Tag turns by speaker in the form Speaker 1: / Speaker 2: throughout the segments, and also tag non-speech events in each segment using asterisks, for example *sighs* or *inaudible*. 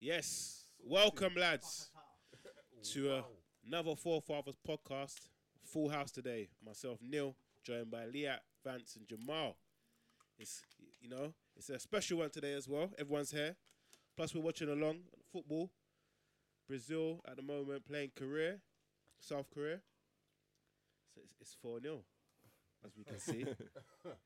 Speaker 1: Yes, welcome, *laughs* lads, to uh, another Forefathers podcast. Full house today. Myself, Neil, joined by Leah, Vance, and Jamal. It's you know, it's a special one today as well. Everyone's here. Plus, we're watching along football. Brazil at the moment playing Korea, South Korea. So it's, it's four 0 as we can *laughs* see.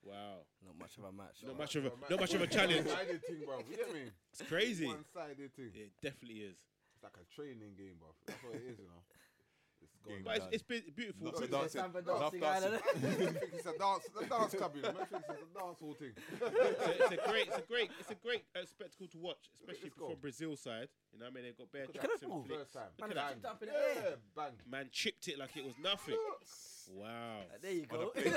Speaker 1: wow,
Speaker 2: Not much of a match.
Speaker 1: not much of a not *laughs* much of a challenge.
Speaker 3: One-sided thing, bruv. You get me?
Speaker 1: It's crazy.
Speaker 3: One-sided thing.
Speaker 1: It definitely is.
Speaker 3: It's like a training game, bruv. That's what it is, you know. It's
Speaker 4: Game
Speaker 3: going.
Speaker 1: But it's,
Speaker 4: done.
Speaker 1: it's been beautiful.
Speaker 4: Lots of
Speaker 1: It's-
Speaker 3: dance.
Speaker 4: dancing.
Speaker 2: time for
Speaker 4: Enough
Speaker 2: dancing,
Speaker 4: dancing.
Speaker 2: Ireland.
Speaker 3: I don't think it's a dance. The dance club, you know. I think it's a dance hall
Speaker 1: *laughs*
Speaker 3: thing.
Speaker 1: it's, a, it's a great, it's a great, it's a great uh, spectacle to watch, especially
Speaker 3: let's
Speaker 1: from
Speaker 3: go.
Speaker 1: Brazil side. You know, what I mean, they've got bare
Speaker 3: Look
Speaker 1: tracks
Speaker 3: at
Speaker 2: that
Speaker 1: and
Speaker 2: ball.
Speaker 1: flicks.
Speaker 3: First time.
Speaker 2: Man,
Speaker 3: bang.
Speaker 2: it's up in the
Speaker 3: yeah,
Speaker 2: air.
Speaker 3: bang.
Speaker 1: Man chipped it like it was nothing. Wow,
Speaker 2: Like, Uh, there you
Speaker 4: On a
Speaker 2: *laughs* go.
Speaker 1: *laughs*
Speaker 4: plate.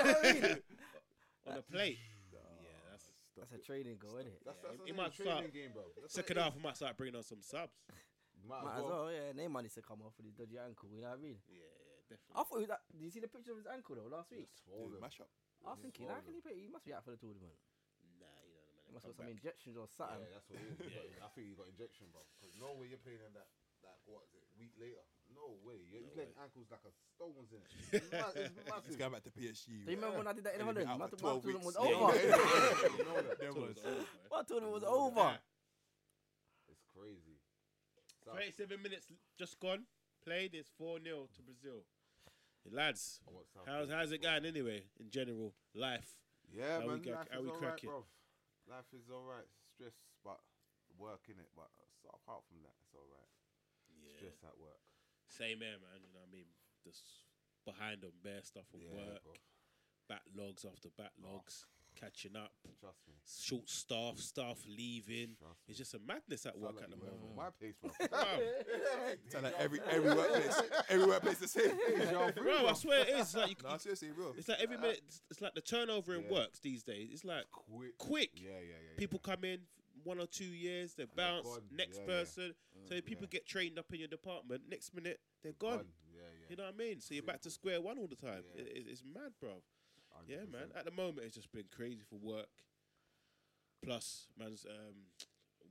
Speaker 2: You know what I mean?
Speaker 1: on a plate. Yeah, that's
Speaker 2: That's a training goal, isn't it?
Speaker 3: That's,
Speaker 1: Yeah,
Speaker 3: that's,
Speaker 1: it
Speaker 3: that's
Speaker 1: might
Speaker 3: a training
Speaker 1: start.
Speaker 3: game, bruv. That's
Speaker 1: second half. I might start bringing on some subs.
Speaker 3: Might,
Speaker 2: Might as well, yeah. Neymar needs to come off with his dodgy ankle, you know what I mean?
Speaker 1: Yeah, yeah, definitely.
Speaker 2: I thought he was at, Did you see the picture of his ankle though last week?
Speaker 3: Swollen.
Speaker 4: Mash up.
Speaker 2: I was
Speaker 3: Yeah,
Speaker 2: thinking, how
Speaker 3: swollen.
Speaker 2: can he play? He must be out for the tournament.
Speaker 1: Nah, you know, the
Speaker 2: He
Speaker 1: man.
Speaker 2: must
Speaker 1: come
Speaker 2: have some
Speaker 1: back.
Speaker 2: injections or
Speaker 3: Yeah,
Speaker 2: something.
Speaker 3: that's what it is. You got- I think you got injection, bro. Because no way you're playing in that, that what is it, week later. No way. You're
Speaker 1: No
Speaker 3: playing
Speaker 1: way.
Speaker 3: ankles like a stone's in it. It's
Speaker 1: *laughs*
Speaker 3: ma- it's
Speaker 4: He's
Speaker 3: massive.
Speaker 4: going back to PSG.
Speaker 2: Do you remember when I did that in
Speaker 4: And he'd been out
Speaker 2: Holland? My,
Speaker 4: for
Speaker 2: t- my
Speaker 4: 12
Speaker 2: tournament was
Speaker 4: weeks. Yeah,
Speaker 2: *laughs* over.
Speaker 4: yeah,
Speaker 3: yeah. You know that.
Speaker 4: Them ones.
Speaker 1: Tournament's over, man.
Speaker 2: My tournament was
Speaker 3: You know that.
Speaker 2: over.
Speaker 3: It's crazy. So,
Speaker 1: Twenty-seven minutes l- just gone. Played it's four 0 to Brazil. Hey, lads,
Speaker 3: I want South
Speaker 1: how's
Speaker 3: Korea.
Speaker 1: how's it going anyway? In general, life.
Speaker 3: Yeah,
Speaker 1: How we
Speaker 3: man.
Speaker 1: crack-
Speaker 3: life
Speaker 1: how
Speaker 3: is
Speaker 1: we
Speaker 3: alright,
Speaker 1: cracking?
Speaker 3: bruv. Life is alright. Stress, but work in it. But so apart from that, it's alright.
Speaker 1: Yeah,
Speaker 3: Stress at work.
Speaker 1: same here, man. You know, what I mean, just behind on bare stuff from
Speaker 3: Yeah,
Speaker 1: work.
Speaker 3: bruv.
Speaker 1: backlogs after backlogs, catching up,
Speaker 3: Trust me.
Speaker 1: short staff, staff leaving.
Speaker 3: Trust me.
Speaker 1: It's just a madness at
Speaker 3: Sound
Speaker 1: work
Speaker 3: like
Speaker 1: at the
Speaker 3: you work
Speaker 1: moment.
Speaker 3: at My place,
Speaker 1: *laughs*
Speaker 3: bro. *laughs*
Speaker 1: Bruv,
Speaker 4: Sound like every every workplace, every workplace the same.
Speaker 1: Bruv, I swear it is
Speaker 3: *laughs*
Speaker 1: like you,
Speaker 4: No, seriously, real.
Speaker 1: it's like every minute. It's, it's like the turnover in
Speaker 3: Yeah.
Speaker 1: works these days. It's like
Speaker 3: Quick.
Speaker 1: quick.
Speaker 3: Yeah, yeah, yeah.
Speaker 1: People come in one or two years, they
Speaker 3: they're
Speaker 1: bounce.
Speaker 3: gone.
Speaker 1: Next
Speaker 3: Yeah, yeah.
Speaker 1: person. So people
Speaker 3: Mm, yeah.
Speaker 1: get trained up in your department. Next minute they're
Speaker 3: yeah.
Speaker 1: gone.
Speaker 3: Yeah, yeah.
Speaker 1: You know what I mean? So you're back to square one all the time.
Speaker 3: Yeah.
Speaker 1: It, it- it's mad, bruv.
Speaker 3: 100%.
Speaker 1: Yeah, man. At the moment, it's just been crazy for work. Plus, man's um,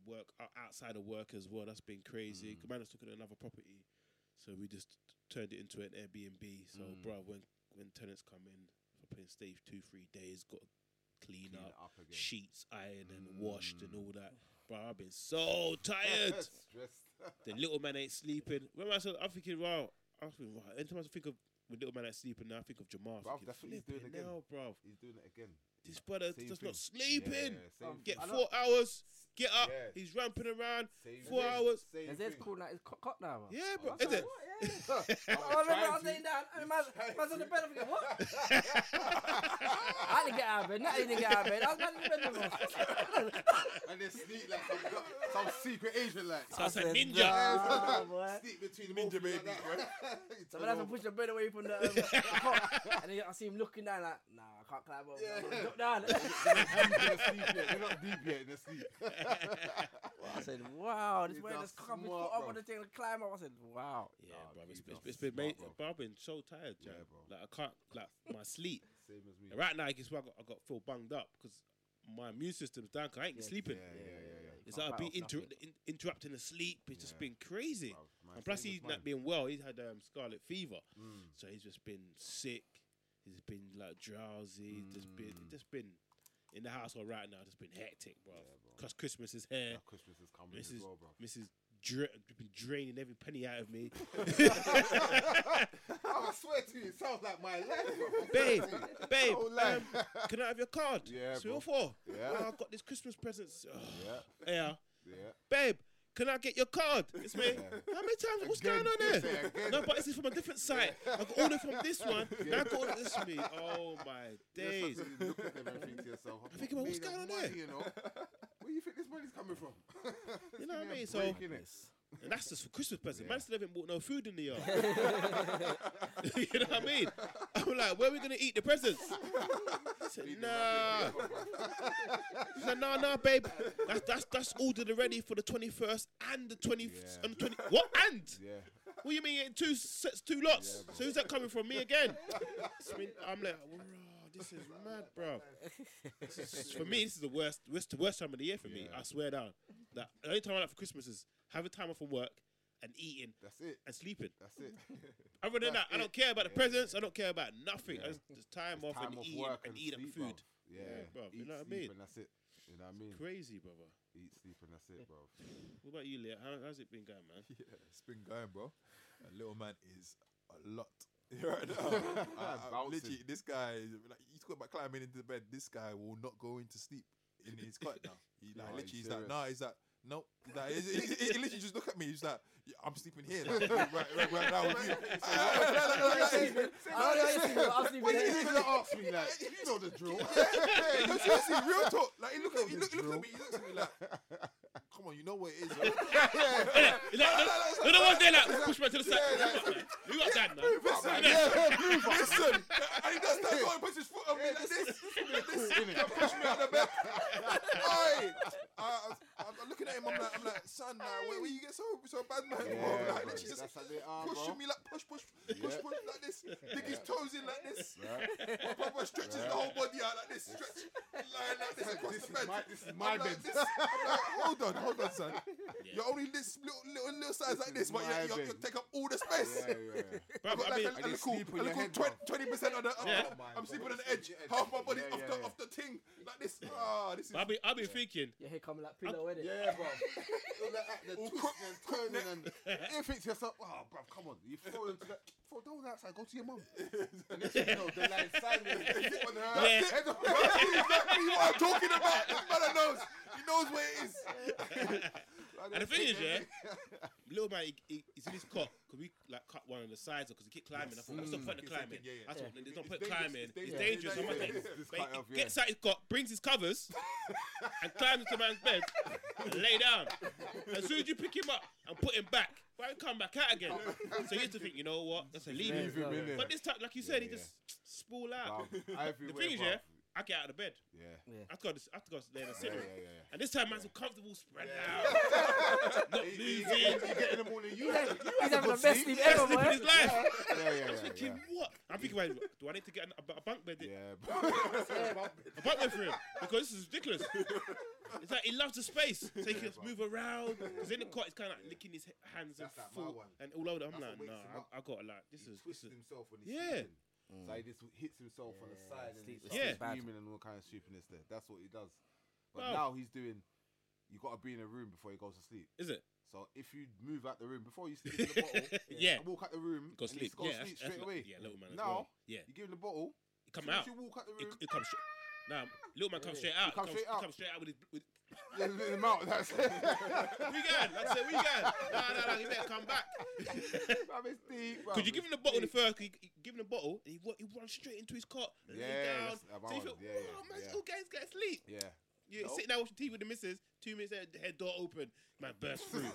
Speaker 1: work o- outside of work as well. That's been crazy.
Speaker 4: Mm.
Speaker 1: Man was looking at another property, so we just turned it into an Airbnb. So,
Speaker 4: Mm.
Speaker 1: bro, when when tenants come in, I've been stay two, three days. Got to clean,
Speaker 3: Clean
Speaker 1: up,
Speaker 3: it up again.
Speaker 1: sheets ironed and washed and
Speaker 4: Mm.
Speaker 1: all that. Bro, I've been so tired.
Speaker 3: *laughs* Stressed.
Speaker 1: the little man ain't sleeping. When I said, I'm thinking, wow. I'm thinking, wow. Anytime I think of when little man ain't sleeping, now I think of Jamal. I'm
Speaker 3: Bruv,
Speaker 1: thinking,
Speaker 3: that's what he's doing
Speaker 1: flipping
Speaker 3: again.
Speaker 1: hell, bruv
Speaker 3: *laughs* He's doing it again.
Speaker 1: this brother
Speaker 3: Same
Speaker 1: just
Speaker 3: thing.
Speaker 1: not sleeping.
Speaker 3: same
Speaker 1: Get
Speaker 3: thing.
Speaker 1: four hours, get up,
Speaker 3: Yeah.
Speaker 1: he's ramping around.
Speaker 3: Same
Speaker 1: four
Speaker 3: thing.
Speaker 1: hours.
Speaker 3: Same
Speaker 2: And Zed's
Speaker 3: thing. *laughs*
Speaker 2: cool now. It's co- cock now. man.
Speaker 1: Yeah,
Speaker 2: I
Speaker 1: bro,
Speaker 2: was
Speaker 1: is
Speaker 2: like,
Speaker 1: it?
Speaker 2: what? Yeah.
Speaker 3: I was
Speaker 2: I remember I was
Speaker 3: trying
Speaker 2: laying
Speaker 3: to.
Speaker 2: down, and
Speaker 3: *laughs*
Speaker 2: man's
Speaker 3: trying
Speaker 2: man's on the
Speaker 3: to.
Speaker 2: bed. I'm
Speaker 3: *laughs*
Speaker 2: thinking, what? I didn't get out of bed. Natty didn't get out of bed. I was not in the bed no more.
Speaker 3: and they sneak like some, some secret Asian like.
Speaker 1: So I said,
Speaker 2: said,
Speaker 1: ninja.
Speaker 2: *laughs* nah, Oh, boy.
Speaker 3: *laughs* sneak between
Speaker 4: Ninja
Speaker 3: the baby.
Speaker 4: babies,
Speaker 3: *laughs*
Speaker 2: So when I have to push the bed away from the, um, the cot, and then I see him looking down like, nah, I can't climb up.
Speaker 3: Yeah.
Speaker 2: Yeah.
Speaker 3: *laughs*
Speaker 2: Look down.
Speaker 3: They're not deep yet in
Speaker 1: *laughs*
Speaker 3: the sleep.
Speaker 2: I said, wow, this
Speaker 3: He's
Speaker 2: man
Speaker 3: that
Speaker 2: just come put
Speaker 3: smart,
Speaker 2: up
Speaker 3: bro.
Speaker 2: on the thing and climb up. I said, wow.
Speaker 1: Yeah,
Speaker 3: Nah,
Speaker 1: bro, it's,
Speaker 3: he's
Speaker 1: it's,
Speaker 3: not
Speaker 1: it's been
Speaker 3: smart,
Speaker 1: made,
Speaker 3: bro.
Speaker 1: bro, I've been so tired, yeah,
Speaker 3: Yeah, bro.
Speaker 1: Like I can't, like
Speaker 3: *laughs*
Speaker 1: my sleep.
Speaker 3: Same as me.
Speaker 1: Right now, I guess what I got, I got feel bunged up because my immune system's down. 'cause I ain't
Speaker 2: Yeah,
Speaker 1: sleeping.
Speaker 3: yeah, yeah.
Speaker 1: It's
Speaker 2: You
Speaker 1: like
Speaker 2: can't
Speaker 1: I be
Speaker 2: fight off
Speaker 1: inter-
Speaker 2: nothing.
Speaker 1: in- interrupting the sleep. It's just
Speaker 3: Yeah.
Speaker 1: been crazy.
Speaker 3: Bruv, man,
Speaker 1: and plus,
Speaker 3: same as
Speaker 1: he's not
Speaker 3: mine.
Speaker 1: being well. He's had um, scarlet fever,
Speaker 3: Mm.
Speaker 1: so he's just been sick. He's been like drowsy. Just been,
Speaker 4: Mm.
Speaker 1: just been in the household right now. Just been hectic, bro.
Speaker 3: Yeah, bro.
Speaker 1: Cause Christmas is here.
Speaker 3: Now Christmas is coming
Speaker 1: This
Speaker 3: as
Speaker 1: is-
Speaker 3: well, bro.
Speaker 1: Mrs. Dra- been draining every penny out of me.
Speaker 3: *laughs* I swear to you, it sounds like my life, bro.
Speaker 1: babe, babe,
Speaker 3: Whole
Speaker 1: um,
Speaker 3: life.
Speaker 1: can I have your card?
Speaker 3: Yeah,
Speaker 1: Three or
Speaker 3: bro.
Speaker 1: four.
Speaker 3: Yeah.
Speaker 1: Oh, I've got this Christmas presents. Oh,
Speaker 3: Yeah,
Speaker 1: *sighs* yeah.
Speaker 3: yeah.
Speaker 1: Babe, can I get your card? It's me.
Speaker 3: Yeah.
Speaker 1: How many times? What's
Speaker 3: Again,
Speaker 1: going on
Speaker 3: say
Speaker 1: there?
Speaker 3: again.
Speaker 1: No, but this is from a different site. I got order from this one. Now I
Speaker 3: Yeah.
Speaker 1: got order this
Speaker 3: *laughs*
Speaker 1: from me. Oh my days.
Speaker 3: Days. You look at them and think to yourself,
Speaker 1: I'm thinking about what's
Speaker 3: made of
Speaker 1: going on
Speaker 3: money,
Speaker 1: there.
Speaker 3: You know, where do you think this money's coming from?
Speaker 1: You know what I mean? So- *laughs* And that's just for Christmas present.
Speaker 3: Yeah.
Speaker 1: Man still haven't bought no food in the yard. *laughs*
Speaker 3: *laughs*
Speaker 1: you know what I mean? I'm like, where are we gonna eat the presents? He said, nah. He said, nah, nah, babe. That's that's that's ordered already for the 21st and the 20th
Speaker 3: Yeah.
Speaker 1: and 20. What and?
Speaker 3: yeah.
Speaker 1: What you mean getting two sets, two lots? so who's that coming from? Me again? It's been- I'm like, bro, this is mad, bro. This is- for me, this is the worst, this the worst time of the year for me.
Speaker 5: Yeah.
Speaker 1: I swear down. That the only time I like for Christmas is having time off from work and eating
Speaker 3: That's it.
Speaker 1: and sleeping.
Speaker 3: That's it.
Speaker 1: Other than
Speaker 3: That's
Speaker 1: that, I don't
Speaker 3: it.
Speaker 1: care about the
Speaker 3: Yeah.
Speaker 1: presents. I don't care about nothing.
Speaker 5: Yeah.
Speaker 1: I just, just *laughs* time off
Speaker 3: Time
Speaker 1: and
Speaker 3: off
Speaker 1: eat
Speaker 3: work
Speaker 1: and, eat up
Speaker 3: sleep,
Speaker 1: food.
Speaker 3: bruv. Yeah,
Speaker 1: Yeah, bruv, you
Speaker 3: Eat,
Speaker 1: know what I
Speaker 3: sleep,
Speaker 1: mean?
Speaker 3: And that's it. You know what I mean?
Speaker 1: Crazy, brother.
Speaker 3: Eat, sleep, and that's it, bro.
Speaker 1: What about you, Leah? How, how's it been going, man?
Speaker 5: Yeah, it's been going, bro. And little man is a lot. *laughs*
Speaker 3: *laughs*
Speaker 5: Right now. I- I-
Speaker 3: Bouncing.
Speaker 5: literally, this guy, is- like, you talk about climbing into bed. This guy will not go into sleep in his cot now. He
Speaker 3: *laughs*
Speaker 5: like
Speaker 3: Nah,
Speaker 5: literally,
Speaker 3: he's
Speaker 5: he's like,
Speaker 3: serious.
Speaker 5: nah, he's like, no. He's
Speaker 3: *laughs*
Speaker 5: like, he, he- he literally just look at me. He's like, "Yeah, I'm sleeping here, like, *laughs* right, right, right now
Speaker 3: *laughs*
Speaker 5: with you. *laughs*
Speaker 2: Oh, yeah, yeah, yeah, I'll sleep
Speaker 3: When
Speaker 2: in
Speaker 3: you
Speaker 2: it.
Speaker 3: even ask me, *laughs* like, you know the
Speaker 5: *laughs*
Speaker 3: drill.
Speaker 5: Yeah, no, seriously, real talk. Like he look at he look, he look at
Speaker 3: Drill.
Speaker 5: me, he looks at me like, come on, you know what it is. Like,
Speaker 1: Yeah, like, the, the, the ones there, like, push back to the side.
Speaker 5: Yeah,
Speaker 1: Who got- who got that, man?
Speaker 5: Listen,
Speaker 1: Who got that?
Speaker 3: *laughs*
Speaker 5: yeah, listen. And he does that. He puts his foot on me like this. Like this. And push me out the bed. Oi. I, I, I'm looking at him. I'm like, I'm like, son, like, where, where you get so so bad, man?
Speaker 3: Yeah,
Speaker 5: bro? Like,
Speaker 3: bro,
Speaker 5: literally just
Speaker 3: that's how they are, bro.
Speaker 5: pushing me like push, push, push,
Speaker 3: Yeah.
Speaker 5: push like this. Dig his
Speaker 3: Yeah.
Speaker 5: toes in like this.
Speaker 3: Right?
Speaker 5: My brother stretches
Speaker 3: Yeah.
Speaker 5: the whole body out like this. Stretch, lying like this across
Speaker 3: This
Speaker 5: the
Speaker 3: is
Speaker 5: bed.
Speaker 3: my- this is
Speaker 5: I'm
Speaker 3: my
Speaker 5: like
Speaker 3: bed.
Speaker 5: this. I'm like, hold on, hold on, son.
Speaker 1: Yeah.
Speaker 5: You're only this little, little, little
Speaker 3: This
Speaker 5: size like
Speaker 3: is
Speaker 5: this,
Speaker 3: my
Speaker 5: but you you you
Speaker 3: bed.
Speaker 5: take up all the space.
Speaker 3: Yeah, yeah, yeah.
Speaker 1: Bruv, I
Speaker 5: *laughs*
Speaker 1: mean,
Speaker 3: and they sleep on your head, bro.
Speaker 5: twenty percent on the. I'm,
Speaker 1: Yeah.
Speaker 5: I'm-
Speaker 3: Oh my
Speaker 5: I'm
Speaker 3: God.
Speaker 5: sleeping on the
Speaker 3: Yeah,
Speaker 5: edge.
Speaker 3: yeah,
Speaker 5: Half my body
Speaker 3: yeah,
Speaker 5: off
Speaker 3: yeah,
Speaker 5: the
Speaker 3: yeah.
Speaker 5: off the thing like this. Ah, this is
Speaker 1: I've been, I've been thinking,
Speaker 2: *laughs*
Speaker 1: *laughs*
Speaker 2: Your hair coming like pillow, innit?
Speaker 3: Yeah,
Speaker 2: *laughs*
Speaker 3: bro. Look at that, the
Speaker 5: All
Speaker 3: twisting
Speaker 5: crook-
Speaker 3: and turning and you think to yourself,
Speaker 5: ah,
Speaker 3: oh, bro, come on, you throw into that, throw down outside, go to your mum. *laughs* And next thing you know, they're like sideways, they
Speaker 2: *laughs*
Speaker 3: sit on her.
Speaker 1: Yeah.
Speaker 3: head on-
Speaker 5: exactly what I'm talking about. This fella knows. He knows where it is.
Speaker 3: Like,
Speaker 1: And the thing is, yeah,
Speaker 3: yeah,
Speaker 1: little man, he, he, he's in his cot. Could we like cut one on the sides because he keep climbing? I thought, what's the
Speaker 5: Mm.
Speaker 1: point of
Speaker 5: It's like,
Speaker 1: climbing?
Speaker 5: yeah, yeah.
Speaker 1: I thought, there's no
Speaker 5: It's
Speaker 1: point
Speaker 5: dangerous,
Speaker 1: climbing.
Speaker 5: it's
Speaker 1: It's
Speaker 5: dangerous.
Speaker 1: dangerous. I'm
Speaker 5: Yeah,
Speaker 1: not
Speaker 5: yeah,
Speaker 1: doing
Speaker 5: yeah.
Speaker 1: this.
Speaker 3: Just
Speaker 1: But
Speaker 3: cut
Speaker 1: he
Speaker 3: it off, yeah.
Speaker 1: gets out his cot, brings his covers,
Speaker 3: *laughs*
Speaker 1: and climbs into the man's bed and lay down. As soon as you pick him up and put him back, why don't you come back out again? So you used to think, you know what? That's a leave
Speaker 3: leave
Speaker 1: him.
Speaker 3: him in there.
Speaker 1: But this time, like you said, he
Speaker 3: Yeah, yeah.
Speaker 1: just spool out.
Speaker 3: Everywhere,
Speaker 1: thing is,
Speaker 3: bruv.
Speaker 1: yeah, I get out of bed.
Speaker 3: yeah,
Speaker 1: I have to go. I have to go lay in the
Speaker 3: yeah,
Speaker 1: sitting room.
Speaker 3: yeah, yeah.
Speaker 1: And this time, man's comfortable, spread out, not
Speaker 3: You- you
Speaker 1: moving.
Speaker 3: get- you get in the morning, you
Speaker 5: *laughs*
Speaker 3: had- you had
Speaker 2: He's
Speaker 3: a
Speaker 2: having the
Speaker 3: good
Speaker 2: best
Speaker 3: sleep.
Speaker 2: sleep
Speaker 1: Best
Speaker 2: ever,
Speaker 1: sleep in
Speaker 2: man.
Speaker 1: his life.
Speaker 3: *laughs* Yeah, yeah, yeah,
Speaker 1: I was thinking,
Speaker 3: yeah.
Speaker 1: what? I'm thinking, wait, do I need to get an- a, a bunk bed?
Speaker 3: *laughs* Yeah,
Speaker 1: A bunk bed for him because this is ridiculous. It's like he loves the space, so he can just
Speaker 3: bro.
Speaker 1: move around. Because in the cot, he's kind of like licking his h- hands
Speaker 3: That's
Speaker 1: and
Speaker 3: like my
Speaker 1: foot
Speaker 3: one.
Speaker 1: and all over. the- I'm like,
Speaker 3: That's what wakes him
Speaker 1: nah,
Speaker 3: up.
Speaker 1: I, I got like this is,
Speaker 3: he
Speaker 1: this
Speaker 3: twists
Speaker 1: is
Speaker 3: himself when he's
Speaker 1: Yeah.
Speaker 3: sleeping. So he just hits himself on the
Speaker 2: Yeah,
Speaker 3: side and
Speaker 2: sleep-
Speaker 3: he's
Speaker 1: Yeah.
Speaker 2: bad.
Speaker 3: screaming and all kind of stupidness there. That's what he does. But
Speaker 1: Bro.
Speaker 3: now he's doing. You got to be in a room before he goes to sleep.
Speaker 1: is it?
Speaker 3: So if you move out the room before you sleep in the bottle,
Speaker 1: *laughs* Yeah.
Speaker 3: and walk out the room,
Speaker 1: Go
Speaker 3: and
Speaker 1: sleep.
Speaker 3: he's gone
Speaker 1: Yeah,
Speaker 3: sleep
Speaker 1: that's, that's
Speaker 3: straight
Speaker 1: like-
Speaker 3: away.
Speaker 1: yeah, little man. As
Speaker 3: Now,
Speaker 1: well. yeah,
Speaker 3: You give him the bottle.
Speaker 1: he come
Speaker 3: soon as
Speaker 1: out.
Speaker 3: You walk out the
Speaker 1: It, *laughs*
Speaker 3: room.
Speaker 1: it comes. Straight, nah, little man comes straight out. He comes,
Speaker 3: comes straight
Speaker 1: he
Speaker 3: out.
Speaker 1: comes straight out with his. With,
Speaker 3: yeah, let him out. That's it. *laughs*
Speaker 1: we can. I said we can. Nah, nah, nah. You better come back. *laughs*
Speaker 3: Bruv, it's deep, bruv.
Speaker 1: Could you give
Speaker 3: It's
Speaker 1: him the bottle the
Speaker 3: deep.
Speaker 1: first? He, he give him the bottle, and he, wa- he runs straight into his cot.
Speaker 3: *laughs*
Speaker 1: and lay
Speaker 3: Yeah,
Speaker 1: down.
Speaker 3: that's- I'm
Speaker 1: So you
Speaker 3: on.
Speaker 1: feel,
Speaker 3: Yeah, yeah,
Speaker 1: oh man,
Speaker 3: yeah.
Speaker 1: all guys get sleep.
Speaker 3: Yeah.
Speaker 1: You're
Speaker 3: Nope.
Speaker 1: sitting there watching TV with the missus. Two minutes later, the head door open. Man bursts through.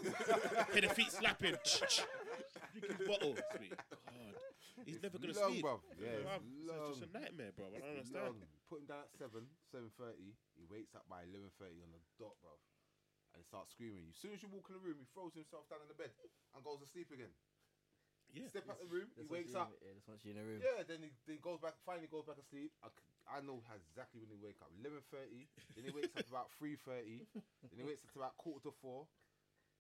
Speaker 1: Hear the feet slapping. *laughs* Drinking bottle. It's me, God, he's
Speaker 3: It's
Speaker 1: never gonna
Speaker 3: long,
Speaker 1: sleep.
Speaker 3: bruv. Yeah, it's
Speaker 1: Bruv, so it's just a
Speaker 3: long.
Speaker 1: nightmare, bro. I
Speaker 3: It's
Speaker 1: don't understand.
Speaker 3: long. Put him down at seven, seven thirty. He wakes up by eleven thirty on the dot, bro, and he starts screaming. As soon as you walk in the room, he throws himself down in the bed and goes to sleep again.
Speaker 1: Yeah.
Speaker 3: Step out the room, he
Speaker 2: Just
Speaker 3: wakes
Speaker 2: wants you in-
Speaker 3: up.
Speaker 2: Yeah, just wants you in the room.
Speaker 3: Yeah, then he, then he goes back. Finally, goes back to sleep. I, c- I know how exactly when he wake up. Eleven thirty. Then he wakes
Speaker 1: *laughs*
Speaker 3: up about three thirty. Then he wakes up to about quarter to four.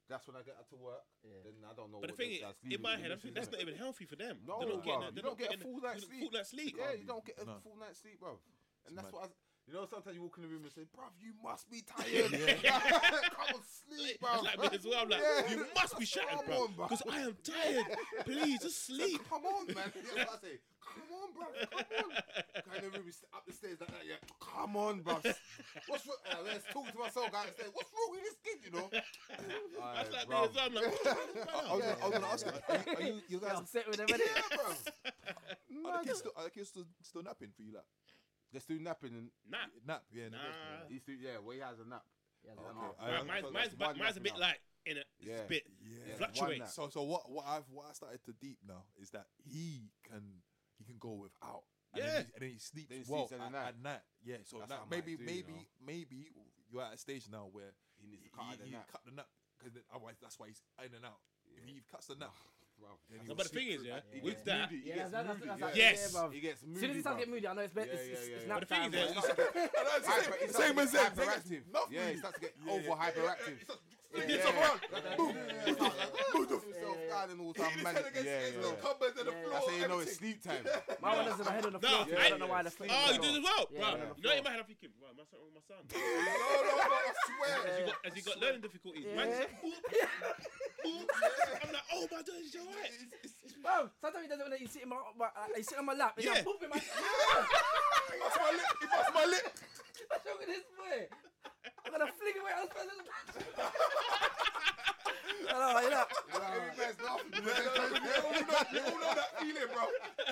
Speaker 3: That's when I get up to work.
Speaker 2: Yeah.
Speaker 3: Then I don't know.
Speaker 1: But the
Speaker 3: what
Speaker 1: thing is,
Speaker 3: that's
Speaker 1: in
Speaker 3: leaving
Speaker 1: my
Speaker 3: me
Speaker 1: head, I
Speaker 3: with,
Speaker 1: think
Speaker 3: isn't
Speaker 1: that's not
Speaker 3: it?
Speaker 1: even healthy for them.
Speaker 3: No,
Speaker 1: they're not getting,
Speaker 3: bruv,
Speaker 1: that-
Speaker 3: you
Speaker 1: they're
Speaker 3: don't get a
Speaker 1: getting
Speaker 3: full
Speaker 1: full-
Speaker 3: night's sleep.
Speaker 1: Full night's sleep.
Speaker 3: Yeah,
Speaker 5: can't
Speaker 3: you
Speaker 5: be.
Speaker 3: don't get a
Speaker 5: No.
Speaker 3: full night's sleep, bro.
Speaker 5: It's
Speaker 3: And that's
Speaker 5: mad.
Speaker 3: what I, you know. Sometimes you walk in the room and say, "Bruv, you must
Speaker 1: *laughs*
Speaker 3: be tired. *laughs* Come on, sleep, bro.
Speaker 1: It's like me as well. I'm like,
Speaker 3: Yeah.
Speaker 1: you must be shattered,
Speaker 3: Come
Speaker 1: bro,
Speaker 3: on, bruv.
Speaker 1: because I am tired. Please, just
Speaker 3: *laughs*
Speaker 1: sleep. *laughs*
Speaker 3: Come on, man. Yeah, that's what I say. Come on, bro. Come on. Guy in the room is up the stairs like that. Yeah. Come on, bro. What's wrong? I was talking to myself guy upstairs. What's wrong with this kid? You
Speaker 1: *laughs*
Speaker 3: know.
Speaker 1: That's
Speaker 3: Aye,
Speaker 1: like me
Speaker 3: bruv.
Speaker 1: as well. I'm like, what's wrong
Speaker 3: *laughs*
Speaker 1: with
Speaker 5: I, I was,
Speaker 1: man?
Speaker 5: gonna- I was gonna ask you, are you, are you, you
Speaker 2: Yeah,
Speaker 5: guys,
Speaker 2: I'm set with him, innit?
Speaker 3: Yeah, bro.
Speaker 5: are the kids still, are the kids still, still napping for you, like
Speaker 3: Let's do napping and
Speaker 1: Nah,
Speaker 5: nap? Yeah, in the
Speaker 1: nah.
Speaker 5: bed.
Speaker 3: he's do yeah. Well, he has a nap.
Speaker 2: Yeah,
Speaker 3: Oh,
Speaker 2: like,
Speaker 3: okay.
Speaker 2: oh,
Speaker 5: I-
Speaker 1: Nah,
Speaker 5: I-
Speaker 1: Uh. mine's,
Speaker 3: so
Speaker 1: mine's,
Speaker 3: that's
Speaker 1: mine's,
Speaker 3: one
Speaker 1: mine's a bit
Speaker 3: nap now.
Speaker 1: like in a it's
Speaker 3: Yeah.
Speaker 1: a bit.
Speaker 5: Yeah.
Speaker 3: Yeah,
Speaker 1: Fluctuates.
Speaker 3: one nap.
Speaker 5: So, so what, what I've, what I started to deep now is that he can, he can go without. And
Speaker 1: Yeah.
Speaker 5: Then he, and then he sleeps
Speaker 3: Then he
Speaker 5: well
Speaker 3: sleeps in the
Speaker 5: at,
Speaker 3: night.
Speaker 5: at night. Yeah. So
Speaker 3: That's
Speaker 5: now
Speaker 3: how mine
Speaker 5: maybe,
Speaker 3: do, you
Speaker 5: maybe,
Speaker 3: know.
Speaker 5: maybe you're at a stage now where
Speaker 3: He needs to
Speaker 5: you-
Speaker 3: cut out the
Speaker 5: you
Speaker 3: nap.
Speaker 5: cut the nap because otherwise that's why he's in and out. If
Speaker 3: Yeah.
Speaker 5: he cuts the nap,
Speaker 3: bruv.
Speaker 4: Then he
Speaker 1: No,
Speaker 4: was
Speaker 1: but the thing
Speaker 4: super-
Speaker 1: is, yeah,
Speaker 4: he
Speaker 1: with
Speaker 4: gets
Speaker 1: that-
Speaker 4: moody, he
Speaker 2: Yeah,
Speaker 4: gets
Speaker 2: that's- that's-
Speaker 4: moody,
Speaker 2: that's
Speaker 4: yeah.
Speaker 2: like-
Speaker 1: Yes.
Speaker 2: Yeah, bruv.
Speaker 3: He gets
Speaker 2: As
Speaker 3: moody.
Speaker 2: soon as he
Speaker 3: bruv.
Speaker 2: starts getting moody, I know it's bad.
Speaker 3: Yeah,
Speaker 2: it's,
Speaker 3: yeah,
Speaker 2: it's,
Speaker 3: yeah,
Speaker 2: it's
Speaker 1: But
Speaker 3: yeah.
Speaker 2: nap
Speaker 1: the thing
Speaker 2: time.
Speaker 1: is, yeah,
Speaker 2: bruv.
Speaker 5: *laughs*
Speaker 1: it's-
Speaker 4: That's
Speaker 3: Hyper-
Speaker 4: it,
Speaker 3: he starts
Speaker 4: same
Speaker 3: to
Speaker 4: as
Speaker 3: get
Speaker 4: that.
Speaker 3: hyperactive.
Speaker 4: Nothing.
Speaker 3: Yeah, he starts to get
Speaker 4: Yeah,
Speaker 3: over
Speaker 4: yeah, yeah, yeah,
Speaker 3: hyperactive.
Speaker 4: he starts
Speaker 3: Yeah,
Speaker 4: flinging
Speaker 3: yeah,
Speaker 4: stuff
Speaker 3: yeah.
Speaker 4: around.
Speaker 3: Boom.
Speaker 4: Boom.
Speaker 3: He
Speaker 4: It's like,
Speaker 3: starts like,
Speaker 4: boom.
Speaker 3: puts himself
Speaker 2: yeah.
Speaker 3: down and all
Speaker 4: Hitting
Speaker 3: that
Speaker 4: his head
Speaker 3: manic-
Speaker 4: against
Speaker 3: Yeah,
Speaker 4: his little
Speaker 3: yeah.
Speaker 4: cupboards and the
Speaker 2: Yeah,
Speaker 4: floor.
Speaker 3: That's
Speaker 2: yeah.
Speaker 3: how you know it's
Speaker 4: everything.
Speaker 3: sleep
Speaker 5: *laughs*
Speaker 3: time.
Speaker 2: My one has my head on the
Speaker 1: No,
Speaker 2: floor. so
Speaker 1: I-
Speaker 2: I don't know why the
Speaker 3: Oh,
Speaker 1: Oh, you
Speaker 2: floor.
Speaker 1: do as well,
Speaker 2: Yeah,
Speaker 1: bro.
Speaker 2: yeah.
Speaker 1: You know, you might have thinking, bro, am I something wrong with my son?
Speaker 4: No, no, no, I
Speaker 1: Has
Speaker 3: *laughs*
Speaker 4: swear.
Speaker 1: he got, has he got learning difficulties? Man,
Speaker 2: Yeah.
Speaker 1: *laughs* I'm like, oh my god, is you alright?
Speaker 2: Bro, sometimes he does it when he's sitting on my, my, uh, he's sitting on my lap. And
Speaker 1: Yeah.
Speaker 2: *laughs* yeah. I'm pooping my.
Speaker 4: He bust my lip. He bust my lip.
Speaker 2: What's wrong with this boy? I'm gonna fling away. I'm supposed to. *laughs* Hello,
Speaker 3: *laughs*
Speaker 2: you know.
Speaker 3: Every man's laughing.
Speaker 4: Yeah, no, no, no, They all know they all know that feeling, bro.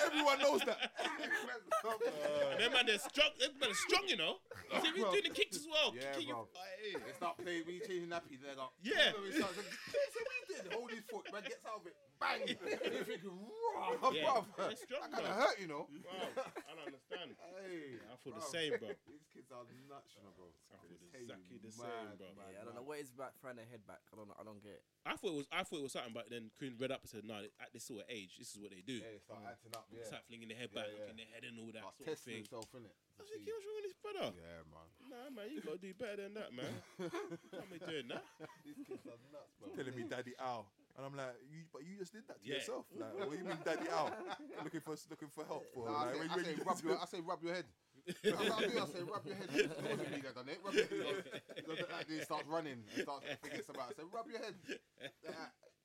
Speaker 4: Everyone knows that.
Speaker 3: Every man's laughing.
Speaker 1: And then man, they're strong. That man is strong, you know. You see, he's
Speaker 3: Bro.
Speaker 1: doing the kicks as well.
Speaker 3: Yeah,
Speaker 1: kicking
Speaker 3: bro.
Speaker 1: you.
Speaker 3: It's not playing when you change your nappy, they go.
Speaker 1: Yeah.
Speaker 3: So he starts, like, "Jason, we did. Hold his foot, man. Gets out of it. Bang. *laughs* You're thinking, raw,
Speaker 1: Yeah.
Speaker 3: bruv.
Speaker 1: They're strong,
Speaker 3: That kind
Speaker 1: bro.
Speaker 3: of hurt, you know.
Speaker 1: Wow, I don't understand.
Speaker 3: Hey,
Speaker 1: I feel the
Speaker 3: bruv.
Speaker 1: same, bro.
Speaker 3: *laughs* These kids are nuts, you know, bro.
Speaker 1: I feel
Speaker 3: It's
Speaker 1: exactly the
Speaker 3: mad,
Speaker 1: same, bro.
Speaker 3: mad,
Speaker 2: Yeah, I
Speaker 3: mad.
Speaker 2: don't know what is back throwing their head back. I don't know. I don't get it.
Speaker 1: I thought it was, I thought it was something, but then Queen read up and said, "No, at this sort of age, this is what they do.
Speaker 3: Yeah, they start acting up. Yeah.
Speaker 1: Start flinging their head
Speaker 3: Yeah,
Speaker 1: back,
Speaker 3: yeah.
Speaker 1: looking their head, and all that
Speaker 3: Start
Speaker 1: Mm. sort of
Speaker 3: testing
Speaker 1: thing."
Speaker 3: himself,
Speaker 1: I
Speaker 3: innit? To
Speaker 1: was thinking,
Speaker 3: see.
Speaker 1: what's wrong with this brother?
Speaker 3: Yeah, man.
Speaker 1: Nah, man, you gotta do better than that, man.
Speaker 3: *laughs*
Speaker 1: Can't be doing that.
Speaker 3: These kids are nuts, bro.
Speaker 4: Telling me daddy ow. And I'm like, you, but you just did that to
Speaker 1: Yeah.
Speaker 4: yourself. Like, what do you mean daddy ow? *laughs*
Speaker 2: *laughs*
Speaker 4: Looking for looking for help. Or,
Speaker 3: Nah, I
Speaker 4: like, when you- when
Speaker 3: say, I say
Speaker 4: you-
Speaker 3: rub
Speaker 4: *laughs*
Speaker 3: your, I say rub your head. That's what I do. I say rub your head. It wasn't me that done it. Rub your head. He does it like this, starts running and starts forgets about. it. I say rub your head.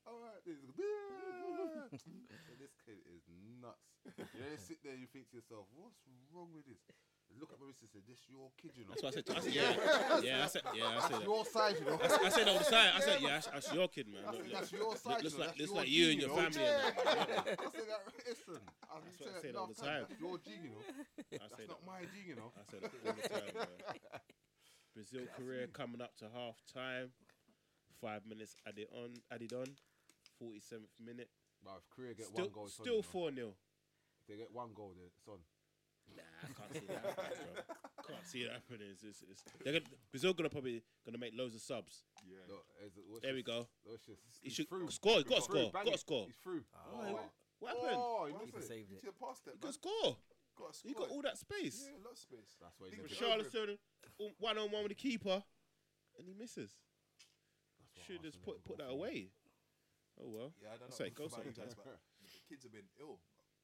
Speaker 3: All right, this, is- this kid is nuts. You know, you sit there, you think to yourself, what's wrong with this? Look at my wrist and say, this your kid, you know.
Speaker 1: That's what I
Speaker 3: *laughs*
Speaker 1: said. To, I said, yeah, yeah, I said, yeah, I
Speaker 3: That's
Speaker 1: said that.
Speaker 3: your size, you know.
Speaker 1: I, I said that on the side. I said,
Speaker 3: Yeah,
Speaker 1: yeah, that's, that's your kid, man.
Speaker 3: I
Speaker 1: Look,
Speaker 3: said,
Speaker 1: look.
Speaker 3: that's your side.
Speaker 1: looks
Speaker 3: you
Speaker 1: like-
Speaker 3: know, that's
Speaker 1: looks
Speaker 3: your
Speaker 1: like you and
Speaker 3: gene,
Speaker 1: your
Speaker 3: know.
Speaker 1: family and that,
Speaker 3: Yeah. I said that. Listen, I
Speaker 1: That's what I
Speaker 3: said
Speaker 1: said
Speaker 3: it
Speaker 1: all
Speaker 3: last
Speaker 1: the
Speaker 3: time.
Speaker 1: time.
Speaker 3: That's your gene, you
Speaker 1: I
Speaker 3: know. That's
Speaker 1: said
Speaker 3: not
Speaker 1: that.
Speaker 3: my gene, you know.
Speaker 1: I said that all the time, man. Brazil Korea coming up to half time. Five minutes added on, added on. Forty seventh minute.
Speaker 3: But if Korea get
Speaker 1: Still,
Speaker 3: one goal, it's on,
Speaker 1: still
Speaker 3: you know.
Speaker 1: four 0
Speaker 3: If they get one goal, then it's on.
Speaker 1: Nah, I can't see that happening, bro. Can't see that happening. It's, it's, it's, they're gonna, Brazil gonna probably gonna make loads of subs.
Speaker 4: Yeah.
Speaker 3: Look, is it- what's
Speaker 1: There we
Speaker 3: this-
Speaker 1: go.
Speaker 3: what's this?
Speaker 1: He
Speaker 3: He's
Speaker 1: should
Speaker 3: through.
Speaker 1: score. He's got to
Speaker 3: He's through.
Speaker 1: score.
Speaker 3: Bang
Speaker 1: Got to
Speaker 3: it.
Speaker 1: score.
Speaker 3: He's through.
Speaker 2: Oh.
Speaker 3: Oh,
Speaker 1: What happened?
Speaker 3: Oh, he
Speaker 4: What
Speaker 3: missed
Speaker 4: happened?
Speaker 3: it.
Speaker 2: saved
Speaker 4: He
Speaker 2: it.
Speaker 4: should have passed it.
Speaker 1: He got
Speaker 4: man.
Speaker 1: to score.
Speaker 4: Got a
Speaker 1: He got
Speaker 4: score.
Speaker 1: all that space.
Speaker 4: Yeah, a lot of space.
Speaker 3: That's what he's
Speaker 4: Big
Speaker 3: in.
Speaker 4: Yeah.
Speaker 1: Charleston one on one with the keeper, and he misses.
Speaker 3: That's what
Speaker 1: Should just
Speaker 3: Arsenal
Speaker 1: put
Speaker 3: goal
Speaker 1: put that
Speaker 3: for.
Speaker 1: away. Oh well.
Speaker 4: Yeah, I don't
Speaker 1: That's
Speaker 4: know
Speaker 1: how it goes
Speaker 4: about you guys,
Speaker 1: sometimes. *laughs*
Speaker 4: but the kids have been ill.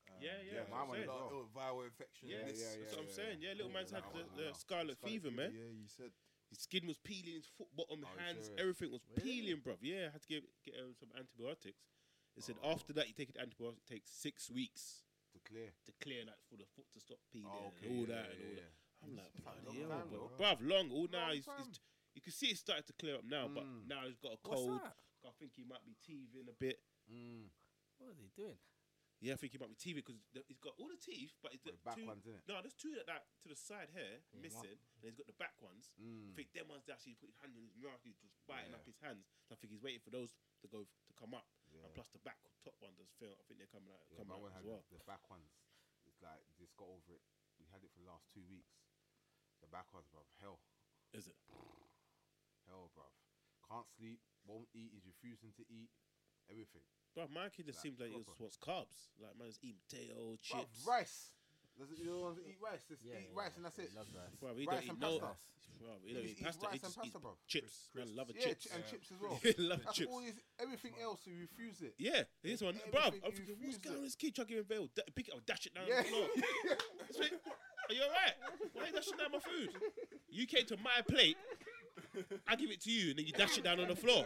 Speaker 4: Um,
Speaker 1: Yeah, yeah,
Speaker 3: that's what I'm
Speaker 4: like,
Speaker 3: saying.
Speaker 4: like, Ill, viral infection.
Speaker 1: Yeah,
Speaker 4: this,
Speaker 3: yeah,
Speaker 1: That's
Speaker 3: yeah,
Speaker 1: what I'm
Speaker 3: yeah,
Speaker 1: saying. Yeah, little
Speaker 4: Yeah,
Speaker 1: man's
Speaker 4: nah,
Speaker 1: had the,
Speaker 4: nah,
Speaker 1: the
Speaker 4: nah.
Speaker 1: scarlet fever, man.
Speaker 4: Yeah, you said.
Speaker 1: His skin was peeling, his foot, bottom,
Speaker 3: Oh,
Speaker 1: hands,
Speaker 3: serious?
Speaker 1: everything was
Speaker 4: Really?
Speaker 1: peeling, bruv. Yeah, I had to get get um, some antibiotics. They said
Speaker 3: Oh.
Speaker 1: after that, you take an antibiotic, it takes six weeks
Speaker 3: To clear.
Speaker 1: to clear that for the foot to stop peeling
Speaker 3: Oh,
Speaker 1: and all that and all that. I'm
Speaker 3: It's
Speaker 1: like,
Speaker 3: quite a
Speaker 1: bloody
Speaker 3: long
Speaker 1: hell,
Speaker 3: time,
Speaker 1: bro.
Speaker 3: though.
Speaker 1: bruv, long. All now,
Speaker 3: Long
Speaker 1: he's, he's,
Speaker 3: time.
Speaker 1: you can see it started to clear up now, but
Speaker 3: Mm.
Speaker 1: now he's got a
Speaker 2: What's
Speaker 1: cold.
Speaker 2: that?
Speaker 1: I think he might be teething a bit.
Speaker 3: Mm.
Speaker 2: What is he doing?
Speaker 1: Yeah, I think he might be teething because he's got all the teeth, but it's
Speaker 3: The
Speaker 1: the
Speaker 3: back
Speaker 1: two.
Speaker 3: ones, innit?
Speaker 1: No, there's two that, that to the side here
Speaker 2: Yeah,
Speaker 1: missing, and he's got the back ones. I
Speaker 3: Mm.
Speaker 1: think them ones that actually put his hand in his mouth, he's just biting
Speaker 3: Yeah.
Speaker 1: up his hands. So I think he's waiting for those to go to come up,
Speaker 3: Yeah.
Speaker 1: and plus the back top one does fail. I think they're coming out,
Speaker 3: Yeah,
Speaker 1: coming
Speaker 3: my
Speaker 1: out
Speaker 3: one
Speaker 1: as
Speaker 3: had
Speaker 1: well.
Speaker 3: the back ones. It's like just got over it. We had it for the last two weeks. The back ones, bruv. Hell,
Speaker 1: Is it?
Speaker 3: hell, bruv. Can't sleep. Won't eat. He's refusing to eat. Everything.
Speaker 1: Bro, my kid just
Speaker 3: Like,
Speaker 1: seems like he just
Speaker 3: proper.
Speaker 1: wants carbs. Like man, just eating potato
Speaker 3: Bruv,
Speaker 1: chips.
Speaker 3: rice. Does it, you don't want to eat rice. Just eat rice and that's
Speaker 2: yeah,
Speaker 3: it.
Speaker 2: Love rice.
Speaker 1: Bruv, he
Speaker 3: Rice
Speaker 1: don't eat
Speaker 3: and
Speaker 1: no.
Speaker 3: pasta.
Speaker 1: Bruv, he
Speaker 3: He
Speaker 1: don't
Speaker 3: just
Speaker 1: eat
Speaker 3: eats
Speaker 1: pasta. He
Speaker 3: rice and
Speaker 1: just eats
Speaker 3: pasta, bruv.
Speaker 1: chips. Man,
Speaker 4: Crisps.
Speaker 1: love a
Speaker 3: Yeah,
Speaker 1: chips.
Speaker 3: chi- and
Speaker 4: Yeah.
Speaker 3: chips as well.
Speaker 1: *laughs* love
Speaker 3: That's
Speaker 1: chips.
Speaker 3: all his, everything else, he refused it.
Speaker 1: Yeah, this one,
Speaker 3: Everything
Speaker 1: bro. I'm
Speaker 3: you
Speaker 1: thinking, what's
Speaker 3: use
Speaker 1: going
Speaker 3: it.
Speaker 1: on? This kid chucking in veil, Da- pick it up, dash it down
Speaker 3: Yeah.
Speaker 1: the
Speaker 3: *laughs*
Speaker 1: floor. It's like, Are you alright? Why are you dashing down my food? You came to my plate. I give it to you, and then you dash it down on the floor.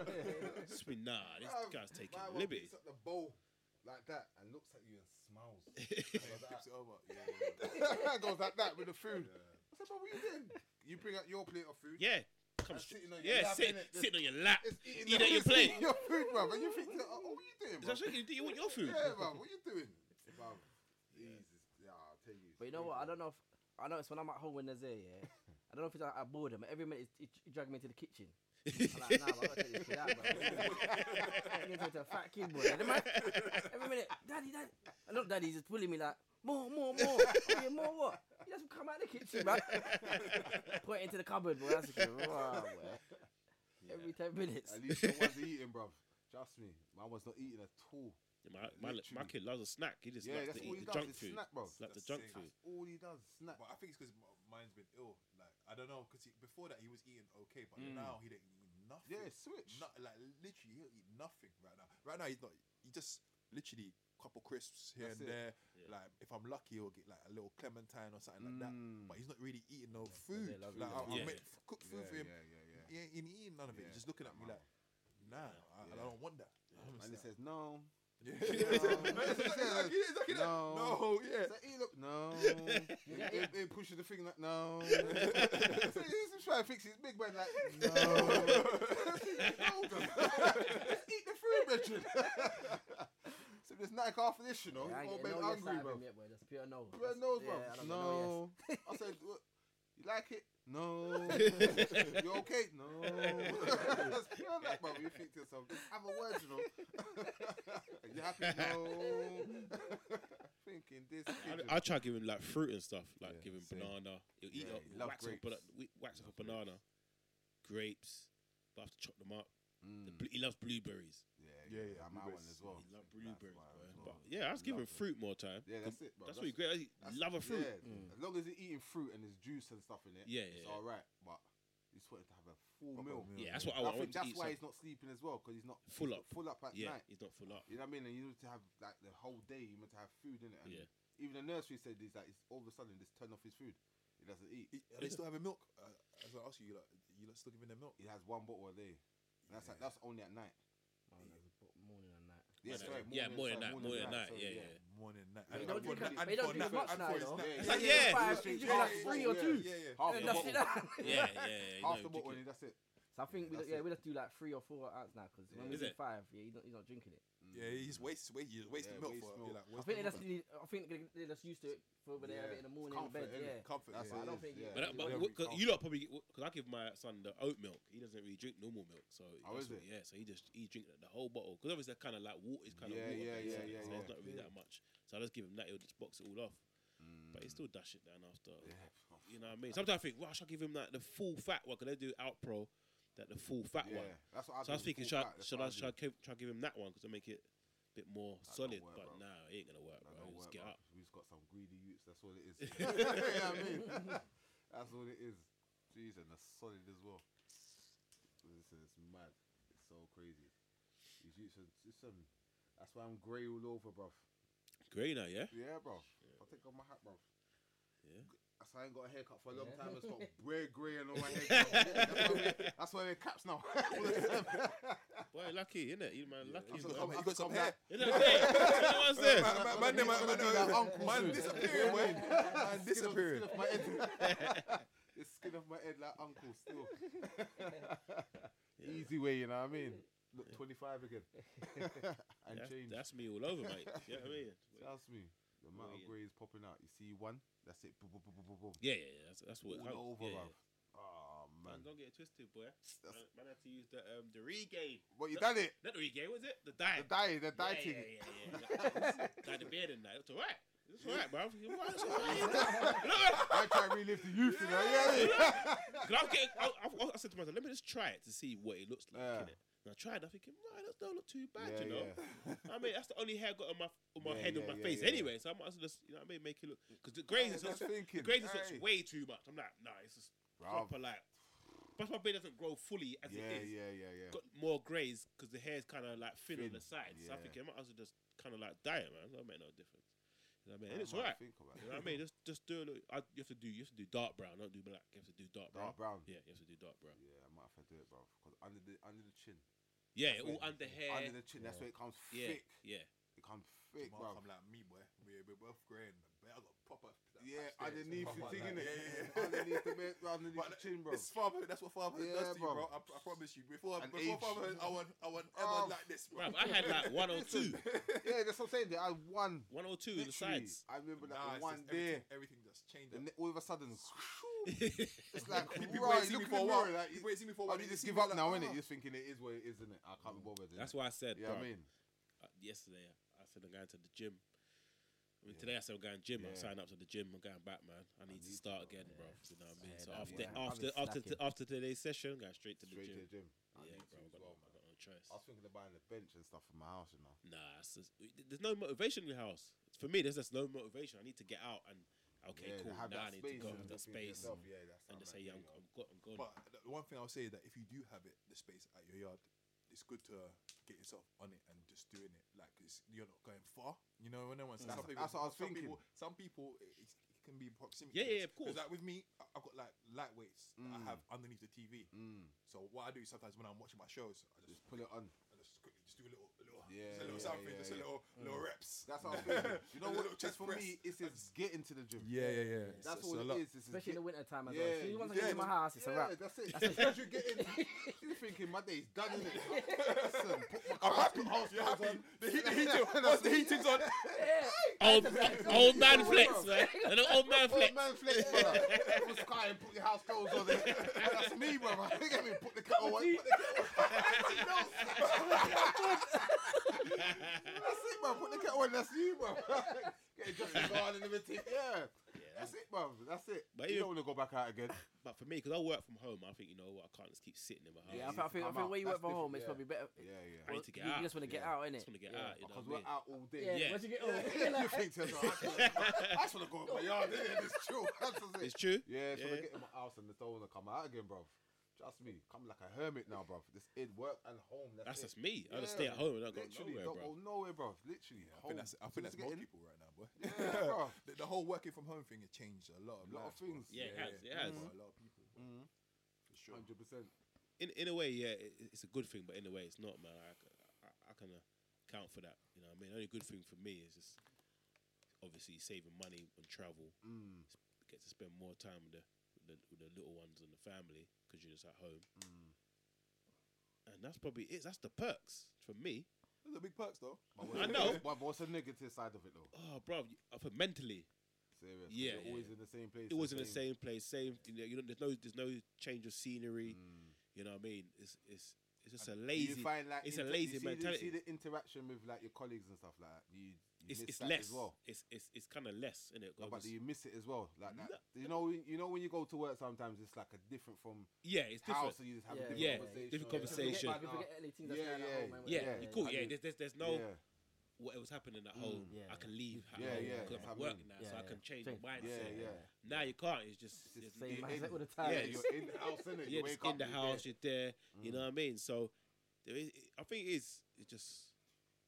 Speaker 1: It's been nah. This
Speaker 3: Bruv,
Speaker 1: guy's taking
Speaker 3: my one
Speaker 1: liberties.
Speaker 3: picks up the bowl like that and looks at you and
Speaker 1: *laughs*
Speaker 3: smiles.
Speaker 4: Yeah,
Speaker 3: Like
Speaker 4: flips it
Speaker 3: *laughs*
Speaker 4: over. Yeah, yeah,
Speaker 3: that. *laughs* Goes like that with the food.
Speaker 4: yeah.
Speaker 3: I said, bro, what you doing? You bring out your plate of food.
Speaker 1: Yeah, come
Speaker 3: That's
Speaker 1: straight.
Speaker 3: sitting on
Speaker 1: Yeah,
Speaker 3: your lap,
Speaker 1: sit,
Speaker 3: innit? Just-
Speaker 1: sitting on your lap.
Speaker 3: It's eating
Speaker 1: Eat
Speaker 3: the-
Speaker 1: at your
Speaker 3: it's
Speaker 1: plate.
Speaker 3: eating *laughs* Your food, bro. And you think, oh, what are you doing,
Speaker 1: Is
Speaker 3: bro?
Speaker 1: that what you do? You want your food?
Speaker 3: Yeah, bro. What are you
Speaker 1: *laughs*
Speaker 3: doing, bro? Jesus, yeah, I'll tell you.
Speaker 2: But you know what? I don't know if I know it's when I'm at home when there's there.
Speaker 3: *laughs*
Speaker 2: Yeah. I don't know if it's like I bored him. Every minute he, he dragged me into the kitchen. *laughs*
Speaker 1: *laughs*
Speaker 2: I'm like, nah, man, I gotta take this kid out, man. He to a fat kid, boy.
Speaker 1: *laughs*
Speaker 2: And the man- Every minute, daddy, daddy. And not daddy, he's just pulling me like, more, more,
Speaker 3: *laughs*
Speaker 2: more. oh, yeah, more what? He doesn't come out of the kitchen, man. Point into the cupboard, boy. That's the kid.
Speaker 3: *laughs*
Speaker 2: Wow, boy. Every 10 minutes.
Speaker 3: At least someone's eating, bro. Trust me, my one's not eating at all.
Speaker 1: My my, my kid loves a snack. He just
Speaker 3: Yeah,
Speaker 1: loves
Speaker 3: that's
Speaker 1: to
Speaker 3: all he
Speaker 1: eat the
Speaker 3: does.
Speaker 1: junk
Speaker 3: Junk
Speaker 1: food.
Speaker 3: snack, bro.
Speaker 1: Like the
Speaker 5: That's
Speaker 1: junk
Speaker 5: sick.
Speaker 1: food.
Speaker 3: All he does is snack.
Speaker 5: But I think it's because mine's been ill. Like I don't know, because before that he was eating okay, but
Speaker 1: Mm.
Speaker 5: now he didn't eat nothing.
Speaker 3: Yeah, switch.
Speaker 5: No, like literally, he'll eat nothing right now. Right now, he's not. He just literally couple crisps here
Speaker 3: That's
Speaker 5: and
Speaker 3: it.
Speaker 5: there.
Speaker 1: Yeah.
Speaker 5: Like if I'm lucky, he'll get like a little clementine or something like that.
Speaker 3: Mm.
Speaker 5: But he's not really eating no
Speaker 2: Yeah,
Speaker 5: food.
Speaker 2: they love
Speaker 5: Like I,
Speaker 2: eating
Speaker 5: I
Speaker 1: food.
Speaker 5: make f- cook food
Speaker 3: yeah,
Speaker 5: for him.
Speaker 3: Yeah, yeah, yeah.
Speaker 5: He ain't, he ain't eating none of it.
Speaker 3: Yeah.
Speaker 5: He's just looking at me
Speaker 3: Wow.
Speaker 5: like, nah, I, I
Speaker 3: Yeah.
Speaker 5: don't want that. I don't
Speaker 3: And he
Speaker 5: understand.
Speaker 3: *laughs* says no.
Speaker 5: *laughs* Yeah. *laughs*
Speaker 3: No.
Speaker 5: It's like- it's like- it's like that.
Speaker 3: No.
Speaker 5: No, yeah.
Speaker 3: It's like, he look, no.
Speaker 1: *laughs*
Speaker 3: it, it, it pushes the thing like no. so he's just trying to fix his big man like no. *laughs* Let's eat the food, Richard. *laughs* so there's Nike after this, you know.
Speaker 2: Yeah, I ain't
Speaker 3: All
Speaker 2: getting
Speaker 3: been Oh,
Speaker 2: no yes
Speaker 3: hungry,
Speaker 2: out of
Speaker 3: bro.
Speaker 2: him yet, boy. That's pure no.
Speaker 3: Red
Speaker 2: That's-
Speaker 3: nose,
Speaker 2: yeah,
Speaker 3: bro.
Speaker 2: I don't get yes.
Speaker 3: no. I said, "What? you like it?
Speaker 2: *laughs*
Speaker 3: No. you okay? No. *laughs* That's pure that, bro. You think to yourself, just have a word,
Speaker 2: *laughs*
Speaker 3: you know. *laughs*
Speaker 2: Oh,
Speaker 3: you happy? No. *laughs* Thinking this. kid
Speaker 1: I, I try giving like fruit and stuff, like
Speaker 5: Yeah,
Speaker 1: giving
Speaker 5: same.
Speaker 1: banana. He'll eat
Speaker 3: Yeah,
Speaker 1: up,
Speaker 3: he loves
Speaker 1: wax, off, a bana-
Speaker 3: grapes.
Speaker 1: we- wax off
Speaker 3: Loves
Speaker 1: a banana, grapes. But I have to chop them up. The
Speaker 3: Mm.
Speaker 1: blu- he loves blueberries.
Speaker 3: Yeah,
Speaker 5: Yeah,
Speaker 3: yeah,
Speaker 5: yeah,
Speaker 3: I'm out one
Speaker 5: blueberries.
Speaker 3: as well.
Speaker 1: he loves
Speaker 3: That's
Speaker 1: blueberries,
Speaker 3: mine
Speaker 1: bro.
Speaker 3: as
Speaker 1: But
Speaker 3: well.
Speaker 1: yeah, I was giving
Speaker 3: Love it.
Speaker 1: fruit more time.
Speaker 3: Yeah, that's it, bro.
Speaker 1: That's what you great. I love a fruit.
Speaker 3: Yeah,
Speaker 2: Mm.
Speaker 3: as long as you're eating fruit and there's juice and stuff in it,
Speaker 1: Yeah, yeah,
Speaker 3: it's
Speaker 1: yeah.
Speaker 3: all right. But you just wanted to have a full
Speaker 5: Proper
Speaker 3: meal.
Speaker 5: meal,
Speaker 1: Yeah, that's what I want. I
Speaker 3: I, think
Speaker 1: want to eat
Speaker 3: that's why
Speaker 1: some.
Speaker 3: he's not sleeping as well because he's not
Speaker 1: Full
Speaker 3: he's not
Speaker 1: up.
Speaker 3: Full up at
Speaker 1: Yeah,
Speaker 3: night.
Speaker 1: he's not full up.
Speaker 3: You know what I mean? And you need to have like the whole day. You need to have food in it. And
Speaker 1: Yeah.
Speaker 3: Even the nursery said he's like, it's all of a sudden just turn off his food. He doesn't eat.
Speaker 5: He- Are they still having milk? Uh, as I asked you, you like, you like still giving them milk?
Speaker 3: He has one bottle a day. And that's like,
Speaker 5: Yeah.
Speaker 3: that's only at night.
Speaker 2: Oh, no, it's bo- morning and that.
Speaker 1: Yeah,
Speaker 3: sorry,
Speaker 1: yeah, more than
Speaker 3: sorry,
Speaker 1: that, more than that,
Speaker 3: sorry,
Speaker 1: yeah, yeah.
Speaker 5: Morning, night.
Speaker 3: They
Speaker 5: and-
Speaker 3: don't
Speaker 5: and
Speaker 3: drink
Speaker 5: for
Speaker 3: any-
Speaker 5: na- and
Speaker 2: they don't
Speaker 5: for
Speaker 2: drink
Speaker 5: na-
Speaker 2: much
Speaker 5: and
Speaker 2: now,
Speaker 5: for
Speaker 2: you know?
Speaker 5: na-
Speaker 3: Yeah,
Speaker 5: Yeah,
Speaker 3: yeah,
Speaker 5: yeah,
Speaker 1: yeah.
Speaker 5: yeah.
Speaker 2: Five,
Speaker 3: Yeah.
Speaker 2: you drink like
Speaker 3: Yeah.
Speaker 2: three or
Speaker 3: Oh, Yeah.
Speaker 2: two.
Speaker 5: Yeah, yeah.
Speaker 3: Half
Speaker 2: And
Speaker 3: a
Speaker 2: *laughs* that's
Speaker 3: bottle.
Speaker 2: it.
Speaker 1: Yeah, yeah, yeah. no,
Speaker 3: Half the
Speaker 1: you
Speaker 3: bottle,
Speaker 1: drink
Speaker 3: and that's it.
Speaker 2: So I think we,
Speaker 3: That's
Speaker 2: yeah,
Speaker 3: it.
Speaker 2: we just do like three or four ounts now because when
Speaker 3: Yeah.
Speaker 2: we
Speaker 1: Is
Speaker 2: do
Speaker 1: it?
Speaker 2: five, yeah, you're not, you're not drinking it.
Speaker 5: Yeah,
Speaker 3: Mm.
Speaker 5: he's waste, waste, he's wasting
Speaker 3: Yeah,
Speaker 5: milk
Speaker 3: waste
Speaker 5: for.
Speaker 3: milk.
Speaker 5: You're like,
Speaker 2: I
Speaker 5: where's
Speaker 2: think
Speaker 5: the
Speaker 2: they just
Speaker 5: milk?
Speaker 2: need, I think they- they're just used to it for when they have
Speaker 3: Yeah,
Speaker 2: it in the morning
Speaker 3: comfort,
Speaker 2: in bed.
Speaker 3: innit?
Speaker 2: Yeah,
Speaker 5: comfort.
Speaker 3: That's
Speaker 5: yeah.
Speaker 3: what
Speaker 2: I
Speaker 3: it
Speaker 2: don't
Speaker 3: is,
Speaker 2: think
Speaker 3: yeah.
Speaker 2: you-
Speaker 1: But, that, but
Speaker 5: Yeah.
Speaker 1: what- cause you lot probably because I give my son the oat milk. He doesn't really drink normal milk, so
Speaker 3: Oh,
Speaker 1: that's
Speaker 3: is
Speaker 1: what-
Speaker 3: it?
Speaker 1: yeah. So he just he drink the whole bottle because obviously kind of like water. It's kind of
Speaker 3: Yeah,
Speaker 1: water.
Speaker 3: yeah,
Speaker 1: based,
Speaker 3: yeah,
Speaker 1: innit?
Speaker 3: yeah,
Speaker 1: So it's
Speaker 3: yeah.
Speaker 1: not really that much. So I just give him that. He'll just box it all off, but he
Speaker 3: Mm.
Speaker 1: still dash it down after.
Speaker 3: Yeah.
Speaker 1: You know what I mean? Sometimes I think, well, I should give him like the full fat one. Cause they do Outpro, that the full fat
Speaker 3: yeah,
Speaker 1: one.
Speaker 3: That's what I
Speaker 1: So I was
Speaker 3: do,
Speaker 1: thinking,
Speaker 3: full
Speaker 1: should I,
Speaker 3: fat, that's
Speaker 1: should
Speaker 3: what
Speaker 1: I,
Speaker 3: do.
Speaker 1: should I, give- try give him that one because it make it a bit more
Speaker 3: That don't
Speaker 1: solid?
Speaker 3: work,
Speaker 1: but
Speaker 3: bro.
Speaker 1: no, it ain't gonna work,
Speaker 3: That
Speaker 1: bro.
Speaker 3: don't
Speaker 1: Just
Speaker 3: work,
Speaker 1: get
Speaker 3: bro.
Speaker 1: up.
Speaker 3: We've just got some greedy youths. That's all it
Speaker 1: *laughs*
Speaker 3: is. *laughs* you know what I mean? That's all it is. Jeez, and that's solid as well. Listen, it's mad. It's so crazy. These youths are it's, um, That's why I'm grey all over, bruv.
Speaker 1: Grey now, yeah.
Speaker 3: Yeah, bruv. I take off my hat, bruv.
Speaker 1: Yeah.
Speaker 3: That's why I ain't got a haircut for a long
Speaker 2: Yeah.
Speaker 3: time. It's got
Speaker 5: *laughs*
Speaker 3: grey, grey, and all *laughs* my haircut. that's, why we're- that's why we're caps now. *laughs* All the time.
Speaker 1: Boy, lucky, innit? You man, lucky.
Speaker 3: I've
Speaker 1: He's
Speaker 3: got
Speaker 1: got-
Speaker 3: some-
Speaker 5: you
Speaker 3: I've
Speaker 5: got some
Speaker 3: got *laughs*
Speaker 5: hair.
Speaker 1: Isn't that great? You know what I'm saying?
Speaker 5: Man, man,
Speaker 3: Yeah,
Speaker 5: man, man, man,
Speaker 3: I'm gonna
Speaker 5: man,
Speaker 3: do that
Speaker 5: man,
Speaker 3: uncle
Speaker 5: man,
Speaker 3: soon. *laughs*
Speaker 5: disappearing, man. Man,
Speaker 3: Skin off-
Speaker 5: disappearing.
Speaker 3: Skin off my head. *laughs* It's skin off my head like uncle *laughs* still.
Speaker 1: Yeah.
Speaker 3: Easy way, you know what I mean? Look, 25 again. *laughs* and
Speaker 1: Yeah,
Speaker 3: change.
Speaker 1: That's me all over, mate. You know what I
Speaker 3: *laughs*
Speaker 1: mean?
Speaker 3: Trust me. The amount of
Speaker 1: Waiting.
Speaker 3: grey is popping out. You see one, that's it. Boom, boom, boom, boom, boom, boom.
Speaker 1: Yeah, yeah, yeah. That's, that's what. how-
Speaker 3: All over,
Speaker 1: yeah, yeah.
Speaker 3: bruv. Oh,
Speaker 1: Man,
Speaker 3: man.
Speaker 1: don't get it twisted, boy. Man,
Speaker 3: That's-
Speaker 1: man had to use the um the regain.
Speaker 3: But you done it.
Speaker 1: Not the regain, was it? The dye.
Speaker 3: The dye, the
Speaker 1: yeah,
Speaker 3: dye
Speaker 1: yeah,
Speaker 3: thing. *laughs*
Speaker 1: yeah, yeah, yeah. Dyed the beard and that. It's alright. It's alright, bruv. It's alright. It's
Speaker 3: *laughs*
Speaker 1: alright. You know what?
Speaker 3: I try to relive the youth, you know? Yeah, yeah. *laughs*
Speaker 1: Cause I'm getting, I, I, I said to myself, let me just try it to see what it looks like.
Speaker 3: Yeah.
Speaker 1: Innit? And I tried. I'm thinking, right, that don't look too bad,
Speaker 3: Yeah,
Speaker 1: you know.
Speaker 3: yeah.
Speaker 1: I mean, that's the only hair I got on my on my
Speaker 3: Yeah,
Speaker 1: head and
Speaker 3: yeah,
Speaker 1: my
Speaker 3: yeah,
Speaker 1: face
Speaker 3: yeah.
Speaker 1: anyway. So I might as well just, you know what I mean, make it look. Because the grays is
Speaker 3: That's
Speaker 1: also,
Speaker 3: thinking.
Speaker 1: the grays is
Speaker 3: Aye.
Speaker 1: looks way too much. I'm like, nah, it's just
Speaker 3: Bruv.
Speaker 1: proper like. Plus, my beard doesn't grow fully as
Speaker 3: Yeah,
Speaker 1: it is.
Speaker 3: yeah, yeah, yeah.
Speaker 1: Got more grays because the hair's kind of like thin, on
Speaker 3: Thin,
Speaker 1: the sides. So I
Speaker 3: yeah.
Speaker 1: think I might as well just kind of like dye it, man. That make no difference. You know what I mean? And
Speaker 3: I
Speaker 1: it's
Speaker 3: might
Speaker 1: alright.
Speaker 3: Think about
Speaker 1: You know what I
Speaker 3: it. *laughs*
Speaker 1: mean? Just just do a little. I, you have to do you have to do dark brown, not do black. You have to do dark brown.
Speaker 3: Dark brown.
Speaker 1: Yeah, you have to do dark brown.
Speaker 3: Yeah, I might have to do it, bro. Because under the under the chin,
Speaker 1: Yeah, all
Speaker 3: Wait,
Speaker 1: under hair.
Speaker 3: under the chin, that's where it comes
Speaker 1: yeah,
Speaker 3: thick.
Speaker 1: yeah.
Speaker 3: It comes thick,
Speaker 5: Mark,
Speaker 3: bro.
Speaker 5: I'm like me, boy. We we both grey, and I got proper. like,
Speaker 3: Yeah,
Speaker 5: patch there,
Speaker 3: underneath
Speaker 5: proper,
Speaker 3: the thing,
Speaker 5: like,
Speaker 3: innit? *laughs*
Speaker 5: Yeah, yeah, yeah.
Speaker 3: underneath the bed, underneath
Speaker 5: But
Speaker 3: the chin, bro.
Speaker 5: It's fatherhood. That's what fatherhood
Speaker 3: Yeah,
Speaker 5: does to you,
Speaker 3: bro.
Speaker 5: bro. I, I promise you. Before,
Speaker 3: And
Speaker 5: before
Speaker 3: age.
Speaker 5: fatherhood, I want, I want
Speaker 3: Oh.
Speaker 5: everyone like this,
Speaker 1: Bruv,
Speaker 5: bro.
Speaker 1: I had
Speaker 3: *laughs*
Speaker 1: like one or two,
Speaker 3: Yeah, that's what I'm saying. There, I had one.
Speaker 1: one or two in the
Speaker 3: literally.
Speaker 1: sides. *laughs*
Speaker 3: I remember that
Speaker 5: Nah, it's
Speaker 3: one
Speaker 5: just
Speaker 3: day.
Speaker 5: everything, everything just changed.
Speaker 3: And
Speaker 5: up.
Speaker 3: then all of a sudden, *laughs* it's
Speaker 1: *laughs*
Speaker 3: like,
Speaker 5: People
Speaker 3: right,
Speaker 5: ain't seen
Speaker 3: look in
Speaker 5: me for
Speaker 3: the
Speaker 5: a while.
Speaker 3: mirror, like,
Speaker 5: People ain't seen me for a
Speaker 3: oh,
Speaker 5: while.
Speaker 3: you
Speaker 5: They
Speaker 3: just
Speaker 5: see
Speaker 3: give
Speaker 5: me
Speaker 3: up
Speaker 5: like,
Speaker 3: now,
Speaker 5: ah.
Speaker 3: innit? You're just thinking it is what it is, innit? I can't be bothered.
Speaker 1: That's why I said,
Speaker 3: Yeah,
Speaker 1: bruv,
Speaker 3: I mean,
Speaker 1: uh, yesterday I, I said I'm going to the gym. I mean,
Speaker 3: Yeah.
Speaker 1: today I said I'm going gym.
Speaker 3: Yeah.
Speaker 1: I signed up to the gym. I'm going back, man. I need to
Speaker 3: need to,
Speaker 1: start
Speaker 3: bro.
Speaker 1: again,
Speaker 2: Yeah.
Speaker 1: bro. You know what I mean?
Speaker 2: Yeah,
Speaker 1: So
Speaker 2: that's
Speaker 1: after
Speaker 2: why.
Speaker 1: after
Speaker 2: I've been
Speaker 1: after t-
Speaker 2: slacking.
Speaker 1: after today's session, I'm going straight to the gym.
Speaker 3: straight to the gym. I
Speaker 1: Yeah, oh
Speaker 3: need
Speaker 1: bro.
Speaker 3: to
Speaker 1: I
Speaker 3: as
Speaker 1: got,
Speaker 3: well,
Speaker 1: I
Speaker 3: man.
Speaker 1: got no choice.
Speaker 3: I was thinking of buying a bench and stuff for my house, you know.
Speaker 1: Nah, it's just- there's no motivation in the house. For me, there's just no motivation. I need to get out and okay,
Speaker 3: Yeah,
Speaker 1: cool.
Speaker 3: have
Speaker 1: Now I
Speaker 3: that
Speaker 1: need to
Speaker 3: space
Speaker 1: go
Speaker 3: and
Speaker 1: to the
Speaker 3: everything to
Speaker 1: space
Speaker 3: yourself, yeah, that's
Speaker 1: and
Speaker 3: how
Speaker 1: just
Speaker 3: I'm
Speaker 1: say, yeah, I'm,
Speaker 3: like,
Speaker 1: I'm, go- I'm going.
Speaker 5: But the one thing I'll say that if you do have it, the space at your yard, it's good to get yourself on it and just doing it. Like it's, you're not going far. You know, when no one's
Speaker 3: That's- that's what I was
Speaker 5: some
Speaker 3: thinking.
Speaker 5: People, some people, it, it's- it can be in proximity.
Speaker 1: Yeah, yeah,
Speaker 5: It's-
Speaker 1: of course.
Speaker 5: it's Like with me, I- I've got like light weights that I
Speaker 3: Mm.
Speaker 5: have underneath the TV.
Speaker 3: Mm,
Speaker 5: So what I do sometimes when I'm watching my shows, I just
Speaker 3: just pull it on.
Speaker 5: I just quickly just do a little, a little,
Speaker 3: Yeah,
Speaker 5: just a little
Speaker 3: yeah,
Speaker 5: something,
Speaker 3: yeah,
Speaker 5: just
Speaker 3: yeah. Mm.
Speaker 5: a little, little reps.
Speaker 3: That's
Speaker 5: *laughs*
Speaker 3: what I'm thinking. You know
Speaker 5: A
Speaker 3: what?
Speaker 5: little
Speaker 3: Just
Speaker 5: chest
Speaker 3: for
Speaker 5: press.
Speaker 3: me, it's just getting to the gym.
Speaker 5: Yeah, yeah, yeah.
Speaker 3: That's
Speaker 5: It's-
Speaker 3: all
Speaker 5: it's a
Speaker 3: it
Speaker 5: lot.
Speaker 3: is. It's
Speaker 2: *laughs* Especially in the
Speaker 3: just
Speaker 2: winter time as
Speaker 3: Yeah,
Speaker 2: well. So you want to
Speaker 5: yeah,
Speaker 2: get in my house, it's
Speaker 3: get-
Speaker 2: a wrap.
Speaker 3: yeah, that's
Speaker 2: *laughs*
Speaker 3: it. As soon as you get in, you're thinking my day's done, isn't it?
Speaker 2: *laughs*
Speaker 3: Listen, put my
Speaker 5: I'm happy.
Speaker 3: house
Speaker 5: You're
Speaker 3: clothes
Speaker 5: happy.
Speaker 3: on.
Speaker 5: The, heat, the
Speaker 3: *laughs*
Speaker 5: heating. Once the heating's on,
Speaker 2: Yeah. *laughs*
Speaker 1: Old, *laughs* old man
Speaker 3: Yeah,
Speaker 1: flex,
Speaker 3: bro.
Speaker 1: man. *laughs* An old man flex.
Speaker 3: Old man
Speaker 5: *laughs*
Speaker 3: flex, brother. Put the sky and put your house clothes on. *laughs* That's me, brother. *laughs* Look at me. Put the kettle on. Put the kettle
Speaker 1: *laughs*
Speaker 3: on. *laughs* That's it, bro. Put the kettle on. That's you, bro. *laughs* Get dressed in garden and everything. Yeah. That's it, bro. That's it.
Speaker 1: But even-
Speaker 3: you don't want to go back out again.
Speaker 1: But for me, because I work from home, I think you know what? I can't just keep sitting in my house.
Speaker 3: Yeah,
Speaker 2: Yeah, I
Speaker 3: you
Speaker 2: think, I
Speaker 3: need to
Speaker 2: think, I
Speaker 3: come
Speaker 2: think
Speaker 3: out.
Speaker 2: where you
Speaker 3: That's
Speaker 2: work from home, it's
Speaker 3: different,
Speaker 2: probably better.
Speaker 3: Yeah, yeah.
Speaker 1: I
Speaker 2: Well,
Speaker 1: need to get
Speaker 2: you,
Speaker 1: out.
Speaker 2: You just want to get
Speaker 3: Yeah.
Speaker 2: out, innit?
Speaker 1: just want to get
Speaker 2: yeah.
Speaker 1: out. You
Speaker 3: Because
Speaker 1: know
Speaker 3: we're
Speaker 1: what I mean?
Speaker 3: out all day.
Speaker 2: Yeah,
Speaker 1: Yeah.
Speaker 2: once *laughs* you get
Speaker 3: Yeah,
Speaker 2: old,
Speaker 3: *laughs* you
Speaker 2: you're like,
Speaker 3: think to yourself,
Speaker 1: *laughs*
Speaker 3: I just want to go in my yard, innit? It's chill. *laughs* That's just it.
Speaker 1: It's true.
Speaker 3: Yeah, so
Speaker 1: Yeah.
Speaker 3: they get in my house and they don't want to come out again, bruv. Trust me, come like a hermit now, bruv. This in work and home.
Speaker 1: That's just
Speaker 3: That's, it.
Speaker 1: me. I just
Speaker 3: Yeah,
Speaker 1: stay at home and I don't go
Speaker 3: Literally,
Speaker 1: nowhere,
Speaker 3: don't
Speaker 1: bro.
Speaker 3: go nowhere, bruv. Literally,
Speaker 5: I
Speaker 3: home.
Speaker 5: think that's, I
Speaker 3: Soon
Speaker 5: think
Speaker 3: as
Speaker 5: that's
Speaker 3: you get
Speaker 5: more
Speaker 3: in-
Speaker 5: people right now, boy.
Speaker 1: *laughs*
Speaker 3: Yeah, bruv.
Speaker 5: *laughs* the, the whole working from home thing has changed a lot
Speaker 3: A
Speaker 5: of
Speaker 3: lot of
Speaker 5: lives, bro.
Speaker 3: things.
Speaker 1: Yeah, it has, it has.
Speaker 5: bro, A lot of people. bro,
Speaker 1: Mm.
Speaker 5: For sure.
Speaker 3: Mm, Hundred percent.
Speaker 1: In in a way, yeah, it, it's a good thing, but in a way, it's not, man. I, c- I- I can account for that. You know, what I mean, the only good thing for me is just obviously saving money on travel.
Speaker 3: Mm,
Speaker 1: Get to spend more time with the with the, with the little ones and the family because you're just at home,
Speaker 3: mm.
Speaker 1: and that's probably it. That's the perks for me.
Speaker 5: Those are big perks, though.
Speaker 3: But
Speaker 1: I
Speaker 3: the-
Speaker 1: know.
Speaker 3: But what's the negative side of it though?
Speaker 1: Oh, bro, for mentally,
Speaker 3: Seriously,
Speaker 1: Yeah,
Speaker 3: you're
Speaker 1: yeah,
Speaker 3: always
Speaker 1: yeah.
Speaker 3: in the same place.
Speaker 1: it was in the same place, same. You know, you know, there's no there's no change of scenery.
Speaker 3: Mm. Uh,
Speaker 1: You know what I mean? It's it's it's just a
Speaker 3: You
Speaker 1: lazy.
Speaker 3: find like
Speaker 1: it's a
Speaker 3: inter-
Speaker 1: lazy
Speaker 3: you see The,
Speaker 1: mentality.
Speaker 3: you see the interaction with like your colleagues and stuff like that. You, you
Speaker 1: It's
Speaker 3: miss
Speaker 1: it's
Speaker 3: that
Speaker 1: less.
Speaker 3: as well.
Speaker 1: It's it's it's kind of less, isn't it?
Speaker 3: No, but do you miss it as well? Like that.
Speaker 1: No.
Speaker 3: You know, when- you know when you go to work sometimes it's like a different from
Speaker 1: yeah, it's different.
Speaker 3: house, so you just have
Speaker 2: Yeah,
Speaker 3: a different
Speaker 1: yeah, different
Speaker 3: conversation. You forget
Speaker 1: conversation.
Speaker 2: You
Speaker 3: about
Speaker 2: forget anything that's
Speaker 3: Yeah,
Speaker 2: going on at
Speaker 3: yeah,
Speaker 2: home. man,
Speaker 1: Yeah,
Speaker 2: when you're
Speaker 3: yeah,
Speaker 2: there,
Speaker 1: you
Speaker 3: yeah.
Speaker 1: cool.
Speaker 3: I
Speaker 1: Yeah,
Speaker 3: mean-
Speaker 1: there's, there's there's
Speaker 3: now.
Speaker 1: no
Speaker 3: Yeah.
Speaker 1: what was happening at
Speaker 3: Mm.
Speaker 1: home.
Speaker 2: Yeah.
Speaker 1: I can leave. At
Speaker 3: Yeah,
Speaker 1: home
Speaker 3: yeah,
Speaker 1: Because
Speaker 3: that's
Speaker 1: I'm
Speaker 3: what I
Speaker 1: working now,
Speaker 3: mean.
Speaker 2: Yeah,
Speaker 1: so I
Speaker 2: yeah.
Speaker 1: can change
Speaker 2: Change-
Speaker 1: my mindset.
Speaker 3: Yeah, yeah.
Speaker 1: Now you can't. It's just,
Speaker 3: It's
Speaker 1: it's-
Speaker 3: the
Speaker 2: Same
Speaker 3: in-
Speaker 2: mindset all the
Speaker 1: yeah,
Speaker 2: time.
Speaker 1: it's-
Speaker 3: you're in the house, innit?
Speaker 1: yeah,
Speaker 3: You
Speaker 1: just
Speaker 3: wake
Speaker 1: in
Speaker 3: up,
Speaker 1: the
Speaker 3: you're
Speaker 1: house.
Speaker 3: there.
Speaker 1: You're there. You
Speaker 3: Mm.
Speaker 1: know what I mean? So there is, I think it is. It's just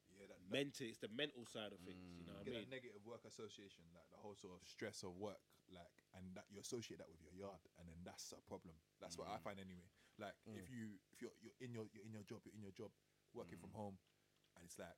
Speaker 5: Yeah,
Speaker 3: *laughs*
Speaker 5: that, that,
Speaker 1: mental. It's the mental side of things. You know what
Speaker 5: you
Speaker 1: I
Speaker 5: get
Speaker 1: mean?
Speaker 5: that negative work association, like the whole sort of stress of work, like, and that you associate that with your yard, and then that's a problem. That's what I
Speaker 3: Mm.
Speaker 5: find anyway. Like,
Speaker 1: Mm.
Speaker 5: if you if you're you're in your you're in your job, you're in your job, working from
Speaker 1: Mm.
Speaker 5: home, and it's like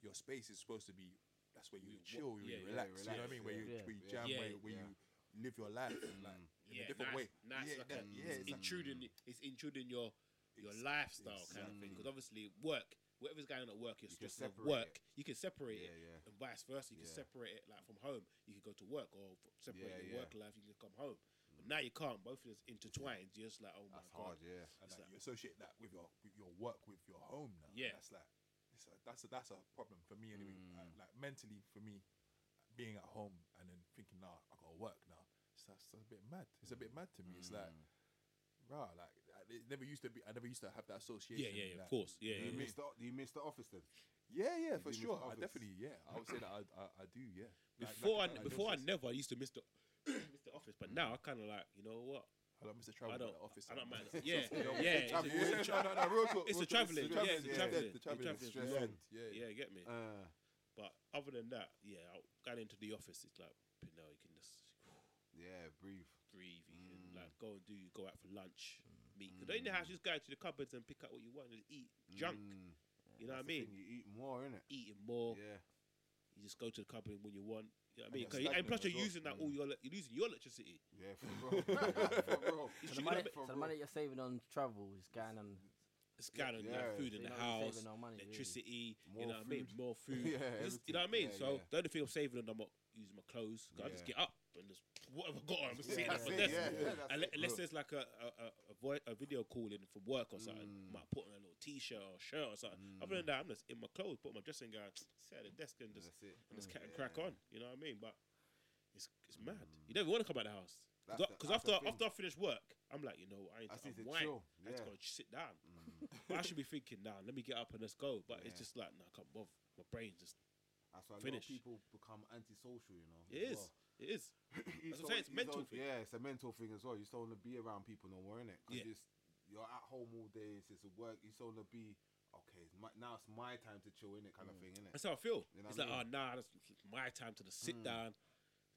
Speaker 5: your space is supposed to be that's where you
Speaker 1: You wa-
Speaker 5: chill, where
Speaker 1: yeah,
Speaker 5: you
Speaker 1: yeah,
Speaker 5: relax. you know
Speaker 3: relax,
Speaker 5: what I mean? Where
Speaker 3: yeah.
Speaker 5: you
Speaker 2: Yeah.
Speaker 5: where you
Speaker 3: Yeah.
Speaker 5: jam,
Speaker 1: Yeah.
Speaker 5: where, where
Speaker 3: Yeah.
Speaker 5: you live your life, like
Speaker 3: Mm.
Speaker 5: in a different
Speaker 1: nice,
Speaker 5: way.
Speaker 1: Nice,
Speaker 5: yeah,
Speaker 1: like
Speaker 5: that-
Speaker 1: a-
Speaker 5: yeah,
Speaker 1: it's
Speaker 5: it's like-
Speaker 1: intruding. It's intruding your your
Speaker 5: Ex-
Speaker 1: lifestyle kind of thing.
Speaker 3: exactly.
Speaker 1: Because obviously, work, whatever's going on at work, you're
Speaker 3: You can
Speaker 1: stressed at
Speaker 3: separate
Speaker 1: work.
Speaker 3: it.
Speaker 1: You can separate
Speaker 3: Yeah,
Speaker 1: it,
Speaker 3: yeah.
Speaker 1: and vice versa. You can
Speaker 3: Yeah.
Speaker 1: separate it like from home. You can go to work or f- separate
Speaker 3: Yeah,
Speaker 1: your
Speaker 3: yeah.
Speaker 1: work life. You can come home. But now you can't. Both of us intertwined. You're just like, oh my
Speaker 3: That's
Speaker 1: god.
Speaker 3: hard, yeah.
Speaker 5: and
Speaker 1: It's
Speaker 5: like,
Speaker 1: like-
Speaker 5: you associate that with your with your work with your home now. and
Speaker 1: Yeah.
Speaker 5: that's like it's a, that's a, that's a problem for me anyway.
Speaker 3: Mm.
Speaker 5: Like, like mentally for me, being at home and then thinking, nah, I gotta work now. It's, that's a bit mad. It's a bit mad to me.
Speaker 3: Mm.
Speaker 5: It's
Speaker 1: Mm.
Speaker 5: like, rah, like I- it never used to be. I never used to have that association.
Speaker 1: Yeah, yeah, yeah.
Speaker 5: like-
Speaker 1: Of course. Yeah,
Speaker 3: Do
Speaker 1: yeah,
Speaker 3: you
Speaker 1: yeah.
Speaker 3: miss the do you miss the office then?
Speaker 5: Yeah, yeah,
Speaker 3: You
Speaker 5: for
Speaker 3: do miss
Speaker 5: sure.
Speaker 3: the
Speaker 5: I
Speaker 3: office.
Speaker 5: definitely, yeah. I would say that I, I, I do, yeah. Like- like
Speaker 1: Before
Speaker 5: the
Speaker 1: I,
Speaker 5: fact
Speaker 1: before I
Speaker 5: just-
Speaker 1: never used to miss the *coughs* miss the office, but now I kind of like, you know what?
Speaker 5: I don't miss the travel.
Speaker 1: I
Speaker 5: to
Speaker 1: don't.
Speaker 5: the office.
Speaker 1: I
Speaker 4: *laughs*
Speaker 1: don't mind.
Speaker 5: sometimes.
Speaker 1: Yeah,
Speaker 5: You know,
Speaker 1: yeah.
Speaker 5: it's
Speaker 1: It's
Speaker 5: the
Speaker 1: a- it's a
Speaker 5: travel- no, no, no, real talk,
Speaker 1: it's a
Speaker 5: real talk,
Speaker 1: travelling, yeah, it's a
Speaker 5: the travelling, yeah,
Speaker 1: travelling,
Speaker 5: The
Speaker 1: it's a
Speaker 5: travelling is
Speaker 1: travelling.
Speaker 5: stressful. Yeah, yeah.
Speaker 1: Yeah, you get me.
Speaker 3: Uh,
Speaker 1: But other than that, yeah, I- going into the office, it's like you know you can just
Speaker 3: yeah, breathe.
Speaker 1: breathe. You
Speaker 3: Mm.
Speaker 1: can like go and do, go out for lunch, meat. Because in the house, you just go out to the cupboards and pick up what you want and just eat junk.
Speaker 3: Mm,
Speaker 1: you know what I
Speaker 3: that's the
Speaker 1: mean?
Speaker 3: thing, You eat more, innit?
Speaker 1: Eating more,
Speaker 3: Yeah.
Speaker 1: you just go to the cupboard when you want. You know what I
Speaker 5: And
Speaker 1: mean?
Speaker 5: you're
Speaker 1: 'Cause you- And,
Speaker 5: stagnant
Speaker 1: plus,
Speaker 5: as
Speaker 1: you're
Speaker 5: well.
Speaker 1: using that all
Speaker 3: Mm.
Speaker 1: your le- you're losing your electricity.
Speaker 3: Yeah, for real. *laughs* for
Speaker 1: It's
Speaker 3: real.
Speaker 2: So the
Speaker 1: you
Speaker 2: money,
Speaker 1: gotta be-
Speaker 2: so the money you're saving on travel is going on.
Speaker 1: It's kind of
Speaker 3: Yeah.
Speaker 1: like food in
Speaker 2: you're
Speaker 1: the
Speaker 2: not really
Speaker 1: house,
Speaker 2: saving no money, really.
Speaker 1: electricity.
Speaker 3: More
Speaker 1: you know what I mean?
Speaker 3: food. *laughs*
Speaker 1: More food.
Speaker 3: Yeah,
Speaker 1: It's-
Speaker 3: everything.
Speaker 1: you know what I mean?
Speaker 3: Yeah,
Speaker 1: so
Speaker 3: yeah.
Speaker 1: the only thing I'm saving on, I'm not using my clothes. 'cause I just
Speaker 3: Yeah.
Speaker 1: get up and just whatever I got, on, I'm *laughs* just sitting
Speaker 3: Yeah,
Speaker 1: at my
Speaker 3: that's it,
Speaker 1: desk.
Speaker 3: yeah, yeah, that's
Speaker 1: Unle-
Speaker 3: it,
Speaker 1: *laughs* unless
Speaker 3: bro.
Speaker 1: there's like a a, a, a, voi- a video call in from work or something,
Speaker 3: Mm.
Speaker 1: might put on a little t-shirt or shirt or something. Other
Speaker 3: Mm-hmm.
Speaker 1: than that, I'm just in my clothes, put on my dressing gown, sit at the desk and just
Speaker 3: That's it.
Speaker 1: and just
Speaker 3: Mm.
Speaker 1: ca-
Speaker 3: Yeah.
Speaker 1: crack on. You know what I mean? But It's, it's mad. You don't even want to come out of the house.
Speaker 3: Mm. That's the-
Speaker 1: Because
Speaker 3: that's
Speaker 1: after
Speaker 3: the thing.
Speaker 1: after I finish work, I'm like, you know, what, I need
Speaker 3: I
Speaker 1: to
Speaker 3: need to
Speaker 1: unwind.
Speaker 3: chill.
Speaker 1: I just
Speaker 3: Yeah.
Speaker 1: gotta sit
Speaker 3: *laughs*
Speaker 1: down.
Speaker 3: Mm.
Speaker 1: But I should be thinking, nah, let me get up and let's go. But it's
Speaker 3: Yeah.
Speaker 1: just like, nah, I can't bother. My brain just
Speaker 3: That's why a lot
Speaker 1: Finish.
Speaker 3: of people become antisocial, you know.
Speaker 1: it
Speaker 3: as
Speaker 1: is.
Speaker 3: well.
Speaker 1: It is.
Speaker 3: *laughs* You
Speaker 1: That's what
Speaker 3: just
Speaker 1: I'm saying,
Speaker 3: don't-
Speaker 1: it's
Speaker 3: you
Speaker 1: mental
Speaker 3: don't-
Speaker 1: thing.
Speaker 3: Yeah, it's a mental thing as well. You just don't want to be around people no more, innit?
Speaker 1: Yeah.
Speaker 3: Because you're at home all day, it's just work. You just want to be, okay, it's my, now it's my time to chill, innit? Kind of thing, innit?
Speaker 1: Mm. That's how I feel.
Speaker 3: You know
Speaker 1: it's
Speaker 3: what
Speaker 1: like,
Speaker 3: I
Speaker 1: oh nah, that's my time to just sit
Speaker 3: Mm.
Speaker 1: down,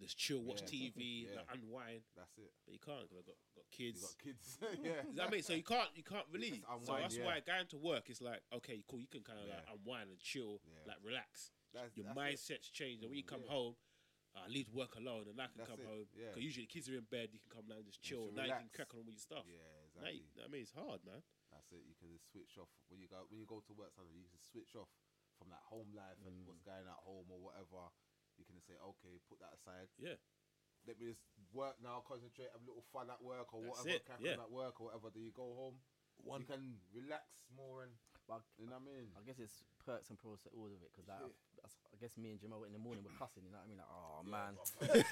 Speaker 1: just chill, watch
Speaker 3: Yeah.
Speaker 1: TV,
Speaker 3: *laughs* Yeah.
Speaker 1: like, unwind.
Speaker 3: That's it.
Speaker 1: But you can't because I got got
Speaker 3: You
Speaker 1: kids.
Speaker 3: got kids. *laughs* yeah.
Speaker 1: Does that mean so *laughs* you can't you can't
Speaker 3: You
Speaker 1: really?
Speaker 3: just
Speaker 1: so
Speaker 3: unwind,
Speaker 1: that's
Speaker 3: yeah.
Speaker 1: why going to work is like okay, cool. You can kind of like
Speaker 3: Yeah.
Speaker 1: unwind and chill,
Speaker 3: Yeah.
Speaker 1: like relax.
Speaker 3: That's-
Speaker 1: Your
Speaker 3: that's it.
Speaker 1: mindset's changed, and when you
Speaker 3: Mm,
Speaker 1: come
Speaker 3: yeah.
Speaker 1: home, uh, I leave work alone, and I can
Speaker 3: That's
Speaker 1: come
Speaker 3: it,
Speaker 1: home.
Speaker 3: yeah.
Speaker 1: Because usually the kids are in bed, you can come down and just chill.
Speaker 3: should
Speaker 1: Now you can
Speaker 3: relax.
Speaker 1: crack on with your stuff.
Speaker 3: Yeah,
Speaker 1: Now you,
Speaker 3: exactly.
Speaker 1: I mean, it's hard,
Speaker 3: *laughs*
Speaker 1: man.
Speaker 3: That's it. You can just switch off when you go when you go to work. Sometimes you can switch off from that home life and what's
Speaker 2: Mm.
Speaker 3: going at home or whatever. You can just say, okay, put that aside.
Speaker 1: Yeah.
Speaker 3: Let me just work now. Concentrate. Have a little fun at work or
Speaker 1: That's
Speaker 3: whatever.
Speaker 1: it,
Speaker 3: Crack
Speaker 1: yeah.
Speaker 3: on at work or whatever. Then you go home.
Speaker 1: One-
Speaker 3: You can relax more and
Speaker 2: But
Speaker 3: you know what I mean.
Speaker 2: I guess it's perks and pros to all of it because like, I, I guess me and Jamal in the morning we're cussing. You know what I mean? Like,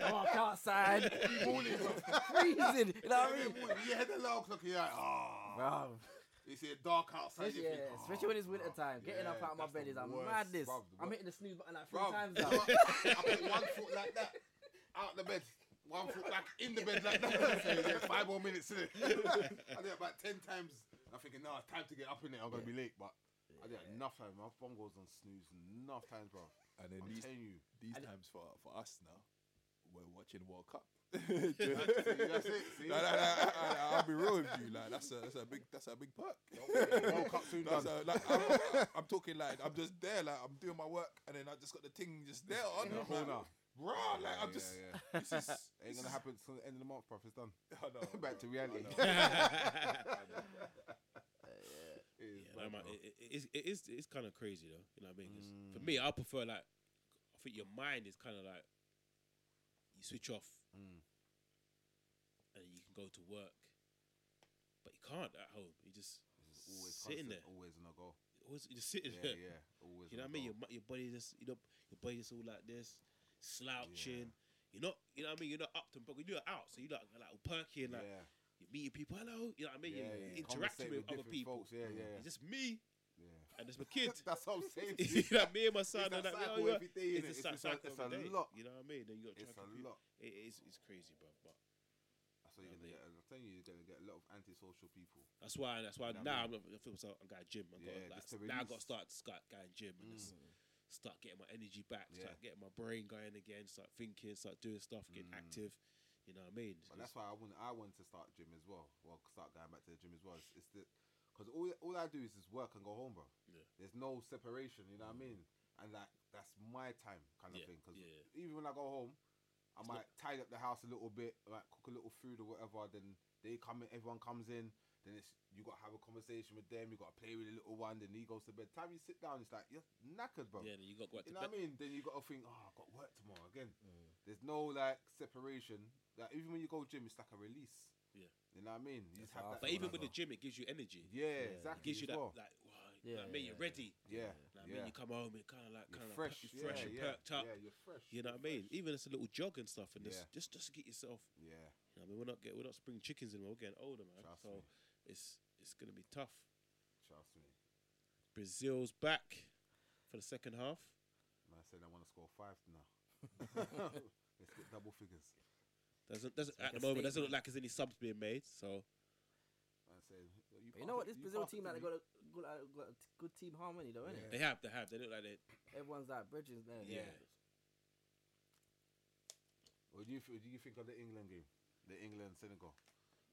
Speaker 3: *laughs*
Speaker 2: *laughs* oh man, Oh, I'm up outside,
Speaker 3: Morning, bro.
Speaker 2: *laughs* freezing. You know what I
Speaker 3: Every
Speaker 2: mean?
Speaker 3: morning, you hear the alarm clock. You're like, oh.
Speaker 2: Bruv.
Speaker 3: You see it dark outside.
Speaker 2: Especially,
Speaker 3: you think,
Speaker 2: yeah,
Speaker 3: "Oh,
Speaker 2: especially when it's winter
Speaker 3: bruv."
Speaker 2: time. Getting up
Speaker 3: Yeah,
Speaker 2: out of my
Speaker 3: that's the
Speaker 2: bed is a
Speaker 3: worst,
Speaker 2: madness.
Speaker 3: bruv, the
Speaker 2: I'm
Speaker 3: wor-
Speaker 2: hitting the snooze button like three
Speaker 3: Bro,
Speaker 2: times
Speaker 3: you know
Speaker 2: now.
Speaker 3: what? *laughs* I put one foot like that out the bed, one foot back in the bed like that. So, yeah, five more minutes. innit? *laughs* I did it about ten times. I'm thinking, no, it's time to get up in it. I'm gonna be late, but I did it enough times. My phone goes on snooze enough times, bro.
Speaker 4: And then
Speaker 3: I'm
Speaker 4: these,
Speaker 3: telling you,
Speaker 4: these
Speaker 2: And-
Speaker 4: times for, for us now, we're watching World Cup. *laughs*
Speaker 3: See, that's it. See?
Speaker 4: Nah, nah, nah, nah, nah, I'll be real with you. Like that's a that's a big that's a big perk.
Speaker 3: World Cup
Speaker 4: *laughs*
Speaker 3: soon
Speaker 4: That's
Speaker 3: done.
Speaker 4: a- like, I'm, I'm talking like I'm just there. Like I'm doing my work, and then I just got the thing just there on
Speaker 3: In the
Speaker 4: I'm
Speaker 3: corner.
Speaker 4: Like, bro,
Speaker 5: Oh,
Speaker 4: like
Speaker 3: Yeah,
Speaker 4: I'm
Speaker 3: yeah,
Speaker 4: just.
Speaker 3: yeah.
Speaker 4: This is,
Speaker 3: Ain't
Speaker 4: this
Speaker 3: gonna
Speaker 4: is-
Speaker 3: happen till the end of the month, bro. It's done.
Speaker 4: I know,
Speaker 3: *laughs* Back to
Speaker 4: bro, I
Speaker 3: reality.
Speaker 4: know.
Speaker 3: It is
Speaker 1: *laughs* Yeah,
Speaker 3: bad,
Speaker 1: no, man,
Speaker 3: bro.
Speaker 1: it, it- it is it is it's kind of crazy though. You know what I mean? 'Cause For me,
Speaker 3: Mm.
Speaker 1: I prefer like I think your mind is kind of like you switch off
Speaker 3: Mm.
Speaker 1: and you can go to work, but you can't at home. You just
Speaker 3: It's Always
Speaker 1: sitting
Speaker 3: constant,
Speaker 1: there.
Speaker 3: always on the go.
Speaker 1: always *laughs* you just sitting
Speaker 3: Yeah,
Speaker 1: there.
Speaker 3: yeah. Always.
Speaker 1: You know
Speaker 3: on
Speaker 1: what I
Speaker 3: the
Speaker 1: mean? Your
Speaker 3: go.
Speaker 1: mi- your body just you know your body just all like this, slouching. You're not you know what I mean. You're not up to but when you're out, so you like like perky and like
Speaker 3: yeah.
Speaker 1: you're meeting people. Hello, you know what I mean?
Speaker 3: Yeah,
Speaker 1: you're
Speaker 3: yeah.
Speaker 1: interacting
Speaker 3: Conversate
Speaker 1: with, other
Speaker 3: different
Speaker 1: people.
Speaker 3: Folks. Yeah, yeah,
Speaker 1: It's just me
Speaker 3: yeah.
Speaker 1: and it's my kid.
Speaker 3: *laughs*
Speaker 1: *laughs*
Speaker 3: That's what I'm saying. to
Speaker 1: you
Speaker 3: you.
Speaker 1: know, me and my son
Speaker 3: It's
Speaker 1: are
Speaker 3: that
Speaker 1: like,
Speaker 3: cycle
Speaker 1: yo, yo,
Speaker 3: every day,
Speaker 1: oh, it's,
Speaker 3: innit?
Speaker 1: a
Speaker 3: It's
Speaker 1: cy-
Speaker 3: just a-
Speaker 1: cycle
Speaker 3: it's
Speaker 1: every
Speaker 3: a
Speaker 1: day,
Speaker 3: lot.
Speaker 1: You know what I mean? Then you got to
Speaker 3: It's
Speaker 1: try
Speaker 3: a
Speaker 1: and compete.
Speaker 3: lot.
Speaker 1: It is. It's crazy, bro. But
Speaker 3: That's what you're gonna
Speaker 1: Yeah,
Speaker 3: get. I'm telling you, you're gonna get a lot of antisocial people.
Speaker 1: that's why. That's why
Speaker 3: You know what I
Speaker 1: now I'm. I feel myself. I'm going to gym. I'm
Speaker 3: Yeah,
Speaker 1: like,
Speaker 3: just to
Speaker 1: now I got to
Speaker 3: release.
Speaker 1: start start going gym and just start getting my energy back. Start getting my brain going again. Start thinking. Start doing stuff. Getting
Speaker 3: Mm.
Speaker 1: active. You know what I mean?
Speaker 3: But that's why I want. I want to start gym as well. Well, start going back to the gym as well. It's, it's the because all all I do is just work and go home, bro.
Speaker 1: Yeah. Mm.
Speaker 3: There's no separation. You know what I mean? And like that's my time kind of
Speaker 1: Yeah,
Speaker 3: thing. 'Cause thing.
Speaker 1: yeah.
Speaker 3: Because even when I go home, I
Speaker 1: It's
Speaker 3: might tidy up the house a little bit, like cook a little food or whatever. Then they come in, everyone comes in. Then it's you got to have a conversation with them. You got to play with the little one. Then he goes to bed. Time you sit down, it's like you're knackered, bro.
Speaker 1: yeah. Then you got to go back to
Speaker 3: You know what
Speaker 1: bed.
Speaker 3: I mean? Then you got to think, oh, I've got work tomorrow again. There's no like separation. Like even when you go gym, it's like a release.
Speaker 1: Yeah.
Speaker 3: You know what I mean? You
Speaker 2: That's
Speaker 3: just have
Speaker 2: how I
Speaker 3: that.
Speaker 1: But
Speaker 2: feel
Speaker 1: even
Speaker 2: as
Speaker 1: with the
Speaker 2: well.
Speaker 1: gym, it gives you energy.
Speaker 3: yeah,
Speaker 2: Yeah, it
Speaker 3: exactly.
Speaker 1: It gives you that
Speaker 3: as well.
Speaker 1: like. wow, you know
Speaker 2: Yeah,
Speaker 1: what I mean?
Speaker 2: yeah,
Speaker 1: You're ready.
Speaker 3: yeah,
Speaker 1: You know what I
Speaker 3: yeah.
Speaker 1: mean? You come home and kind of like,
Speaker 3: You're
Speaker 1: kind of
Speaker 3: fresh,
Speaker 1: like, you're fresh,
Speaker 3: yeah,
Speaker 1: and
Speaker 3: yeah,
Speaker 1: perked up.
Speaker 3: Yeah, you're fresh.
Speaker 1: You know what I mean? Even it's a little jog and stuff, and just
Speaker 3: Yeah.
Speaker 1: just just to get yourself.
Speaker 3: Yeah,
Speaker 1: You know what I mean, we're not get, we're not spring chickens anymore. We're getting older, man.
Speaker 3: trust
Speaker 1: so
Speaker 3: me,
Speaker 1: it's it's gonna be tough.
Speaker 3: trust me.
Speaker 1: Brazil's back for the second half.
Speaker 3: Man said I want to score five
Speaker 2: *laughs*
Speaker 3: now. Let's get double figures.
Speaker 1: Doesn't doesn't
Speaker 2: Make
Speaker 1: at the
Speaker 2: a
Speaker 1: moment doesn't look
Speaker 2: statement.
Speaker 1: like there's any subs being made. So
Speaker 3: Man said, "Well, you,
Speaker 2: But you know what? This
Speaker 3: perfect-
Speaker 2: Brazil
Speaker 3: perfect
Speaker 2: team, like,
Speaker 3: for
Speaker 2: they
Speaker 3: me."
Speaker 2: got a good, uh, got a t- good team harmony, though, innit?
Speaker 1: they have they have they look like they
Speaker 2: Everyone's like bridges there.
Speaker 1: Yeah.
Speaker 3: What do you th- what do you think of the England game? The England Senegal.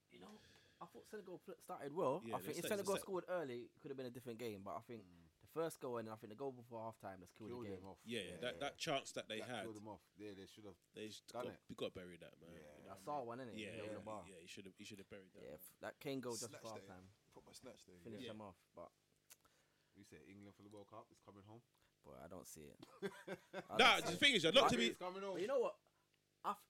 Speaker 2: You know, I thought Senegal pl- started well.
Speaker 1: Yeah,
Speaker 2: I
Speaker 1: they
Speaker 2: think if
Speaker 1: started to
Speaker 2: Senegal
Speaker 1: set-
Speaker 2: scored early, it could have been a different game. But I think the first goal and I think the goal before half time has killed
Speaker 3: Killed
Speaker 2: the game.
Speaker 3: them off.
Speaker 1: yeah, that that chance that they
Speaker 3: That
Speaker 1: had
Speaker 3: Killed them off. Yeah, they should have.
Speaker 1: they just
Speaker 3: Done
Speaker 1: got,
Speaker 3: it.
Speaker 1: we got to bury that man.
Speaker 3: Yeah.
Speaker 2: I saw one,
Speaker 1: Yeah,
Speaker 2: innit? He
Speaker 1: yeah,
Speaker 2: held
Speaker 1: yeah,
Speaker 2: the bar.
Speaker 1: you should have you should have buried that.
Speaker 2: Yeah,
Speaker 1: man.
Speaker 2: f- that Kane goal just
Speaker 4: Snatched
Speaker 2: before
Speaker 4: it.
Speaker 2: half time
Speaker 4: Put my snatch there.
Speaker 2: finished
Speaker 1: Yeah.
Speaker 2: them off, but
Speaker 3: We say England for the World Cup. It's coming home.
Speaker 2: boy, I don't see it.
Speaker 3: *laughs*
Speaker 2: I
Speaker 1: Nah,
Speaker 2: don't see
Speaker 1: the
Speaker 2: it.
Speaker 1: thing is, you're not
Speaker 2: I
Speaker 1: to
Speaker 2: mean,
Speaker 1: be.
Speaker 3: It's coming home.
Speaker 2: But you know what? I, f-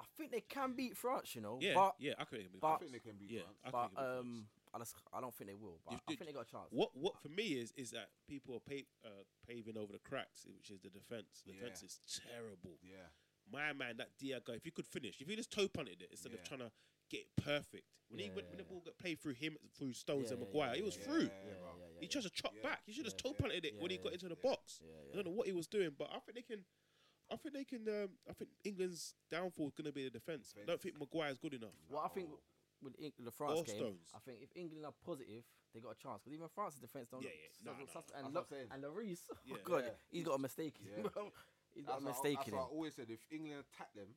Speaker 2: I think they can beat France, you know.
Speaker 1: Yeah,
Speaker 2: but
Speaker 1: yeah, I could.
Speaker 3: I
Speaker 2: but-
Speaker 3: think they can beat
Speaker 1: Yeah,
Speaker 3: France.
Speaker 1: I
Speaker 2: but
Speaker 1: think it'll be France.
Speaker 2: um, I just I don't think they will. But
Speaker 1: You-
Speaker 2: I
Speaker 1: you-
Speaker 2: think they got a chance.
Speaker 1: What what for me is is that people are pa- uh, paving over the cracks, which is the defense. The
Speaker 3: Yeah.
Speaker 1: defense is terrible.
Speaker 3: Yeah.
Speaker 1: my man, that Diago, if he could finish, if he just toe punted it instead
Speaker 4: Yeah.
Speaker 1: of trying to get it perfect. When he
Speaker 2: Yeah,
Speaker 1: went,
Speaker 2: yeah,
Speaker 1: when the
Speaker 2: yeah.
Speaker 1: ball got played through him, through Stones
Speaker 2: Yeah,
Speaker 1: and
Speaker 2: yeah,
Speaker 1: Maguire,
Speaker 2: yeah,
Speaker 1: he was
Speaker 2: yeah,
Speaker 1: through.
Speaker 4: yeah, bro.
Speaker 1: he tried to chop
Speaker 4: yeah.
Speaker 1: back. He should have
Speaker 2: Yeah,
Speaker 1: just toe punted it
Speaker 2: yeah,
Speaker 1: when he
Speaker 2: yeah,
Speaker 1: got into the
Speaker 4: yeah.
Speaker 1: box.
Speaker 2: Yeah,
Speaker 1: I don't know what he was doing, but I think they can. I think they can. Um, I think England's downfall is going to be the defense. I don't
Speaker 4: Defence.
Speaker 1: think Maguire's good enough.
Speaker 3: Oh
Speaker 2: Well, I think
Speaker 4: No.
Speaker 2: with Eng- the France
Speaker 1: Or
Speaker 2: game,
Speaker 1: Stones.
Speaker 2: I think if England are positive, they got a chance because even France's defense don't.
Speaker 1: Yeah,
Speaker 2: look
Speaker 1: yeah. Nah, nah,
Speaker 2: sus- sus-
Speaker 1: nah.
Speaker 2: And
Speaker 3: That's what I'm
Speaker 2: Lo-
Speaker 3: saying.
Speaker 2: and Lloris, oh
Speaker 1: Yeah.
Speaker 2: god,
Speaker 3: Yeah.
Speaker 2: he's got a mistake. *laughs*
Speaker 3: Yeah.
Speaker 2: he's got
Speaker 3: That's
Speaker 2: a
Speaker 3: what I-
Speaker 2: mistake in
Speaker 3: That's
Speaker 2: him.
Speaker 3: what I always said. If England attack them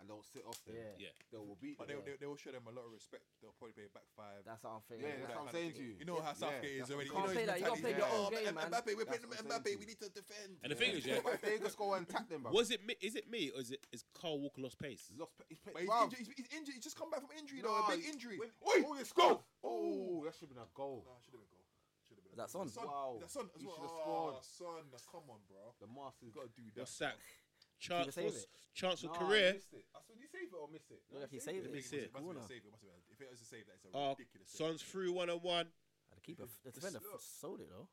Speaker 3: and don't sit off them,
Speaker 2: Yeah.
Speaker 1: Yeah.
Speaker 3: they will beat
Speaker 4: But
Speaker 3: them.
Speaker 4: they'll, they'll, they'll show them a lot of respect. They'll probably play back five.
Speaker 2: That's what I'm thinking.
Speaker 3: Yeah,
Speaker 4: all
Speaker 3: that's
Speaker 4: that
Speaker 3: what I'm
Speaker 4: kind of
Speaker 3: saying
Speaker 4: thing.
Speaker 3: to you.
Speaker 4: You know how
Speaker 3: Yeah,
Speaker 4: Southgate is
Speaker 3: that's
Speaker 4: already.
Speaker 3: what
Speaker 4: know
Speaker 3: I'm
Speaker 4: his
Speaker 2: saying. You gotta
Speaker 4: mentality.
Speaker 3: that. You
Speaker 2: play gotta play your own game, man.
Speaker 4: Mbappe, we're playing
Speaker 3: That's what I'm saying
Speaker 4: Mbappe.
Speaker 3: to you.
Speaker 4: We need to defend.
Speaker 1: And the thing is, yeah,
Speaker 3: But if they just go and attack them, bro.
Speaker 1: was it me? Is it me or is it is Carl Walker lost pace?
Speaker 3: Lost, he's
Speaker 4: But
Speaker 3: played,
Speaker 4: he's
Speaker 3: bruv,
Speaker 4: injured. He's, he's injured. He's just come back from injury though.
Speaker 3: Nah,
Speaker 4: A big
Speaker 3: he-
Speaker 4: injury.
Speaker 3: when-
Speaker 4: Oi,
Speaker 3: oh, it's
Speaker 4: go!
Speaker 3: gone. Oh, that should have been a goal.
Speaker 4: Nah, should have been a goal. Should have been. a
Speaker 2: That's
Speaker 4: goal.
Speaker 2: on.
Speaker 4: Son,
Speaker 3: Wow.
Speaker 4: That's on as
Speaker 3: He
Speaker 4: well.
Speaker 3: should have
Speaker 4: Oh,
Speaker 3: scored.
Speaker 4: son, come on, bro.
Speaker 3: The Masters
Speaker 4: You gotta do that.
Speaker 1: What's that?
Speaker 2: you
Speaker 1: Chance
Speaker 2: save
Speaker 1: was
Speaker 2: it?
Speaker 1: chance for
Speaker 3: Nah,
Speaker 1: career.
Speaker 3: he missed it. I saw, did he save it or miss it?
Speaker 2: Look like he
Speaker 1: it.
Speaker 2: saved
Speaker 1: Let me
Speaker 2: it.
Speaker 1: see
Speaker 2: It's
Speaker 1: it.
Speaker 2: a corner.
Speaker 4: must have been a save. It must have been. If it was a save, that's a
Speaker 1: Oh,
Speaker 4: ridiculous save.
Speaker 1: Son's through one on one.
Speaker 2: And the keeper, f- the
Speaker 1: This-
Speaker 2: defender
Speaker 4: look.
Speaker 2: f- sold it though.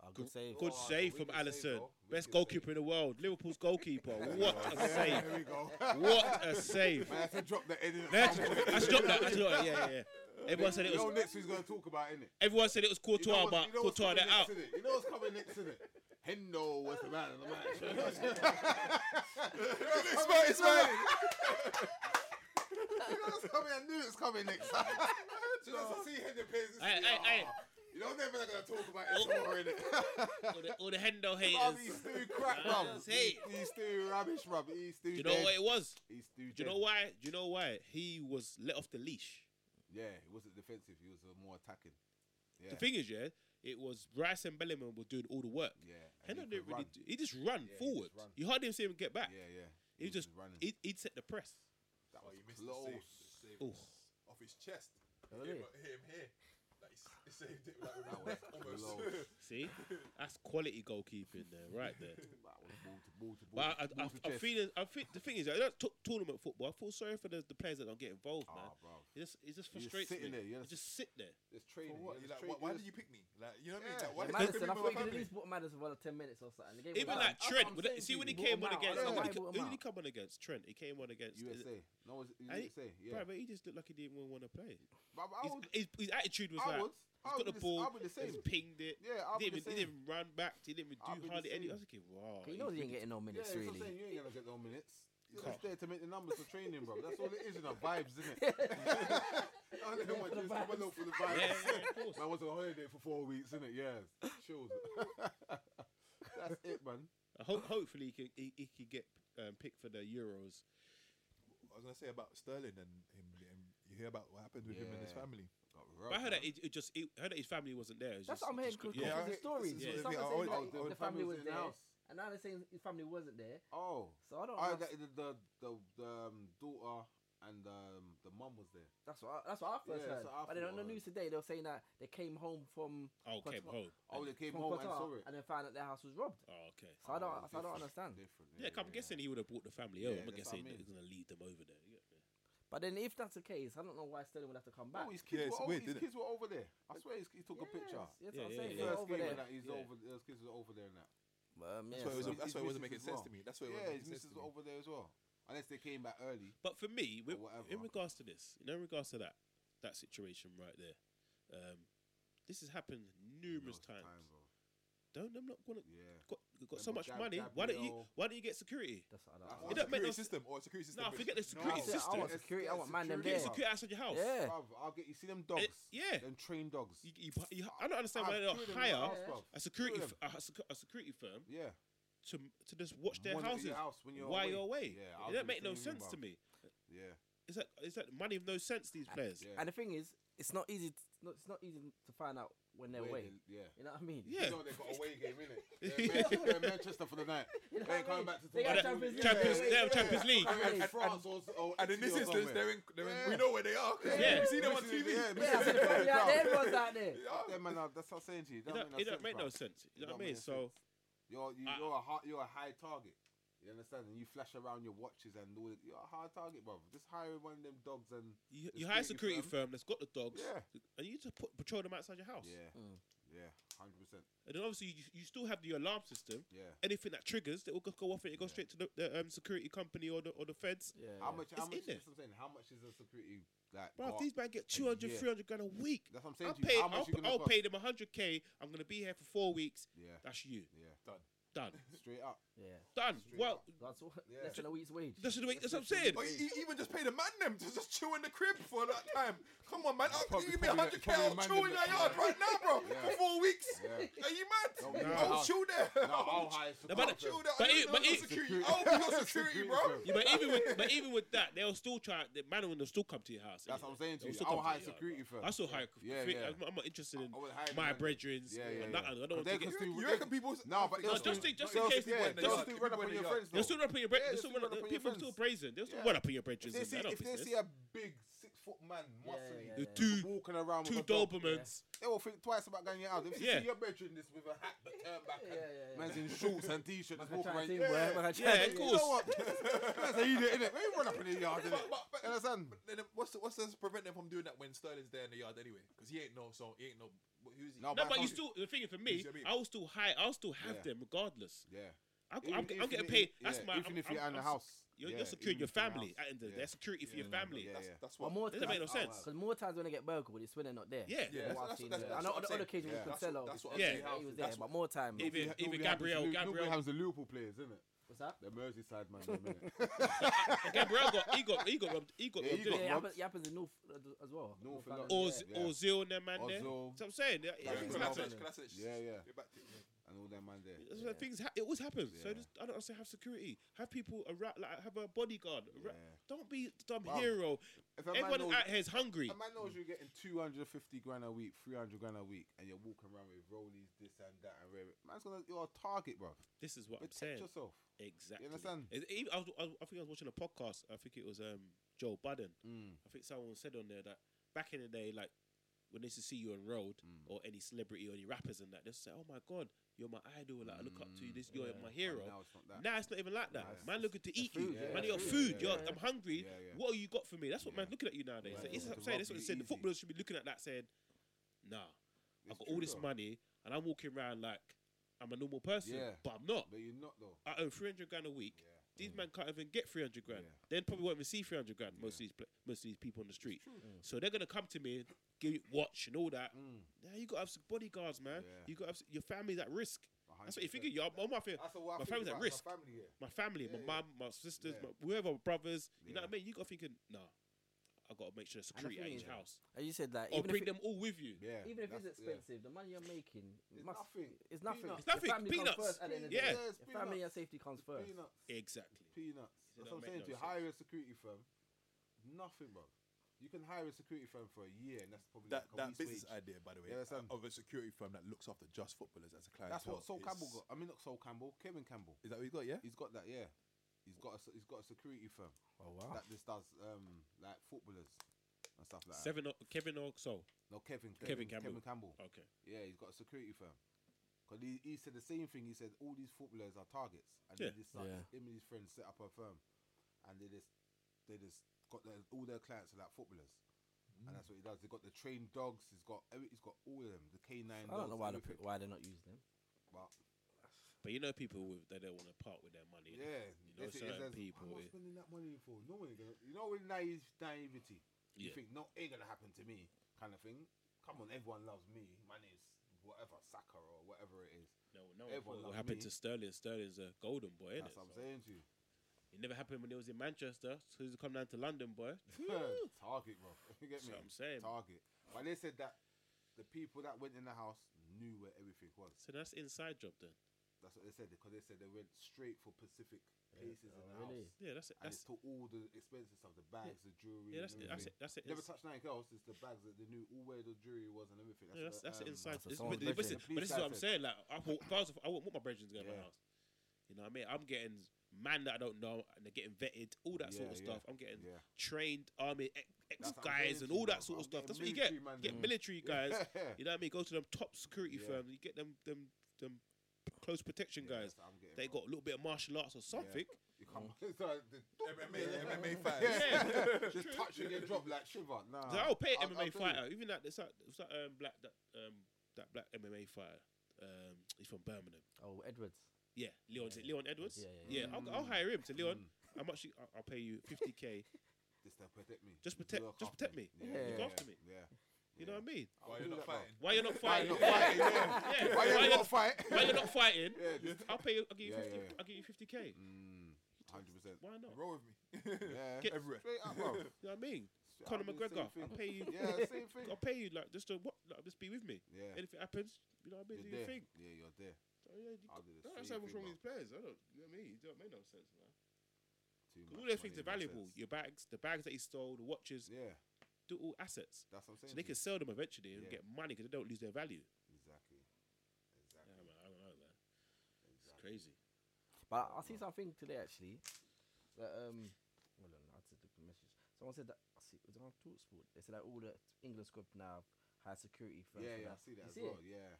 Speaker 2: Oh,
Speaker 1: Good-
Speaker 2: good save.
Speaker 1: Good
Speaker 3: Oh,
Speaker 1: save
Speaker 3: we
Speaker 1: from
Speaker 3: can save,
Speaker 1: Allison.
Speaker 3: bro.
Speaker 1: Best
Speaker 3: We can save.
Speaker 1: goalkeeper in the world. Liverpool's goalkeeper.
Speaker 3: *laughs*
Speaker 1: What a
Speaker 4: Yeah,
Speaker 1: save!
Speaker 4: There we go.
Speaker 1: What a save!
Speaker 3: Man, I had to drop that in.
Speaker 1: That- I stopped that. I stopped that. Yeah, yeah, yeah. Everyone said it
Speaker 3: You know
Speaker 1: was.
Speaker 3: next who's going to talk about, innit?
Speaker 1: Everyone said it was
Speaker 3: You know
Speaker 1: Courtois,
Speaker 3: what's-
Speaker 1: but
Speaker 3: you know what's
Speaker 1: Courtois that
Speaker 3: coming
Speaker 1: out.
Speaker 3: next, innit? You know what's coming next, innit? Hendo was the man of the match.
Speaker 4: It's fine, it's fine.
Speaker 3: *laughs* You know what's coming? I knew it was coming next. *laughs* you know, so see Hendo plays this.
Speaker 1: Aye,
Speaker 3: thing,
Speaker 1: aye,
Speaker 3: ah,
Speaker 1: aye.
Speaker 3: You know they're never going to talk about it
Speaker 1: Oh. *laughs*
Speaker 3: tomorrow, innit?
Speaker 1: All the, all the Hendo
Speaker 3: Bruv,
Speaker 1: haters.
Speaker 3: he's still crap,
Speaker 1: Nah,
Speaker 3: bruv.
Speaker 1: that's hate.
Speaker 3: He's still rubbish, bruv. He's still
Speaker 1: Do you know what it was?
Speaker 3: He's still
Speaker 1: Do you know why? Do you know why he was let off the leash?
Speaker 3: Yeah, he wasn't defensive. He was uh, more attacking. Yeah.
Speaker 1: The thing is, yeah, it was Rice and Bellingham were doing all the work.
Speaker 3: yeah. and
Speaker 1: Hendo
Speaker 3: he
Speaker 1: didn't
Speaker 3: could
Speaker 1: really.
Speaker 3: run.
Speaker 1: Do, he just ran
Speaker 3: Yeah, he
Speaker 1: forward.
Speaker 3: just run.
Speaker 1: You hardly see him get back.
Speaker 3: Yeah, yeah.
Speaker 1: He
Speaker 3: was
Speaker 1: just-
Speaker 3: running.
Speaker 1: He He'd set the press.
Speaker 3: that
Speaker 4: Oh,
Speaker 3: was
Speaker 4: you missed
Speaker 3: close.
Speaker 4: the save. The save
Speaker 1: Oof.
Speaker 4: was off his chest.
Speaker 2: Oh,
Speaker 4: Hit
Speaker 2: really?
Speaker 4: him, hit him here. Like he s- he saved it. Like, with
Speaker 3: That
Speaker 4: that
Speaker 3: was
Speaker 4: almost. *laughs*
Speaker 3: close.
Speaker 1: See, that's quality goalkeeping there, right
Speaker 5: *laughs*
Speaker 1: there.
Speaker 3: That was Oh, ball to ball to ball.
Speaker 1: But I,
Speaker 3: to
Speaker 1: I,
Speaker 3: ball to
Speaker 1: I, I
Speaker 3: chest.
Speaker 1: feel, I think the thing is, I don't talk tournament football. I feel sorry for the, the players that don't get involved, man.
Speaker 3: Ah, bruv.
Speaker 1: It just, it just
Speaker 3: You're just
Speaker 1: frustrates me.
Speaker 3: sitting there, you're
Speaker 1: You
Speaker 3: just-
Speaker 1: just sit there.
Speaker 3: It's training.
Speaker 4: For what? You're
Speaker 3: yeah, it's
Speaker 4: like,
Speaker 3: training,
Speaker 4: why, why
Speaker 3: it's-
Speaker 4: did you pick me? Like, you know what I mean?
Speaker 3: Yeah.
Speaker 4: Like, why
Speaker 3: Yeah,
Speaker 4: did you pick me
Speaker 2: Madison, I
Speaker 4: with my
Speaker 2: thought you could at
Speaker 4: family?
Speaker 2: least put Madison for like ten minutes or something. The game
Speaker 1: Even like
Speaker 2: was out. That's
Speaker 1: Trent,
Speaker 2: what I'm
Speaker 1: when it-
Speaker 2: saying
Speaker 1: see
Speaker 2: to
Speaker 1: when he
Speaker 2: you. Brought
Speaker 1: came on
Speaker 2: him out. I
Speaker 1: against,
Speaker 2: don't know
Speaker 1: who
Speaker 2: why
Speaker 1: did
Speaker 2: he
Speaker 1: he,
Speaker 2: brought
Speaker 1: who
Speaker 2: him
Speaker 1: did he
Speaker 2: out.
Speaker 1: come on against? Trent. He came on against. is it-
Speaker 3: USA. No, it's it's
Speaker 1: I-
Speaker 3: USA. Yeah.
Speaker 1: Bruh, but he just looked like he didn't want to play.
Speaker 3: But I
Speaker 1: His,
Speaker 3: would.
Speaker 1: his, his attitude was
Speaker 3: I
Speaker 1: like,
Speaker 3: would. I
Speaker 1: he's got
Speaker 3: would be
Speaker 1: the
Speaker 3: the s-
Speaker 1: ball,
Speaker 3: I would be the
Speaker 1: he's
Speaker 3: same.
Speaker 1: pinged it.
Speaker 3: Yeah, I
Speaker 1: He didn't, even, he
Speaker 3: would be the same.
Speaker 1: didn't run back. He didn't even
Speaker 3: I'll be
Speaker 1: do
Speaker 3: the
Speaker 1: hardly any. I was
Speaker 3: same.
Speaker 1: thinking, wow.
Speaker 2: He knows he
Speaker 1: really-
Speaker 2: didn't get no
Speaker 3: Yeah,
Speaker 2: minutes
Speaker 3: that's what I'm saying.
Speaker 2: really.
Speaker 3: You ain't gonna get no minutes. You're
Speaker 1: Cock.
Speaker 3: just there to make the numbers for training, bro. That's all it is, you know. Vibes, isn't
Speaker 2: *laughs* Yeah,
Speaker 3: it? *laughs* I don't know
Speaker 2: for
Speaker 3: what
Speaker 2: the
Speaker 3: just coming
Speaker 2: vibes.
Speaker 3: up for the
Speaker 1: Yeah,
Speaker 3: vibes.
Speaker 1: yeah, of course.
Speaker 3: *laughs* Man was on holiday for four weeks, isn't it? Yes, chills. *laughs* That's it, man.
Speaker 1: I hope, Uh, hopefully he can he, he can get um, picked for the Euros.
Speaker 4: I was gonna say about Sterling and him. him you hear about what happened with him and his
Speaker 3: Yeah.
Speaker 4: family.
Speaker 1: But I heard that it, it just it, I heard that his family wasn't there. It was
Speaker 2: That's
Speaker 1: just-
Speaker 2: what I'm hearing.
Speaker 1: just good-
Speaker 2: Because yeah,
Speaker 4: Yeah,
Speaker 2: the
Speaker 4: I-
Speaker 2: stories.
Speaker 1: yeah.
Speaker 2: Some
Speaker 4: Yeah,
Speaker 2: are
Speaker 4: I
Speaker 2: saying
Speaker 4: always-
Speaker 2: that
Speaker 4: I
Speaker 2: the
Speaker 3: always-
Speaker 2: family
Speaker 3: family was
Speaker 2: was
Speaker 3: in Oh, the
Speaker 2: there,
Speaker 3: house.
Speaker 2: and now they're saying his family wasn't there.
Speaker 3: Oh,
Speaker 2: So I don't.
Speaker 3: I
Speaker 2: know.
Speaker 3: heard that the the the, the um, daughter and um, the mum was there.
Speaker 2: That's what I, that's what I first
Speaker 3: Yeah,
Speaker 2: heard.
Speaker 3: so I
Speaker 2: but then
Speaker 3: thought
Speaker 2: on
Speaker 3: I
Speaker 2: the
Speaker 3: heard.
Speaker 2: news today, they were saying that they came home from
Speaker 1: Oh, came
Speaker 2: Qatar-
Speaker 1: home.
Speaker 3: Oh, they came
Speaker 2: from
Speaker 3: home
Speaker 2: Qatar
Speaker 3: and saw it.
Speaker 2: and then found out their house was robbed.
Speaker 1: Oh, okay.
Speaker 2: So I don't,
Speaker 3: Oh,
Speaker 2: so I don't
Speaker 3: different,
Speaker 2: understand.
Speaker 3: different,
Speaker 1: Yeah, I'm guessing he would have brought the family over.
Speaker 3: Yeah,
Speaker 1: I'm not
Speaker 3: that's what I
Speaker 1: guessing
Speaker 3: mean.
Speaker 1: he's gonna lead them over there. You get me?
Speaker 2: But then if that's the case, I don't know why Sterling would have to come back.
Speaker 3: Oh, his
Speaker 4: Yeah,
Speaker 3: kids,
Speaker 4: it's
Speaker 3: were,
Speaker 4: weird,
Speaker 3: over, his
Speaker 4: innit?
Speaker 3: kids were over there. I swear, he, he took a picture.
Speaker 2: Yes,
Speaker 1: Yeah,
Speaker 2: that's what I'm
Speaker 1: yeah,
Speaker 2: saying.
Speaker 1: yeah.
Speaker 2: they were
Speaker 3: First
Speaker 2: over
Speaker 3: game,
Speaker 2: there.
Speaker 3: and that, he's
Speaker 1: Yeah.
Speaker 3: over. Those kids were over there and that.
Speaker 4: That's
Speaker 2: Um, yeah,
Speaker 4: why it, was,
Speaker 2: so-
Speaker 3: so-
Speaker 4: that's why it wasn't making
Speaker 3: His
Speaker 4: sense to
Speaker 3: missus
Speaker 4: me. That's why it
Speaker 3: Yeah,
Speaker 4: wasn't
Speaker 3: his
Speaker 4: making sense to
Speaker 3: missus was
Speaker 4: me.
Speaker 3: over there as well. Unless they came back early.
Speaker 1: But for me, with,
Speaker 3: whatever.
Speaker 1: in regards to this, you know, in regards to that that situation right there, um, this has happened numerous times.
Speaker 3: bro.
Speaker 1: Don't I'm not gonna
Speaker 3: Yeah.
Speaker 1: got, got
Speaker 3: Yeah,
Speaker 1: so
Speaker 3: but
Speaker 1: much
Speaker 3: Gab-
Speaker 1: money. Why don't you
Speaker 3: Gabriel-
Speaker 1: why don't you get security?
Speaker 2: that's what I
Speaker 3: That's
Speaker 4: Or
Speaker 1: It
Speaker 2: don't know.
Speaker 1: don't
Speaker 4: security
Speaker 1: make no
Speaker 4: system or a security system.
Speaker 1: Nah,
Speaker 4: which-
Speaker 1: forget the
Speaker 3: No,
Speaker 1: security
Speaker 3: I said- I
Speaker 1: system.
Speaker 2: want security, I want man them
Speaker 1: Get
Speaker 2: Yeah.
Speaker 1: security outside your house. Eh,
Speaker 2: Yeah.
Speaker 3: Bruv, I'll get you see them dogs.
Speaker 1: Yeah.
Speaker 3: Them trained dogs.
Speaker 1: You, you, you, I don't understand
Speaker 3: I've
Speaker 1: why they
Speaker 3: threw them in
Speaker 1: don't
Speaker 3: my
Speaker 1: hire
Speaker 3: house,
Speaker 2: Yeah.
Speaker 3: bruv.
Speaker 1: a security
Speaker 3: Threw
Speaker 1: f-
Speaker 3: them.
Speaker 1: a, sec- a security firm
Speaker 3: Yeah.
Speaker 1: to to just watch their
Speaker 3: Monitor
Speaker 1: houses
Speaker 3: your house when you're
Speaker 1: while
Speaker 3: away.
Speaker 1: you're away.
Speaker 3: Yeah,
Speaker 1: it
Speaker 3: I'll do
Speaker 1: don't
Speaker 3: the
Speaker 1: make no
Speaker 3: same,
Speaker 1: sense
Speaker 3: bruv.
Speaker 1: to me.
Speaker 3: Yeah.
Speaker 1: Is that is that money of no sense? These players.
Speaker 3: Yeah.
Speaker 2: And the thing is, it's not easy. To, not, it's not easy to find out when they're
Speaker 3: Where
Speaker 2: away.
Speaker 3: they- Yeah.
Speaker 2: You know what I mean?
Speaker 1: Yeah.
Speaker 3: You know they got away
Speaker 1: *laughs*
Speaker 3: game, innit? They're in Man- they're in Manchester for the night.
Speaker 2: You know
Speaker 3: They ain't
Speaker 2: what I mean?
Speaker 3: coming back to
Speaker 2: They got
Speaker 1: tomorrow.
Speaker 2: Champions League.
Speaker 1: Champions,
Speaker 3: Yeah,
Speaker 1: they have
Speaker 3: yeah,
Speaker 1: Champions League.
Speaker 3: And,
Speaker 2: And-
Speaker 3: France or, or
Speaker 4: And in
Speaker 3: Italy
Speaker 4: this
Speaker 3: or
Speaker 4: instance,
Speaker 3: somewhere.
Speaker 4: they're in, they're in,
Speaker 3: Yeah.
Speaker 4: we know where they are.
Speaker 1: Yeah.
Speaker 4: We see them on
Speaker 3: Missing-
Speaker 4: *laughs* TV.
Speaker 3: yeah,
Speaker 2: Yeah,
Speaker 3: missing
Speaker 2: so the
Speaker 3: the
Speaker 2: family out
Speaker 3: crowd.
Speaker 2: there, everyone's out there.
Speaker 4: Yeah.
Speaker 3: Yeah, man, uh, that's what I'm saying to you.
Speaker 1: It
Speaker 3: don't
Speaker 1: don't, it don't make no
Speaker 3: bruv.
Speaker 1: sense. You
Speaker 3: It
Speaker 1: know what I
Speaker 3: don't make
Speaker 1: mean?
Speaker 3: no
Speaker 1: So
Speaker 3: You're you,
Speaker 1: I-
Speaker 3: you're a hard, you're a high target. You understand? And you flash around your watches and all. that. You're a hard target, bro. Just hire one of them dogs and
Speaker 1: you,
Speaker 3: The
Speaker 1: you hire a security
Speaker 3: security
Speaker 1: firm that's got the dogs,
Speaker 3: yeah,
Speaker 1: and you just put, patrol them outside your house.
Speaker 3: yeah,
Speaker 2: Mm.
Speaker 3: yeah. Yeah, hundred percent.
Speaker 1: And then obviously you, you still have the alarm system.
Speaker 3: Yeah.
Speaker 1: Anything that triggers, it will go- go off and it goes straight to the, the um, security company or the or the feds.
Speaker 2: Yeah.
Speaker 3: How much?
Speaker 1: It's
Speaker 3: How
Speaker 1: in
Speaker 3: much?
Speaker 1: there.
Speaker 3: That's what I'm saying. How much is a security like?
Speaker 1: Bro,
Speaker 3: bar?
Speaker 1: if these man get 200,
Speaker 3: year.
Speaker 1: 300 grand a week,
Speaker 3: That's what I'm saying
Speaker 1: I'll
Speaker 3: to you.
Speaker 1: pay,
Speaker 3: how much
Speaker 1: I'll,
Speaker 3: you gonna
Speaker 1: I'll
Speaker 3: cost?
Speaker 1: pay them 100k. I'm going to be here for four weeks.
Speaker 3: Yeah,
Speaker 1: That's you.
Speaker 3: yeah.
Speaker 1: Done.
Speaker 3: Straight
Speaker 1: *laughs*
Speaker 3: up.
Speaker 2: Yeah.
Speaker 1: Done.
Speaker 3: Straight
Speaker 1: well,
Speaker 3: up.
Speaker 2: That's what,
Speaker 3: Yeah.
Speaker 2: less than a week's wage.
Speaker 1: that's, the way, that's what I'm
Speaker 2: Less than a
Speaker 1: saying.
Speaker 4: Or
Speaker 2: week's
Speaker 4: you, oh, even just pay the man them to just chill in the crib for that time. Come on, man. I'll
Speaker 3: Probably-
Speaker 4: give me a
Speaker 3: probably-
Speaker 4: 100k.
Speaker 3: probably
Speaker 4: I'll
Speaker 3: the man
Speaker 4: chill
Speaker 3: them
Speaker 4: in
Speaker 3: that-
Speaker 4: that yard right now, bro.
Speaker 3: Yeah.
Speaker 4: For four weeks.
Speaker 3: Yeah.
Speaker 4: Are you mad?
Speaker 3: No,
Speaker 1: Nah.
Speaker 4: I'll chill there.
Speaker 3: No,
Speaker 4: *laughs*
Speaker 3: how high is
Speaker 1: No, but-
Speaker 3: security?
Speaker 4: Chill there.
Speaker 1: But
Speaker 4: I'll be
Speaker 1: it- but
Speaker 4: your
Speaker 1: it-
Speaker 4: security. I'll be your
Speaker 3: *laughs*
Speaker 4: security, bro.
Speaker 1: Yeah, but even with but even with that, they'll still try. The man will still come to your house.
Speaker 3: That's what I'm saying
Speaker 1: They'll
Speaker 3: to you.
Speaker 1: still
Speaker 3: How
Speaker 1: come to
Speaker 3: high
Speaker 1: your
Speaker 3: is
Speaker 1: yard,
Speaker 3: security
Speaker 1: bro.
Speaker 3: first?
Speaker 1: I still high.
Speaker 3: Yeah,
Speaker 1: fi-
Speaker 3: yeah.
Speaker 1: I'm, I'm not interested in
Speaker 3: I would hire
Speaker 1: my
Speaker 3: them.
Speaker 1: brethren's.
Speaker 3: Yeah, yeah,
Speaker 1: and
Speaker 3: yeah.
Speaker 1: nothing. I don't
Speaker 3: But
Speaker 1: want
Speaker 3: they
Speaker 1: to get.
Speaker 3: could
Speaker 4: You,
Speaker 3: still-
Speaker 4: you reckon people?
Speaker 3: No,
Speaker 4: I
Speaker 3: but
Speaker 1: No,
Speaker 3: they'll
Speaker 4: think-
Speaker 1: just
Speaker 3: still-
Speaker 1: think- just
Speaker 3: they'll
Speaker 1: in case
Speaker 3: still-
Speaker 1: they
Speaker 3: yeah,
Speaker 1: weren't
Speaker 3: They'll
Speaker 1: there.
Speaker 3: still run up on your friends.
Speaker 1: They'll
Speaker 3: though.
Speaker 1: still run up on your bre-
Speaker 3: Yeah,
Speaker 1: They'll
Speaker 3: they
Speaker 1: still
Speaker 3: still
Speaker 1: run up.
Speaker 3: run up on your
Speaker 1: People still
Speaker 3: friends.
Speaker 1: praising. They'll still
Speaker 3: Yeah.
Speaker 1: run up on your
Speaker 3: If
Speaker 1: brethren.
Speaker 3: they see,
Speaker 1: I don't
Speaker 3: if they
Speaker 1: business.
Speaker 3: see a big six foot man,
Speaker 5: Oh,
Speaker 2: Yeah,
Speaker 3: muscly,
Speaker 2: yeah,
Speaker 1: The
Speaker 2: yeah.
Speaker 1: two
Speaker 3: walking around
Speaker 1: two
Speaker 3: with a dog,
Speaker 1: Dobermans.
Speaker 3: they will think twice about going out. If you
Speaker 1: Yeah.
Speaker 3: see your bedroom this with a hat but turned back,
Speaker 2: Yeah,
Speaker 3: and
Speaker 2: yeah, yeah.
Speaker 3: man's in shorts and t-shirt,
Speaker 2: Man
Speaker 3: just
Speaker 2: can
Speaker 3: walking
Speaker 2: try
Speaker 3: around.
Speaker 2: and teamwork, man can try
Speaker 1: Yeah,
Speaker 2: and
Speaker 1: of
Speaker 3: You
Speaker 2: teamwork.
Speaker 1: course.
Speaker 3: know what? *laughs* That's how you do it, innit? We ain't run up in the yard, innit?
Speaker 4: *laughs* But, but, but,
Speaker 3: You understand?
Speaker 4: but then what's the, what's to prevent them from doing that when Sterling's there in the yard anyway? Because he ain't no so he ain't no. Who's he?
Speaker 3: No,
Speaker 1: No,
Speaker 3: I
Speaker 1: but you
Speaker 3: can't-
Speaker 1: still. The thing is, for
Speaker 4: You
Speaker 1: me,
Speaker 4: see what I mean?
Speaker 1: I will still high. I'll still have
Speaker 3: Yeah.
Speaker 1: them regardless.
Speaker 3: Yeah.
Speaker 1: I'm,
Speaker 3: Even
Speaker 1: I'm,
Speaker 3: if
Speaker 1: I'm getting
Speaker 3: you-
Speaker 1: paid.
Speaker 3: yeah,
Speaker 1: That's my.
Speaker 3: Even
Speaker 1: I'm,
Speaker 3: if you're
Speaker 1: I'm-
Speaker 3: in the
Speaker 1: I'm-
Speaker 3: house.
Speaker 1: You're,
Speaker 3: yeah,
Speaker 1: you're securing
Speaker 3: even
Speaker 1: your
Speaker 3: if you're in the
Speaker 1: family.
Speaker 3: house.
Speaker 1: At the end of the day,
Speaker 3: Yeah.
Speaker 1: that's security for
Speaker 4: Yeah,
Speaker 1: your
Speaker 4: no, no,
Speaker 1: family.
Speaker 3: Yeah,
Speaker 4: That's,
Speaker 3: yeah.
Speaker 4: that's
Speaker 2: But
Speaker 4: what.
Speaker 2: more
Speaker 1: Doesn't
Speaker 2: times,
Speaker 1: make no sense.
Speaker 2: Because more times when they get burgled, it's when they're not there.
Speaker 1: Yeah.
Speaker 4: Yeah,
Speaker 2: From
Speaker 4: that's-
Speaker 2: what I've
Speaker 4: that's-
Speaker 2: seen.
Speaker 4: that's-
Speaker 2: yeah.
Speaker 4: that's
Speaker 2: I know
Speaker 4: what
Speaker 2: on
Speaker 4: I'm
Speaker 2: other
Speaker 4: saying.
Speaker 2: occasions
Speaker 3: Yeah.
Speaker 2: with
Speaker 4: That's what-
Speaker 2: Cancelo,
Speaker 4: that's what I'm
Speaker 1: Yeah. saying.
Speaker 2: he was there,
Speaker 4: That's
Speaker 2: but more times.
Speaker 1: Even-
Speaker 3: Normally
Speaker 1: even
Speaker 3: happens
Speaker 1: Gabriel-
Speaker 3: to-
Speaker 1: Gabriel-
Speaker 3: Normally happens to Liverpool players, isn't it?
Speaker 2: What's that?
Speaker 3: The Merseyside man,
Speaker 1: *laughs*
Speaker 3: them, innit?
Speaker 1: Gabriel got he got he got robbed. He got
Speaker 3: Yeah,
Speaker 1: robbed. didn't
Speaker 3: he
Speaker 2: Yeah,
Speaker 1: he?
Speaker 2: it
Speaker 3: robbed.
Speaker 2: happens, it happens in North uh, d- as well.
Speaker 3: North and
Speaker 2: London,
Speaker 3: London.
Speaker 1: Or
Speaker 2: yeah.
Speaker 1: Z-
Speaker 3: Yeah.
Speaker 1: or Zil and them man there. That's
Speaker 3: Ozil,
Speaker 1: what I'm saying. Yeah,
Speaker 3: Yeah,
Speaker 1: things
Speaker 3: Ozil.
Speaker 1: happen.
Speaker 4: Kolasinac, Kolasinac.
Speaker 3: Yeah, yeah.
Speaker 4: Get back to it.
Speaker 3: and all them man there.
Speaker 1: That's why things ha- it always happens. So
Speaker 3: Yeah.
Speaker 1: just, I don't understand. Have security. Have people around. Like have a bodyguard. Arou-
Speaker 3: Yeah.
Speaker 1: Don't be dumb
Speaker 3: Bruv,
Speaker 1: hero.
Speaker 3: If a man,
Speaker 1: Everyone
Speaker 3: knows,
Speaker 1: out here is hungry.
Speaker 3: a man knows you're getting 250 grand a week, 300 grand a week, and you're walking around with rollies, this and that, and rare, man's gonna, you're a target, bro.
Speaker 1: This is what I'm
Speaker 3: Protect
Speaker 1: saying.
Speaker 3: yourself.
Speaker 1: Exactly.
Speaker 3: understand?
Speaker 1: It- even- I, was, I, was- I think I was watching a podcast. I think it was um Joe Budden.
Speaker 3: Mm,
Speaker 1: I think someone said on there that back in the day, like when they used to see you on road
Speaker 3: mm.
Speaker 1: or any celebrity or any rappers and that, they say, "Oh my god, you're my idol. Like I look up to you.
Speaker 3: Mm,
Speaker 1: This you're
Speaker 2: yeah.
Speaker 1: my
Speaker 3: But
Speaker 1: hero."
Speaker 3: Now it's not that.
Speaker 1: Nah, it's not even like that.
Speaker 3: Nah, it's-
Speaker 1: man,
Speaker 3: it's
Speaker 1: looking to
Speaker 3: the
Speaker 1: eat
Speaker 3: food,
Speaker 1: you.
Speaker 2: yeah,
Speaker 1: man,
Speaker 2: yeah,
Speaker 1: you got
Speaker 2: yeah,
Speaker 1: food.
Speaker 3: yeah,
Speaker 1: you're,
Speaker 2: yeah.
Speaker 1: I'm hungry.
Speaker 3: Yeah, yeah.
Speaker 1: What have you got for me? That's what
Speaker 3: Yeah.
Speaker 1: man's looking at you nowadays.
Speaker 3: Yeah,
Speaker 1: So
Speaker 3: they
Speaker 1: it's,
Speaker 3: want
Speaker 1: I'm
Speaker 3: to
Speaker 1: saying
Speaker 3: rob
Speaker 1: that's what
Speaker 3: you
Speaker 1: they said. The
Speaker 3: easy.
Speaker 1: footballers should be looking at that saying, "Nah, I've
Speaker 3: It's
Speaker 1: got
Speaker 3: true,
Speaker 1: all this
Speaker 3: though.
Speaker 1: money and I'm walking around like I'm a normal person,
Speaker 3: Yeah.
Speaker 1: but I'm not.
Speaker 3: But you're not though.
Speaker 1: I own 300 grand a week.
Speaker 3: Yeah.
Speaker 1: These men can't even get 300 grand.
Speaker 3: Yeah.
Speaker 1: They probably won't even see 300 grand. Most of
Speaker 3: Yeah.
Speaker 1: these pla- most of these people on the street.
Speaker 3: true.
Speaker 2: Mm.
Speaker 1: So they're gonna come to me, give you watch and all that.
Speaker 3: Mm,
Speaker 1: Now you gotta have some bodyguards, man.
Speaker 3: Yeah.
Speaker 1: You gotta have s- your family's at risk. That's what you're
Speaker 3: 100%.
Speaker 1: thinking. You're on my thing.
Speaker 3: That's what I
Speaker 1: My
Speaker 3: think
Speaker 1: family's at
Speaker 3: about
Speaker 1: risk.
Speaker 3: My family here.
Speaker 1: my family,
Speaker 3: Yeah,
Speaker 1: my
Speaker 3: yeah.
Speaker 1: mum, my sisters,
Speaker 3: Yeah.
Speaker 1: my, whoever, my brothers. You know
Speaker 3: Yeah.
Speaker 1: what I mean? You got thinking, nah, I got to make sure there's
Speaker 2: And I
Speaker 1: security at
Speaker 2: think-
Speaker 1: each house,
Speaker 2: As you said, that
Speaker 1: or
Speaker 2: even if
Speaker 1: bring
Speaker 2: it-
Speaker 1: them all with you.
Speaker 3: Yeah.
Speaker 2: even if it's
Speaker 3: that's-
Speaker 2: expensive, the money you're making
Speaker 3: It's
Speaker 2: must
Speaker 3: nothing.
Speaker 2: It's nothing.
Speaker 3: Peanuts.
Speaker 2: Your
Speaker 1: Nothing.
Speaker 2: family comes
Speaker 1: Peanuts.
Speaker 2: first at the end of the
Speaker 1: Yeah.
Speaker 2: day.
Speaker 3: Yes,
Speaker 2: Your family and
Speaker 3: peanuts.
Speaker 2: safety comes
Speaker 3: Yeah.
Speaker 2: first.
Speaker 3: Peanuts.
Speaker 1: Exactly.
Speaker 3: Peanuts.
Speaker 1: It
Speaker 3: That's
Speaker 1: don't
Speaker 3: what I'm
Speaker 1: make
Speaker 3: saying
Speaker 1: no
Speaker 3: to you.
Speaker 1: sense.
Speaker 3: Hire a security firm. Nothing, bro. You can hire a security firm for a year, and that's probably
Speaker 4: That,
Speaker 3: like a
Speaker 4: that business
Speaker 3: week's wage.
Speaker 4: idea, by the way,
Speaker 3: You
Speaker 5: um,
Speaker 3: understand?
Speaker 4: of a security firm that looks after just footballers as a client.
Speaker 3: That's what Sol Campbell got. I mean, not Sol Campbell. Kevin Campbell.
Speaker 4: Is that what you got? Yeah.
Speaker 3: He's got that. Yeah. He's got a, s- he's got a security firm
Speaker 4: Oh wow.
Speaker 1: Ah.
Speaker 3: that just does um like footballers and stuff like that.
Speaker 1: Seven, o- Kevin or so.
Speaker 3: No, Kevin.
Speaker 1: Kevin Oh.
Speaker 3: Kevin Campbell.
Speaker 1: Okay.
Speaker 3: Yeah, he's got a security firm. Cause he, he said the same thing. He said all these footballers are targets, and
Speaker 1: Yeah.
Speaker 3: they just started,
Speaker 2: Yeah.
Speaker 3: him and his friends set up a firm, and they just they just got their, all their clients are like footballers,
Speaker 2: Mm.
Speaker 3: and that's what he does. He got the trained dogs. He's got every, he's got all of them. The canine.
Speaker 2: I don't know why they're,
Speaker 3: everything.
Speaker 2: why they're not using them.
Speaker 3: But
Speaker 1: But you know, people with, they don't want to part with their money. innit?
Speaker 3: yeah,
Speaker 1: You know,
Speaker 3: that's it, it
Speaker 1: certain
Speaker 3: says,
Speaker 1: people, eh.
Speaker 3: I'm
Speaker 1: it-
Speaker 3: not spending that money for no one. ain't Gonna, you know, with naive naivety, you
Speaker 1: Yeah.
Speaker 3: think no ain't gonna happen to me, kind of thing. Come on, everyone loves me. My name's whatever Saka or whatever it is.
Speaker 1: No, no. one
Speaker 3: Everyone
Speaker 1: thought What
Speaker 3: like
Speaker 1: happened to
Speaker 3: me.
Speaker 1: Sterling? Sterling's a golden boy, innit?
Speaker 3: that's what I'm saying
Speaker 1: *laughs*
Speaker 3: to you. *laughs*
Speaker 1: It never happened when he was in Manchester. So he's come down to London, boy. Whew.
Speaker 3: Target, bro. *laughs* You get
Speaker 1: That's
Speaker 3: me?
Speaker 1: what I'm saying.
Speaker 3: Target. But they said that the people that went in the house knew where everything was.
Speaker 1: So that's inside job then.
Speaker 3: That's what they said because they said they went straight for Pacific places in
Speaker 2: Oh,
Speaker 3: the
Speaker 2: really?
Speaker 3: house.
Speaker 1: Yeah, that's it.
Speaker 3: And
Speaker 1: That's
Speaker 3: it's took all the expenses of the bags, the jewelry.
Speaker 1: yeah, that's it.
Speaker 3: and
Speaker 1: That's
Speaker 3: everything.
Speaker 1: it. That's it.
Speaker 3: Never
Speaker 1: It's-
Speaker 3: touched nothing else. It's the bags that they knew all where the jewelry was and everything.
Speaker 1: Yeah, that's,
Speaker 3: what,
Speaker 1: that's
Speaker 3: um,
Speaker 1: inside.
Speaker 2: that's what
Speaker 1: This,
Speaker 2: someone's
Speaker 1: but, this- but this, but
Speaker 2: brethren-
Speaker 1: this is
Speaker 3: police
Speaker 1: what I'm
Speaker 3: said.
Speaker 1: saying. Like, I want, guys, I want my brethren to go to my
Speaker 3: Yeah.
Speaker 1: house. You know what I mean? I'm getting man that I don't know, and they're getting vetted, all that sort
Speaker 3: Yeah,
Speaker 1: of
Speaker 3: yeah.
Speaker 1: stuff. I'm getting
Speaker 3: Yeah.
Speaker 1: trained army ex, ex
Speaker 3: That's what I'm
Speaker 1: guys
Speaker 3: saying
Speaker 1: and
Speaker 3: to you,
Speaker 1: all that
Speaker 3: bro.
Speaker 1: sort of
Speaker 3: I'm
Speaker 1: stuff.
Speaker 3: getting
Speaker 1: That's what you get.
Speaker 3: military man
Speaker 1: You get
Speaker 3: there.
Speaker 1: military
Speaker 3: *laughs*
Speaker 1: guys.
Speaker 3: Yeah.
Speaker 1: You know what I mean? Go to them top security
Speaker 3: Yeah.
Speaker 1: firms. You get them them them close protection
Speaker 3: Yeah,
Speaker 1: guys.
Speaker 3: that's what I'm getting,
Speaker 1: They
Speaker 3: bro.
Speaker 1: got a little bit of martial arts or something.
Speaker 3: You come. *laughs* Sorry, the-
Speaker 5: *laughs*
Speaker 4: MMA,
Speaker 3: *laughs* Yeah.
Speaker 4: MMA
Speaker 1: Yeah.
Speaker 3: Yeah. *laughs* Just touch and get dropped like shiver. Nah.
Speaker 1: So I'll oh, pay
Speaker 3: I'll-
Speaker 1: MMA
Speaker 3: I'll tell you.
Speaker 1: fighter. Even that, it's that, it's that um, black that um, that black MMA fighter. Um, he's from Birmingham.
Speaker 2: Oh, Edwards.
Speaker 1: Yeah, Leon. Is it Leon Edwards?
Speaker 2: Yeah, yeah, yeah. Mm.
Speaker 1: I'll, I'll hire him. So Leon,
Speaker 3: Mm.
Speaker 1: I'm actually. I'll, I'll pay you 50k.
Speaker 3: Just to protect me.
Speaker 1: Just protect-
Speaker 3: Look
Speaker 1: just
Speaker 3: after
Speaker 1: protect me.
Speaker 3: Yeah.
Speaker 2: Look
Speaker 3: yeah,
Speaker 1: after me.
Speaker 3: Yeah.
Speaker 1: You know what I mean?
Speaker 5: Why
Speaker 3: I'll do
Speaker 5: you not
Speaker 3: that, bro.
Speaker 5: fighting?
Speaker 1: Why you're not
Speaker 3: Why
Speaker 1: fighting?
Speaker 3: not fighting? Yeah.
Speaker 1: Yeah,
Speaker 3: Why you
Speaker 1: why
Speaker 3: not
Speaker 1: not-
Speaker 3: fight?
Speaker 1: why you're
Speaker 3: *laughs*
Speaker 1: not fighting?
Speaker 3: Yeah, just-
Speaker 1: I'll pay you. I'll give you.
Speaker 3: Yeah,
Speaker 1: 50,
Speaker 3: yeah.
Speaker 1: I'll give you 50k.
Speaker 3: Mm, 100%.
Speaker 1: Why not?
Speaker 5: Roll
Speaker 4: *laughs*
Speaker 5: with me.
Speaker 3: Yeah.
Speaker 1: Get-
Speaker 5: Everywhere.
Speaker 3: Straight up, bro.
Speaker 1: You know what I mean?
Speaker 3: Straight
Speaker 1: *laughs* Conor
Speaker 3: up, do the same
Speaker 1: McGregor.
Speaker 3: thing.
Speaker 1: I'll pay you.
Speaker 3: Yeah, same thing.
Speaker 1: I'll pay you like just to what? Like, just be with me.
Speaker 3: Yeah.
Speaker 1: Anything happens, you know what I mean?
Speaker 3: You're
Speaker 1: do your
Speaker 3: there.
Speaker 1: thing.
Speaker 3: Yeah, you're there.
Speaker 1: So, yeah, you
Speaker 3: I'll
Speaker 1: got-
Speaker 3: do the
Speaker 1: I don't
Speaker 3: same
Speaker 1: understand what's
Speaker 3: thing,
Speaker 1: wrong with
Speaker 3: bro.
Speaker 1: these players. I don't. You know what I mean? It don't make no sense, man.
Speaker 3: Too
Speaker 1: 'Cause
Speaker 3: much
Speaker 1: all those
Speaker 3: money
Speaker 1: things are
Speaker 3: in that
Speaker 1: valuable.
Speaker 3: sense.
Speaker 1: Your bags, the bags that he stole, the watches,
Speaker 3: Yeah,
Speaker 1: do all assets.
Speaker 3: that's what I'm saying.
Speaker 1: So they
Speaker 3: to
Speaker 1: can
Speaker 3: you.
Speaker 1: sell them eventually and
Speaker 3: Yeah.
Speaker 1: get money because they don't lose their value.
Speaker 3: Exactly.
Speaker 1: Yeah,
Speaker 3: Exactly.
Speaker 1: man, I don't know, man. It's
Speaker 3: exactly.
Speaker 1: crazy.
Speaker 2: But I, I see something today actually. That um, hold on, I took the message. Someone said that I see, was it on Talksport? They said that all the England squad now have high security. firms
Speaker 3: Yeah,
Speaker 2: and
Speaker 3: yeah, I
Speaker 2: that.
Speaker 3: see that
Speaker 2: You
Speaker 3: as well. Yeah.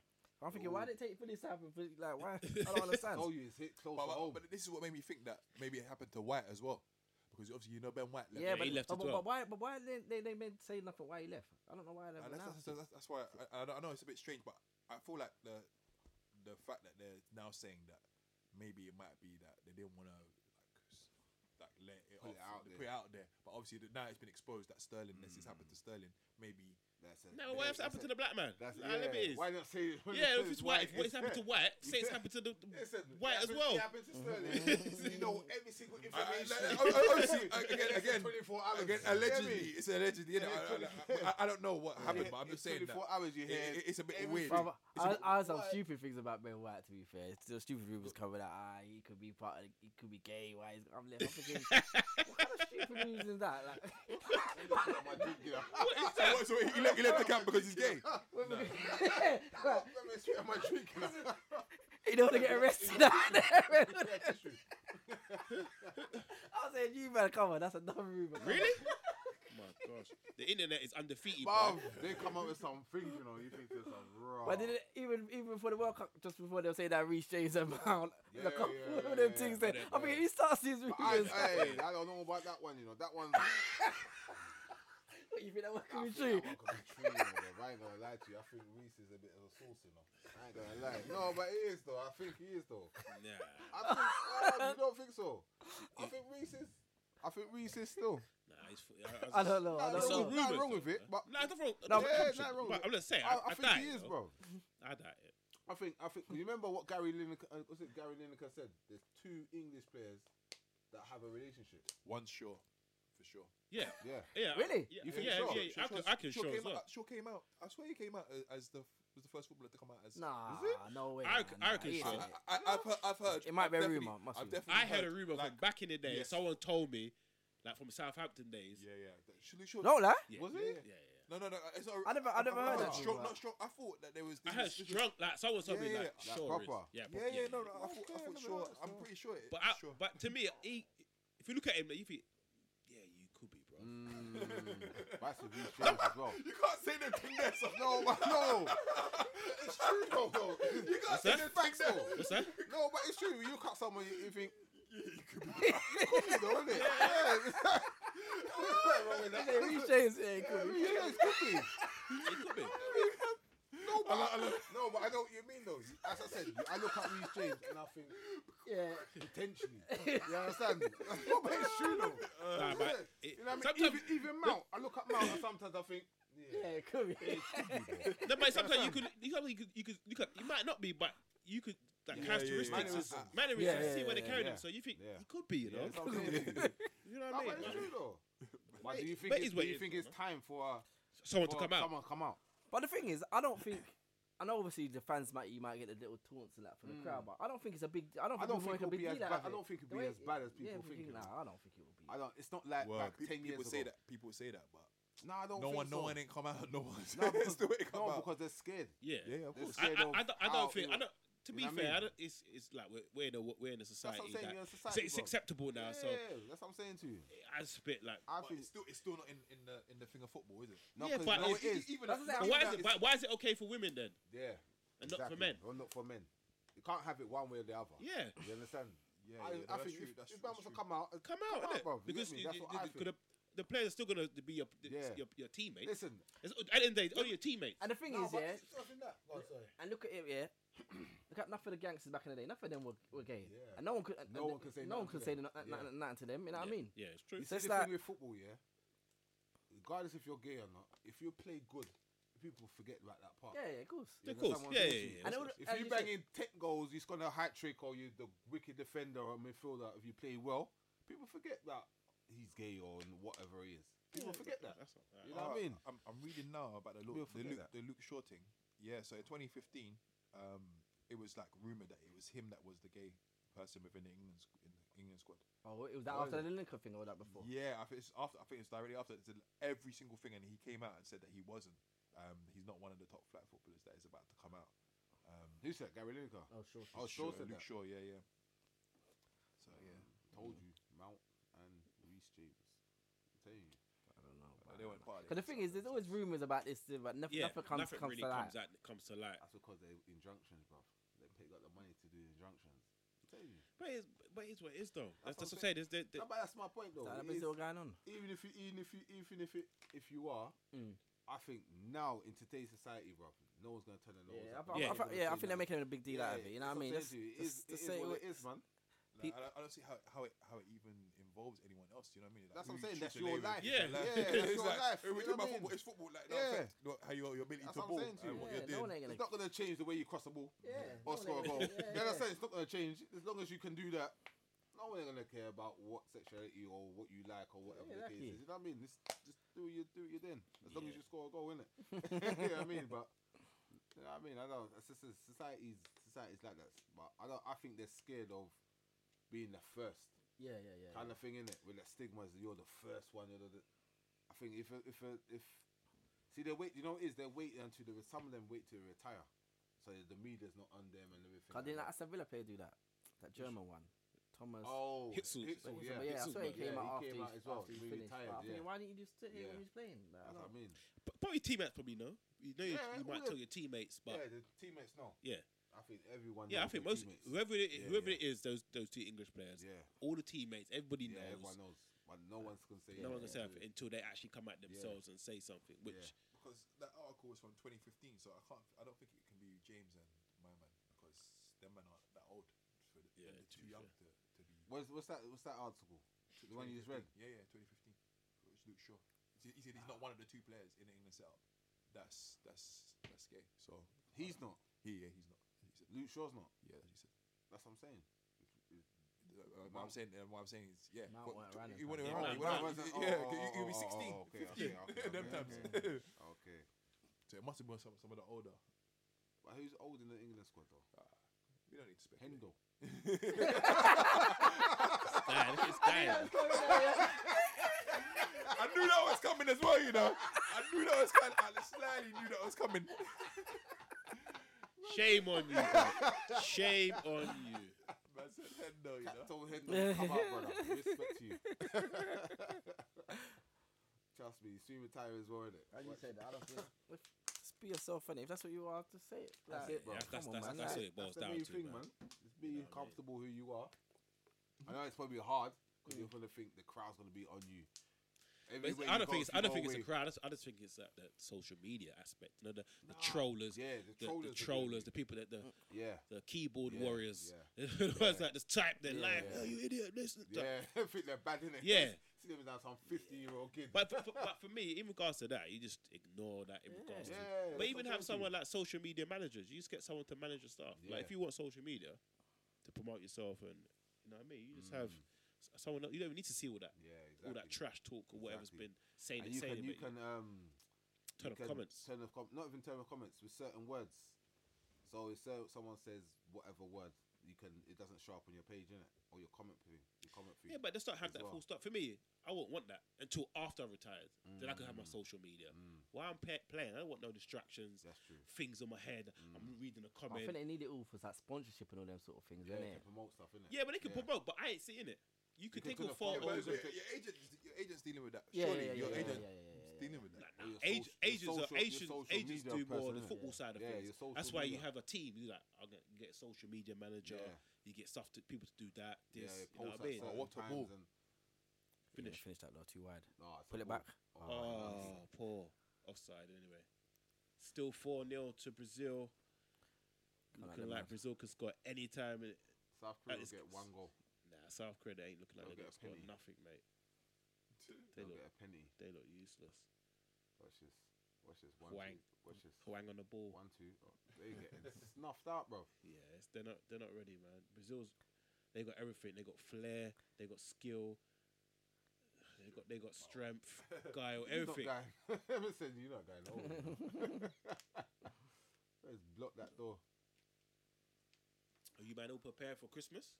Speaker 2: I'm thinking, why
Speaker 3: Ooh.
Speaker 2: did it take for this to happen? For, like,
Speaker 3: *laughs*
Speaker 2: why? I don't understand.
Speaker 3: Oh, you is hit close
Speaker 5: But,
Speaker 3: to home.
Speaker 5: but, but this is what made me think that maybe it happened to White as well, because obviously you know Ben White. Left
Speaker 2: yeah,
Speaker 1: he
Speaker 2: but,
Speaker 1: left as
Speaker 2: but, but,
Speaker 1: well.
Speaker 2: but why? But why they they they meant say nothing? Why he left? I don't know why they
Speaker 5: and that's,
Speaker 2: announced
Speaker 5: that's, that's, that's why I, I, don't- I know it's a bit strange, but I feel like the the fact that they're now saying that maybe it might be that they didn't want to like s- like let it,
Speaker 3: Put it out
Speaker 5: off-
Speaker 3: there.
Speaker 5: put it out there, but obviously the, now it's been exposed that Sterling, this has happened to
Speaker 3: Hmm.
Speaker 5: Sterling, maybe
Speaker 3: That's it.
Speaker 1: No, what else happened to the black man?
Speaker 3: That's
Speaker 1: Like, let me
Speaker 3: yeah.
Speaker 1: is.
Speaker 3: Why not say? when
Speaker 1: Yeah,
Speaker 3: it
Speaker 1: if
Speaker 3: says
Speaker 1: it's white,
Speaker 3: white,
Speaker 1: what it's happened to
Speaker 3: *laughs*
Speaker 1: white, say it's happened to the the
Speaker 3: Listen,
Speaker 1: white
Speaker 3: it
Speaker 1: as
Speaker 3: happened-
Speaker 1: well.
Speaker 3: It happened to Sterling. so you know every single information.
Speaker 5: I- I- I- obviously,
Speaker 3: It's
Speaker 5: again-
Speaker 3: less than
Speaker 5: again-
Speaker 3: 24 hours.
Speaker 5: again
Speaker 3: You hear me?
Speaker 5: allegedly it's allegedly. You know, I, I- I- I- I don't know what
Speaker 3: Yeah.
Speaker 5: happened, but I'm
Speaker 3: It's
Speaker 5: just saying that
Speaker 3: 24 hours you
Speaker 5: it-
Speaker 3: hear.
Speaker 5: it- it's a bit
Speaker 3: everything.
Speaker 5: weird.
Speaker 2: Brother,
Speaker 5: It's
Speaker 2: I,
Speaker 5: a-
Speaker 2: I heard some
Speaker 3: why-
Speaker 2: stupid things about Ben White. To be fair, still stupid rumors coming out. Ah, he could be part of. The, he could be gay. Why he's, I'm left. I'm thinking, what kind of stupid rumors is that? Like,
Speaker 3: My
Speaker 2: *laughs*
Speaker 3: drink, you know.
Speaker 5: So what- so *laughs* he left, he left the camp because
Speaker 3: *laughs*
Speaker 5: he's gay.
Speaker 2: like,
Speaker 3: Let me spit on my *laughs* drink, you know.
Speaker 2: you don't want to get
Speaker 3: *laughs*
Speaker 2: arrested *laughs* out there.
Speaker 3: Yeah, tissue.
Speaker 2: I said, you better come on. That's another rumor.
Speaker 3: *laughs*
Speaker 1: Really? My gosh, the internet is undefeated.
Speaker 3: Mom,
Speaker 1: bruv.
Speaker 3: they come up with some things, you know. You think there's a raw.
Speaker 2: But did it, even even before the World Cup, just before they were saying that Reece James and Mount,
Speaker 3: Yeah,
Speaker 2: *laughs* the couple
Speaker 3: yeah, yeah,
Speaker 2: of them
Speaker 3: yeah.
Speaker 2: things. That,
Speaker 1: Yeah,
Speaker 2: I mean, he starts his
Speaker 3: But I,
Speaker 2: rumors.
Speaker 3: hey, I don't know about that one, you know. That *laughs* one's.
Speaker 2: What, *laughs* you think that one
Speaker 3: I
Speaker 2: could be
Speaker 3: think
Speaker 2: true?
Speaker 3: that one could be true, you know, but I ain't gonna lie to you. I think Reese is a bit of a sauce, you know. I ain't gonna lie. No, but it is though. I think he is though.
Speaker 1: Nah,
Speaker 3: I think, oh, you don't think so? I think Reese is. I think Reese is still.
Speaker 1: nah, he's. fu-
Speaker 3: *laughs*
Speaker 1: I- I
Speaker 2: I
Speaker 1: was-
Speaker 2: don't know. I
Speaker 3: Nah,
Speaker 1: It's
Speaker 2: don't
Speaker 1: all rumours.
Speaker 3: so-
Speaker 2: know.
Speaker 3: nothing wrong with it, but-
Speaker 1: nah, nothing wrong.
Speaker 2: No,
Speaker 1: yeah,
Speaker 3: yeah,
Speaker 1: I'm,
Speaker 3: nothing wrong
Speaker 1: but
Speaker 3: with
Speaker 1: I'm just saying. I,
Speaker 3: I, I think
Speaker 1: doubt
Speaker 3: he
Speaker 1: it,
Speaker 3: is,
Speaker 1: though.
Speaker 3: bro.
Speaker 1: I doubt it.
Speaker 3: I think. I think. You remember what Gary Lineker? Uh, was it Gary Lineker said? There's two English players that have a relationship.
Speaker 5: One's sure, for sure.
Speaker 1: Yeah,
Speaker 3: *laughs* Yeah.
Speaker 1: yeah.
Speaker 2: Really?
Speaker 1: Yeah,
Speaker 3: You think
Speaker 1: yeah,
Speaker 3: Shaw?
Speaker 1: yeah, I can, I can show as
Speaker 5: came
Speaker 1: well.
Speaker 5: out, Shaw came out. I swear he came out uh, as the was the first footballer to come out as.
Speaker 2: Nah, no way.
Speaker 1: I
Speaker 2: man,
Speaker 1: reckon- I
Speaker 2: nah,
Speaker 1: reckon
Speaker 2: he
Speaker 1: so.
Speaker 2: ain't.
Speaker 5: I, I, I've heard. I've heard
Speaker 2: It might be a
Speaker 5: I've
Speaker 2: rumour,
Speaker 5: definitely-
Speaker 2: must
Speaker 5: I've
Speaker 2: be.
Speaker 5: definitely
Speaker 1: I had a rumor
Speaker 5: like-
Speaker 1: from back in the day.
Speaker 5: Yes.
Speaker 1: Someone told me, like from Southampton days.
Speaker 5: Yeah, yeah. that- Shaw- Shaw-
Speaker 2: Don't lie.
Speaker 1: Yeah.
Speaker 3: Was
Speaker 1: yeah,
Speaker 3: it?
Speaker 1: Yeah,
Speaker 5: No, no, no. It's not.
Speaker 2: I never- I
Speaker 5: I'm-
Speaker 2: never
Speaker 3: heard
Speaker 5: I'm not
Speaker 3: that
Speaker 5: Strong,
Speaker 2: rumor.
Speaker 5: not strong. I thought that there was.
Speaker 1: yeah. I
Speaker 5: this
Speaker 1: heard
Speaker 5: was- this was-
Speaker 1: drunk. Like someone told me,
Speaker 5: Yeah,
Speaker 1: like,
Speaker 3: yeah, like
Speaker 1: sure is.
Speaker 3: proper.
Speaker 1: Yeah,
Speaker 5: Yeah,
Speaker 1: proper,
Speaker 5: yeah, no,
Speaker 3: Okay,
Speaker 5: no. I thought, I
Speaker 3: I
Speaker 5: thought
Speaker 3: never
Speaker 5: Shaw.
Speaker 3: noticed
Speaker 5: I'm
Speaker 3: that.
Speaker 5: pretty sure. It,
Speaker 1: But I,
Speaker 5: sure.
Speaker 1: but to me, he, if you look at him, like, you think, yeah, you could be, bro.
Speaker 3: Mm. *laughs* That's a Reece James as *laughs* well.
Speaker 5: you *laughs* can't say the *laughs* thing there. son.
Speaker 3: No, but no. *laughs* It's true though. though. You
Speaker 1: What's
Speaker 3: can't say
Speaker 1: that?
Speaker 3: the facts though.
Speaker 1: What's that?
Speaker 3: No, but it's true. You look at someone, you, you think. *laughs* You could be though, innit? Yeah. *laughs* Nothing wrong with that.
Speaker 2: Yeah, Reece James yeah,
Speaker 3: Yeah,
Speaker 2: cool.
Speaker 3: Reece James could be.
Speaker 1: It could be.
Speaker 3: No, but I, no, but I know what you mean though. As I said, I look at Reece James and I think
Speaker 2: Yeah.
Speaker 3: potentially. *laughs* You understand? no, but it's true though.
Speaker 1: Nah,
Speaker 3: Yeah.
Speaker 1: but it-
Speaker 3: you know what I mean?
Speaker 1: sometimes,
Speaker 3: Even, even Mount, I look at Mount and sometimes I think.
Speaker 2: Yeah, it could be.
Speaker 1: no, but sometimes you could, you could, you could, you could, you could, you might not be, but you could. That
Speaker 5: Yeah, yeah, yeah.
Speaker 1: characteristics, is-
Speaker 3: Mannerisms.
Speaker 1: mannerisms,
Speaker 2: Yeah, yeah,
Speaker 1: see where they
Speaker 2: yeah,
Speaker 1: carry
Speaker 3: yeah.
Speaker 1: them. So you think
Speaker 3: Yeah.
Speaker 1: he could be, you know,
Speaker 3: Yeah, that's what I'm saying.
Speaker 1: you know
Speaker 3: No,
Speaker 1: what
Speaker 3: *laughs* but
Speaker 1: I mean.
Speaker 3: it's true though. But
Speaker 1: Mate,
Speaker 3: do you think,
Speaker 1: bet
Speaker 3: it's,
Speaker 1: is what it
Speaker 3: do you
Speaker 1: is,
Speaker 3: think
Speaker 1: though,
Speaker 3: it's time for,
Speaker 1: Someone to
Speaker 3: for
Speaker 1: come out.
Speaker 3: someone come out?
Speaker 2: But the thing is, I don't think. I know obviously the fans might you might get a little taunts and that from the crowd, but I don't think it's a big. I don't
Speaker 3: Hmm. I
Speaker 2: think,
Speaker 3: don't
Speaker 2: people
Speaker 3: think
Speaker 2: make a
Speaker 3: it'll
Speaker 2: big
Speaker 3: be as
Speaker 2: deal out
Speaker 3: bad.
Speaker 2: of
Speaker 3: I
Speaker 2: it.
Speaker 3: don't think
Speaker 2: The
Speaker 3: it'll be
Speaker 2: way
Speaker 3: as
Speaker 2: it-
Speaker 3: bad as
Speaker 2: yeah,
Speaker 3: people
Speaker 2: people
Speaker 3: think. it will.
Speaker 2: Nah, I don't think it will be.
Speaker 3: I don't. It's not like
Speaker 5: Well,
Speaker 3: back
Speaker 5: pe-
Speaker 3: ten years
Speaker 5: people
Speaker 3: ago.
Speaker 5: say that. People say that, but
Speaker 3: No, I don't.
Speaker 5: no
Speaker 3: think
Speaker 5: one,
Speaker 3: so.
Speaker 5: no
Speaker 3: *laughs*
Speaker 5: one ain't *laughs* come out. No one. *laughs*
Speaker 3: No, because,
Speaker 5: That's the way it
Speaker 3: no,
Speaker 5: come out.
Speaker 3: because they're scared.
Speaker 1: Yeah.
Speaker 5: yeah, of
Speaker 3: They're
Speaker 5: course.
Speaker 1: I,
Speaker 3: scared
Speaker 1: I,
Speaker 3: of
Speaker 1: I don't, I
Speaker 3: how
Speaker 1: don't think. I
Speaker 3: it-
Speaker 1: don't. To be
Speaker 3: You know what I
Speaker 1: fair, I
Speaker 3: mean?
Speaker 1: don't, it's it's like we're, we're in a we're in a
Speaker 3: That's
Speaker 1: society
Speaker 3: what I'm saying.
Speaker 1: that
Speaker 3: You're a
Speaker 1: so
Speaker 3: society,
Speaker 1: it's
Speaker 3: bro.
Speaker 1: acceptable now.
Speaker 3: Yeah,
Speaker 1: So
Speaker 3: that's what I'm saying to you.
Speaker 1: I spit like.
Speaker 3: I
Speaker 5: But
Speaker 3: think.
Speaker 5: it's still it's still not in, in the in the thing of football, is it?
Speaker 3: No,
Speaker 1: Yeah,
Speaker 3: 'cause
Speaker 1: but
Speaker 3: no,
Speaker 1: it's-
Speaker 3: it is.
Speaker 5: Even
Speaker 2: Doesn't that-
Speaker 1: But
Speaker 2: even
Speaker 1: why is
Speaker 2: that
Speaker 1: it? Why, why is it okay for women then
Speaker 3: Yeah.
Speaker 1: and not for
Speaker 3: exactly.
Speaker 1: men?
Speaker 3: Or not for men. You can't have it one way or the other.
Speaker 1: Yeah.
Speaker 3: You understand?
Speaker 5: Yeah,
Speaker 3: I, I
Speaker 5: yeah, that's
Speaker 3: think
Speaker 5: true,
Speaker 3: if,
Speaker 5: that's
Speaker 3: if man
Speaker 5: true,
Speaker 3: was
Speaker 5: that's
Speaker 3: to
Speaker 5: true.
Speaker 3: come out, uh,
Speaker 1: Come out,
Speaker 3: Come out,
Speaker 1: innit?
Speaker 3: bruv, you
Speaker 1: Because
Speaker 3: get me?
Speaker 1: it,
Speaker 3: That's
Speaker 1: it,
Speaker 3: what I
Speaker 1: it
Speaker 3: think.
Speaker 1: could have the players are still gonna be your
Speaker 3: Yeah.
Speaker 1: your, your teammate.
Speaker 3: Listen,
Speaker 1: It's, at the end of the day, it's only your teammate.
Speaker 2: And the thing
Speaker 4: No,
Speaker 2: is,
Speaker 4: but
Speaker 2: yeah,
Speaker 4: it's not in that. Go
Speaker 5: Oh,
Speaker 4: on, sorry.
Speaker 2: and look at it, yeah. *clears throat* look at enough of the gangsters back in the day. Enough of them were, were gay,
Speaker 3: Yeah.
Speaker 2: and no one could. and-
Speaker 3: No
Speaker 2: and
Speaker 3: one could say
Speaker 2: No one
Speaker 3: nothing to
Speaker 2: could say
Speaker 3: them.
Speaker 2: no- no-
Speaker 3: Yeah.
Speaker 2: no- nothing to them. You know what I
Speaker 1: Yeah,
Speaker 2: mean?
Speaker 1: Yeah, it's true.
Speaker 3: you see
Speaker 2: It's
Speaker 3: the
Speaker 2: like-
Speaker 3: thing with football, yeah. Regardless if you're gay or not, if you play good, people forget about that part.
Speaker 2: Yeah, yeah, of course.
Speaker 1: Of
Speaker 3: You know,
Speaker 1: course,
Speaker 3: someone
Speaker 1: yeah,
Speaker 3: thinks
Speaker 1: yeah,
Speaker 3: you-
Speaker 1: yeah,
Speaker 2: And all the-
Speaker 3: If
Speaker 2: as
Speaker 3: you
Speaker 2: you
Speaker 3: bang
Speaker 2: said-
Speaker 3: in ten goals, you scored a hat trick, or you the wicked defender or midfielder. If you play well, people forget that he's gay or whatever he is. People forget that.
Speaker 1: That's not-
Speaker 3: You know what I mean?
Speaker 5: Uh, I'm, I'm reading now about the
Speaker 3: We'll
Speaker 5: Luke, the
Speaker 3: forget
Speaker 5: Luke,
Speaker 3: that.
Speaker 5: the Luke Shaw thing. Yeah, so in 2015, um, it was like rumored that it was him that was the gay person within the England squ- in the England squad.
Speaker 2: Oh, it was that
Speaker 3: Oh,
Speaker 2: after
Speaker 3: yeah.
Speaker 2: the Lincoln thing or that before?
Speaker 5: Yeah, I think it's after. I think it's directly after. It's in every single thing, and he came out and said that he wasn't. Um, he's not one of the top flat footballers that is about to come out. Um,
Speaker 3: Who said Gary Lineker?
Speaker 2: Oh, sure. sure.
Speaker 3: Oh, Shaw
Speaker 5: Shaw-
Speaker 3: said
Speaker 5: Luke
Speaker 3: that.
Speaker 5: Shaw, yeah, yeah. So yeah,
Speaker 3: Told you, Mount and Reece James. I'm telling you.
Speaker 2: I don't know.
Speaker 5: but they weren't part of it,
Speaker 2: Because the
Speaker 5: so
Speaker 2: thing is, there's always rumors about this, uh, but nothing,
Speaker 1: Yeah,
Speaker 2: nothing comes,
Speaker 1: nothing
Speaker 2: comes
Speaker 1: really
Speaker 2: to
Speaker 1: comes
Speaker 2: light.
Speaker 1: out, comes to light.
Speaker 3: That's because they're injunctions, bruv. They pay got the money to do injunctions. I'm telling you.
Speaker 1: But it's, but it's what it is though. That's,
Speaker 3: That's
Speaker 1: that's what I'm
Speaker 3: what
Speaker 1: saying. There's, there, there,
Speaker 3: No, but that's my point, though.
Speaker 2: That
Speaker 3: It
Speaker 2: is
Speaker 3: is-
Speaker 2: all going on.
Speaker 3: even if you, even if you, even if it, if you are,
Speaker 2: Mm.
Speaker 3: I think now in today's society, bruv, no one's gonna turn their nose.
Speaker 2: Yeah,
Speaker 3: up.
Speaker 2: I, I,
Speaker 1: Yeah.
Speaker 2: I, think- yeah, I think they're making a big deal
Speaker 3: Yeah,
Speaker 2: out of it. You know what I mean?
Speaker 3: That's
Speaker 2: That's-
Speaker 3: what I'm saying to you. It is, it is what it
Speaker 2: that's- that's say what-
Speaker 3: is, man.
Speaker 5: Like, I, don't, I don't see how, how it how it even involves anyone else. You know what I mean? Like,
Speaker 3: That's
Speaker 5: who
Speaker 3: what I'm saying.
Speaker 5: you choose
Speaker 3: That's
Speaker 5: to
Speaker 3: your
Speaker 5: lay with.
Speaker 3: life.
Speaker 1: Yeah.
Speaker 3: yeah,
Speaker 5: Like,
Speaker 3: that's
Speaker 5: *laughs* it's
Speaker 3: your
Speaker 5: like,
Speaker 3: life.
Speaker 5: Hey, we're
Speaker 3: you know what I
Speaker 5: talking about
Speaker 3: mean?
Speaker 5: football. It's football. Like,
Speaker 3: Yeah.
Speaker 5: yeah. affect what- how your, your ability
Speaker 3: That's what
Speaker 5: to
Speaker 3: I'm
Speaker 5: ball
Speaker 3: saying to
Speaker 5: and
Speaker 3: you.
Speaker 5: what
Speaker 2: Yeah,
Speaker 5: you're
Speaker 2: no
Speaker 5: doing.
Speaker 2: one ain't gonna.
Speaker 3: It's not gonna change the way you cross the ball
Speaker 2: Yeah, no
Speaker 3: or score
Speaker 2: one
Speaker 3: a
Speaker 2: ain't
Speaker 3: goal.
Speaker 2: gonna-
Speaker 3: You
Speaker 2: yeah,
Speaker 3: understand?
Speaker 2: yeah.
Speaker 3: It's not gonna change as long as you can do that. No one ain't gonna care about what sexuality or what you like or whatever
Speaker 2: Yeah,
Speaker 3: the case
Speaker 2: exactly.
Speaker 3: is. You know what I mean? Just, just do what you do what you're doing. As long as
Speaker 1: Yeah.
Speaker 3: you score a goal, innit?
Speaker 2: *laughs*
Speaker 3: you know what I mean? But you know what I mean? I don't. It's just, it's society's society's like that. But I don't. I think they're scared of being the first
Speaker 2: Yeah, yeah, yeah.
Speaker 3: kind of thing, innit? With the stigmas, you're the first one. You're the. I think if a- if a- if see they wait, you know, what it is they're waiting until they, some of them wait to retire, so the media's not on them and everything.
Speaker 2: Cause didn't
Speaker 3: like
Speaker 2: that
Speaker 3: that.
Speaker 2: Aston Villa player do that? That German one, Thomas.
Speaker 3: Oh,
Speaker 1: Hitzel.
Speaker 3: Hitzel,
Speaker 2: But
Speaker 3: yeah.
Speaker 2: yeah, I
Speaker 1: Hitzel,
Speaker 2: swear he
Speaker 1: yeah,
Speaker 2: came
Speaker 3: he
Speaker 2: out after
Speaker 3: came
Speaker 2: he's-
Speaker 3: out as well.
Speaker 2: after he
Speaker 3: He
Speaker 2: finished.
Speaker 3: retired,
Speaker 2: But I think,
Speaker 3: yeah.
Speaker 2: why didn't you just sit here when
Speaker 3: Yeah.
Speaker 2: he's playing? Like, I
Speaker 3: That's what I
Speaker 2: don't-
Speaker 3: mean.
Speaker 1: P- Probably teammates probably know. You know, you,
Speaker 3: Yeah,
Speaker 1: you might
Speaker 3: all
Speaker 1: tell
Speaker 3: the-
Speaker 1: your teammates, but
Speaker 3: yeah, the teammates know.
Speaker 1: Yeah.
Speaker 3: I think everyone.
Speaker 1: yeah, I
Speaker 3: knows
Speaker 1: think
Speaker 3: their
Speaker 1: most
Speaker 3: teammates.
Speaker 1: whoever it,
Speaker 3: Yeah,
Speaker 1: whoever
Speaker 3: yeah.
Speaker 1: it is, those those two English players,
Speaker 3: Yeah,
Speaker 1: all the teammates, everybody
Speaker 3: yeah,
Speaker 1: knows.
Speaker 3: everyone knows, but no one's gonna say.
Speaker 1: no one can
Speaker 3: anything
Speaker 1: say
Speaker 3: to
Speaker 1: anything
Speaker 3: it.
Speaker 1: until they actually come at
Speaker 3: Yeah.
Speaker 1: themselves and say something, which
Speaker 3: Yeah.
Speaker 5: because that article was from 2015, so I can't. I don't think it can be James and my man because them men aren't that old. For the,
Speaker 1: Yeah,
Speaker 5: and they're
Speaker 1: to
Speaker 5: too
Speaker 1: be
Speaker 5: young to, to be.
Speaker 3: What's what's that? What's that article?
Speaker 5: to-
Speaker 3: The one you just read? Ah.
Speaker 5: 2015. Yeah, yeah, 2015. It was Luke Shaw. He said, he said he's not one of the two players in the England setup. That's that's that's gay. So
Speaker 3: He's not.
Speaker 5: He yeah, he's not. He said,
Speaker 3: Luke Shaw's not.
Speaker 5: yeah, he said.
Speaker 3: That's what I'm saying.
Speaker 5: Uh, what
Speaker 3: Mount-
Speaker 5: I'm saying, uh, what I'm saying is, yeah,
Speaker 2: Mount
Speaker 5: what-
Speaker 2: weren't
Speaker 5: tw-
Speaker 2: around at
Speaker 5: he
Speaker 2: the
Speaker 5: went
Speaker 1: time.
Speaker 5: around.
Speaker 1: Yeah,
Speaker 5: he
Speaker 1: Mount
Speaker 5: went
Speaker 3: wasn't- oh,
Speaker 5: around. Yeah,
Speaker 3: oh,
Speaker 5: 'cause you- you'll be
Speaker 3: oh, oh,
Speaker 5: 16,
Speaker 3: oh, okay,
Speaker 5: 15, *laughs*
Speaker 3: okay, okay,
Speaker 5: them
Speaker 3: okay,
Speaker 5: times.
Speaker 3: okay. Okay.
Speaker 5: so it must have been some, some of the older.
Speaker 3: But who's old in the England squad though?
Speaker 5: We don't need to speculate.
Speaker 3: Hendo.
Speaker 1: dying, it's dying.
Speaker 5: *laughs* I knew that was coming as well, you know. I knew that was coming. I slightly knew that was coming.
Speaker 1: Shame on you, bro. shame on you.
Speaker 5: Man said Hendo, you know.
Speaker 3: Captain Hendo, come out, brother. Respect to you. *laughs* Trust me, he's soon retire as well, innit?
Speaker 2: As you
Speaker 3: Watch-
Speaker 2: said, I don't think. Just be yourself, innit? If that's what you are, just say it.
Speaker 3: That's
Speaker 2: Like,
Speaker 3: it, bro.
Speaker 1: Yeah, that's,
Speaker 2: come
Speaker 1: that's,
Speaker 2: on,
Speaker 1: that's
Speaker 2: man.
Speaker 1: what it boils
Speaker 3: That's the
Speaker 1: down
Speaker 3: main
Speaker 1: to,
Speaker 3: thing,
Speaker 1: man.
Speaker 3: man. Just being
Speaker 1: You know what I mean?
Speaker 3: comfortable who you are. I know it's probably hard because you're gonna think the crowd's gonna be on you.
Speaker 1: But it's-
Speaker 3: Everywhere
Speaker 1: I
Speaker 3: you
Speaker 1: don't
Speaker 3: go,
Speaker 1: think it's, I
Speaker 3: if you
Speaker 1: don't
Speaker 3: go
Speaker 1: think it's
Speaker 3: away-
Speaker 1: the crowd. I just, I just think it's that, that social media aspect. You know, the, the
Speaker 3: Nah.
Speaker 1: trollers,
Speaker 3: Yeah, the
Speaker 1: the, the
Speaker 3: trollers. are
Speaker 1: trollers, the
Speaker 3: good.
Speaker 1: people that the,
Speaker 3: Yeah.
Speaker 1: the keyboard
Speaker 3: Yeah,
Speaker 1: warriors. *laughs*
Speaker 3: yeah.
Speaker 1: the ones that just type their
Speaker 2: Yeah,
Speaker 1: life.
Speaker 3: yeah.
Speaker 1: Oh, you idiot! Listen. to-"
Speaker 3: Yeah, *laughs* I think they're bad, innit? *laughs*
Speaker 1: Yeah.
Speaker 3: See them as some 15 year old kid.
Speaker 1: But for,
Speaker 3: *laughs*
Speaker 1: for, but for me, in regards to that, you just ignore that. In
Speaker 2: Yeah.
Speaker 1: regards to,
Speaker 3: Yeah,
Speaker 1: but
Speaker 3: that's
Speaker 1: even
Speaker 3: what
Speaker 1: have
Speaker 3: I'm saying to you.
Speaker 1: someone like social media managers. You just get someone to manage your stuff.
Speaker 3: Yeah.
Speaker 1: Like if you want social media to promote yourself, and you know what I mean, you just have s- someone. You don't even need to see all that,
Speaker 3: Yeah, Mm. exactly.
Speaker 1: all that trash talk or whatever's
Speaker 3: Exactly.
Speaker 1: been saying
Speaker 3: And
Speaker 1: and
Speaker 3: you
Speaker 1: saying.
Speaker 3: can, you
Speaker 1: about
Speaker 3: can um,
Speaker 1: turn
Speaker 3: you
Speaker 1: up
Speaker 3: can
Speaker 1: comments.
Speaker 3: turn off com- not even turn off comments with certain words. So if so, someone says whatever word, you can it doesn't show up on your page, innit? or your comment through, your comment through.
Speaker 1: Yeah, but let's not have
Speaker 3: as
Speaker 1: that
Speaker 3: well.
Speaker 1: full stop. For me, I won't want that until after I retired. Then I can have my
Speaker 3: Mm.
Speaker 1: social media.
Speaker 3: Mm,
Speaker 1: While I'm pa- playing, I don't want no distractions,
Speaker 3: that's true.
Speaker 1: things on my head.
Speaker 3: Mm.
Speaker 1: I'm reading a
Speaker 2: I
Speaker 1: comment.
Speaker 2: think they need it all for like sponsorship and all them sort of things,
Speaker 3: Yeah,
Speaker 2: innit?
Speaker 3: to promote stuff, innit?
Speaker 1: yeah, but they can
Speaker 3: Yeah.
Speaker 1: promote, but I ain't seeing it. You can
Speaker 3: can
Speaker 1: take
Speaker 3: put
Speaker 1: your
Speaker 3: a photo-
Speaker 5: Yeah, but
Speaker 1: photo.
Speaker 3: Those
Speaker 5: your,
Speaker 3: are fi-
Speaker 5: your agent, your agent's dealing with that.
Speaker 2: Yeah, yeah,
Speaker 5: Surely
Speaker 2: yeah,
Speaker 5: your
Speaker 2: yeah,
Speaker 5: agent
Speaker 2: yeah, yeah, yeah,
Speaker 5: is
Speaker 2: yeah.
Speaker 5: dealing with that.
Speaker 1: Nah,
Speaker 3: Or your
Speaker 1: age-
Speaker 3: social- your
Speaker 1: Agents,
Speaker 3: social-
Speaker 1: are,
Speaker 3: your
Speaker 1: agents,
Speaker 3: social
Speaker 1: agents
Speaker 3: media
Speaker 1: do more the
Speaker 3: person, innit?
Speaker 1: football side of
Speaker 3: Yeah,
Speaker 1: things.
Speaker 3: your social
Speaker 1: That's why you
Speaker 3: media.
Speaker 1: have a team. You like, I'll get, get a social media manager.
Speaker 3: Yeah.
Speaker 1: You get stuff to people to do that. This,
Speaker 3: yeah,
Speaker 1: you know
Speaker 3: post
Speaker 1: what I mean?
Speaker 5: certain- What a
Speaker 3: times
Speaker 5: ball.
Speaker 3: and
Speaker 1: Finish.
Speaker 2: finish that though, too wide.
Speaker 3: Nah, it's
Speaker 2: Pull
Speaker 3: a
Speaker 2: it
Speaker 3: ball.
Speaker 2: back.
Speaker 1: Oh, poor offside. Anyway, still four 0 to Brazil.
Speaker 2: Can't
Speaker 1: Looking
Speaker 2: let them
Speaker 1: like
Speaker 2: have-
Speaker 1: Brazil could score any time. in-
Speaker 3: South Korea will
Speaker 1: it's-
Speaker 3: get one goal.
Speaker 1: Nah, South Korea they ain't looking like they're
Speaker 3: They'll get
Speaker 1: gonna
Speaker 3: a
Speaker 1: score
Speaker 3: penny.
Speaker 1: nothing, mate. They
Speaker 3: They'll
Speaker 1: look,
Speaker 3: get a penny.
Speaker 1: they look useless.
Speaker 3: Watch this. Watch this. One,
Speaker 1: Hwang.
Speaker 3: two. Watch this.
Speaker 1: Hwang on the ball.
Speaker 3: One, two. Oh, they're getting snuffed out, bro.
Speaker 1: Yeah, it's, they're not they're not ready, man. Brazil's they got everything. They got flair. They got skill. They got they got
Speaker 3: *laughs*
Speaker 1: strength, guile, everything.
Speaker 3: Not going. *laughs* Emerson, you're not going home. *laughs* Let's block that door.
Speaker 1: Are you man all prepared for Christmas?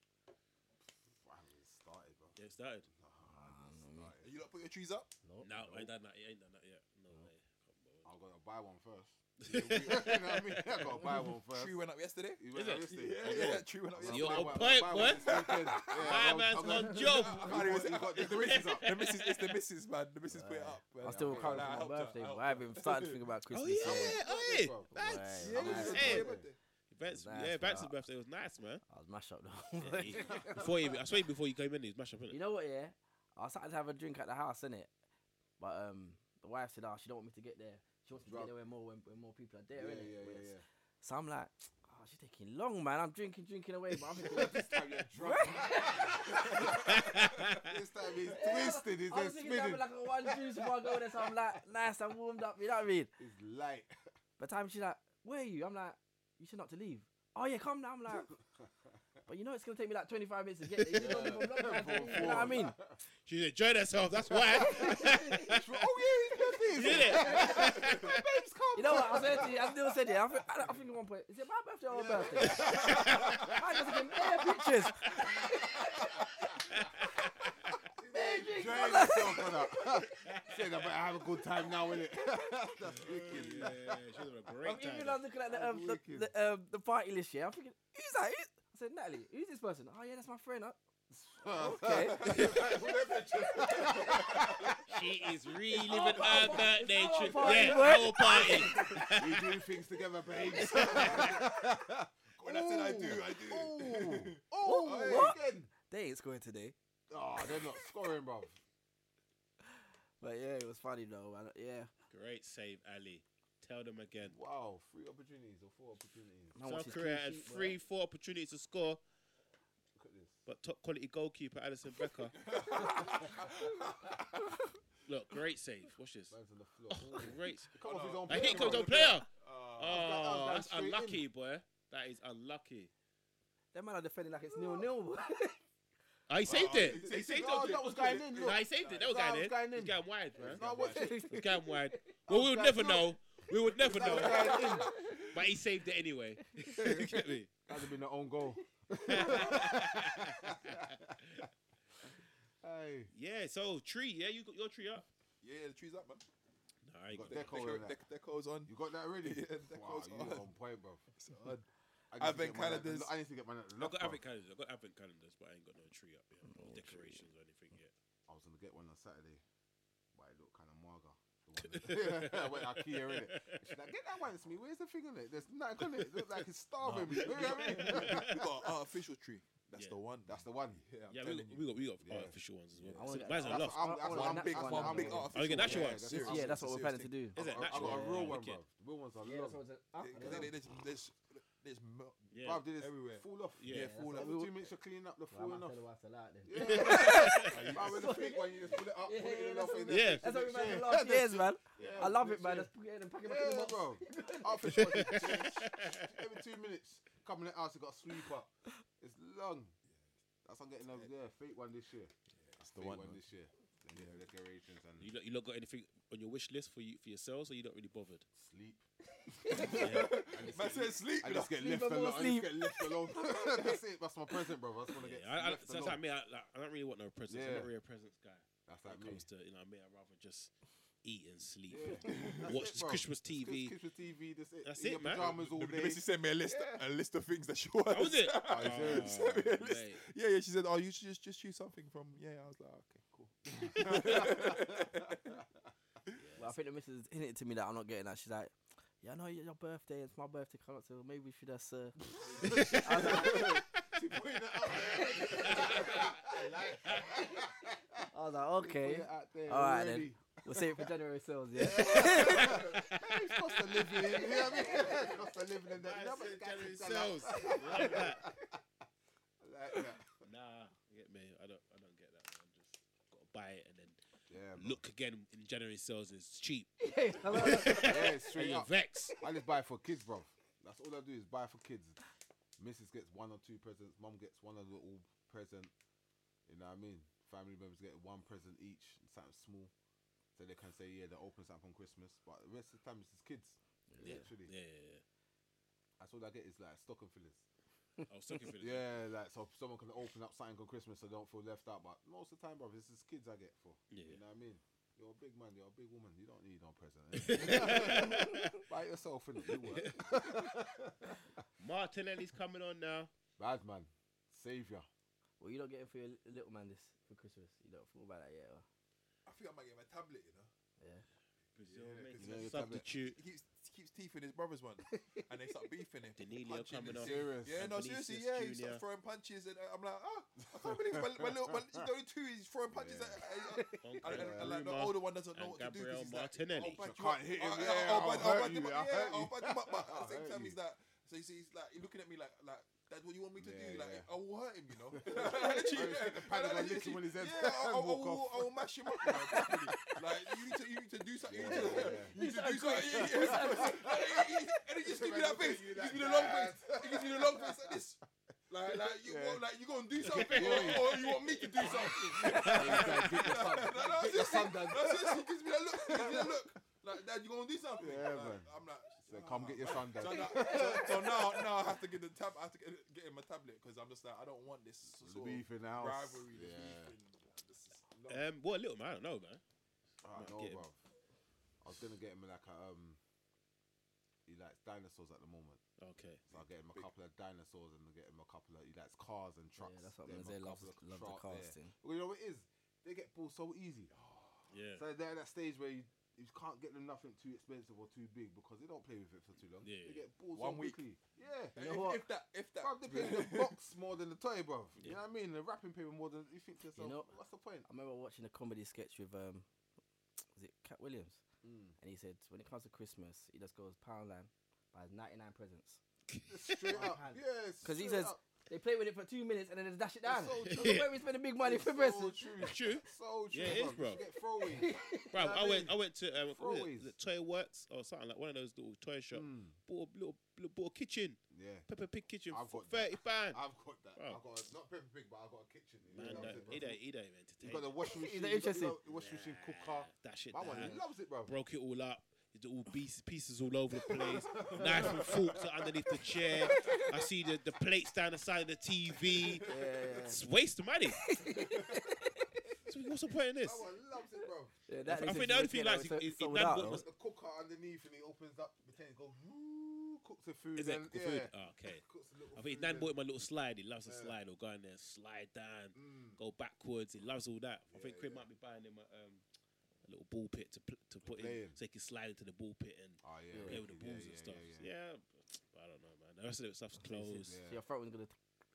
Speaker 3: I haven't even started, bro.
Speaker 1: Yeah, it started.
Speaker 2: Ah,
Speaker 5: Are you not put your trees up?
Speaker 3: Oh,
Speaker 2: Nope.
Speaker 1: No, I ain't done that. I ain't done that yet. No,
Speaker 3: *laughs*
Speaker 1: way. Come on.
Speaker 3: I'm gonna buy one first. *laughs* you know what I mean? *laughs* I gotta buy one first.
Speaker 5: Tree went up yesterday.
Speaker 3: You went
Speaker 1: Is it?
Speaker 3: out yesterday.
Speaker 5: Yeah,
Speaker 1: yeah.
Speaker 5: yeah, tree went up
Speaker 3: I'm gonna
Speaker 1: You're
Speaker 5: yesterday.
Speaker 3: buy
Speaker 1: on
Speaker 3: one- I'm
Speaker 1: point,
Speaker 3: gonna
Speaker 1: boy.
Speaker 3: buy one
Speaker 1: *laughs*
Speaker 3: this weekend.
Speaker 1: My
Speaker 3: Yeah, I'm-
Speaker 1: man's
Speaker 3: I'm
Speaker 1: on
Speaker 3: gonna-
Speaker 1: job.
Speaker 5: I can't even say-
Speaker 3: You got decorations up.
Speaker 5: The missus, it's the missus, man. The missus put it up. man.
Speaker 2: I still
Speaker 3: okay.
Speaker 2: recovering from
Speaker 5: Nah, I helped
Speaker 2: my
Speaker 5: her,
Speaker 2: birthday,
Speaker 5: I
Speaker 2: but
Speaker 5: helped
Speaker 2: I haven't even
Speaker 5: her.
Speaker 2: started to think about Christmas.
Speaker 1: Oh
Speaker 2: yet.
Speaker 1: yeah, oh yeah.
Speaker 3: Bro.
Speaker 1: Vance.
Speaker 2: Yeah,
Speaker 3: yeah,
Speaker 1: Hey,
Speaker 3: yeah.
Speaker 1: Vance,
Speaker 2: Nice,
Speaker 1: yeah, Vance's
Speaker 2: bro.
Speaker 1: birthday was nice, *laughs* man.
Speaker 2: I was mashed up *laughs* though.
Speaker 1: Yeah, he- before you, I swear before you came in, he was mashed up, innit?
Speaker 2: You know what? Yeah, I started to have a drink at the house, innit? But um, the wife said, "Oh, she don't want me to get there. She wants me to
Speaker 3: Drug.
Speaker 2: get there when more when, when more people are
Speaker 3: Yeah, yeah,
Speaker 2: there, innit?"
Speaker 3: yeah,
Speaker 2: Whereas-
Speaker 3: yeah.
Speaker 2: So I'm like, "Oh, she's taking long, man. I'm drinking, drinking away, but I'm thinking,
Speaker 3: This time you're drunk.
Speaker 1: *laughs*
Speaker 3: this time he's *laughs* twisted. He's
Speaker 2: I
Speaker 3: then
Speaker 2: was thinking having
Speaker 3: spinning.
Speaker 2: like a one juice before I go there, so I'm like, nice, I'm warmed up. You know what I mean?
Speaker 3: It's light.
Speaker 2: By the time she's like, "Where are you?" I'm like, "You said not to leave." Oh yeah, come now. I'm
Speaker 3: *laughs*
Speaker 2: like, but you know it's gonna take me like 25 minutes to get there. You, know,
Speaker 3: Yeah.
Speaker 2: you
Speaker 3: *laughs* Four,
Speaker 2: know what I
Speaker 3: four.
Speaker 2: mean?
Speaker 1: She enjoyed herself. That's *laughs* why.
Speaker 3: oh yeah,
Speaker 1: You
Speaker 3: he's
Speaker 1: did it.
Speaker 2: You know what? I said to you, I still said it. I think, I, I think at one point, is it my birthday or her birthday? I just taking air pictures. *laughs*
Speaker 3: Enjoying yourself, *laughs* brother. Said I better have a good time now, innit? That's wicked.
Speaker 1: yeah, she was a
Speaker 2: I'm
Speaker 1: great
Speaker 2: even
Speaker 1: time.
Speaker 2: when I was looking at the, um, the, the, um, the party list here. I'm thinking, who's that? Who's? I said, Natalie, who's this person? Oh, yeah, that's my friend. I-
Speaker 3: *laughs*
Speaker 2: Okay.
Speaker 1: She is
Speaker 2: *laughs*
Speaker 1: reliving
Speaker 2: our
Speaker 1: her
Speaker 2: party.
Speaker 1: birthday
Speaker 2: It's our
Speaker 1: trip.
Speaker 2: party,
Speaker 1: Yeah,
Speaker 2: boy.
Speaker 1: our party.
Speaker 2: *laughs*
Speaker 1: *laughs*
Speaker 3: we do things together, *laughs* babes.
Speaker 5: When I said I do, I
Speaker 3: *laughs*
Speaker 5: do.
Speaker 3: Oh,
Speaker 2: Oh,
Speaker 3: hey,
Speaker 2: what?
Speaker 3: Again.
Speaker 2: They ain't scoring today.
Speaker 3: Oh, they're not scoring, bro.
Speaker 2: But yeah, it was funny though. Man. Yeah.
Speaker 1: Great save, Ali. Tell them again.
Speaker 3: Wow, three opportunities or four opportunities.
Speaker 2: Man wants
Speaker 1: South
Speaker 2: his
Speaker 1: Korea
Speaker 2: clean
Speaker 1: had
Speaker 2: sheet, boy.
Speaker 1: three, four opportunities to score,
Speaker 3: Look at *laughs* this.
Speaker 1: but top quality goalkeeper Alison
Speaker 2: *laughs*
Speaker 1: Becker. Look, great save. Watch this. Oh,
Speaker 3: Man's on the floor.
Speaker 1: Great.
Speaker 3: Come off his own
Speaker 1: And here
Speaker 3: player,
Speaker 1: comes
Speaker 3: bro.
Speaker 1: our player.
Speaker 3: Uh, that
Speaker 1: Oh,
Speaker 3: was
Speaker 1: that's
Speaker 3: going straight in.
Speaker 1: unlucky, boy. That is unlucky.
Speaker 2: That man are defending like it's nil nil.
Speaker 1: Oh, he
Speaker 3: Uh,
Speaker 1: saved
Speaker 5: Oh,
Speaker 1: it.
Speaker 5: he-
Speaker 1: He
Speaker 5: he
Speaker 1: saved
Speaker 5: saved-
Speaker 1: it.
Speaker 3: Oh, that was going in.
Speaker 1: Nah,
Speaker 3: Look.
Speaker 1: he saved it. That was
Speaker 3: Nah,
Speaker 1: going
Speaker 3: it
Speaker 1: in.
Speaker 3: was going
Speaker 1: He's
Speaker 3: in.
Speaker 1: going wide, man.
Speaker 3: No,
Speaker 2: *laughs*
Speaker 3: what's it?
Speaker 1: He's going wide. Well, we would never know. We would never know.
Speaker 3: That was going in.
Speaker 1: But he saved it
Speaker 3: *laughs*
Speaker 1: anyway. *laughs* You Get me?
Speaker 3: That'd have been the own goal. Hey.
Speaker 1: yeah. So tree. Yeah, you got your tree up.
Speaker 5: Yeah, the tree's up, man.
Speaker 1: No, I ain't
Speaker 5: Got
Speaker 1: got
Speaker 3: that. Deco
Speaker 5: deco-
Speaker 3: in that.
Speaker 5: deco- Deco's on.
Speaker 3: You got that already?
Speaker 5: Yeah, that
Speaker 3: wow,
Speaker 5: goes
Speaker 3: you on
Speaker 5: on.
Speaker 3: point, bro.
Speaker 5: It's on.
Speaker 3: I, need to
Speaker 5: Advent
Speaker 3: get mine at the-
Speaker 5: calendars.
Speaker 3: I need to get mine at the
Speaker 1: I've
Speaker 3: lock,
Speaker 1: got
Speaker 3: bro.
Speaker 1: advent calendars. I've got advent calendars, but I ain't got no tree up yet.
Speaker 3: Oh,
Speaker 1: No decorations or anything yet.
Speaker 3: I was gonna get one on Saturday, but it looked kind of maga. The *laughs* one- I went IKEA in it.
Speaker 1: *laughs*
Speaker 3: She's like, get that one to me. Where's the thing on it? There's nothing on it. It looks like it's starving me. *laughs* You know what I mean?
Speaker 5: we got an artificial tree. That's
Speaker 1: Yeah.
Speaker 5: the one.
Speaker 3: That's the one.
Speaker 5: yeah. I'm
Speaker 1: Yeah, we
Speaker 5: telling
Speaker 1: got,
Speaker 5: you.
Speaker 1: we got we got
Speaker 3: Yeah.
Speaker 1: artificial ones as well.
Speaker 2: I
Speaker 1: So
Speaker 2: wanna get-
Speaker 1: mine's a
Speaker 3: That's
Speaker 1: lot.
Speaker 3: what I'm-
Speaker 2: I
Speaker 3: that's
Speaker 2: want
Speaker 3: what I'm
Speaker 2: that
Speaker 3: big
Speaker 2: one,
Speaker 3: one.
Speaker 2: that
Speaker 3: I'm
Speaker 2: one.
Speaker 3: big
Speaker 5: Oh,
Speaker 3: artificial
Speaker 5: okay,
Speaker 3: one.
Speaker 1: that's your
Speaker 3: Yeah,
Speaker 1: one.
Speaker 3: that's
Speaker 5: Serious,
Speaker 3: it.
Speaker 2: *laughs* yeah,
Speaker 5: serious,
Speaker 2: that's what we're planning to do.
Speaker 1: Is it
Speaker 3: I've got- I've
Speaker 1: natural?
Speaker 3: got a real one,
Speaker 1: Wicked.
Speaker 3: bro. The real ones are
Speaker 2: Yeah, that's
Speaker 3: long.
Speaker 2: what it's- ah,
Speaker 5: Yeah, 'cause
Speaker 2: yeah.
Speaker 5: they- they- there's- there's milk.
Speaker 1: Yeah.
Speaker 3: Bro, they just
Speaker 5: Everywhere.
Speaker 3: fall off.
Speaker 1: Yeah.
Speaker 5: Yeah, fall
Speaker 3: Every
Speaker 5: off.
Speaker 3: two minutes you're cleaning up the
Speaker 2: Well, I
Speaker 3: falling
Speaker 2: might
Speaker 3: off.
Speaker 2: tell the wife to lie then.
Speaker 3: Yeah. Bruv, with the big one, you just pull it up,
Speaker 2: Yeah,
Speaker 3: put it in the loft,
Speaker 2: yeah, that's what-
Speaker 3: and then
Speaker 1: Yeah.
Speaker 3: fix it
Speaker 2: *laughs* That's
Speaker 3: next
Speaker 2: what we've had
Speaker 3: year.
Speaker 2: the *laughs* last years, man.
Speaker 3: Yeah,
Speaker 2: I love it,
Speaker 3: next
Speaker 2: man.
Speaker 3: year.
Speaker 2: Just put it in and pack it back in
Speaker 3: Yeah,
Speaker 2: the box. *laughs*
Speaker 3: bro. After
Speaker 1: *laughs*
Speaker 3: every two minutes, coming out, you got a sweep up. It's long. That's I'm getting over there. Fake one this year.
Speaker 5: That's the
Speaker 3: Fake
Speaker 5: one.
Speaker 3: one,
Speaker 5: man.
Speaker 3: this year. Then get the decorations and
Speaker 1: You lot, you lot got anything on your wish list for you for yourselves, or you not really bothered?
Speaker 3: sleep. *laughs*
Speaker 5: Man said sleep.
Speaker 3: I just get
Speaker 2: Sleep
Speaker 3: left
Speaker 2: and more
Speaker 3: alone. I just get left alone.
Speaker 2: *laughs*
Speaker 3: That's it. That's my present, bro. I just want to
Speaker 1: Yeah,
Speaker 3: get
Speaker 1: I, I,
Speaker 3: left
Speaker 1: so it's like
Speaker 3: alone.
Speaker 1: me. I, like, I don't really want no presents. I'm
Speaker 3: Yeah.
Speaker 1: not really a presents guy.
Speaker 3: That's
Speaker 1: When
Speaker 3: like
Speaker 1: it
Speaker 3: me.
Speaker 1: comes to you know, me, I'd rather just eat and sleep,
Speaker 3: Yeah. That's
Speaker 1: watch
Speaker 3: it,
Speaker 1: this
Speaker 3: bro.
Speaker 1: Christmas
Speaker 3: It's
Speaker 1: TV.
Speaker 3: Christmas TV. That's it.
Speaker 1: That's
Speaker 3: In
Speaker 1: it,
Speaker 3: your
Speaker 1: man.
Speaker 3: pajamas all
Speaker 5: The, the
Speaker 3: day. *laughs*
Speaker 5: missus sent me a list, a list of things that she wants.
Speaker 1: That was it.
Speaker 3: Oh, is
Speaker 1: Oh,
Speaker 5: Sent me a list.
Speaker 1: *laughs* mate.
Speaker 5: Yeah, yeah. She said, "Oh, you should just just choose something from." Yeah, I was like, "Okay, cool."
Speaker 2: Well, I think the missus hinted to me that I'm not getting that. She's like, yeah, I know your your birthday. It's my birthday coming up, so maybe we should just. Uh...
Speaker 1: *laughs*
Speaker 2: I was like, *laughs*
Speaker 3: She putting it out there.
Speaker 2: I was like, okay,
Speaker 3: People out there
Speaker 2: All right,
Speaker 3: *laughs*
Speaker 2: then.
Speaker 3: already.
Speaker 2: we'll save it for January sales,
Speaker 3: *laughs*
Speaker 2: yeah. *laughs*
Speaker 3: Hey, it's cost of living. You know what I mean? *laughs* It's cost of living and that. You know how much guys
Speaker 1: January
Speaker 3: can sell out
Speaker 1: *laughs* sales. Love
Speaker 3: *laughs*
Speaker 1: that.
Speaker 3: like that?
Speaker 1: Nah, get me. I don't. I don't get that. Man. Just gotta buy it and then
Speaker 3: Yeah, man.
Speaker 1: look again in January sales. It's
Speaker 3: *laughs*
Speaker 1: cheap.
Speaker 2: yeah. hello.
Speaker 3: yeah,
Speaker 1: And
Speaker 3: straight
Speaker 1: you
Speaker 3: up.
Speaker 1: vex.
Speaker 3: I just buy for kids, bro. That's all I do is buy for kids. Mrs. gets one or two presents. Mum gets one or little present. You know what I mean? Family members get one present each, something small, so they can say, yeah, they open something on Christmas. But the rest of the time, it's just kids. Literally,
Speaker 1: Yeah. yeah,
Speaker 3: that's all I get is like stocking fillers.
Speaker 1: yeah. I was talking for this.
Speaker 3: Yeah, like so someone can open up something on Christmas so they don't feel left out. But most of the time, bro, this is kids I get for.
Speaker 1: Yeah.
Speaker 3: You know what I mean? You're a big man, you're a big woman, you don't need no present.
Speaker 1: *laughs*
Speaker 3: innit? Buy yourself in it, you work. *laughs*
Speaker 1: Martinelli's coming on now.
Speaker 3: Bad man, savior.
Speaker 2: Well, you don't get it for your li- little man this for Christmas. You don't thought about that yet. Or?
Speaker 5: I think I might get him a tablet, you know.
Speaker 1: Brazil
Speaker 5: Yeah,
Speaker 1: making
Speaker 5: you know
Speaker 1: a
Speaker 3: your tablet.
Speaker 1: substitute.
Speaker 5: He keeps he keeps teething his brother's one, and they start beefing
Speaker 1: *laughs*
Speaker 5: him.
Speaker 1: Danilo
Speaker 5: punching
Speaker 1: coming
Speaker 5: and
Speaker 1: off.
Speaker 5: shit.
Speaker 3: Serious.
Speaker 5: Yeah, no,
Speaker 1: Vinicius
Speaker 5: seriously, yeah, he
Speaker 1: Junior.
Speaker 5: starts throwing punches, and uh, I'm like, ah, I can't believe my, my little, my, *laughs* the only two is throwing punches.
Speaker 3: Yeah.
Speaker 5: At, at,
Speaker 1: Uncle
Speaker 5: and, and, and like the
Speaker 1: Ruma
Speaker 5: older one doesn't know
Speaker 1: and
Speaker 5: what to do
Speaker 1: Gabriel
Speaker 5: because he's like,
Speaker 1: Martinelli.
Speaker 5: I'll back
Speaker 3: You can't hit him, yeah, I'll hurt you,
Speaker 5: you up. I'll- I'll- I'll back- I'll back him up,
Speaker 3: I'll
Speaker 5: yeah,
Speaker 3: hurt
Speaker 5: I'll
Speaker 3: you.
Speaker 5: back him up, but at
Speaker 3: I'll
Speaker 5: the same
Speaker 3: hurt *laughs*
Speaker 5: time
Speaker 3: you.
Speaker 5: he's like, so you see, he's like, he's looking at me like, like, Dad, what do you want me to
Speaker 3: Yeah,
Speaker 5: do? Like,
Speaker 3: yeah.
Speaker 5: I will hurt him,
Speaker 3: *laughs*
Speaker 5: you know. *laughs*
Speaker 3: I just think the
Speaker 5: And
Speaker 3: paddock will
Speaker 5: I literally-
Speaker 3: lick him when he says,
Speaker 5: yeah, I- I- I
Speaker 3: walk
Speaker 5: will-
Speaker 3: off.
Speaker 5: I will mash him up. you
Speaker 3: *laughs*
Speaker 5: know, properly. Like, you need to, you need to do something. you need to-
Speaker 3: Yeah, yeah.
Speaker 5: You need to do something. Yeah, *laughs* yeah. And he just gives me that face. He gives me the long face. He gives me the long face like this. Like, like you,
Speaker 3: Yeah.
Speaker 5: want, like you
Speaker 3: *laughs*
Speaker 5: gonna do something, or, or you want me to do something? *laughs* no,
Speaker 3: Get your son
Speaker 5: seriously,
Speaker 3: done.
Speaker 5: no, seriously, gives me that look, gives me that look. Like, Dad, you gonna do something?
Speaker 3: Yeah,
Speaker 5: like,
Speaker 3: man.
Speaker 5: I'm like,
Speaker 3: So come get your son,
Speaker 5: so,
Speaker 3: dad.
Speaker 5: now, so, so now, now I have to get the tab. I have to get, get him a tablet because I'm just like, I don't want this
Speaker 3: The
Speaker 5: sort
Speaker 3: beef in the
Speaker 5: of
Speaker 3: house.
Speaker 5: rivalry. this
Speaker 3: Yeah.
Speaker 5: beefing. This is long.
Speaker 1: Um, what a little man. I don't know, man.
Speaker 3: I
Speaker 1: Might
Speaker 3: know,
Speaker 1: get him.
Speaker 3: bruv. I was gonna get him like a um. He likes dinosaurs at the moment,
Speaker 1: Okay.
Speaker 3: so I'll get him a couple of dinosaurs and I'll get him a couple of he likes cars and trucks.
Speaker 2: Yeah, that's what
Speaker 3: Get him a
Speaker 2: Manzai loves.
Speaker 3: couple of
Speaker 2: Love the
Speaker 3: truck- yeah.
Speaker 2: casting.
Speaker 3: Well, you know what it is? They get bought so easy.
Speaker 1: Yeah.
Speaker 3: So they're at that stage where you, you can't get them nothing too expensive or too big because they don't play with it for too long.
Speaker 1: Yeah,
Speaker 3: They
Speaker 1: yeah.
Speaker 3: get balls
Speaker 5: One
Speaker 3: so
Speaker 5: week.
Speaker 3: quickly. Yeah.
Speaker 5: If,
Speaker 2: You know what?
Speaker 5: Eh, if that, if that,
Speaker 3: Bruv, they play with
Speaker 5: *laughs*
Speaker 3: the box more than the toy, bruv. You know what I mean? The wrapping paper more than you think to yourself,
Speaker 2: know-
Speaker 3: what's the point?
Speaker 2: I remember watching a comedy sketch with um, was it Cat Williams? And he said when it comes to Christmas, he just goes Poundland buys 99 presents.
Speaker 3: Straight up.
Speaker 2: hand.
Speaker 3: Yeah.
Speaker 2: Because he
Speaker 3: straight
Speaker 2: says
Speaker 3: up.
Speaker 2: they play with it for two minutes and then they dash it down.
Speaker 3: so
Speaker 2: So
Speaker 3: true.
Speaker 2: where we spending big money
Speaker 3: It's
Speaker 2: for presents?
Speaker 3: So true.
Speaker 1: It's true.
Speaker 3: So true.
Speaker 1: Yeah, it is, bruv.
Speaker 3: bruv. You should Get
Speaker 2: *laughs*
Speaker 3: throwaways.
Speaker 1: Bro,
Speaker 3: know what
Speaker 1: I
Speaker 3: I
Speaker 1: went.
Speaker 3: mean?
Speaker 1: I went to um, what was it?
Speaker 3: Throwaways.
Speaker 1: The Toy Works or something like one of those little toy shops.
Speaker 3: Mm.
Speaker 1: Bought a little, little bought a kitchen,
Speaker 3: Yeah.
Speaker 1: Pepper Pig kitchen,
Speaker 3: I've
Speaker 1: for
Speaker 3: got that.
Speaker 1: thirty pound.
Speaker 3: I've got that.
Speaker 1: Bruv.
Speaker 3: I've got a, not Peppa Pig, but I've got a kitchen. You
Speaker 1: Man,
Speaker 3: know what
Speaker 1: that,
Speaker 3: I'm
Speaker 1: he
Speaker 3: saying, bruv?
Speaker 1: don't, he don't even
Speaker 3: You've got
Speaker 1: entertain.
Speaker 3: the washing
Speaker 2: Is
Speaker 3: machine.
Speaker 2: that
Speaker 3: you've got-
Speaker 2: interesting?
Speaker 3: you've got the washing machine, cooker.
Speaker 1: That shit.
Speaker 3: My one,
Speaker 1: down.
Speaker 3: he loves it, bruv.
Speaker 1: broke it all up. There's all piece, pieces all over
Speaker 3: *laughs*
Speaker 1: the place. Knife and forks are underneath the chair. I see the, the plates down the side of the TV.
Speaker 2: Yeah, yeah, yeah.
Speaker 1: It's a waste of money. so what's the point in this?
Speaker 3: My one loves it, bruv.
Speaker 2: *laughs* Yeah,
Speaker 1: I think the only thing he likes is- is- is that what was-
Speaker 3: the cooker underneath and he opens up the thing, goes, "Woo," cooks the food.
Speaker 1: Is it
Speaker 3: and,
Speaker 1: cook
Speaker 3: yeah,
Speaker 1: food? Oh, okay.
Speaker 3: Cooks a little
Speaker 1: I think
Speaker 3: food
Speaker 1: Nan
Speaker 3: and-
Speaker 1: bought him a little slide. He loves a
Speaker 3: Yeah.
Speaker 1: slide. He'll go in there, slide down,
Speaker 3: Mm.
Speaker 1: go backwards. He loves all that. I
Speaker 3: Yeah,
Speaker 1: think Crib
Speaker 3: yeah.
Speaker 1: might be buying him a, um, a little ball pit to pl- to put
Speaker 3: play
Speaker 1: in,
Speaker 3: in.
Speaker 1: so he can slide into the ball pit and
Speaker 3: Oh, yeah.
Speaker 1: play with the balls and stuff. Yeah, I don't know, man. The rest of the stuff's closed.
Speaker 3: Yeah.
Speaker 2: So your throat was gonna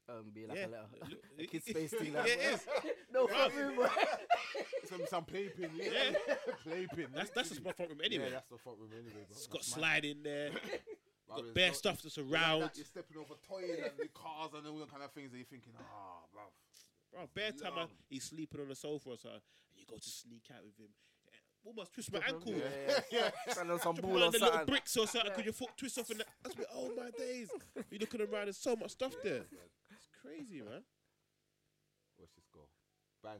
Speaker 2: um, be like
Speaker 1: Yeah.
Speaker 2: *laughs* a letter.
Speaker 1: Look- *laughs*
Speaker 2: a kid's face thing.
Speaker 1: Yeah,
Speaker 2: Like,
Speaker 1: it is.
Speaker 2: *laughs* no
Speaker 1: Bruv.
Speaker 2: fucking way.
Speaker 3: Some, some playpen, yeah.
Speaker 2: *laughs*
Speaker 1: Yeah.
Speaker 3: *laughs* playpen.
Speaker 1: That's that's the spot from him anyway.
Speaker 3: Yeah, that's the front room anyway.
Speaker 1: It's got slide in
Speaker 3: *laughs*
Speaker 1: there.
Speaker 3: Got
Speaker 1: bare stuff that's around.
Speaker 3: You're stepping over toys and the cars and all that kind of things, and you're thinking, ah, bruv.
Speaker 1: Bro, bare time I,
Speaker 5: Long.
Speaker 1: he's sleeping on the sofa or something, and you go to sneak out with him. eh, Almost twist my ankle.
Speaker 2: Yeah, yeah,
Speaker 3: *laughs*
Speaker 2: yeah. Stand on some
Speaker 1: Put
Speaker 2: ball or
Speaker 1: on the little
Speaker 2: something.
Speaker 1: bricks or something, because your foot twists off. And that. That's been, oh my days. You looking around, there's so much stuff there. It's crazy, man.
Speaker 3: Watch this go. Bang.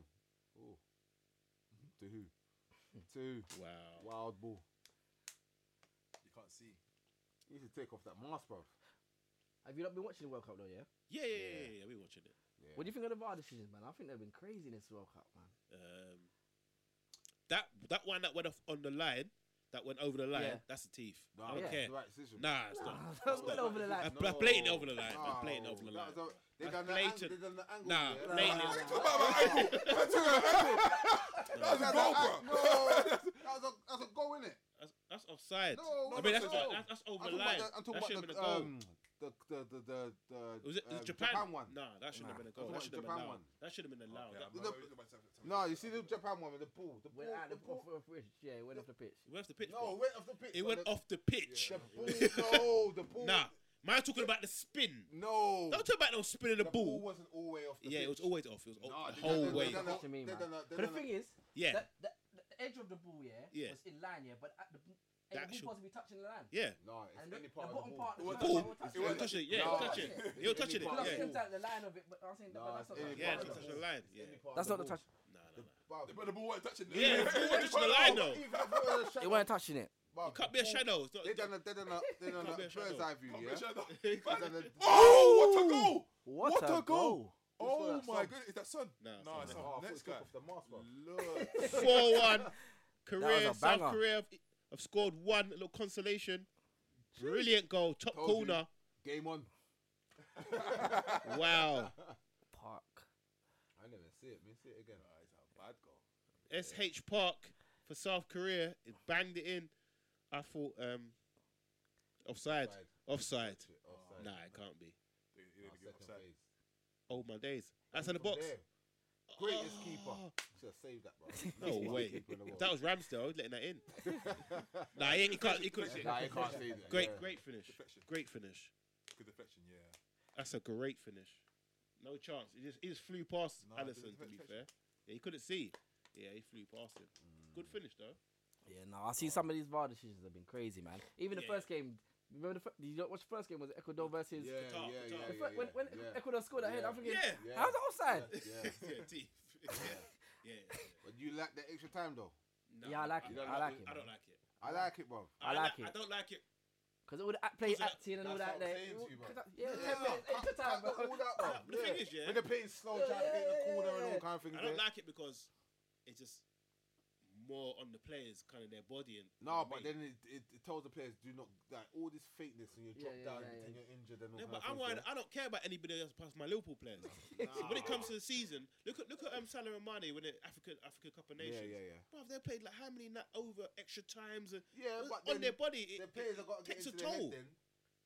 Speaker 3: Ooh. To who? To
Speaker 1: Wow.
Speaker 3: Wild Bull.
Speaker 5: you can't see.
Speaker 3: You should take off that mask, bruv.
Speaker 2: Have you not been watching the World Cup though? Yeah.
Speaker 1: Yeah, yeah, yeah, yeah, yeah. We're watching it.
Speaker 3: Yeah.
Speaker 2: What do you think of the VAR decisions, man? I think they've been crazy in this World Cup, man.
Speaker 1: Um, that that one that went off on the line, that went over the line,
Speaker 2: Yeah.
Speaker 1: that's a teeth.
Speaker 3: No,
Speaker 1: I don't
Speaker 2: yeah.
Speaker 1: care.
Speaker 3: Right decision.
Speaker 1: Nah, it's not.
Speaker 2: Nah,
Speaker 1: That's
Speaker 2: *laughs* that's well over the line.
Speaker 1: I pla- blatant over the line. I blatant
Speaker 3: No,
Speaker 1: over the
Speaker 3: that
Speaker 1: line.
Speaker 3: was a- They
Speaker 1: That's
Speaker 3: done the ang-
Speaker 1: blatant.
Speaker 3: they done the angle.
Speaker 1: Nah,
Speaker 3: yeah?
Speaker 1: blatant.
Speaker 2: Nah,
Speaker 5: What are you
Speaker 2: nah, *laughs*
Speaker 5: talking about? My ankle. What you talking about my ankle? That was a
Speaker 3: That-
Speaker 5: goal,
Speaker 3: that-
Speaker 5: bro.
Speaker 3: No, that was a that's a goal, innit?
Speaker 1: That's, that's offside.
Speaker 3: No,
Speaker 1: I mean,
Speaker 3: no,
Speaker 1: that's,
Speaker 3: no.
Speaker 1: that's, that's over the
Speaker 3: I'm talking
Speaker 1: line. that
Speaker 3: about the- I'm
Speaker 1: should have
Speaker 3: talking about
Speaker 1: been a
Speaker 3: the
Speaker 1: goal.
Speaker 3: um, the the the the, the
Speaker 1: Was it is
Speaker 3: uh,
Speaker 1: Japan?
Speaker 3: one?
Speaker 1: Nah, that shouldn't have
Speaker 3: Nah.
Speaker 1: been a
Speaker 3: I
Speaker 1: goal.
Speaker 3: thought
Speaker 1: That
Speaker 3: it
Speaker 1: should have been
Speaker 3: was Japan
Speaker 1: allowed.
Speaker 3: one.
Speaker 1: That should have been allowed. That-
Speaker 3: The- No, you see the Japan one with the ball. The
Speaker 2: Went
Speaker 3: ball,
Speaker 2: out
Speaker 3: the
Speaker 2: the
Speaker 3: ball.
Speaker 2: for for- yeah, it went off the pitch.
Speaker 1: It went off the pitch.
Speaker 3: No,
Speaker 1: bro.
Speaker 3: it went off the
Speaker 1: it
Speaker 3: pitch. but
Speaker 1: went
Speaker 3: the,
Speaker 1: off the pitch.
Speaker 3: The ball. No, the ball.
Speaker 1: Nah, man, I'm talking about the spin.
Speaker 3: No.
Speaker 1: Don't talk about no spinning the,
Speaker 3: the
Speaker 1: ball.
Speaker 3: wasn't all way off the
Speaker 1: yeah, it
Speaker 3: pitch.
Speaker 1: was always off. It was
Speaker 3: Nah,
Speaker 1: off the
Speaker 3: they done-
Speaker 1: whole
Speaker 3: they
Speaker 1: way.
Speaker 3: done
Speaker 2: That's
Speaker 3: that-
Speaker 2: what I mean,
Speaker 3: they
Speaker 2: man.
Speaker 3: done that- they
Speaker 2: But the
Speaker 3: done that-
Speaker 2: thing is,
Speaker 1: Yeah,
Speaker 2: that, that, the edge of the ball, yeah,
Speaker 1: Yeah.
Speaker 2: was in line, yeah, but at the, and
Speaker 1: That
Speaker 2: the
Speaker 1: should-
Speaker 2: ball wasn't be touching the line.
Speaker 1: yeah.
Speaker 3: No, it's
Speaker 2: And the,
Speaker 3: any
Speaker 2: the
Speaker 3: part of
Speaker 2: bottom
Speaker 3: the
Speaker 2: part,
Speaker 3: ball.
Speaker 5: It was
Speaker 2: the
Speaker 1: ball.
Speaker 2: ball touched
Speaker 5: It
Speaker 2: the
Speaker 5: was
Speaker 2: line.
Speaker 1: touching it. Yeah, it
Speaker 3: No,
Speaker 1: was touching
Speaker 3: it's
Speaker 1: it.
Speaker 3: any
Speaker 1: It was touching it.
Speaker 3: part
Speaker 2: Well,
Speaker 3: of the
Speaker 2: I'm
Speaker 1: Yeah,
Speaker 2: saying
Speaker 3: ball.
Speaker 2: that the line of it, but I'm saying that,
Speaker 3: No,
Speaker 2: but
Speaker 3: it's
Speaker 2: that's not
Speaker 3: any
Speaker 2: the-
Speaker 3: part
Speaker 1: Yeah,
Speaker 3: of
Speaker 1: it
Speaker 3: the
Speaker 1: touched the
Speaker 3: ball.
Speaker 1: line.
Speaker 3: It's
Speaker 1: Yeah.
Speaker 3: any part
Speaker 2: That's
Speaker 3: of
Speaker 2: not the touch.
Speaker 1: Nah, nah, nah.
Speaker 3: Bruv,
Speaker 5: But the ball wasn't touching them.
Speaker 1: Yeah, the ball wasn't
Speaker 5: *laughs*
Speaker 1: touching the line though.
Speaker 3: even if it was a shadow,
Speaker 2: It weren't touching it.
Speaker 3: bruv,
Speaker 1: It can't be a
Speaker 3: the ball-
Speaker 1: shadow. It's not,
Speaker 3: They
Speaker 1: *laughs*
Speaker 3: done a they done a they done
Speaker 1: Can't
Speaker 3: a
Speaker 1: be a
Speaker 3: bird's
Speaker 1: shadow.
Speaker 3: eye view,
Speaker 5: Can't be
Speaker 3: yeah.
Speaker 5: a shadow.
Speaker 1: *laughs*
Speaker 3: They done a-
Speaker 5: Oh, what a goal!
Speaker 2: What,
Speaker 5: What
Speaker 2: a,
Speaker 5: a
Speaker 2: goal!
Speaker 5: goal.
Speaker 3: saw
Speaker 5: Oh
Speaker 3: that
Speaker 5: my
Speaker 3: son.
Speaker 5: goodness, is that son?
Speaker 1: Nah,
Speaker 5: no,
Speaker 1: son,
Speaker 5: it's
Speaker 1: nah.
Speaker 5: not.
Speaker 3: Oh, I thought
Speaker 5: Next
Speaker 3: it took
Speaker 5: guy.
Speaker 3: off the mask, bruv.
Speaker 1: *laughs*
Speaker 5: *laughs*
Speaker 1: Four one. Korea,
Speaker 2: was a
Speaker 1: South
Speaker 2: banger.
Speaker 1: Korea have, have scored one. Little consolation. Brilliant goal, top
Speaker 3: Told you.
Speaker 1: corner.
Speaker 3: Game on.
Speaker 1: Wow.
Speaker 2: Park.
Speaker 3: I never see it. Me see it again.
Speaker 5: Bad goal.
Speaker 1: SH Park for South Korea. It banged it in. I thought um offside.
Speaker 3: Offside.
Speaker 1: Offside.
Speaker 3: Offside.
Speaker 1: Nah, it can't be.
Speaker 5: They- they
Speaker 3: Nah,
Speaker 5: didn't get
Speaker 3: second
Speaker 5: offside.
Speaker 3: phase.
Speaker 1: Oh my days. Outside the
Speaker 3: From
Speaker 1: box.
Speaker 3: there, Greatest
Speaker 1: Oh.
Speaker 3: keeper. Should have saved
Speaker 1: *laughs*
Speaker 3: that, bro.
Speaker 1: No way. If
Speaker 3: *laughs*
Speaker 1: that was Ramsdale, I'd letting that in. Nah, he, he can't. He couldn't.
Speaker 3: nah, you can't save it.
Speaker 1: Great,
Speaker 3: yeah.
Speaker 1: great finish.
Speaker 5: Deflection.
Speaker 1: Great finish.
Speaker 5: Good deflection, yeah.
Speaker 1: That's a great finish. No chance. He just, he just flew past
Speaker 5: No,
Speaker 1: Allison.
Speaker 5: didn't
Speaker 1: To be
Speaker 5: touch it.
Speaker 1: fair, yeah, he couldn't see. Yeah, he flew past him.
Speaker 3: Mm.
Speaker 1: Good finish though.
Speaker 2: Yeah, no, I see some of these VAR decisions have been crazy, man. Even the
Speaker 1: Yeah.
Speaker 2: first game. Remember the fir- did you not watch the first game? Was it Ecuador versus?
Speaker 3: Yeah,
Speaker 1: Qatar, Qatar.
Speaker 3: yeah, yeah,
Speaker 2: the
Speaker 3: yeah,
Speaker 2: fir- when when
Speaker 3: yeah.
Speaker 2: Ecuador scored that head, I'm thinking,
Speaker 1: Yeah.
Speaker 3: Yeah.
Speaker 2: how's that offside?
Speaker 3: Yeah.
Speaker 1: *laughs* Yeah, teeth. yeah, yeah.
Speaker 3: But you like the extra time though.
Speaker 1: No,
Speaker 2: Yeah, I like it. I like it,
Speaker 1: I
Speaker 2: man.
Speaker 1: don't like it.
Speaker 3: I like it, bro.
Speaker 2: I like
Speaker 1: li- I
Speaker 2: it.
Speaker 1: don't like it.
Speaker 2: Because all the act- play
Speaker 1: Was it-
Speaker 2: acting and all
Speaker 3: That's
Speaker 2: that.
Speaker 3: what I'm
Speaker 2: There.
Speaker 3: saying to you, bro.
Speaker 2: *laughs* Yeah, ten minutes
Speaker 3: cut-
Speaker 2: extra time,
Speaker 3: cut the-
Speaker 2: bro.
Speaker 3: all that, bro.
Speaker 2: *laughs*
Speaker 1: The thing is, yeah,
Speaker 3: When they're playing slow,
Speaker 2: Yeah,
Speaker 3: trying to paint the
Speaker 2: yeah,
Speaker 3: corner and
Speaker 2: yeah.
Speaker 3: all kind of things.
Speaker 1: I
Speaker 3: there.
Speaker 1: don't like it because it's just more on the players, kind of their body and.
Speaker 3: No,
Speaker 1: and
Speaker 3: but
Speaker 1: me.
Speaker 3: then it, it, it tells the players do not like all this fakeness and you
Speaker 2: Yeah,
Speaker 3: drop
Speaker 2: yeah,
Speaker 3: down
Speaker 2: yeah, yeah.
Speaker 3: and you're injured and all
Speaker 1: Yeah,
Speaker 3: kind
Speaker 1: but
Speaker 3: of
Speaker 1: I'm
Speaker 3: things.
Speaker 1: worried,
Speaker 3: yeah.
Speaker 1: I don't care about anybody else past my Liverpool players. So when it comes to the season, look at look at um, Salah and Mane when the African African Cup of
Speaker 3: yeah,
Speaker 1: Nations.
Speaker 3: yeah, yeah.
Speaker 1: Bruv, they played like how many na- over extra times and
Speaker 3: Yeah, but
Speaker 1: on their
Speaker 3: then
Speaker 1: body. It,
Speaker 3: the players have got to get
Speaker 1: takes a
Speaker 3: into their
Speaker 1: toll.
Speaker 3: head then.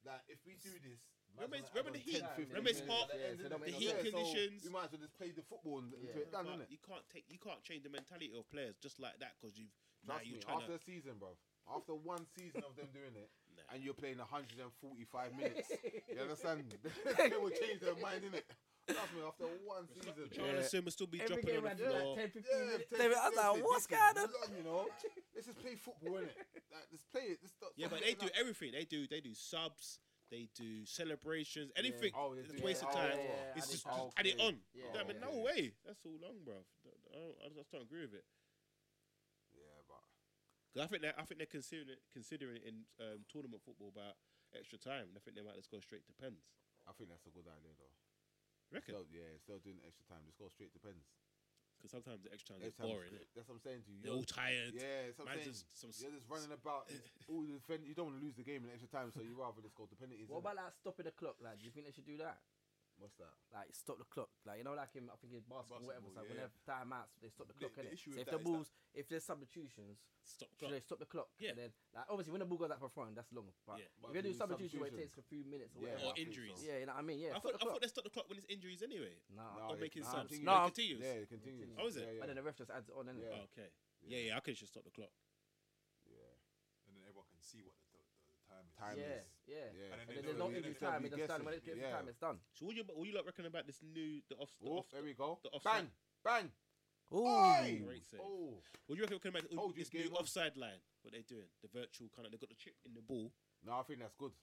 Speaker 3: Like if we do this, might
Speaker 1: Remember
Speaker 3: as
Speaker 1: it's-
Speaker 3: well add
Speaker 1: remember
Speaker 3: on
Speaker 1: the heat,
Speaker 3: 10, 15
Speaker 1: remember it's
Speaker 3: minutes
Speaker 1: hot,
Speaker 3: at the end
Speaker 2: yeah,
Speaker 3: of
Speaker 2: so
Speaker 3: the
Speaker 2: don't
Speaker 3: day.
Speaker 2: make
Speaker 1: no
Speaker 3: So
Speaker 1: sense.
Speaker 3: You might as well just play the football and until
Speaker 2: Yeah.
Speaker 3: it's done,
Speaker 1: but
Speaker 3: innit?
Speaker 1: you can't take you can't change the mentality of players just like that because you've now
Speaker 3: Trust
Speaker 1: you're
Speaker 3: me,
Speaker 1: trying to
Speaker 3: after a season, bruv. After one season of them doing it,
Speaker 1: nah.
Speaker 3: and you're playing
Speaker 2: *laughs*
Speaker 3: 145 minutes, you understand? *laughs* they will change their mind, innit? Trust me, after one
Speaker 1: It's not-
Speaker 3: season.
Speaker 1: Richarlison will still be
Speaker 2: Every
Speaker 1: dropping
Speaker 2: game
Speaker 1: on
Speaker 2: I
Speaker 1: the
Speaker 2: do like
Speaker 1: floor.
Speaker 2: 10, 15
Speaker 3: Yeah,
Speaker 2: minutes.
Speaker 3: take it
Speaker 2: David, I was like,
Speaker 3: seriously.
Speaker 2: what's
Speaker 3: This
Speaker 2: going
Speaker 3: is
Speaker 2: on?
Speaker 3: long, You know, let's just play football, innit? Like, just play it. Just stop-
Speaker 1: yeah, but
Speaker 3: stop
Speaker 1: they
Speaker 3: getting
Speaker 1: do everything. They do they do subs. They do celebrations. Anything.
Speaker 3: Oh, they
Speaker 1: It's
Speaker 3: do
Speaker 1: a waste of
Speaker 3: that.
Speaker 1: time.
Speaker 3: Oh,
Speaker 2: yeah,
Speaker 1: It's
Speaker 2: I
Speaker 1: just, just
Speaker 2: did-
Speaker 3: oh,
Speaker 1: add it
Speaker 3: okay.
Speaker 1: on.
Speaker 2: Yeah,
Speaker 1: I mean,
Speaker 3: yeah,
Speaker 1: no
Speaker 3: yeah.
Speaker 1: way. That's all long, bro. I, don't, I just don't agree with it.
Speaker 3: Yeah, but
Speaker 1: Because I think they're, I think they're considering it, considering it in um, tournament football about extra time. And I think they might just go straight to pens.
Speaker 3: I think that's a good idea, though.
Speaker 1: Reckon?
Speaker 3: Still, yeah, still doing extra time. Just go straight to pens.
Speaker 1: Because sometimes the extra time is
Speaker 3: Every time it's
Speaker 1: boring.
Speaker 3: great. That's what I'm saying to you.
Speaker 1: They're all tired.
Speaker 3: yeah, that's what I'm
Speaker 1: Man's
Speaker 3: saying.
Speaker 1: just some s-
Speaker 3: You're just
Speaker 1: *laughs*
Speaker 3: running about. it's all the defend- you don't want to lose the game in extra time, so you rather just go to penalties.
Speaker 2: *laughs* What
Speaker 3: innit?
Speaker 2: about like stopping the clock? Like, do you think they should do that?
Speaker 3: What's that?
Speaker 2: Like, stop the clock. Like, you know, like in I think in basketball, whatever.
Speaker 5: Basketball,
Speaker 2: So
Speaker 5: yeah.
Speaker 2: whenever timeouts, they stop the
Speaker 5: The-
Speaker 2: clock. innit?
Speaker 5: the issue
Speaker 2: so
Speaker 5: with
Speaker 2: if
Speaker 5: that
Speaker 2: the
Speaker 5: is that-
Speaker 2: balls, if there's substitutions,
Speaker 1: Stop
Speaker 2: should
Speaker 1: clock.
Speaker 2: they stop the clock?
Speaker 1: Yeah.
Speaker 2: And then, like, obviously, when the ball goes out for a throw, that's long. But
Speaker 1: Yeah.
Speaker 3: But if
Speaker 2: if you do
Speaker 3: you do
Speaker 2: substitution, where it
Speaker 3: substitution-
Speaker 2: takes a few minutes or
Speaker 3: Yeah,
Speaker 1: Or
Speaker 2: whatever.
Speaker 3: I think
Speaker 1: injuries.
Speaker 3: so.
Speaker 2: Yeah, you know what I mean. Yeah,
Speaker 1: I,
Speaker 2: stop
Speaker 1: thought, I
Speaker 2: the clock.
Speaker 1: thought they stopped the clock when it's injuries anyway.
Speaker 2: Nah.
Speaker 3: No,
Speaker 1: Or
Speaker 3: it-
Speaker 1: making
Speaker 3: nah,
Speaker 1: subs.
Speaker 3: it
Speaker 1: No,
Speaker 2: continues.
Speaker 1: it continues.
Speaker 3: Yeah, it continues.
Speaker 1: Oh, is it?
Speaker 3: Yeah,
Speaker 2: And then
Speaker 3: yeah.
Speaker 2: the ref just adds it on, and
Speaker 3: Yeah.
Speaker 1: Oh, okay. Yeah, yeah, I could just stop the clock.
Speaker 3: yeah.
Speaker 5: And then everyone can see what the, the, the time is.
Speaker 3: Time
Speaker 2: yeah,
Speaker 3: is-
Speaker 2: yeah.
Speaker 3: Yeah.
Speaker 2: And
Speaker 5: And then
Speaker 2: then there's
Speaker 5: they don't
Speaker 2: no
Speaker 5: really
Speaker 2: injury
Speaker 5: need to
Speaker 2: time.
Speaker 3: be
Speaker 2: It's just done. When
Speaker 3: guessing.
Speaker 2: it's injury
Speaker 3: Yeah.
Speaker 2: time, it's done.
Speaker 1: So what you what you lot reckon about this new the off? The
Speaker 3: Oh,
Speaker 1: off
Speaker 3: there we go.
Speaker 1: the offside-
Speaker 3: Bang! Bang!
Speaker 2: Ooh.
Speaker 3: Oi!
Speaker 1: Great save.
Speaker 3: Oh,
Speaker 1: What you reckon reckon about
Speaker 3: Told you
Speaker 1: this
Speaker 3: game
Speaker 1: new
Speaker 3: on.
Speaker 1: offside line? What they doing? The virtual kind of they got the chip in the ball.
Speaker 3: no, I think that's good.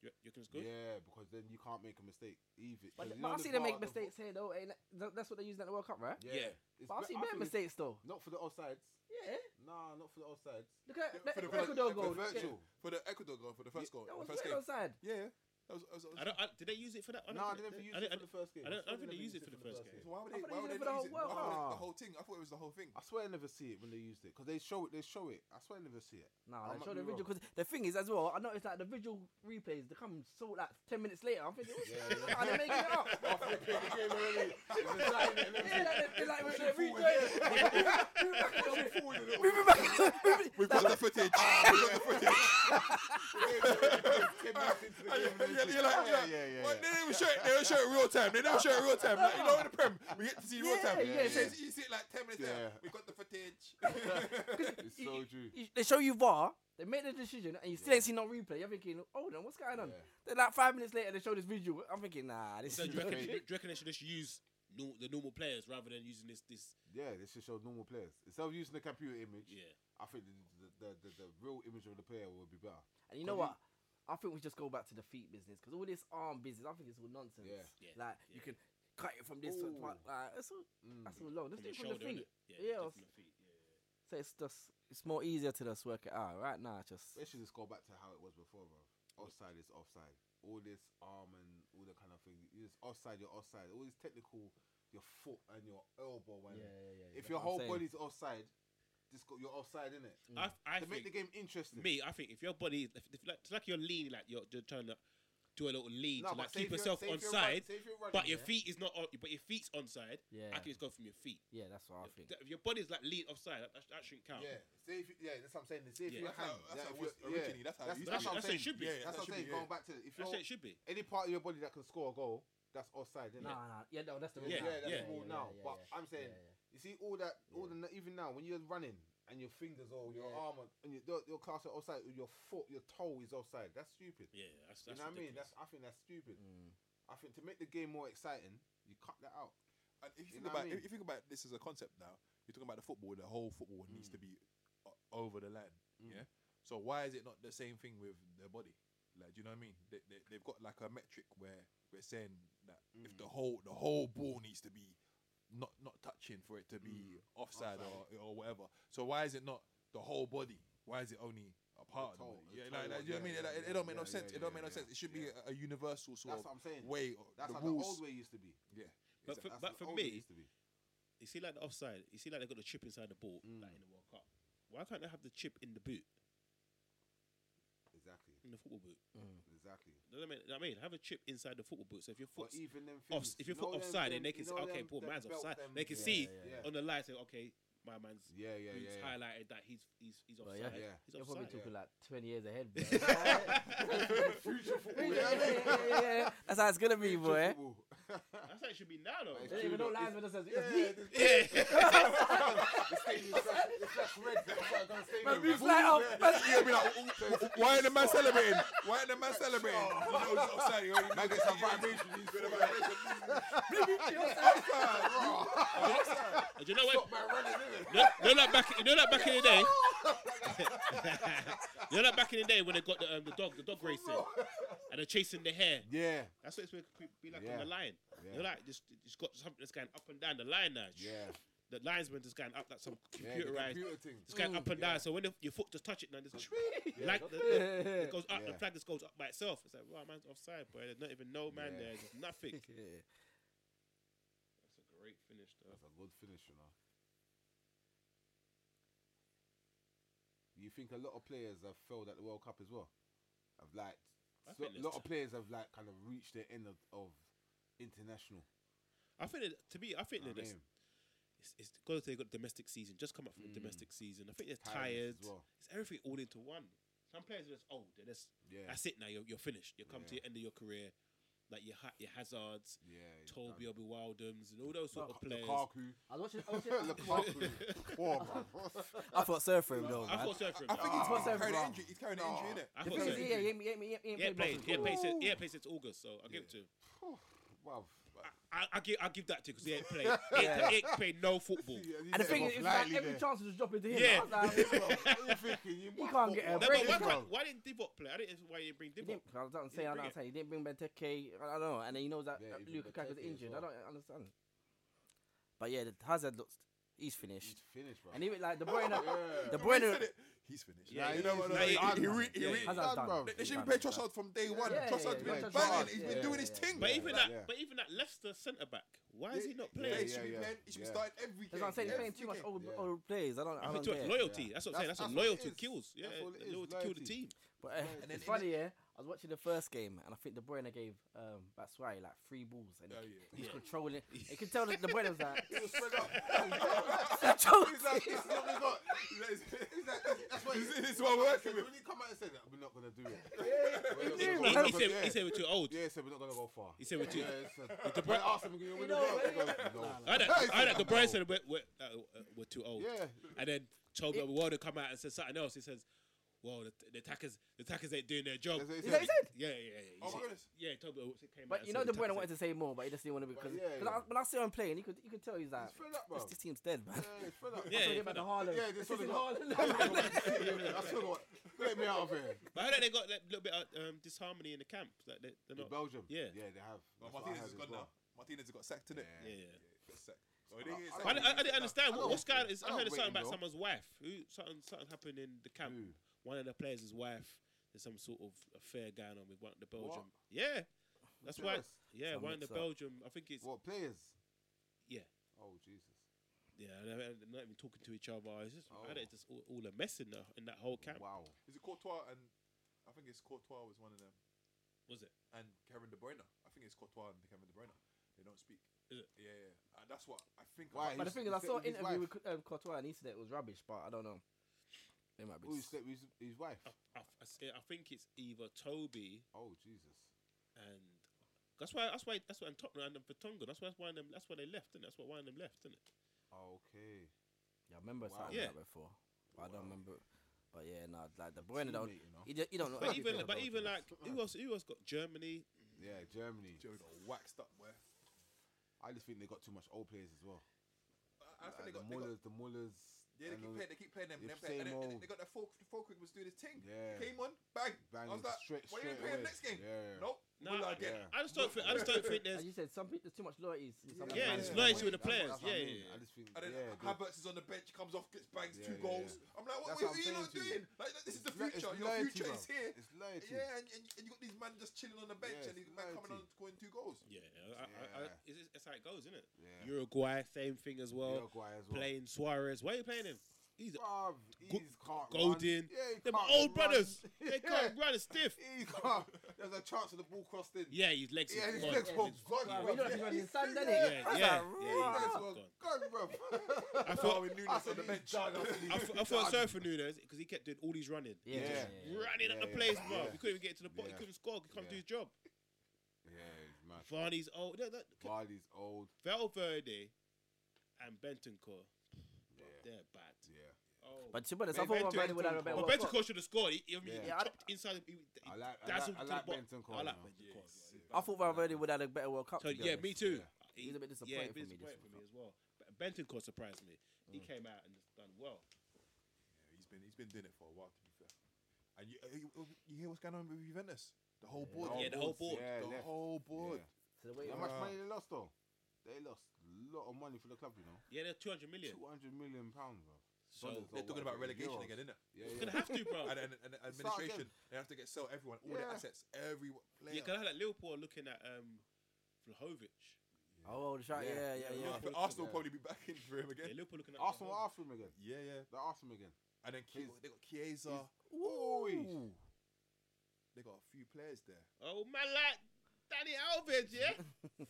Speaker 1: You, you reckon it's good?
Speaker 3: Yeah, because then you can't make a mistake either.
Speaker 2: But,
Speaker 3: 'Cause you
Speaker 2: but
Speaker 3: know
Speaker 2: I
Speaker 3: the
Speaker 2: see them
Speaker 3: VAR,
Speaker 2: make
Speaker 3: the-
Speaker 2: mistakes here though. Ain't that- tha- that's what they used at the World Cup, right?
Speaker 3: Yeah,
Speaker 1: Yeah.
Speaker 3: It's
Speaker 2: But I've
Speaker 3: be-
Speaker 2: seen
Speaker 3: I
Speaker 2: better
Speaker 3: think it's-
Speaker 2: mistakes though.
Speaker 3: Not for the offsides.
Speaker 2: Yeah.
Speaker 3: Nah, not for the offsides.
Speaker 2: Look at
Speaker 5: For
Speaker 2: that
Speaker 5: the
Speaker 2: the
Speaker 5: vir-
Speaker 2: Ecuador
Speaker 5: for
Speaker 2: goal.
Speaker 3: the
Speaker 2: yeah.
Speaker 3: virtual.
Speaker 5: For the Ecuador goal, for the first goal,
Speaker 2: That
Speaker 5: the
Speaker 2: was
Speaker 5: first
Speaker 2: straight
Speaker 5: game.
Speaker 2: outside.
Speaker 5: Yeah, that was. That was, that was
Speaker 1: I don't. I, did they use it for that? I
Speaker 3: No, I
Speaker 1: think
Speaker 3: didn't
Speaker 1: they-
Speaker 3: use
Speaker 1: I
Speaker 3: it
Speaker 1: didn't-
Speaker 3: for the first game.
Speaker 1: I don't- I don't
Speaker 3: swear
Speaker 1: think they used it for the first game.
Speaker 5: so why would
Speaker 2: I
Speaker 5: they?
Speaker 2: thought
Speaker 5: Why
Speaker 2: they
Speaker 5: would
Speaker 2: did it for
Speaker 5: they
Speaker 2: the
Speaker 5: use it?
Speaker 2: whole
Speaker 5: I thought it was
Speaker 2: world.
Speaker 5: the whole thing. I thought it was the whole thing.
Speaker 3: I swear I never see it when they used it because they show it. They show it. I swear I never see it.
Speaker 2: No,
Speaker 3: I
Speaker 2: they
Speaker 3: might
Speaker 2: show
Speaker 3: be
Speaker 2: the visual
Speaker 3: wrong.
Speaker 2: because the thing is as well. I noticed like the visual replays they come so like ten minutes later. I'm thinking,
Speaker 3: *laughs*
Speaker 2: what's
Speaker 3: Yeah,
Speaker 2: yeah. are they making it up?
Speaker 3: *laughs* After they play the game already, it's inside it, *laughs* and then-
Speaker 2: yeah, like, they're like when they're
Speaker 5: Pushing forward,
Speaker 2: redoing.
Speaker 5: *laughs* Forward a little
Speaker 2: Move
Speaker 5: bit.
Speaker 2: it back. Move it-
Speaker 5: We've got the footage. We've got the footage.
Speaker 3: Ten minutes into the game, and
Speaker 5: Yeah,
Speaker 3: then-
Speaker 5: you're like-
Speaker 3: yeah,
Speaker 5: yeah.
Speaker 3: yeah,
Speaker 5: time. They now show it real time. Like, you know, in
Speaker 3: *laughs*
Speaker 5: the prem, we get to see real
Speaker 2: Yeah,
Speaker 5: time.
Speaker 2: yeah,
Speaker 5: You see-
Speaker 3: yeah.
Speaker 5: You see it like ten minutes
Speaker 3: Yeah.
Speaker 5: there. We got the footage.
Speaker 3: It's so true.
Speaker 2: You- They show you VAR, they make the decision, and you still ain't seen no replay. You're thinking, hold on, what's going
Speaker 3: *laughs*
Speaker 2: on?
Speaker 3: Yeah.
Speaker 2: Then like five minutes later, they show this visual. I'm thinking, nah, this
Speaker 1: So
Speaker 2: is
Speaker 1: do you
Speaker 3: *laughs*
Speaker 1: reckon, do
Speaker 3: crazy.
Speaker 1: you reckon they should just use nor- the normal players rather than using this? This
Speaker 3: Yeah, they should show normal players. Instead of using the computer image,
Speaker 1: yeah.
Speaker 3: I think the, the, the, the real image of the player would be better.
Speaker 2: And you know
Speaker 3: Could you-
Speaker 2: what? I think we just go back to the feet business because all this arm business, I think it's all nonsense.
Speaker 3: Yeah.
Speaker 1: Yeah,
Speaker 2: Like you
Speaker 1: yeah.
Speaker 2: can cut it from this to
Speaker 3: Ooh.
Speaker 2: part, like it's all
Speaker 3: Mm.
Speaker 2: that's all long.
Speaker 1: From
Speaker 2: Let's do
Speaker 1: the
Speaker 2: it from the
Speaker 1: shoulder,
Speaker 2: feet.
Speaker 1: innit?
Speaker 2: Yeah,
Speaker 1: just
Speaker 2: I'll
Speaker 1: from the feet. Yeah.
Speaker 2: So it's just it's more easier to just work it out. Right now, it's just
Speaker 3: They should just go back to how it was before, bro. Offside is offside. All this arm and all that kind of thing. You just offside, you're offside. All this technical, your foot and your elbow. And
Speaker 2: yeah.
Speaker 3: if your whole body's offside, just go, you're offside, innit? it?
Speaker 2: Mm.
Speaker 1: I, I
Speaker 3: to make
Speaker 1: think
Speaker 3: the game interesting.
Speaker 1: me, I think if your body, if, if like, it's like you're lean, like you're, you're trying to do a little lean to like
Speaker 3: say
Speaker 1: keep
Speaker 3: if you're-
Speaker 1: yourself
Speaker 3: say
Speaker 1: on
Speaker 3: if you're run-
Speaker 1: side,
Speaker 3: say if you're running,
Speaker 1: but your
Speaker 3: yeah?
Speaker 1: feet is not on. But your feet's on side.
Speaker 2: yeah,
Speaker 1: I can just go from your feet.
Speaker 2: yeah, that's what I
Speaker 1: If
Speaker 2: think.
Speaker 1: th- If your body's like lean offside, that, that, that shouldn't count.
Speaker 3: Yeah, say if you, yeah, that's what I'm saying. Say
Speaker 1: Yeah.
Speaker 3: if your
Speaker 5: That's how-
Speaker 3: hand,
Speaker 5: that's
Speaker 3: yeah, if
Speaker 5: how it was
Speaker 3: you're- yeah,
Speaker 5: originally. That's how it
Speaker 3: that's,
Speaker 5: used
Speaker 1: to
Speaker 3: that's
Speaker 1: be. That's how
Speaker 3: what I'm
Speaker 1: it
Speaker 3: saying.
Speaker 1: should be.
Speaker 5: Yeah, yeah,
Speaker 3: That's what
Speaker 5: that
Speaker 3: I'm
Speaker 5: should
Speaker 3: saying.
Speaker 5: be, yeah.
Speaker 3: Going back to if
Speaker 1: That
Speaker 3: you're
Speaker 1: shit should be.
Speaker 3: any part of your body that can score a goal, that's offside, isn't it?
Speaker 2: Nah, nah, yeah, no, that's the
Speaker 1: Yeah,
Speaker 3: Yeah,
Speaker 2: rule.
Speaker 3: that's
Speaker 1: yeah.
Speaker 3: the rule now. But I'm saying, you see all that, all the even now when you're running and your fingers or your
Speaker 2: Yeah.
Speaker 3: arm or- and your your- your class are offside, or your foot, your toe is offside. That's stupid.
Speaker 1: Yeah, that's
Speaker 3: You
Speaker 1: that's.
Speaker 3: know what I mean?
Speaker 1: ridiculous.
Speaker 3: That's I think that's stupid.
Speaker 2: Mm.
Speaker 3: I think to make the game more exciting, you cut that out.
Speaker 5: And if
Speaker 3: You
Speaker 5: you
Speaker 3: know
Speaker 5: think
Speaker 3: what
Speaker 5: about
Speaker 3: I
Speaker 5: if you think about this as a concept now, you're talking about the football. The whole football needs to be o- over the line.
Speaker 3: Mm.
Speaker 5: Yeah. So why is it not the same thing with their body? Like, do you know what I mean? They, they, they've got like a metric where we're saying that if
Speaker 3: Mm.
Speaker 5: the whole the whole ball needs to be not not touching for it to be offside,
Speaker 3: Mm. Offside.
Speaker 5: or or whatever. So why is it not the whole body? Why is it only a part
Speaker 3: toe-
Speaker 5: of the body?
Speaker 3: the
Speaker 5: Yeah,
Speaker 3: toe
Speaker 5: like, like, do you
Speaker 3: one,
Speaker 5: know what I mean?
Speaker 3: yeah,
Speaker 5: Like, it,
Speaker 3: yeah,
Speaker 5: it don't make
Speaker 3: yeah,
Speaker 5: no sense.
Speaker 3: yeah,
Speaker 5: it don't
Speaker 3: yeah,
Speaker 5: make no
Speaker 3: yeah,
Speaker 5: sense. It should be
Speaker 3: yeah.
Speaker 5: a, a universal sort
Speaker 3: That's
Speaker 5: of
Speaker 3: what I'm saying.
Speaker 5: way. or
Speaker 3: That's
Speaker 5: the
Speaker 3: how
Speaker 5: rules.
Speaker 3: the old way used to be.
Speaker 5: Yeah.
Speaker 1: But for,
Speaker 3: That's
Speaker 1: but
Speaker 3: the
Speaker 1: for
Speaker 3: old way it
Speaker 1: me,
Speaker 3: used to be.
Speaker 1: you see like the offside. You see like they got the chip inside the ball, like
Speaker 3: Mm.
Speaker 1: in the World Cup. Why can't they have the chip in the boot,
Speaker 3: exactly,
Speaker 1: in the football boot?
Speaker 2: Mm.
Speaker 3: exactly.
Speaker 1: You know what I mean? You know what I mean, have a chip inside the football boot. So if your
Speaker 3: But
Speaker 1: foot's
Speaker 3: even them
Speaker 1: off,
Speaker 3: things,
Speaker 1: if your
Speaker 3: you
Speaker 1: foot
Speaker 3: know them-
Speaker 1: offside, then
Speaker 3: them-
Speaker 1: they
Speaker 3: you
Speaker 1: can say,
Speaker 3: know
Speaker 1: okay,
Speaker 3: them-
Speaker 1: poor
Speaker 3: them
Speaker 1: man's
Speaker 3: belt,
Speaker 1: offside.
Speaker 3: them-
Speaker 1: They can
Speaker 3: yeah,
Speaker 1: see
Speaker 2: yeah,
Speaker 3: yeah.
Speaker 1: on the line, say, okay, my man's
Speaker 3: Yeah, yeah,
Speaker 1: who's
Speaker 3: yeah. *laughs*
Speaker 1: highlighted that he's he's he's
Speaker 2: Well,
Speaker 1: offside.
Speaker 2: yeah.
Speaker 3: Yeah.
Speaker 1: He's
Speaker 2: You're probably
Speaker 1: offside.
Speaker 2: talking
Speaker 3: yeah.
Speaker 2: like 20 years ahead,
Speaker 3: *laughs*
Speaker 2: bro. *laughs* yeah, yeah, yeah, yeah, yeah. That's how it's
Speaker 3: *laughs*
Speaker 2: gonna be, boy.
Speaker 1: That's how it should be now, though.
Speaker 3: Like,
Speaker 2: They don't even know lines when it says it's me.
Speaker 1: *laughs* Yeah.
Speaker 2: Man, we fly off. Man,
Speaker 5: Yeah, be like, "Oh, oh, oh, why ain't the man celebrating? Why ain't the man celebrating? You know, he's offside. You already know
Speaker 3: Man
Speaker 5: he's
Speaker 3: gets some
Speaker 5: offside.
Speaker 3: vibration. He's
Speaker 5: Bit of
Speaker 3: like,
Speaker 5: vibration. *laughs*
Speaker 1: Do
Speaker 2: *laughs*
Speaker 1: you know what? You know- you know that back, you know that back in the day. *laughs* you know that back in the day when they got the, um, the dog, the dog racing, and they're chasing the hare.
Speaker 3: Yeah,
Speaker 1: That's what it's going to be like on
Speaker 3: Yeah.
Speaker 1: the line.
Speaker 3: yeah,
Speaker 1: You're like, just it's got something that's going up and down the line now.
Speaker 3: yeah.
Speaker 1: The linesman just going up like some
Speaker 3: yeah the
Speaker 1: computerized.
Speaker 3: computer thing.
Speaker 1: It's going up and
Speaker 3: yeah.
Speaker 1: down. So when the, your foot just touch it, now just
Speaker 3: Yeah,
Speaker 1: like
Speaker 3: got
Speaker 1: the,
Speaker 3: that.
Speaker 1: the- it goes up. The
Speaker 3: Yeah.
Speaker 1: flag just goes up by itself. It's like, wow, man's offside, boy. There's not even no man
Speaker 3: Yeah.
Speaker 1: there. There's nothing.
Speaker 3: *laughs*
Speaker 1: That's
Speaker 2: Yeah.
Speaker 1: a great finish, though.
Speaker 3: That's a good finish, you know. You think a lot of players have failed at the World Cup as well? Have like
Speaker 1: I
Speaker 3: so,
Speaker 1: think
Speaker 3: a
Speaker 1: there's
Speaker 3: lot of
Speaker 1: t-
Speaker 3: players have like kind of reached the end of, of international.
Speaker 1: I think that, to me, I think
Speaker 3: know
Speaker 1: that
Speaker 3: what I
Speaker 1: it's,
Speaker 3: mean?
Speaker 1: it's, it's because they got domestic season. Just come up from
Speaker 3: Mm.
Speaker 1: the domestic season. I think they're tired.
Speaker 3: Tiredness as well.
Speaker 1: It's everything all into one. Some players are just old. They're just
Speaker 3: Yeah,
Speaker 1: that's it. Now you're, you're finished. You come to the
Speaker 3: Yeah.
Speaker 1: end of your career. Like your ha- your Hazards,
Speaker 3: yeah. you've
Speaker 1: Toby
Speaker 3: done.
Speaker 1: Obi Wildums, and all those sort of
Speaker 3: Luka-
Speaker 1: players.
Speaker 3: Lukaku.
Speaker 2: I was watching. I was
Speaker 3: *laughs*
Speaker 2: watching
Speaker 3: Lukaku. Poor man.
Speaker 2: *laughs* I thought surf for him though,
Speaker 1: *laughs*
Speaker 3: *sighs*
Speaker 1: I
Speaker 2: man.
Speaker 1: thought so for him.
Speaker 5: I think he's
Speaker 3: Ah.
Speaker 5: carrying an
Speaker 2: Wrong.
Speaker 5: injury. He's carrying an
Speaker 3: Ah.
Speaker 5: injury, innit?
Speaker 1: I
Speaker 2: The
Speaker 1: thought
Speaker 2: thing
Speaker 1: so.
Speaker 2: is, yeah, he ain't, he ain't, he ain't, he ain't
Speaker 1: Yeah, played.
Speaker 2: played
Speaker 1: Yeah,
Speaker 2: nothing.
Speaker 1: played. Since, yeah, played since August. So I'll give it to him.
Speaker 3: Wow.
Speaker 1: I, I give I give that to because he ain't
Speaker 3: *laughs*
Speaker 1: played. He ain't, he ain't played no football.
Speaker 2: And the thing is, it's like every chance was dropping to him.
Speaker 1: Yeah.
Speaker 2: I was
Speaker 3: *laughs*
Speaker 2: like, he
Speaker 3: he
Speaker 2: can't get a
Speaker 1: No,
Speaker 2: break.
Speaker 1: but why, why,
Speaker 2: bro.
Speaker 1: why didn't Divock play? I didn't know why he didn't bring
Speaker 2: He
Speaker 1: Divock.
Speaker 2: didn't, I don't say, I
Speaker 1: bring
Speaker 2: don't
Speaker 1: it.
Speaker 2: say, he didn't bring Benteke, I don't know, and then he knows that,
Speaker 3: Yeah,
Speaker 2: that
Speaker 3: even
Speaker 2: Luke Lukaku's
Speaker 3: Benteke as
Speaker 2: injured. I
Speaker 3: well.
Speaker 2: don't understand. But yeah, the Hazard looks, he's
Speaker 3: He's
Speaker 2: finished.
Speaker 3: finished, bro.
Speaker 2: And even like
Speaker 3: *laughs*
Speaker 2: De Bruyne,
Speaker 3: Yeah.
Speaker 2: De
Speaker 5: The way he
Speaker 2: Bruyne,
Speaker 5: said it, He's finished.
Speaker 1: Yeah,
Speaker 5: you know what?
Speaker 1: he's-
Speaker 5: I mean?
Speaker 1: yeah,
Speaker 5: He
Speaker 1: he's
Speaker 5: re- he
Speaker 1: done.
Speaker 5: re-
Speaker 1: Yeah,
Speaker 2: Hazard's done.
Speaker 3: bro.
Speaker 5: They- They
Speaker 2: He's
Speaker 5: should
Speaker 2: done,
Speaker 5: be paying
Speaker 2: he's done.
Speaker 5: Trossard from day one.
Speaker 2: Yeah,
Speaker 5: Trossard's
Speaker 2: yeah,
Speaker 5: been
Speaker 3: yeah.
Speaker 5: banging. He's
Speaker 2: Yeah,
Speaker 5: been doing his
Speaker 2: yeah.
Speaker 5: thing.
Speaker 1: But
Speaker 3: Yeah,
Speaker 1: even
Speaker 3: yeah.
Speaker 1: that, but even that Leicester centre back, why is
Speaker 5: Yeah.
Speaker 1: he not
Speaker 5: Yeah,
Speaker 1: playing?
Speaker 5: he should be
Speaker 3: yeah,
Speaker 5: playing. He should be
Speaker 3: yeah.
Speaker 5: starting every game.
Speaker 2: that's what I'm saying, he's
Speaker 5: every
Speaker 2: playing too much
Speaker 5: game.
Speaker 2: old,
Speaker 3: Yeah.
Speaker 2: old players, I don't,
Speaker 1: I
Speaker 2: I
Speaker 1: think
Speaker 2: don't
Speaker 1: too much
Speaker 2: care.
Speaker 1: loyalty. That's what I'm saying.
Speaker 3: That's-
Speaker 1: That's what
Speaker 3: that's what it
Speaker 1: loyalty
Speaker 3: is.
Speaker 1: kills. Yeah,
Speaker 3: *laughs* That's all it
Speaker 1: the loyalty
Speaker 3: is,
Speaker 1: killed the
Speaker 3: loyalty.
Speaker 1: team.
Speaker 2: But uh,
Speaker 3: And
Speaker 5: then
Speaker 2: it's
Speaker 5: in
Speaker 2: funny, yeah, I was watching the first game, and I think De Bruyne gave um, Batshuayi like three balls, and
Speaker 5: Oh,
Speaker 2: he,
Speaker 5: yeah. *laughs*
Speaker 2: he was controlling. You could tell that *laughs* De Bruyne
Speaker 3: *laughs*
Speaker 2: was like,
Speaker 3: It was spread up. He's
Speaker 5: *laughs*
Speaker 2: controlling.
Speaker 3: like, this is what we got. He's like, that's- that's what
Speaker 5: This-
Speaker 3: he-
Speaker 5: this is what we're working with.
Speaker 3: When he come out and said that, we're not gonna do
Speaker 2: *laughs*
Speaker 3: it.
Speaker 2: he
Speaker 3: We're not
Speaker 2: knew,
Speaker 3: gonna
Speaker 1: He,
Speaker 3: go
Speaker 1: he
Speaker 3: far.
Speaker 1: said,
Speaker 3: Yeah.
Speaker 1: he said we're too old.
Speaker 3: Yeah, he said we're not gonna go far.
Speaker 1: He said we're too.
Speaker 3: Yeah, he said-
Speaker 1: The
Speaker 3: When
Speaker 1: Bru-
Speaker 3: I asked him, you know,
Speaker 2: know,
Speaker 3: we're not
Speaker 2: right?
Speaker 3: gonna go.
Speaker 2: Nah, nah.
Speaker 1: I had
Speaker 3: Yeah, he
Speaker 1: that- I had
Speaker 3: said,
Speaker 1: that. The
Speaker 3: "No."
Speaker 1: Bruyne said we're, we're, uh, uh, we're too old.
Speaker 3: Yeah.
Speaker 1: And then told me the world to come out and say something else. He says, "Well, the, the attackers, the attackers ain't doing their job."
Speaker 3: That's what he
Speaker 2: Is that what he
Speaker 3: said.
Speaker 2: said?
Speaker 1: Yeah, yeah, yeah.
Speaker 4: Oh my goodness.
Speaker 1: yeah, he told me it came out
Speaker 2: But
Speaker 1: and
Speaker 2: you
Speaker 1: said
Speaker 2: know, De
Speaker 1: the
Speaker 2: Bruyne
Speaker 1: attackers
Speaker 2: wanted to say more, but he just didn't want to
Speaker 3: But
Speaker 2: because
Speaker 3: yeah,
Speaker 2: because
Speaker 3: yeah.
Speaker 2: I- when I saw him playing, you could you could tell he's like,
Speaker 3: He's fed up, bro.
Speaker 2: this, this team's dead, man.
Speaker 3: Yeah, he's fed up.
Speaker 1: Yeah,
Speaker 2: *laughs* I saw
Speaker 1: he
Speaker 2: him at the
Speaker 1: fed up.
Speaker 2: Harlem.
Speaker 3: Yeah, this
Speaker 2: this
Speaker 3: one
Speaker 2: is
Speaker 3: is
Speaker 2: Harlem.
Speaker 3: I still got. Let me out of here.
Speaker 1: But I heard that they got a little bit of um, disharmony in the camp. Like they, they're
Speaker 3: In
Speaker 1: not.
Speaker 3: Belgium.
Speaker 1: Yeah.
Speaker 3: Yeah, they have.
Speaker 5: But
Speaker 3: That's what I
Speaker 5: Martinez
Speaker 3: heard
Speaker 5: is
Speaker 3: as
Speaker 5: gone
Speaker 3: well.
Speaker 5: now. Martinez has got sacked, innit?
Speaker 1: Yeah.
Speaker 5: He got sacked. So
Speaker 3: I-
Speaker 5: they
Speaker 1: I,
Speaker 3: I
Speaker 5: get sacked.
Speaker 1: I, I
Speaker 5: He's
Speaker 1: didn't understand.
Speaker 3: I
Speaker 1: What, what's
Speaker 3: don't-
Speaker 1: going? Is,
Speaker 3: I
Speaker 1: I
Speaker 3: don't
Speaker 1: heard
Speaker 3: rate
Speaker 1: something
Speaker 3: him,
Speaker 1: about
Speaker 3: though.
Speaker 1: someone's wife. Who something something happened in the camp.
Speaker 3: Ooh.
Speaker 1: One of the players' wife. There's some sort of affair going on with one of the Belgium.
Speaker 3: What?
Speaker 1: Yeah, that's why.
Speaker 3: Serious?
Speaker 1: Yeah,
Speaker 2: Some
Speaker 1: one of the
Speaker 2: mix up.
Speaker 1: Belgium. I think it's
Speaker 3: What players?
Speaker 1: Yeah.
Speaker 3: Oh Jesus.
Speaker 1: yeah. They're they're not even talking to each other. It's just I
Speaker 3: Oh.
Speaker 1: heard it's just all, all a mess in, the, in that whole camp.
Speaker 3: Wow.
Speaker 5: Is it Courtois and I think it's Courtois was one of them
Speaker 1: Was it?
Speaker 5: and Kevin De Bruyne. I think it's Courtois and Kevin De Bruyne. They don't speak.
Speaker 1: Is it?
Speaker 5: Yeah, yeah. Uh, that's what I think.
Speaker 3: Why?
Speaker 2: *laughs*
Speaker 5: I
Speaker 3: He's- *laughs*
Speaker 2: But the thing is,
Speaker 3: he
Speaker 2: I
Speaker 3: said
Speaker 2: saw
Speaker 3: with
Speaker 2: an
Speaker 3: his
Speaker 2: interview with
Speaker 3: wife.
Speaker 2: Co- um, Courtois and he said it was rubbish, but I don't know. They might be.
Speaker 3: Who slept with his, his wife?
Speaker 5: Oh.
Speaker 1: I, I s- I think it's either Toby
Speaker 3: Oh Jesus.
Speaker 1: and that's why that's why that's why and Tottenham and Vertonghen. That's why that's why them that's why they left, and that's why one of them left,
Speaker 3: *laughs*
Speaker 1: isn't it?
Speaker 3: Oh, Okay.
Speaker 2: Yeah, I remember
Speaker 3: Wow.
Speaker 2: something
Speaker 1: Yeah.
Speaker 2: like that before. But I don't
Speaker 3: Wow.
Speaker 2: remember. But yeah, no, like the Bruyne don't.
Speaker 3: Teammate, you know.
Speaker 2: You, just, you don't know.
Speaker 1: But
Speaker 2: anything
Speaker 1: even
Speaker 2: about
Speaker 1: but
Speaker 2: him.
Speaker 1: even like who else who else got Germany?
Speaker 3: Yeah, Germany.
Speaker 5: Joey got waxed up. Where
Speaker 3: I just think they got too much old players as well.
Speaker 5: I, I
Speaker 3: Like
Speaker 5: think they
Speaker 3: the
Speaker 5: got, they got
Speaker 3: Mullers, the Mullers.
Speaker 5: yeah,
Speaker 3: and
Speaker 5: they keep
Speaker 3: all-
Speaker 5: playing. They keep playing them.
Speaker 3: If
Speaker 5: them playing, and
Speaker 3: same
Speaker 5: then- and then
Speaker 3: old-
Speaker 5: they got that Falk. Falkwick was doing his thing.
Speaker 3: Yeah.
Speaker 5: Came on, bang.
Speaker 3: Bang,
Speaker 5: I was like,
Speaker 3: straight,
Speaker 5: why
Speaker 3: straight
Speaker 5: you ain't playing
Speaker 3: away.
Speaker 5: next game?
Speaker 3: Yeah.
Speaker 5: Nope.
Speaker 1: No,
Speaker 5: Muller
Speaker 1: I-
Speaker 5: again.
Speaker 3: Yeah.
Speaker 1: I just don't think I just don't think
Speaker 2: As
Speaker 3: *laughs*
Speaker 1: there's
Speaker 2: you said, some people, there's too much loyalties. in some
Speaker 1: Yeah,
Speaker 2: man's
Speaker 1: it's
Speaker 2: life.
Speaker 1: loyalty with the
Speaker 3: That's what-
Speaker 1: players.
Speaker 3: that's what
Speaker 1: Yeah,
Speaker 3: I
Speaker 1: yeah,
Speaker 3: mean.
Speaker 1: yeah.
Speaker 3: I just think.
Speaker 5: And then
Speaker 3: yeah, they-
Speaker 5: Havertz is on the bench, comes off, gets bangs
Speaker 3: Yeah,
Speaker 5: two
Speaker 3: yeah,
Speaker 5: goals. I'm like, what,
Speaker 3: That's
Speaker 5: what
Speaker 3: what
Speaker 5: are you
Speaker 3: I'm saying
Speaker 5: not
Speaker 3: to you.
Speaker 5: doing? Like, this is the
Speaker 3: It's lo-
Speaker 5: future.
Speaker 3: it's
Speaker 5: Your
Speaker 3: loyalty,
Speaker 5: future
Speaker 3: bro.
Speaker 5: is here.
Speaker 3: It's loyalty.
Speaker 5: Yeah, and, and you got these man just chilling on the bench,
Speaker 3: Yeah,
Speaker 5: and
Speaker 3: it's
Speaker 5: these man coming on
Speaker 3: loyalty.
Speaker 5: and scoring two goals.
Speaker 1: yeah. I, I, I,
Speaker 3: Yeah.
Speaker 1: it's, it's how it goes, isn't it?
Speaker 3: Yeah.
Speaker 1: Uruguay, same thing as well.
Speaker 3: Uruguay as well.
Speaker 1: Playing Suarez. Why are you playing him?
Speaker 3: *laughs*
Speaker 1: He's Go-
Speaker 3: Bruv, he's can't
Speaker 1: Golden.
Speaker 3: Run. Yeah, he
Speaker 1: them
Speaker 3: can't
Speaker 1: old
Speaker 3: run. *laughs*
Speaker 1: brothers. They
Speaker 3: Yeah.
Speaker 1: can't run a stiff.
Speaker 3: He can't. There's a chance of the ball crossed in.
Speaker 1: Yeah, his legs.
Speaker 3: Yeah,
Speaker 1: is
Speaker 3: his
Speaker 1: gone.
Speaker 3: legs were
Speaker 1: His-
Speaker 3: gone.
Speaker 2: Nah,
Speaker 3: bruv.
Speaker 2: we don't
Speaker 3: Yeah,
Speaker 2: even
Speaker 3: he's-
Speaker 2: understand that.
Speaker 3: yeah,
Speaker 1: Yeah, yeah,
Speaker 3: His legs
Speaker 1: yeah.
Speaker 3: were
Speaker 1: Gone.
Speaker 3: gone, *laughs* bruv.
Speaker 1: I
Speaker 5: Oh,
Speaker 1: thought
Speaker 5: we knew
Speaker 3: I
Speaker 5: this on
Speaker 3: said
Speaker 5: the
Speaker 3: he's
Speaker 5: bench.
Speaker 3: done. *laughs*
Speaker 1: *laughs*
Speaker 3: I said
Speaker 1: I,
Speaker 3: he's
Speaker 1: f- I felt
Speaker 3: done.
Speaker 1: sorry for Nunes because he kept doing all these running.
Speaker 2: Yeah, yeah,
Speaker 3: Yeah.
Speaker 2: yeah, yeah.
Speaker 1: Running at the
Speaker 3: Yeah,
Speaker 1: place,
Speaker 3: yeah.
Speaker 1: bro.
Speaker 3: Yeah.
Speaker 1: He couldn't even get to the ball.
Speaker 3: Yeah.
Speaker 1: He couldn't score. He couldn't do his
Speaker 3: Yeah.
Speaker 1: job.
Speaker 3: Yeah, he's mad.
Speaker 1: Varney's old. No, no,
Speaker 3: Vardy's old.
Speaker 1: Valverde and Bentoncourt.
Speaker 3: Yeah,
Speaker 1: They're bad.
Speaker 3: yeah.
Speaker 1: Oh.
Speaker 2: But to be honest, I
Speaker 3: Ben-
Speaker 2: thought
Speaker 3: Bentancur-
Speaker 2: Vardy would have a
Speaker 3: but
Speaker 2: better
Speaker 1: But
Speaker 2: world cup.
Speaker 1: Bentoncourt should have scored. He, I mean,
Speaker 3: Yeah.
Speaker 1: he
Speaker 2: Yeah, I-
Speaker 1: chopped inside. He,
Speaker 3: I like. I
Speaker 1: dazzled to
Speaker 3: like, I like
Speaker 1: the bottom. I
Speaker 3: Benton
Speaker 1: like
Speaker 3: Cole,
Speaker 1: Bentoncourt.
Speaker 5: Yes.
Speaker 1: Yeah.
Speaker 2: I thought Valverde would have had a better World
Speaker 1: So
Speaker 2: Cup. to be
Speaker 1: yeah,
Speaker 2: honest.
Speaker 1: me too. He-
Speaker 2: He's a
Speaker 1: yeah,
Speaker 2: bit disappointed
Speaker 1: a bit
Speaker 2: for me this
Speaker 1: disappointed for
Speaker 2: one.
Speaker 1: me as well. But Bentoncourt surprised me. He
Speaker 3: Mm.
Speaker 1: came out and just done well.
Speaker 5: Yeah, he's been he's been doing it for a while. To be fair, and you uh, you, uh, you hear what's going on with Juventus? The whole
Speaker 2: Yeah.
Speaker 5: board,
Speaker 1: Yeah, the whole board.
Speaker 3: Yeah,
Speaker 5: the
Speaker 3: left.
Speaker 5: whole board.
Speaker 2: So the way
Speaker 3: How
Speaker 2: it
Speaker 3: much
Speaker 5: Wow.
Speaker 3: money they lost though? They lost a lot of money for the club, you know.
Speaker 1: Yeah, they're 200 million.
Speaker 3: Two hundred million pounds, bro.
Speaker 1: So
Speaker 3: Dollars.
Speaker 5: They're talking about
Speaker 3: Euros.
Speaker 5: relegation again, isn't it?
Speaker 3: Yeah,
Speaker 1: you're
Speaker 3: yeah.
Speaker 1: gonna have to,
Speaker 3: *laughs*
Speaker 1: bro.
Speaker 5: And, and, and administration, they have to get sell everyone, all their
Speaker 3: Yeah.
Speaker 5: assets, every w-
Speaker 1: Yeah,
Speaker 5: player.
Speaker 1: because I had like Liverpool are looking at um, Vlahovic.
Speaker 2: Oh, the shot.
Speaker 3: Yeah.
Speaker 2: Yeah, yeah, yeah.
Speaker 5: Yeah,
Speaker 1: Yeah.
Speaker 5: I think Arsenal
Speaker 3: Yeah.
Speaker 5: probably be back in for him
Speaker 1: Yeah,
Speaker 5: again.
Speaker 1: Liverpool looking at
Speaker 3: Arsenal
Speaker 1: Vlahovic.
Speaker 3: after him again.
Speaker 5: Yeah, yeah.
Speaker 3: They're after him again.
Speaker 5: And then Ki-
Speaker 3: He's-
Speaker 5: they got Chiesa.
Speaker 3: Ooh.
Speaker 5: They got a few players there.
Speaker 1: Oh man, like Danny Alves,
Speaker 3: *laughs*
Speaker 1: yeah,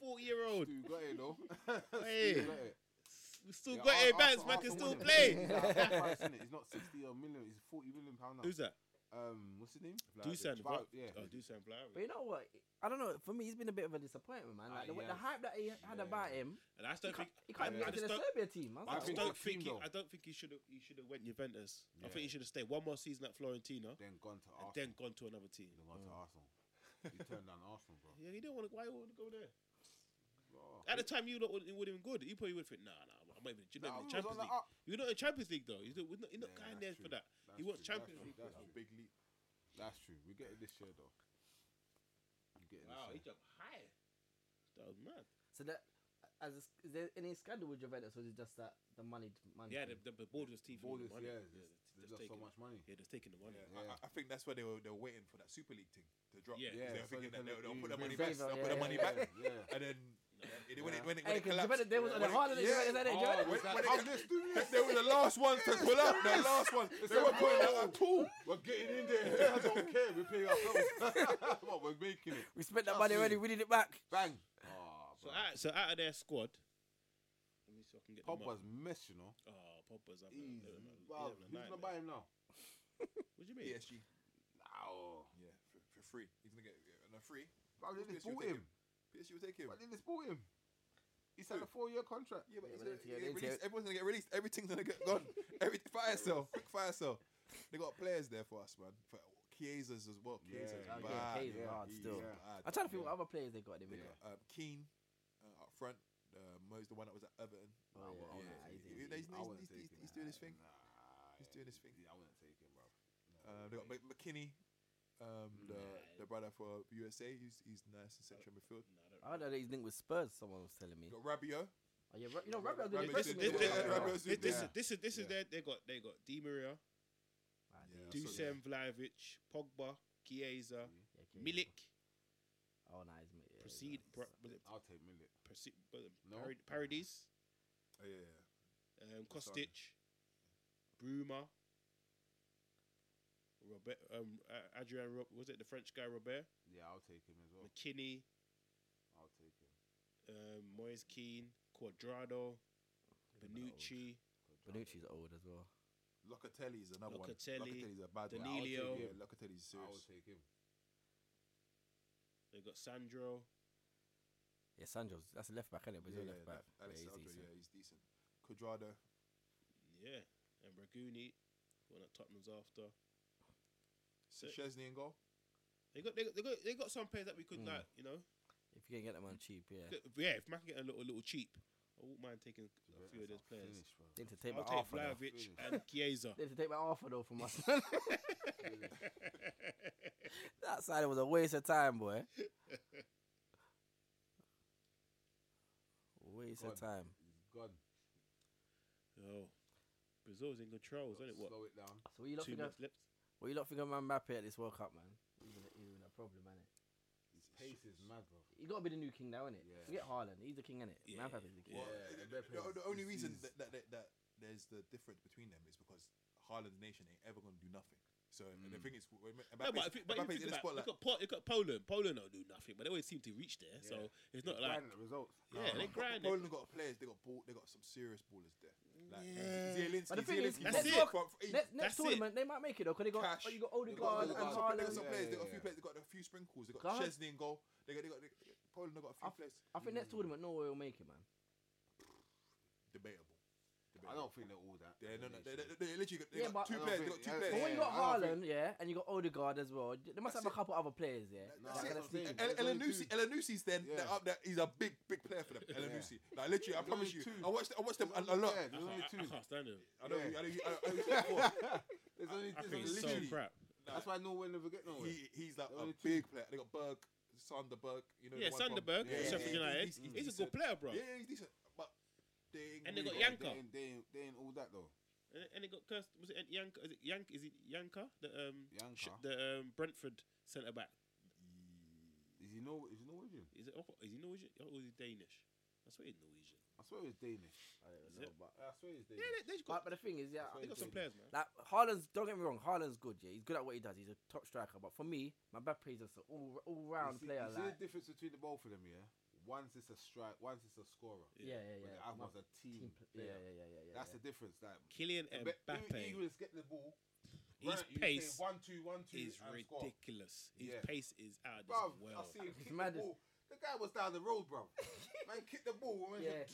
Speaker 1: 40 year old.
Speaker 3: Stu got it though. *laughs* Stu
Speaker 1: Hey.
Speaker 3: got it.
Speaker 1: We still
Speaker 3: Yeah,
Speaker 1: got
Speaker 3: Ar-
Speaker 1: it, Vance.
Speaker 3: Arsenal-
Speaker 1: Man can
Speaker 3: Arsenal *laughs*
Speaker 1: still
Speaker 3: won it.
Speaker 1: play.
Speaker 3: He's out of price, innit? He's not sixty or million. He's forty million pound
Speaker 1: *laughs*
Speaker 3: now.
Speaker 1: Who's that?
Speaker 3: Um, what's his name?
Speaker 1: Dusan.
Speaker 3: Vlahovic,
Speaker 1: Vla-
Speaker 3: yeah.
Speaker 1: Oh, Dusan Vlahovic.
Speaker 2: But you know what? I don't know. For me, he's been a bit of a disappointment, man.
Speaker 3: Ah,
Speaker 2: Like the,
Speaker 3: he
Speaker 2: way- the
Speaker 3: has.
Speaker 2: hype that he had
Speaker 3: Yeah.
Speaker 2: about him,
Speaker 1: And I just
Speaker 2: he
Speaker 1: don't
Speaker 2: can't,
Speaker 1: think.
Speaker 2: he can't
Speaker 1: I,
Speaker 2: even
Speaker 1: I
Speaker 2: get
Speaker 1: just
Speaker 2: to the
Speaker 1: don't.
Speaker 2: Serbia
Speaker 1: I
Speaker 2: team. I was like,
Speaker 1: just
Speaker 3: think
Speaker 1: don't
Speaker 3: he's a team,
Speaker 1: think. He,
Speaker 3: though.
Speaker 1: I don't think he should have. He should have went Juventus. I
Speaker 3: Yeah.
Speaker 1: think he should have stayed one more season at Florentina
Speaker 3: Then gone to
Speaker 1: and
Speaker 3: Arsenal.
Speaker 1: then gone to another team.
Speaker 3: Then gone to Arsenal. He turned down Arsenal, bro.
Speaker 1: Yeah, he didn't want to. Why you want to go there?
Speaker 3: Bro.
Speaker 1: At the time, you lot wouldn't wouldn't even good. You probably would think, nah, nah, I'm not even, you're
Speaker 3: Nah,
Speaker 1: not in the
Speaker 3: we was
Speaker 1: Champions
Speaker 3: on the
Speaker 1: League.
Speaker 3: up.
Speaker 1: You're not in Champions League though. You're not, we're not, you're not
Speaker 3: Yeah,
Speaker 1: going
Speaker 3: that's
Speaker 1: there
Speaker 3: true.
Speaker 1: for that.
Speaker 3: That's
Speaker 1: He wants
Speaker 3: true, that's
Speaker 1: Champions
Speaker 3: true,
Speaker 1: League.
Speaker 3: That's
Speaker 5: That's
Speaker 3: true.
Speaker 5: big league.
Speaker 3: That's true. We get it this year though. We get it
Speaker 1: Wow, he
Speaker 3: this year.
Speaker 1: jumped high. That was mad.
Speaker 2: so that as a, is there any scandal with Juventus, or is it just that the money? money
Speaker 1: Yeah, the,
Speaker 2: thing?
Speaker 1: the, the board was teething
Speaker 3: Ball
Speaker 1: the
Speaker 3: is
Speaker 1: money.
Speaker 3: yeah,
Speaker 1: yeah,
Speaker 3: there's-
Speaker 1: they're
Speaker 3: there's
Speaker 1: just
Speaker 3: just so
Speaker 1: taking-
Speaker 3: much money.
Speaker 1: Yeah, they're taking the money.
Speaker 5: Yeah.
Speaker 1: Yeah.
Speaker 5: I, I- I think that's why they were they were waiting for that Super League thing to drop.
Speaker 1: Yeah.
Speaker 5: Yeah,
Speaker 3: Yeah,
Speaker 5: they're
Speaker 3: so
Speaker 5: thinking
Speaker 3: they
Speaker 5: that
Speaker 3: can
Speaker 5: they'll, they'll
Speaker 3: do
Speaker 5: put their money
Speaker 2: reverse,
Speaker 5: back.
Speaker 2: yeah,
Speaker 5: They'll put their
Speaker 2: yeah,
Speaker 5: money
Speaker 2: yeah.
Speaker 5: back,
Speaker 3: Yeah,
Speaker 5: and then It- when it when it, when
Speaker 2: Hey,
Speaker 5: it
Speaker 2: 'cause Jamaica,
Speaker 5: collapsed,
Speaker 2: they was on the
Speaker 5: when it-
Speaker 2: harder than
Speaker 5: yeah.
Speaker 2: Jamaica, isn't it?
Speaker 5: Oh,
Speaker 2: Jamaica-
Speaker 5: when- when
Speaker 3: How this
Speaker 5: it-
Speaker 3: do
Speaker 5: they-
Speaker 3: this?
Speaker 5: they were the last ones to pull out. The last ones. They were pulling out at all.
Speaker 3: We're getting in there. I don't care. We're paying ourselves. Come on, we're making it.
Speaker 2: We spent that money already. We need it back.
Speaker 3: Bang.
Speaker 1: So out, so out of their squad, let me see if I can get
Speaker 3: Pop
Speaker 1: them up.
Speaker 3: was mess, you know.
Speaker 1: Oh, Pogba's up.
Speaker 3: He's, wow, who's gonna buy him now?
Speaker 1: What do you mean?
Speaker 5: PSG.
Speaker 1: oh.
Speaker 3: No.
Speaker 5: Yeah, for, for free. He's gonna get uh, no free.
Speaker 3: Why didn't they
Speaker 5: Who's gonna
Speaker 3: bought him?
Speaker 5: take him? PSG will take him.
Speaker 3: Why didn't they bought him? He signed a four-year contract.
Speaker 5: Yeah, but
Speaker 2: Yeah, but
Speaker 5: it's gonna-
Speaker 2: then to get
Speaker 5: get
Speaker 2: into it-
Speaker 5: released. everyone's gonna get released. Everything's gonna get gone. Every fire cell, quick fire cell. They got players there for us, man. For Chiesa's as well.
Speaker 3: Yeah,
Speaker 5: Chiesa's
Speaker 3: yeah,
Speaker 5: bad.
Speaker 2: Chiesa's hard
Speaker 5: he's
Speaker 2: still.
Speaker 5: bad.
Speaker 2: *laughs* I'm trying to think
Speaker 5: Yeah.
Speaker 2: what other players they got in the
Speaker 5: They
Speaker 2: middle.
Speaker 5: got um, Keane uh, up front. Uh, Mo's the one that was at Everton.
Speaker 2: Oh,
Speaker 3: Yeah,
Speaker 2: well,
Speaker 5: yeah,
Speaker 2: nah,
Speaker 5: so
Speaker 2: he's in-
Speaker 5: he- he-
Speaker 2: he's-
Speaker 5: he's-
Speaker 3: I wouldn't
Speaker 5: he's-
Speaker 3: take him.
Speaker 5: he's doing his thing.
Speaker 3: Nah,
Speaker 5: He's doing his thing.
Speaker 3: Yeah, I wouldn't take him, bro.
Speaker 5: Uh, they got Mc- McKinney, um, the the brother for USA. He's he's nice in central midfield.
Speaker 2: I don't know. He's linked with Spurs. Someone was telling me.
Speaker 5: You got Rabiot.
Speaker 2: Oh, yeah, Ra- you know, Rabiot did
Speaker 5: Rabiot's
Speaker 2: impressive
Speaker 5: doing
Speaker 2: with the World
Speaker 5: well.
Speaker 2: Cup,
Speaker 5: Rabiot's
Speaker 2: bro.
Speaker 1: This, this, this,
Speaker 5: Yeah.
Speaker 1: this is this is
Speaker 5: Yeah.
Speaker 1: their they got they got Di Maria,
Speaker 2: Ah,
Speaker 5: Yeah,
Speaker 2: dude.
Speaker 5: so-
Speaker 1: Dusan Vlahovic, Pogba, Chiesa,
Speaker 2: Yeah, okay.
Speaker 1: Milik,
Speaker 2: Oh, nah, he's Milik. yeah,
Speaker 1: Proceed,
Speaker 2: he's
Speaker 1: Pro-
Speaker 2: nice.
Speaker 1: was it
Speaker 3: I'll take Millet.
Speaker 1: Proceed, was it
Speaker 3: Ah. No.
Speaker 1: Parad- Paradis,
Speaker 5: Oh, yeah, yeah.
Speaker 1: um,
Speaker 5: That's on.
Speaker 1: Kostic, Bruma, Robert, um, A- Adrian, Ro- was it the French guy Robert,
Speaker 3: Yeah, I'll take him as well.
Speaker 1: McKinney,
Speaker 3: I'll take him.
Speaker 1: um, Moyes Keane, Quadrado, Benucci,
Speaker 2: Bonucci's old as well.
Speaker 5: Locatelli is another
Speaker 1: Locatelli,
Speaker 5: one. Locatelli's a bad one.
Speaker 1: Danilo.
Speaker 5: Yeah,
Speaker 3: I
Speaker 5: Locatelli's
Speaker 3: will
Speaker 5: serious.
Speaker 3: take him.
Speaker 1: they got Sandro,
Speaker 2: Yeah, Sancho's that's a left back, isn't it? But he's a left back.
Speaker 5: that-
Speaker 2: Yeah, he's
Speaker 5: Alessandro,
Speaker 2: decent.
Speaker 5: yeah, he's decent. Quadrado,
Speaker 1: yeah, and Raguni, one that Tottenham's after. So-
Speaker 5: Chesney in goal.
Speaker 1: They got, they got, they got, they got some players that we could
Speaker 2: Mm.
Speaker 1: like, you know.
Speaker 2: If you can get them on cheap, yeah.
Speaker 1: Look, Yeah, if man can get a little, a little cheap, I wouldn't mind taking a few of those players.
Speaker 3: Finish, bro.
Speaker 2: They need to take
Speaker 1: I'll
Speaker 2: my
Speaker 1: take
Speaker 2: Arthur. though.
Speaker 1: Vlahovic and Chiesa.
Speaker 2: They need to take my Arthur though *laughs* from us.
Speaker 1: *laughs*
Speaker 2: that side was a waste of time, *laughs* boy. Waste
Speaker 3: Go
Speaker 2: of
Speaker 3: on.
Speaker 2: time.
Speaker 3: He's gone.
Speaker 1: oh, Brazil's in control, isn't Oh, it? What?
Speaker 3: Slow it down.
Speaker 2: So what you lot
Speaker 1: Two
Speaker 2: think of
Speaker 1: minutes left.
Speaker 2: what you lot think of Man Mbappe at this World Cup, man? He's in a, he's in a problem, man.
Speaker 3: His pace is mad, bro.
Speaker 2: He gotta be the new king now, innit?
Speaker 3: Yeah.
Speaker 2: Forget Haaland, he's the king, innit?
Speaker 1: Yeah.
Speaker 2: Man Mbappe's the king.
Speaker 1: Yeah.
Speaker 3: the
Speaker 5: the,
Speaker 3: red players
Speaker 5: the only
Speaker 3: is-
Speaker 5: reason
Speaker 3: is-
Speaker 5: that, that, that, that there's the difference between them is because Haaland's nation ain't ever gonna do nothing. So and the
Speaker 3: Mm.
Speaker 5: thing is, when when
Speaker 1: No, but
Speaker 5: Mbappe's-
Speaker 1: if you, but if you think
Speaker 5: Mbappe's in the
Speaker 1: about,
Speaker 5: spotlight,
Speaker 1: look at, Po- look at Poland. Poland don't do nothing, but they always seem to reach there. So it's not like
Speaker 3: Grinding the results.
Speaker 1: yeah, they
Speaker 5: Po-
Speaker 1: grind. it.
Speaker 5: Poland got players. They got ball. They got some serious ballers there. Like
Speaker 1: Yeah.
Speaker 5: Zielinski,
Speaker 2: But the thing is,
Speaker 5: Zielinski
Speaker 1: That's it.
Speaker 5: from- from- from-
Speaker 2: Next,
Speaker 1: That's
Speaker 2: next
Speaker 1: it.
Speaker 2: tournament they might make it though, because they got
Speaker 5: Cash.
Speaker 2: oh, you got
Speaker 5: They got-
Speaker 2: Odegaard and
Speaker 5: they got some- they got
Speaker 2: Haaland.
Speaker 5: some
Speaker 3: yeah,
Speaker 5: players. They
Speaker 3: yeah,
Speaker 5: got a few
Speaker 3: yeah.
Speaker 5: players. They got a few sprinkles. They got
Speaker 2: Go ahead.
Speaker 5: Chesney in goal. They got, they got they- Poland. They got a few
Speaker 2: I-
Speaker 5: players.
Speaker 2: I think next tournament Norway will make it, man.
Speaker 5: Debatable.
Speaker 3: I don't think they're all that.
Speaker 5: Yeah, no, no, they,
Speaker 3: domination.
Speaker 5: they, they literally got, they
Speaker 2: Yeah,
Speaker 5: got
Speaker 2: but-
Speaker 5: two
Speaker 3: I don't
Speaker 5: players.
Speaker 3: think-
Speaker 5: They got two
Speaker 3: yeah,
Speaker 5: players.
Speaker 2: But when you got
Speaker 3: I don't
Speaker 2: Haaland, yeah, and you got Odegaard as well, they must
Speaker 5: That's
Speaker 2: have a
Speaker 5: it.
Speaker 2: couple other players, yeah.
Speaker 3: No,
Speaker 5: That- that's
Speaker 2: that
Speaker 3: that's what I'm
Speaker 2: kind of
Speaker 5: it.
Speaker 2: thing.
Speaker 3: saying. There's only
Speaker 5: El-
Speaker 3: two.
Speaker 5: Elanusi, Elanusi, then
Speaker 3: Yeah.
Speaker 5: that up there is a big, big player for them. Elanusi, like literally, I
Speaker 3: There's
Speaker 5: promise
Speaker 3: only
Speaker 5: you.
Speaker 3: two.
Speaker 5: I watched, I watched them a, a
Speaker 1: I
Speaker 3: Yeah,
Speaker 5: lot.
Speaker 3: there's
Speaker 1: can't,
Speaker 3: only
Speaker 1: I, *laughs*
Speaker 3: two. *laughs*
Speaker 1: I can't stand them.
Speaker 5: I know, you- I know, you- I know, you- I know you-
Speaker 3: There's
Speaker 1: I
Speaker 3: only there's
Speaker 1: think
Speaker 3: only
Speaker 1: it's so
Speaker 3: literally.
Speaker 1: crap.
Speaker 3: *laughs* That's why Norway never get nowhere.
Speaker 5: he, he's like
Speaker 3: There's
Speaker 5: a
Speaker 3: only two.
Speaker 5: big player. They got Berg, Sanderberg. You know,
Speaker 1: Yeah,
Speaker 5: the one from-
Speaker 1: Sanderberg,
Speaker 3: Yeah,
Speaker 1: Sheffield
Speaker 3: yeah,
Speaker 1: United.
Speaker 5: he's-
Speaker 1: He's,
Speaker 5: he's
Speaker 1: a good
Speaker 5: decent.
Speaker 1: player, bro.
Speaker 5: Yeah, yeah, he's decent, but they ain't
Speaker 1: And they
Speaker 5: really
Speaker 1: got
Speaker 5: got-
Speaker 1: Yank-
Speaker 3: They
Speaker 1: Yanka.
Speaker 3: ain't, they, ain't, they ain't all that though.
Speaker 1: And, and they got cursed. Was it Yanka? Is it Yank? Is it Yanka? The um, sh-
Speaker 3: Yanka.
Speaker 1: the um, Brentford centre back.
Speaker 3: Is he Nor? Is he Norwegian?
Speaker 1: Is it? oh, Is he Norwegian or is he Danish? I swear he's Norwegian.
Speaker 3: I swear he's Danish.
Speaker 2: I don't
Speaker 1: Is
Speaker 2: know,
Speaker 1: it?
Speaker 2: but-
Speaker 3: I swear he's
Speaker 1: Yeah,
Speaker 3: Danish.
Speaker 1: they, they've
Speaker 2: But
Speaker 1: got,
Speaker 2: but the thing is, yeah,
Speaker 3: That's
Speaker 1: they got some players, man.
Speaker 2: like Haaland's. Don't get me wrong, Haaland's good, yeah, he's good at what he does. He's a top striker, but for me, Mbappe is just an all all round
Speaker 3: you see, You
Speaker 2: player.
Speaker 3: see
Speaker 2: Like,
Speaker 3: the difference between the both of them, yeah. Once it's a strike, once it's a scorer.
Speaker 2: yeah, yeah,
Speaker 3: But the
Speaker 2: yeah.
Speaker 3: other one's a
Speaker 2: Mbappe-
Speaker 3: team.
Speaker 2: yeah,
Speaker 3: player.
Speaker 2: yeah, yeah, yeah, yeah.
Speaker 3: That's
Speaker 2: yeah.
Speaker 3: the difference. Like,
Speaker 1: Killian
Speaker 3: but
Speaker 1: Mbappe.
Speaker 3: E- Eagles get the ball.
Speaker 1: His
Speaker 3: run it, you
Speaker 1: pace
Speaker 3: say one two one two
Speaker 1: is
Speaker 3: and score.
Speaker 1: ridiculous. His
Speaker 3: Yeah.
Speaker 1: pace is out of this
Speaker 3: Bruv, I
Speaker 1: world.
Speaker 3: see him kick
Speaker 2: mad
Speaker 3: the
Speaker 2: as-
Speaker 3: ball. The guy was down the road, bro. man kicked the ball. Man,
Speaker 2: Yeah.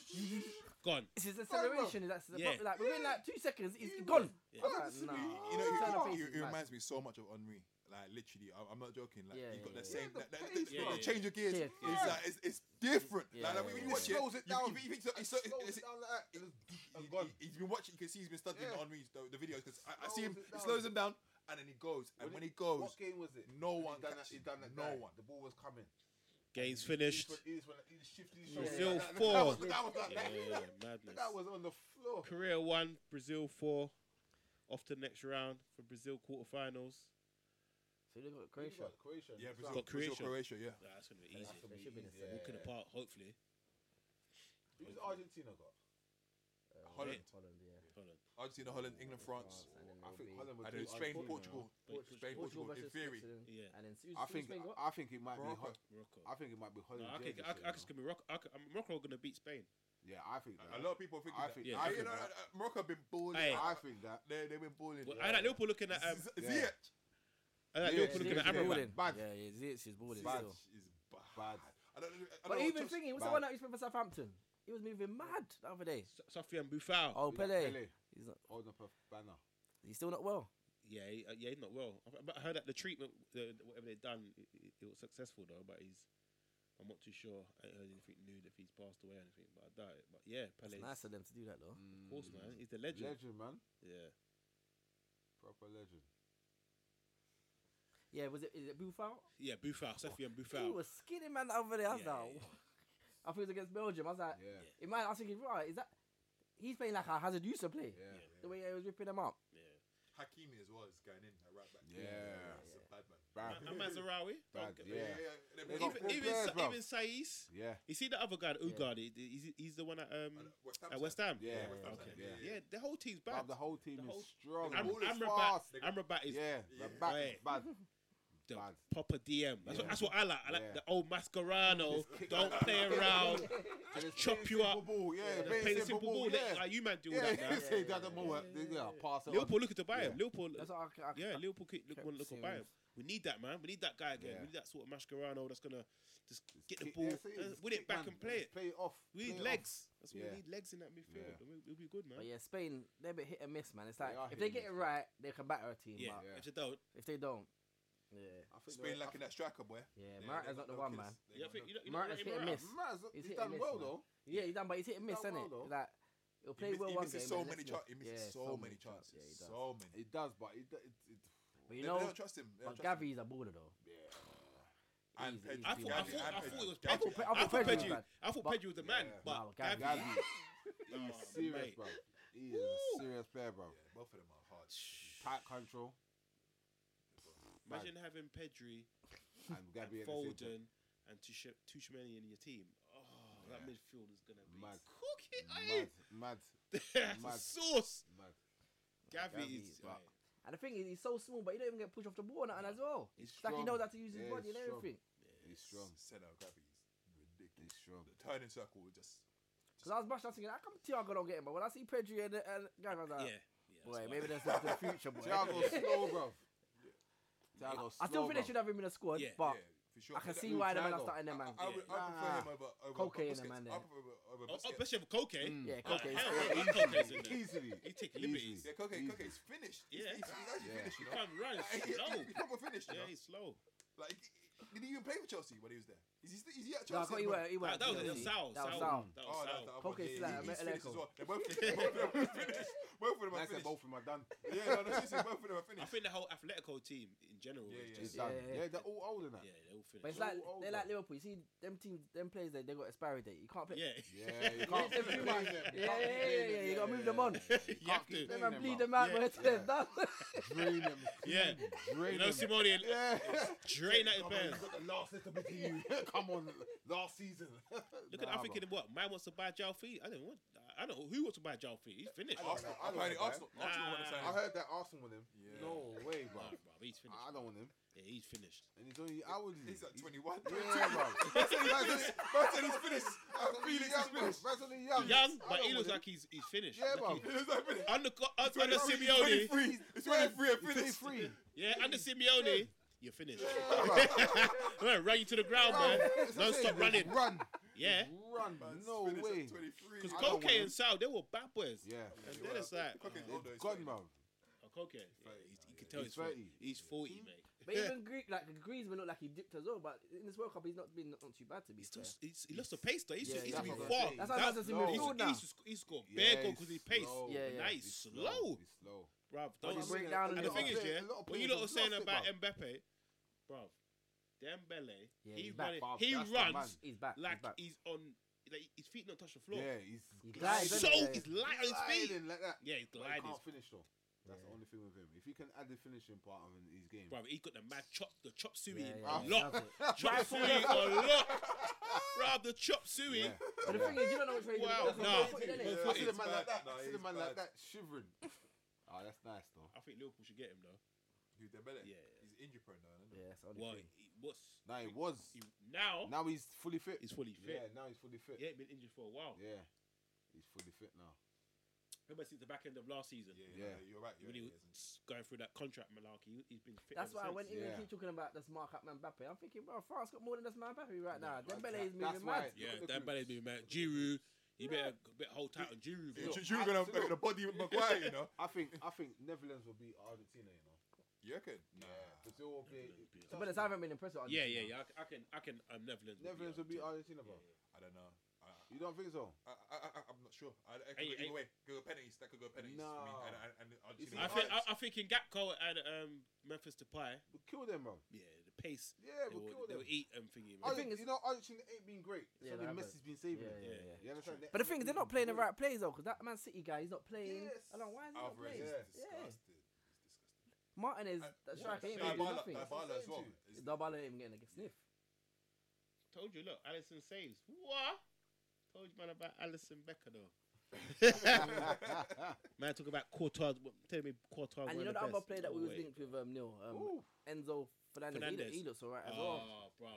Speaker 1: Gone.
Speaker 2: It's his
Speaker 3: bro.
Speaker 2: acceleration. That's the
Speaker 1: Yeah.
Speaker 2: problem. Like within
Speaker 3: Yeah.
Speaker 2: like two seconds, he's
Speaker 3: Yeah,
Speaker 2: gone.
Speaker 1: Yeah.
Speaker 2: I'm like,
Speaker 3: Yeah.
Speaker 2: nah.
Speaker 5: You know,
Speaker 3: Oh,
Speaker 2: Turn
Speaker 5: he-
Speaker 2: the
Speaker 5: he,
Speaker 2: pace
Speaker 5: he,
Speaker 2: is
Speaker 5: he
Speaker 2: mad.
Speaker 5: reminds me so much of Henri. Like literally, I, I'm not joking. Like
Speaker 2: Yeah,
Speaker 5: he's got
Speaker 2: yeah,
Speaker 5: the
Speaker 2: yeah.
Speaker 3: Yeah,
Speaker 5: same. That,
Speaker 3: the
Speaker 5: that,
Speaker 3: pace,
Speaker 5: the-
Speaker 1: bro.
Speaker 5: the change of gears
Speaker 2: Yeah,
Speaker 5: is
Speaker 3: yeah.
Speaker 5: like it's, it's different.
Speaker 2: *laughs* Yeah,
Speaker 5: like, like
Speaker 2: yeah,
Speaker 5: when
Speaker 2: yeah.
Speaker 5: you watch
Speaker 3: Slows it
Speaker 5: it, you-
Speaker 3: down.
Speaker 5: you- you- it's- it's-
Speaker 3: Slows
Speaker 5: it's-
Speaker 3: it down like that. It was- and
Speaker 5: he-
Speaker 3: gone.
Speaker 5: he- He's been watching. You can see he's been studying
Speaker 3: Yeah.
Speaker 5: Henri's the, the videos because I, I
Speaker 3: Slows
Speaker 5: see him.
Speaker 3: it
Speaker 5: He
Speaker 3: down.
Speaker 5: slows him down and then he goes. And when he goes,
Speaker 3: What game was it?
Speaker 5: no
Speaker 3: He
Speaker 5: one
Speaker 3: done that.
Speaker 5: catches
Speaker 3: He
Speaker 5: him.
Speaker 3: done that.
Speaker 5: No
Speaker 3: guy.
Speaker 5: one.
Speaker 3: The ball was coming.
Speaker 1: Game's finished.
Speaker 3: He was he was shifting his
Speaker 2: Yeah.
Speaker 1: Brazil
Speaker 3: shoulders like that. The guy was-
Speaker 1: four.
Speaker 3: The guy was like
Speaker 1: Yeah,
Speaker 3: *laughs* that. The
Speaker 1: madness.
Speaker 3: guy was on the floor.
Speaker 1: Korea one, Brazil four. Off to the next round for Brazil quarterfinals.
Speaker 2: So they got
Speaker 3: Croatia.
Speaker 2: Croatia.
Speaker 3: Croatia.
Speaker 5: yeah,
Speaker 3: That's
Speaker 5: Brazil,
Speaker 3: right.
Speaker 1: Got
Speaker 5: Brazil,
Speaker 1: Croatia.
Speaker 5: Croatia, yeah.
Speaker 1: Nah, that's gonna be
Speaker 2: That's
Speaker 1: easy.
Speaker 2: what they should be in the
Speaker 3: Yeah.
Speaker 1: Walking apart, hopefully.
Speaker 4: Who's Argentina got?
Speaker 2: Uh,
Speaker 5: Holland.
Speaker 2: Holland, yeah.
Speaker 1: Holland.
Speaker 5: Argentina, Holland, England, France,
Speaker 2: and then
Speaker 3: I
Speaker 2: there'll
Speaker 3: think
Speaker 2: be
Speaker 3: Holland would
Speaker 5: and
Speaker 3: do
Speaker 5: then Spain,
Speaker 3: Argentina.
Speaker 5: Portugal,
Speaker 1: Portugal.
Speaker 5: Spain, Portugal. In
Speaker 2: versus
Speaker 5: theory,
Speaker 2: Switzerland.
Speaker 1: Yeah.
Speaker 2: And then who's,
Speaker 3: I think
Speaker 2: Spain got?
Speaker 3: I think it might be.
Speaker 5: Morocco.
Speaker 3: Hol-
Speaker 1: Morocco.
Speaker 3: I think it might be Holland.
Speaker 1: No, I think
Speaker 3: James
Speaker 1: I, I,
Speaker 3: this year,
Speaker 1: it's
Speaker 3: you
Speaker 1: gonna be Morocco. I, I, Morocco gonna beat Spain.
Speaker 3: know. Yeah, I think.
Speaker 5: a
Speaker 3: that.
Speaker 5: lot of people think.
Speaker 3: I
Speaker 5: that.
Speaker 3: think-
Speaker 1: Yeah,
Speaker 5: I,
Speaker 1: I
Speaker 5: you
Speaker 3: think
Speaker 5: know,
Speaker 3: that.
Speaker 5: uh, Morocco have been balling.
Speaker 1: Hey.
Speaker 3: I think that.
Speaker 5: They they've been balling.
Speaker 1: Well, I like Liverpool looking
Speaker 3: *laughs*
Speaker 1: at um,
Speaker 5: Z-
Speaker 3: Yeah.
Speaker 5: Ziyech
Speaker 1: I like
Speaker 3: Yeah,
Speaker 1: Liverpool looking at
Speaker 3: yeah,
Speaker 1: Amrabat.
Speaker 3: balling. Bad.
Speaker 2: Yeah, yeah, Ziyech is balling
Speaker 3: Bad.
Speaker 2: still.
Speaker 5: is bad.
Speaker 3: Bad.
Speaker 5: I don't, know- I don't
Speaker 2: But
Speaker 5: know
Speaker 2: even
Speaker 5: Chelsea-
Speaker 2: thinking, what's
Speaker 3: Bad.
Speaker 2: the one that used to play for Southampton? He was moving mad the other day.
Speaker 1: S- Sofiane Boufal.
Speaker 2: Oh,
Speaker 3: Without
Speaker 2: Pele. He's not.
Speaker 3: holding up a banner.
Speaker 2: He's still not well.
Speaker 1: Yeah, he, uh, yeah, he's not well. I- But I heard that the treatment, the, whatever they've done, it, it, it was successful though. But he's, I'm not too sure. I heard anything new if he's passed away or anything, but I doubt it. But yeah,
Speaker 2: It's
Speaker 1: Pele,
Speaker 2: nice of them to do that though.
Speaker 1: of course, man, he's the Mm. legend.
Speaker 3: Legend, man.
Speaker 1: Yeah,
Speaker 3: Proper legend.
Speaker 2: Yeah, was it is it Buffal?
Speaker 1: yeah, Buffal,
Speaker 3: Oh.
Speaker 1: Sofiane
Speaker 2: He
Speaker 1: Boufal.
Speaker 2: was skinny man the other day. I was
Speaker 1: Yeah,
Speaker 2: like,
Speaker 1: yeah,
Speaker 2: *laughs* I think it was against Belgium. I was like,
Speaker 3: Yeah.
Speaker 2: in my, I was thinking, right, is that he's playing like how Hazard used to play?
Speaker 3: Yeah.
Speaker 2: The way he was ripping them up.
Speaker 1: Yeah,
Speaker 5: Hakimi as well is going in at right back.
Speaker 3: Yeah.
Speaker 5: He's a bad man.
Speaker 3: Bad.
Speaker 1: and Mazraoui. Don't
Speaker 3: Bad,
Speaker 1: get-
Speaker 3: Yeah.
Speaker 5: yeah.
Speaker 3: They
Speaker 5: They
Speaker 3: got
Speaker 5: got
Speaker 1: Even
Speaker 3: four
Speaker 1: even,
Speaker 3: players,
Speaker 1: Sa-
Speaker 3: bruv.
Speaker 1: even Saiz.
Speaker 3: Yeah.
Speaker 1: You see the other guy,
Speaker 2: Yeah.
Speaker 1: Ugard. he- He's, he's the one at um
Speaker 5: West Ham
Speaker 1: at West Ham.
Speaker 3: Yeah.
Speaker 5: West Ham
Speaker 1: Okay.
Speaker 5: side,
Speaker 3: Yeah.
Speaker 1: Yeah, the whole team's
Speaker 3: Bruv,
Speaker 1: bad.
Speaker 3: the whole team
Speaker 1: The
Speaker 3: is
Speaker 1: whole-
Speaker 3: strong.
Speaker 5: Am-
Speaker 3: The ball is
Speaker 1: Amrabat,
Speaker 3: fast.
Speaker 1: Amrabat is
Speaker 3: Yeah. The
Speaker 5: Yeah.
Speaker 3: back
Speaker 1: Right.
Speaker 3: is bad.
Speaker 1: the
Speaker 3: Bad.
Speaker 1: proper DM. That's, what,
Speaker 3: Yeah.
Speaker 1: that's what I like. I like
Speaker 3: Yeah.
Speaker 1: the old Mascherano.
Speaker 3: Just kick
Speaker 1: Don't
Speaker 3: that
Speaker 1: play
Speaker 3: down.
Speaker 1: around.
Speaker 3: And it's
Speaker 1: chop
Speaker 3: playing
Speaker 1: you up.
Speaker 3: simple Ball. Yeah.
Speaker 1: They
Speaker 3: playing
Speaker 1: play the
Speaker 3: simple
Speaker 1: simple ball.
Speaker 3: Yeah.
Speaker 1: Like, you man do all
Speaker 3: yeah.
Speaker 1: that now.
Speaker 3: *laughs* yeah. Say that the more.
Speaker 1: yeah,
Speaker 3: Yeah.
Speaker 1: yeah, yeah.
Speaker 3: Pass it on.
Speaker 1: Liverpool looking to buy him.
Speaker 3: Yeah.
Speaker 1: Liverpool.
Speaker 2: *laughs* That's what I, I,
Speaker 1: Yeah,
Speaker 2: I,
Speaker 1: Liverpool keep, look,
Speaker 2: kept
Speaker 1: want to look to
Speaker 2: seeing
Speaker 1: buy
Speaker 2: him.
Speaker 1: him. We need that man. We need that guy again.
Speaker 3: Yeah.
Speaker 1: We need that sort of Mascherano that's gonna just get the
Speaker 3: Kick-
Speaker 1: ball,
Speaker 3: yeah, see,
Speaker 1: uh,
Speaker 3: just
Speaker 1: win it
Speaker 3: kick,
Speaker 1: back
Speaker 3: man.
Speaker 1: and play it.
Speaker 3: Play it off.
Speaker 1: We
Speaker 3: Play
Speaker 1: need
Speaker 3: it
Speaker 1: legs. That's what
Speaker 3: Yeah.
Speaker 1: we need legs in that midfield.
Speaker 3: Yeah.
Speaker 1: and we- We'll be good, man.
Speaker 2: But yeah, Spain, they're a bit hit and miss, man. It's like
Speaker 3: are
Speaker 2: if
Speaker 3: hit
Speaker 2: they
Speaker 3: and
Speaker 2: get it
Speaker 3: miss, man.
Speaker 2: right, they come back to our team.
Speaker 1: Yeah,
Speaker 2: But
Speaker 1: if they don't,
Speaker 2: if they don't, yeah,
Speaker 3: off. I think
Speaker 5: Spain
Speaker 3: they're-
Speaker 5: lacking that striker, boy.
Speaker 2: yeah,
Speaker 5: They-
Speaker 2: Morata's
Speaker 5: they've
Speaker 2: not
Speaker 5: got
Speaker 2: the
Speaker 5: no
Speaker 2: one,
Speaker 5: killers.
Speaker 2: man.
Speaker 1: yeah,
Speaker 5: They've
Speaker 1: I
Speaker 5: got
Speaker 1: think-
Speaker 5: no-
Speaker 1: you know, you know,
Speaker 2: Morata's
Speaker 1: Eddie
Speaker 2: hit and
Speaker 1: Morata.
Speaker 2: miss.
Speaker 3: Mraz,
Speaker 2: He's
Speaker 3: he's
Speaker 2: hit and
Speaker 3: done
Speaker 2: miss,
Speaker 3: well
Speaker 2: man.
Speaker 3: though.
Speaker 2: Yeah, he's done, but he's hit and miss,
Speaker 3: done
Speaker 2: isn't
Speaker 3: well, though.
Speaker 2: it? Like he'll play
Speaker 5: he miss-
Speaker 2: well
Speaker 5: he
Speaker 2: one
Speaker 5: misses
Speaker 2: game,
Speaker 5: so
Speaker 2: and the
Speaker 5: many
Speaker 2: next
Speaker 5: chances.
Speaker 2: game-
Speaker 5: He misses
Speaker 2: yeah,
Speaker 5: so many chances.
Speaker 2: Yeah, he does.
Speaker 5: so many.
Speaker 3: It does, but it, do- it, it
Speaker 2: But you
Speaker 5: They-
Speaker 2: know,
Speaker 5: they don't trust him. They
Speaker 2: but
Speaker 5: don't trust him.
Speaker 2: Gavi's a baller though.
Speaker 5: And
Speaker 2: easy,
Speaker 5: Pedri.
Speaker 2: easy.
Speaker 1: I thought, I
Speaker 5: Gavi
Speaker 1: thought, I
Speaker 5: and
Speaker 1: thought it was
Speaker 5: Pedri.
Speaker 1: Pedro.
Speaker 2: Gavi-
Speaker 1: I thought
Speaker 2: Pedro was
Speaker 1: Pedro.
Speaker 2: bad.
Speaker 1: I thought
Speaker 2: But-
Speaker 1: Pedro was the man,
Speaker 3: Yeah.
Speaker 1: but
Speaker 2: No,
Speaker 1: Gavi.
Speaker 2: Gavi-
Speaker 3: Gavi,
Speaker 1: Oh,
Speaker 3: he's serious,
Speaker 1: mate.
Speaker 3: bro. He is a serious player, bro.
Speaker 5: Yeah, both of them are hard.
Speaker 3: Tight control
Speaker 1: Imagine having Pedri
Speaker 3: and
Speaker 1: and
Speaker 3: Gabi at the same time.
Speaker 1: Foden and Tush- Tushmani in your team. Oh, that
Speaker 5: Yeah.
Speaker 1: midfield is gonna be
Speaker 3: Mad.
Speaker 1: cooking. aye.
Speaker 3: Mad, mad,
Speaker 1: That's a
Speaker 3: Mad.
Speaker 1: sauce.
Speaker 3: mad.
Speaker 1: Gavi,
Speaker 2: Gavi
Speaker 1: is.
Speaker 2: is back. And the thing is, he's so small, but he don't even get pushed off the ball and that as well.
Speaker 3: He's
Speaker 2: It's like he
Speaker 3: strong.
Speaker 2: knows how to use his
Speaker 3: Yeah,
Speaker 2: body
Speaker 3: he's
Speaker 2: and
Speaker 3: strong.
Speaker 2: everything.
Speaker 3: He's strong.
Speaker 5: Senna Gavi is ridiculous.
Speaker 3: He's
Speaker 2: *laughs*
Speaker 3: strong.
Speaker 5: The turning circle was just.
Speaker 2: Because I was watching, I was thinking, how come Thiago don't get him? But when I see Pedri and, and Gavi, I was
Speaker 1: yeah.
Speaker 2: like,
Speaker 1: yeah.
Speaker 2: boy,
Speaker 1: that's
Speaker 2: maybe
Speaker 1: why.
Speaker 2: that's not the future, boy.
Speaker 3: Thiago slow, bro.
Speaker 2: I,
Speaker 3: Thiago slow.
Speaker 2: I still think
Speaker 3: bro.
Speaker 2: they should have him in the squad,
Speaker 1: Yeah,
Speaker 2: but
Speaker 5: yeah, for sure.
Speaker 2: I can
Speaker 5: That-
Speaker 2: see
Speaker 3: who,
Speaker 2: why the man are
Speaker 3: Thiago?
Speaker 2: starting them, man.
Speaker 5: I, I, would- I would prefer
Speaker 3: Nah.
Speaker 5: him over over
Speaker 2: Cocaine in
Speaker 5: Busquets.
Speaker 2: them, man,
Speaker 5: I
Speaker 2: there.
Speaker 5: prefer him over
Speaker 1: Oh, oh,
Speaker 5: Busquets.
Speaker 1: especially for Koke.
Speaker 3: Mm.
Speaker 2: Yeah,
Speaker 1: Oh,
Speaker 2: Koke's
Speaker 1: hell,
Speaker 2: still-
Speaker 1: yeah, Koke's in there.
Speaker 3: Easily.
Speaker 1: He take
Speaker 3: Easy.
Speaker 1: liberties.
Speaker 5: *laughs* Yeah, cocaine,
Speaker 3: Easy.
Speaker 5: cocaine's finished.
Speaker 1: Yeah.
Speaker 5: He's, he's, he's actually
Speaker 3: Yeah.
Speaker 5: finished, you
Speaker 1: He
Speaker 5: know.
Speaker 1: can't run.
Speaker 5: Like,
Speaker 1: He's
Speaker 5: he- *laughs*
Speaker 1: slow.
Speaker 5: he- he's proper finished, you
Speaker 1: Yeah,
Speaker 5: know.
Speaker 1: he's slow.
Speaker 5: Like, he- he- did he even play for Chelsea when he was there? Is he, still, is
Speaker 2: No,
Speaker 5: he at
Speaker 2: I
Speaker 5: Chelsea?
Speaker 2: thought
Speaker 5: at
Speaker 2: he went.
Speaker 5: the moment?
Speaker 2: He went.
Speaker 1: That was
Speaker 2: yeah.
Speaker 1: the South.
Speaker 2: That was
Speaker 1: South.
Speaker 2: Sal.
Speaker 1: That
Speaker 5: Oh,
Speaker 1: was
Speaker 5: that's the
Speaker 1: Sal.
Speaker 5: other one.
Speaker 2: Cocaine's
Speaker 5: Yeah,
Speaker 2: like
Speaker 5: he-
Speaker 2: a metal
Speaker 5: he's finished as
Speaker 2: echo.
Speaker 5: well. They're both, *laughs* they're both, they're both finished. Both of
Speaker 3: Like
Speaker 5: them are
Speaker 3: I said,
Speaker 5: finished.
Speaker 3: both of them are done.
Speaker 5: Yeah, no, no,
Speaker 2: *laughs*
Speaker 5: seriously, both of them are
Speaker 1: I
Speaker 5: finished.
Speaker 1: think the whole Atletico team in general
Speaker 5: Yeah,
Speaker 1: is
Speaker 5: yeah.
Speaker 3: He's
Speaker 1: just.
Speaker 3: done.
Speaker 2: Yeah, yeah.
Speaker 3: Yeah, they're all old in that.
Speaker 1: Yeah, they all
Speaker 2: But
Speaker 1: finished.
Speaker 2: it's like
Speaker 3: All
Speaker 2: they're
Speaker 3: older.
Speaker 2: like Liverpool. You see them teams, them players that they got expiry date. You can't play.
Speaker 1: Yeah.
Speaker 3: Yeah, you can't
Speaker 2: Yeah,
Speaker 3: keep
Speaker 2: yeah,
Speaker 3: playing them. You can't
Speaker 2: yeah, yeah,
Speaker 3: keep
Speaker 2: yeah,
Speaker 3: playing
Speaker 2: yeah,
Speaker 3: them.
Speaker 2: you gotta move them on.
Speaker 3: You
Speaker 1: *laughs* You
Speaker 3: can't
Speaker 1: have
Speaker 3: keep
Speaker 1: to.
Speaker 2: Them
Speaker 3: playing
Speaker 2: man
Speaker 3: them,
Speaker 2: bleed
Speaker 3: bro.
Speaker 2: them out.
Speaker 1: Yeah.
Speaker 3: Yeah.
Speaker 2: *laughs* Yeah.
Speaker 1: *laughs*
Speaker 2: Done.
Speaker 3: Drain them.
Speaker 1: Yeah.
Speaker 3: Drain
Speaker 1: You know,
Speaker 3: them.
Speaker 1: Simone and
Speaker 3: Yeah.
Speaker 1: drain that
Speaker 5: Oh,
Speaker 3: Come on,
Speaker 1: players.
Speaker 3: you've got the last little bit of
Speaker 5: *laughs*
Speaker 3: you. Come on, last season.
Speaker 1: Look at,
Speaker 3: Nah,
Speaker 1: I'm
Speaker 3: bro.
Speaker 1: thinking, what man wants to buy Jalfi? I don't want. I don't. Who wants to buy Jalfi? He's finished.
Speaker 3: I don't
Speaker 5: Arsenal,
Speaker 3: know, I don't
Speaker 5: apparently
Speaker 3: know,
Speaker 5: Arsenal,
Speaker 1: man.
Speaker 5: Arsenal want to
Speaker 1: Nah.
Speaker 5: sign
Speaker 3: I
Speaker 5: him.
Speaker 3: heard that Arsenal with him.
Speaker 5: Yeah.
Speaker 3: No way,
Speaker 1: Nah,
Speaker 3: bro.
Speaker 1: bruv, he's finished.
Speaker 3: I don't want him.
Speaker 1: Yeah, he's finished.
Speaker 3: And he's only hourly.
Speaker 5: He's at 21. *laughs*
Speaker 3: Yeah, bro. That's
Speaker 5: That's it, he's finished. And
Speaker 3: *laughs*
Speaker 5: Felix is finished.
Speaker 3: young.
Speaker 1: Young,
Speaker 3: I
Speaker 1: but
Speaker 3: don't
Speaker 1: he looks
Speaker 3: want him.
Speaker 1: like he's he's finished.
Speaker 3: Yeah,
Speaker 1: Like
Speaker 3: bro.
Speaker 1: he-
Speaker 5: *laughs* He's not *laughs*
Speaker 1: *laughs*
Speaker 5: finished.
Speaker 1: Under co- under under
Speaker 5: He's
Speaker 1: Simeone,
Speaker 5: 23. He's
Speaker 3: Yeah,
Speaker 5: 23 and
Speaker 3: he's
Speaker 5: finished.
Speaker 3: 23.
Speaker 1: yeah, under Simeone, you're finished.
Speaker 3: Yeah, bro.
Speaker 1: *laughs* Right, run you to the ground, Oh, man.
Speaker 3: That's what
Speaker 1: No,
Speaker 3: I'm
Speaker 1: stop
Speaker 3: saying,
Speaker 1: running.
Speaker 3: Run.
Speaker 1: Yeah,
Speaker 3: Run.
Speaker 5: Man's
Speaker 3: No
Speaker 5: finished at
Speaker 3: way.
Speaker 5: 23.
Speaker 1: because
Speaker 3: I don't want
Speaker 1: Koke
Speaker 3: him.
Speaker 1: and Sal, they were bad boys.
Speaker 3: Yeah.
Speaker 1: And then it's like,
Speaker 5: Cocaine's
Speaker 1: oh,
Speaker 5: older,
Speaker 3: He's
Speaker 5: he's
Speaker 3: gone,
Speaker 5: 30.
Speaker 3: bro.
Speaker 1: Koke, yeah, he's, you can tell he's,
Speaker 3: He's
Speaker 1: 40.
Speaker 3: 30.
Speaker 1: He's 40, mate.
Speaker 2: But even Gre- like Griezmann looked like he dipped as well. But in this World Cup, he's not been not too bad to be
Speaker 1: He's
Speaker 2: fair.
Speaker 1: still, he's, he lost the pace, though. He used to
Speaker 2: Yeah,
Speaker 1: he used to be
Speaker 3: that's what I'm
Speaker 1: far.
Speaker 3: saying.
Speaker 2: That's how
Speaker 1: That-
Speaker 2: that's
Speaker 3: No.
Speaker 1: He
Speaker 2: no.
Speaker 1: used,
Speaker 2: now.
Speaker 1: he used to sc- he used to score bare
Speaker 3: Yeah,
Speaker 1: goal because of his
Speaker 3: he's
Speaker 1: pace.
Speaker 3: slow.
Speaker 2: Yeah, yeah.
Speaker 1: Nah, he's slow.
Speaker 3: He's slow.
Speaker 1: Bruv,
Speaker 2: But
Speaker 1: don't
Speaker 2: he's break down a
Speaker 1: And the
Speaker 2: little
Speaker 1: thing
Speaker 2: bit.
Speaker 1: is, yeah, when you lot are saying about
Speaker 3: him,
Speaker 1: Mbappe, bruv, Dembele,
Speaker 2: Yeah,
Speaker 1: he,
Speaker 2: he's back,
Speaker 1: run,
Speaker 3: bruv.
Speaker 1: he
Speaker 3: That's the
Speaker 1: runs
Speaker 2: He's back.
Speaker 1: like
Speaker 2: he's back.
Speaker 1: he's on, like his feet don't touch the floor.
Speaker 3: yeah, he's
Speaker 1: He's
Speaker 2: He's gliding,
Speaker 1: so
Speaker 2: yeah.
Speaker 1: he's light on his feet.
Speaker 3: Gliding like that.
Speaker 1: Yeah, he's
Speaker 3: But he
Speaker 1: gliding.
Speaker 3: can't finish though. That's the only thing with him. If he can add the finishing part on his game, *laughs*
Speaker 1: Bro, he got the mad chop, the chop suey
Speaker 2: Yeah,
Speaker 1: in
Speaker 2: yeah,
Speaker 1: a
Speaker 2: yeah,
Speaker 1: lot.
Speaker 2: that's it.
Speaker 1: Chop suey a lot. Bruv, the chop suey.
Speaker 3: Yeah.
Speaker 2: But the thing is, you don't know which way.
Speaker 1: Wow,
Speaker 2: that's what
Speaker 1: nah.
Speaker 2: I'm putting in it.
Speaker 1: Well,
Speaker 3: Yeah, I
Speaker 1: it's
Speaker 3: see the man like that.
Speaker 5: bad. No,
Speaker 3: I see the
Speaker 5: it's
Speaker 3: man like
Speaker 5: bad.
Speaker 3: that shivering. *laughs* oh, that's nice though.
Speaker 1: I think Liverpool should get him though.
Speaker 5: Who's Dembele?
Speaker 1: Yeah.
Speaker 5: He's injury prone now, isn't
Speaker 2: Yeah,
Speaker 5: he?
Speaker 2: that's the only
Speaker 1: Well, he,
Speaker 2: thing.
Speaker 1: what's
Speaker 3: Now he was.
Speaker 1: he, now?
Speaker 3: Now he's fully fit.
Speaker 1: He's fully fit.
Speaker 3: Yeah, now he's fully fit.
Speaker 1: He ain't been injured for a while.
Speaker 3: Yeah, he's fully fit now.
Speaker 1: Remember since the back end of last season,
Speaker 5: Yeah, yeah,
Speaker 3: Yeah.
Speaker 5: no, you're right. You're
Speaker 1: when he
Speaker 5: right.
Speaker 1: was
Speaker 5: yeah, it's-
Speaker 1: going through that contract malarkey, he- he's been fit.
Speaker 2: That's
Speaker 1: ever
Speaker 2: why
Speaker 1: since.
Speaker 2: when England
Speaker 3: Yeah.
Speaker 2: keep talking about this mark up Mbappe, I'm thinking, bro, France got more than this man Mbappe right now.
Speaker 3: that's-
Speaker 2: Dembele is
Speaker 3: that's
Speaker 2: moving
Speaker 3: why-
Speaker 2: mad.
Speaker 1: Yeah,
Speaker 3: Look at
Speaker 1: that
Speaker 3: the
Speaker 1: bad been mad. Giroud, you better, better hold tight on Giroud.
Speaker 5: Yeah,
Speaker 1: bro.
Speaker 5: Ju- Ju- Ju- gonna
Speaker 3: absolute-
Speaker 5: make the body with Maguire, you know.
Speaker 3: I think I think Netherlands will beat Argentina. You know,
Speaker 5: You reckon? Nah.
Speaker 3: Brazil will play.
Speaker 1: Netherlands beat
Speaker 2: But it's haven't been impressive. on
Speaker 1: Yeah,
Speaker 2: this,
Speaker 1: yeah,
Speaker 2: you know.
Speaker 1: yeah. I, c- I can, I can. Um, Netherlands.
Speaker 3: Netherlands will beat
Speaker 1: Argentina.
Speaker 3: Argentina, bro.
Speaker 5: I don't know. I,
Speaker 3: You don't think so?
Speaker 5: I, I, I, I'm not sure. I, I
Speaker 1: Hey,
Speaker 5: could,
Speaker 1: hey.
Speaker 5: either way, could go penalties. That could go penalties. I mean,
Speaker 3: No.
Speaker 5: and, and, and
Speaker 1: I
Speaker 5: Argentina.
Speaker 3: Yeah.
Speaker 1: think, I, I think in Gakpo and um, Memphis Depay,
Speaker 3: We'll kill them, bro.
Speaker 1: yeah, the pace
Speaker 3: Yeah,
Speaker 1: they
Speaker 3: we'll
Speaker 1: will,
Speaker 3: kill
Speaker 1: they
Speaker 3: them.
Speaker 1: will eat and thingy.
Speaker 3: Arge-
Speaker 1: Man.
Speaker 2: The thing is-
Speaker 3: you know, Argentina ain't been great. It's
Speaker 2: Yeah,
Speaker 3: only
Speaker 2: they
Speaker 3: Messi's
Speaker 2: haven't.
Speaker 3: been saving
Speaker 2: Yeah,
Speaker 3: them.
Speaker 1: yeah, yeah.
Speaker 3: You understand? They
Speaker 2: But the thing is,
Speaker 3: ain't
Speaker 2: they're not
Speaker 3: been
Speaker 2: playing the
Speaker 3: great. *laughs*
Speaker 2: right plays though, because that Man City guy, he's not playing.
Speaker 3: Yes.
Speaker 2: I don't know why is he not
Speaker 5: Alvarez
Speaker 2: playing.
Speaker 5: is
Speaker 3: Yeah.
Speaker 5: disgusted. It's
Speaker 2: Martinez,
Speaker 5: disgusting.
Speaker 2: that
Speaker 5: And-
Speaker 2: striker, he ain't
Speaker 5: Dybala-
Speaker 2: really doing nothing.
Speaker 5: Dybala as well. It's-
Speaker 2: Dabala ain't even getting a sniff.
Speaker 1: Told you, look, Alison saves. What? Told you, man, about Alison Becker though. man, talk about Courtois. Tell me, Courtois.
Speaker 2: And
Speaker 1: one
Speaker 2: you know
Speaker 1: of the
Speaker 2: that other
Speaker 1: best.
Speaker 2: player that we
Speaker 1: No
Speaker 2: was
Speaker 1: way.
Speaker 2: linked with, um, Neil, um,
Speaker 3: Ooh.
Speaker 2: Enzo Fernandez. He, look,
Speaker 1: Fernandez.
Speaker 2: he looks alright as well
Speaker 1: Oh, bro.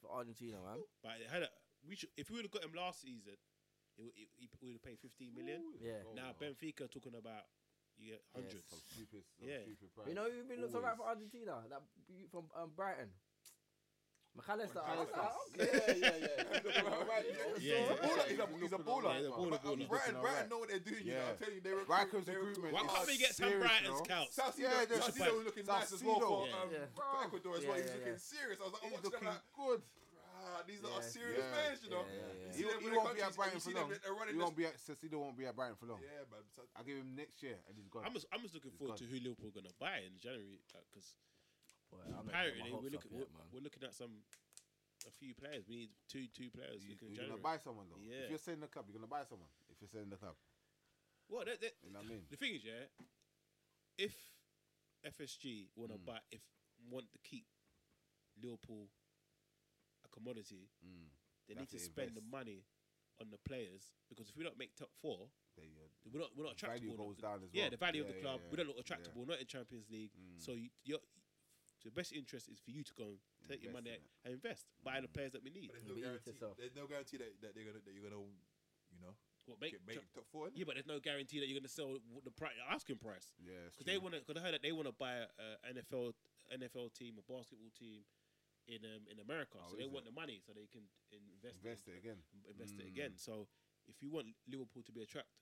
Speaker 2: for Argentina, man.
Speaker 1: But it had a, we should, if we would have got him last season, it, would- it, it, we would have paid 15 million.
Speaker 3: Ooh,
Speaker 2: Yeah.
Speaker 3: go,
Speaker 1: now
Speaker 3: bro.
Speaker 1: Benfica talking about you get hundreds.
Speaker 3: Some stupid, some
Speaker 1: Yeah.
Speaker 3: stupid
Speaker 2: But You know who been looks alright for
Speaker 3: Always.
Speaker 2: Argentina? That b- from um, Brighton, Oh, McAllister. I
Speaker 3: McAllister.
Speaker 2: was like, okay.
Speaker 3: Yeah, yeah, yeah.
Speaker 2: *laughs*
Speaker 1: Yeah, yeah,
Speaker 5: a baller.
Speaker 1: yeah.
Speaker 5: He's a, he's a baller.
Speaker 1: Yeah, he's a baller,
Speaker 5: *laughs*
Speaker 1: baller. He's
Speaker 5: But, um, Brighton,
Speaker 3: looking
Speaker 5: Brighton
Speaker 3: alright.
Speaker 5: know what they're doing. You know,
Speaker 3: Yeah.
Speaker 5: I'm telling you, they recruit.
Speaker 3: Rackham's
Speaker 5: they
Speaker 3: recruitment
Speaker 5: recruit.
Speaker 1: Why
Speaker 3: is
Speaker 1: can't we get some
Speaker 3: serious,
Speaker 1: Brighton's
Speaker 3: you know?
Speaker 1: scouts?
Speaker 5: South
Speaker 3: Yeah, they're-
Speaker 5: Salcido was looking nice as well for,
Speaker 3: Salcido.
Speaker 5: um,
Speaker 1: Yeah.
Speaker 5: for
Speaker 2: Yeah,
Speaker 5: Ecuador as well. He
Speaker 2: yeah,
Speaker 5: was looking
Speaker 2: yeah.
Speaker 5: serious. I was like, I'm
Speaker 3: He's
Speaker 5: watching them
Speaker 3: looking
Speaker 5: like,
Speaker 3: good.
Speaker 5: "Bruh, these are
Speaker 2: Yeah.
Speaker 5: serious
Speaker 3: Yeah.
Speaker 5: fans, you know.
Speaker 2: Yeah, yeah,
Speaker 5: You
Speaker 2: yeah.
Speaker 5: see
Speaker 3: He,
Speaker 5: them
Speaker 3: he
Speaker 5: in the
Speaker 3: won't be
Speaker 5: countries
Speaker 3: at
Speaker 5: and
Speaker 3: Brighton for
Speaker 5: you see
Speaker 3: long.
Speaker 5: them, they're running
Speaker 3: He
Speaker 5: this-
Speaker 3: won't be at Cecilia won't be at Brighton for long.
Speaker 5: Yeah, man. So-
Speaker 3: I give him next year and he's gone.
Speaker 1: I'm just, I'm just looking
Speaker 3: He's
Speaker 1: forward
Speaker 3: gone.
Speaker 1: to who Liverpool are gonna buy in January uh, because
Speaker 2: Boy, I'm not
Speaker 1: apparently
Speaker 2: getting my
Speaker 1: we're
Speaker 2: hopes up
Speaker 1: looking
Speaker 2: yet,
Speaker 1: we're,
Speaker 2: man.
Speaker 1: we're looking at some a few players. We need two two players.
Speaker 3: you,
Speaker 1: looking in
Speaker 3: you're
Speaker 1: January.
Speaker 3: gonna buy someone though.
Speaker 1: Yeah.
Speaker 3: If you're selling the club, you're gonna buy someone. If you're selling the club,
Speaker 1: Well, that, that,
Speaker 3: you know what I mean.
Speaker 1: the thing is, yeah, if FSG wanna
Speaker 3: Mm.
Speaker 1: buy if want to keep Liverpool a commodity,
Speaker 3: Mm.
Speaker 1: they
Speaker 3: They
Speaker 1: need
Speaker 3: have
Speaker 1: to,
Speaker 3: to
Speaker 1: spend the
Speaker 3: invest.
Speaker 1: money on the players because if we don't make top four,
Speaker 3: They, uh,
Speaker 1: we're not we're not attractable.
Speaker 3: value
Speaker 1: enough.
Speaker 3: goes down as well.
Speaker 1: Yeah, the value of the
Speaker 3: Yeah,
Speaker 1: club.
Speaker 3: yeah,
Speaker 1: We don't look
Speaker 3: yeah.
Speaker 1: attractable. We're not in Champions League.
Speaker 3: Mm.
Speaker 1: So you, your so the best interest is for you to go and take your
Speaker 3: Invest
Speaker 1: money
Speaker 3: in
Speaker 1: out and invest, buy the players that we need.
Speaker 5: But there's no
Speaker 2: Beat
Speaker 5: guarantee.
Speaker 2: yourself.
Speaker 5: There's no guarantee that, that they're gonna that you're gonna you know
Speaker 1: What make,
Speaker 5: get, make top four. innit?
Speaker 1: Yeah, but there's no guarantee that you're gonna sell w- the pri- the asking price
Speaker 3: yeah, it's
Speaker 1: because they
Speaker 3: true.
Speaker 1: want to. Because I heard that they want to buy an NFL NFL team, a basketball team in um, in America.
Speaker 3: Oh,
Speaker 1: so they
Speaker 3: is
Speaker 1: want
Speaker 3: it?
Speaker 1: the money so they can invest
Speaker 3: invest it again.
Speaker 1: Invest it
Speaker 3: Mm.
Speaker 1: again. So if you want Liverpool to be attractive,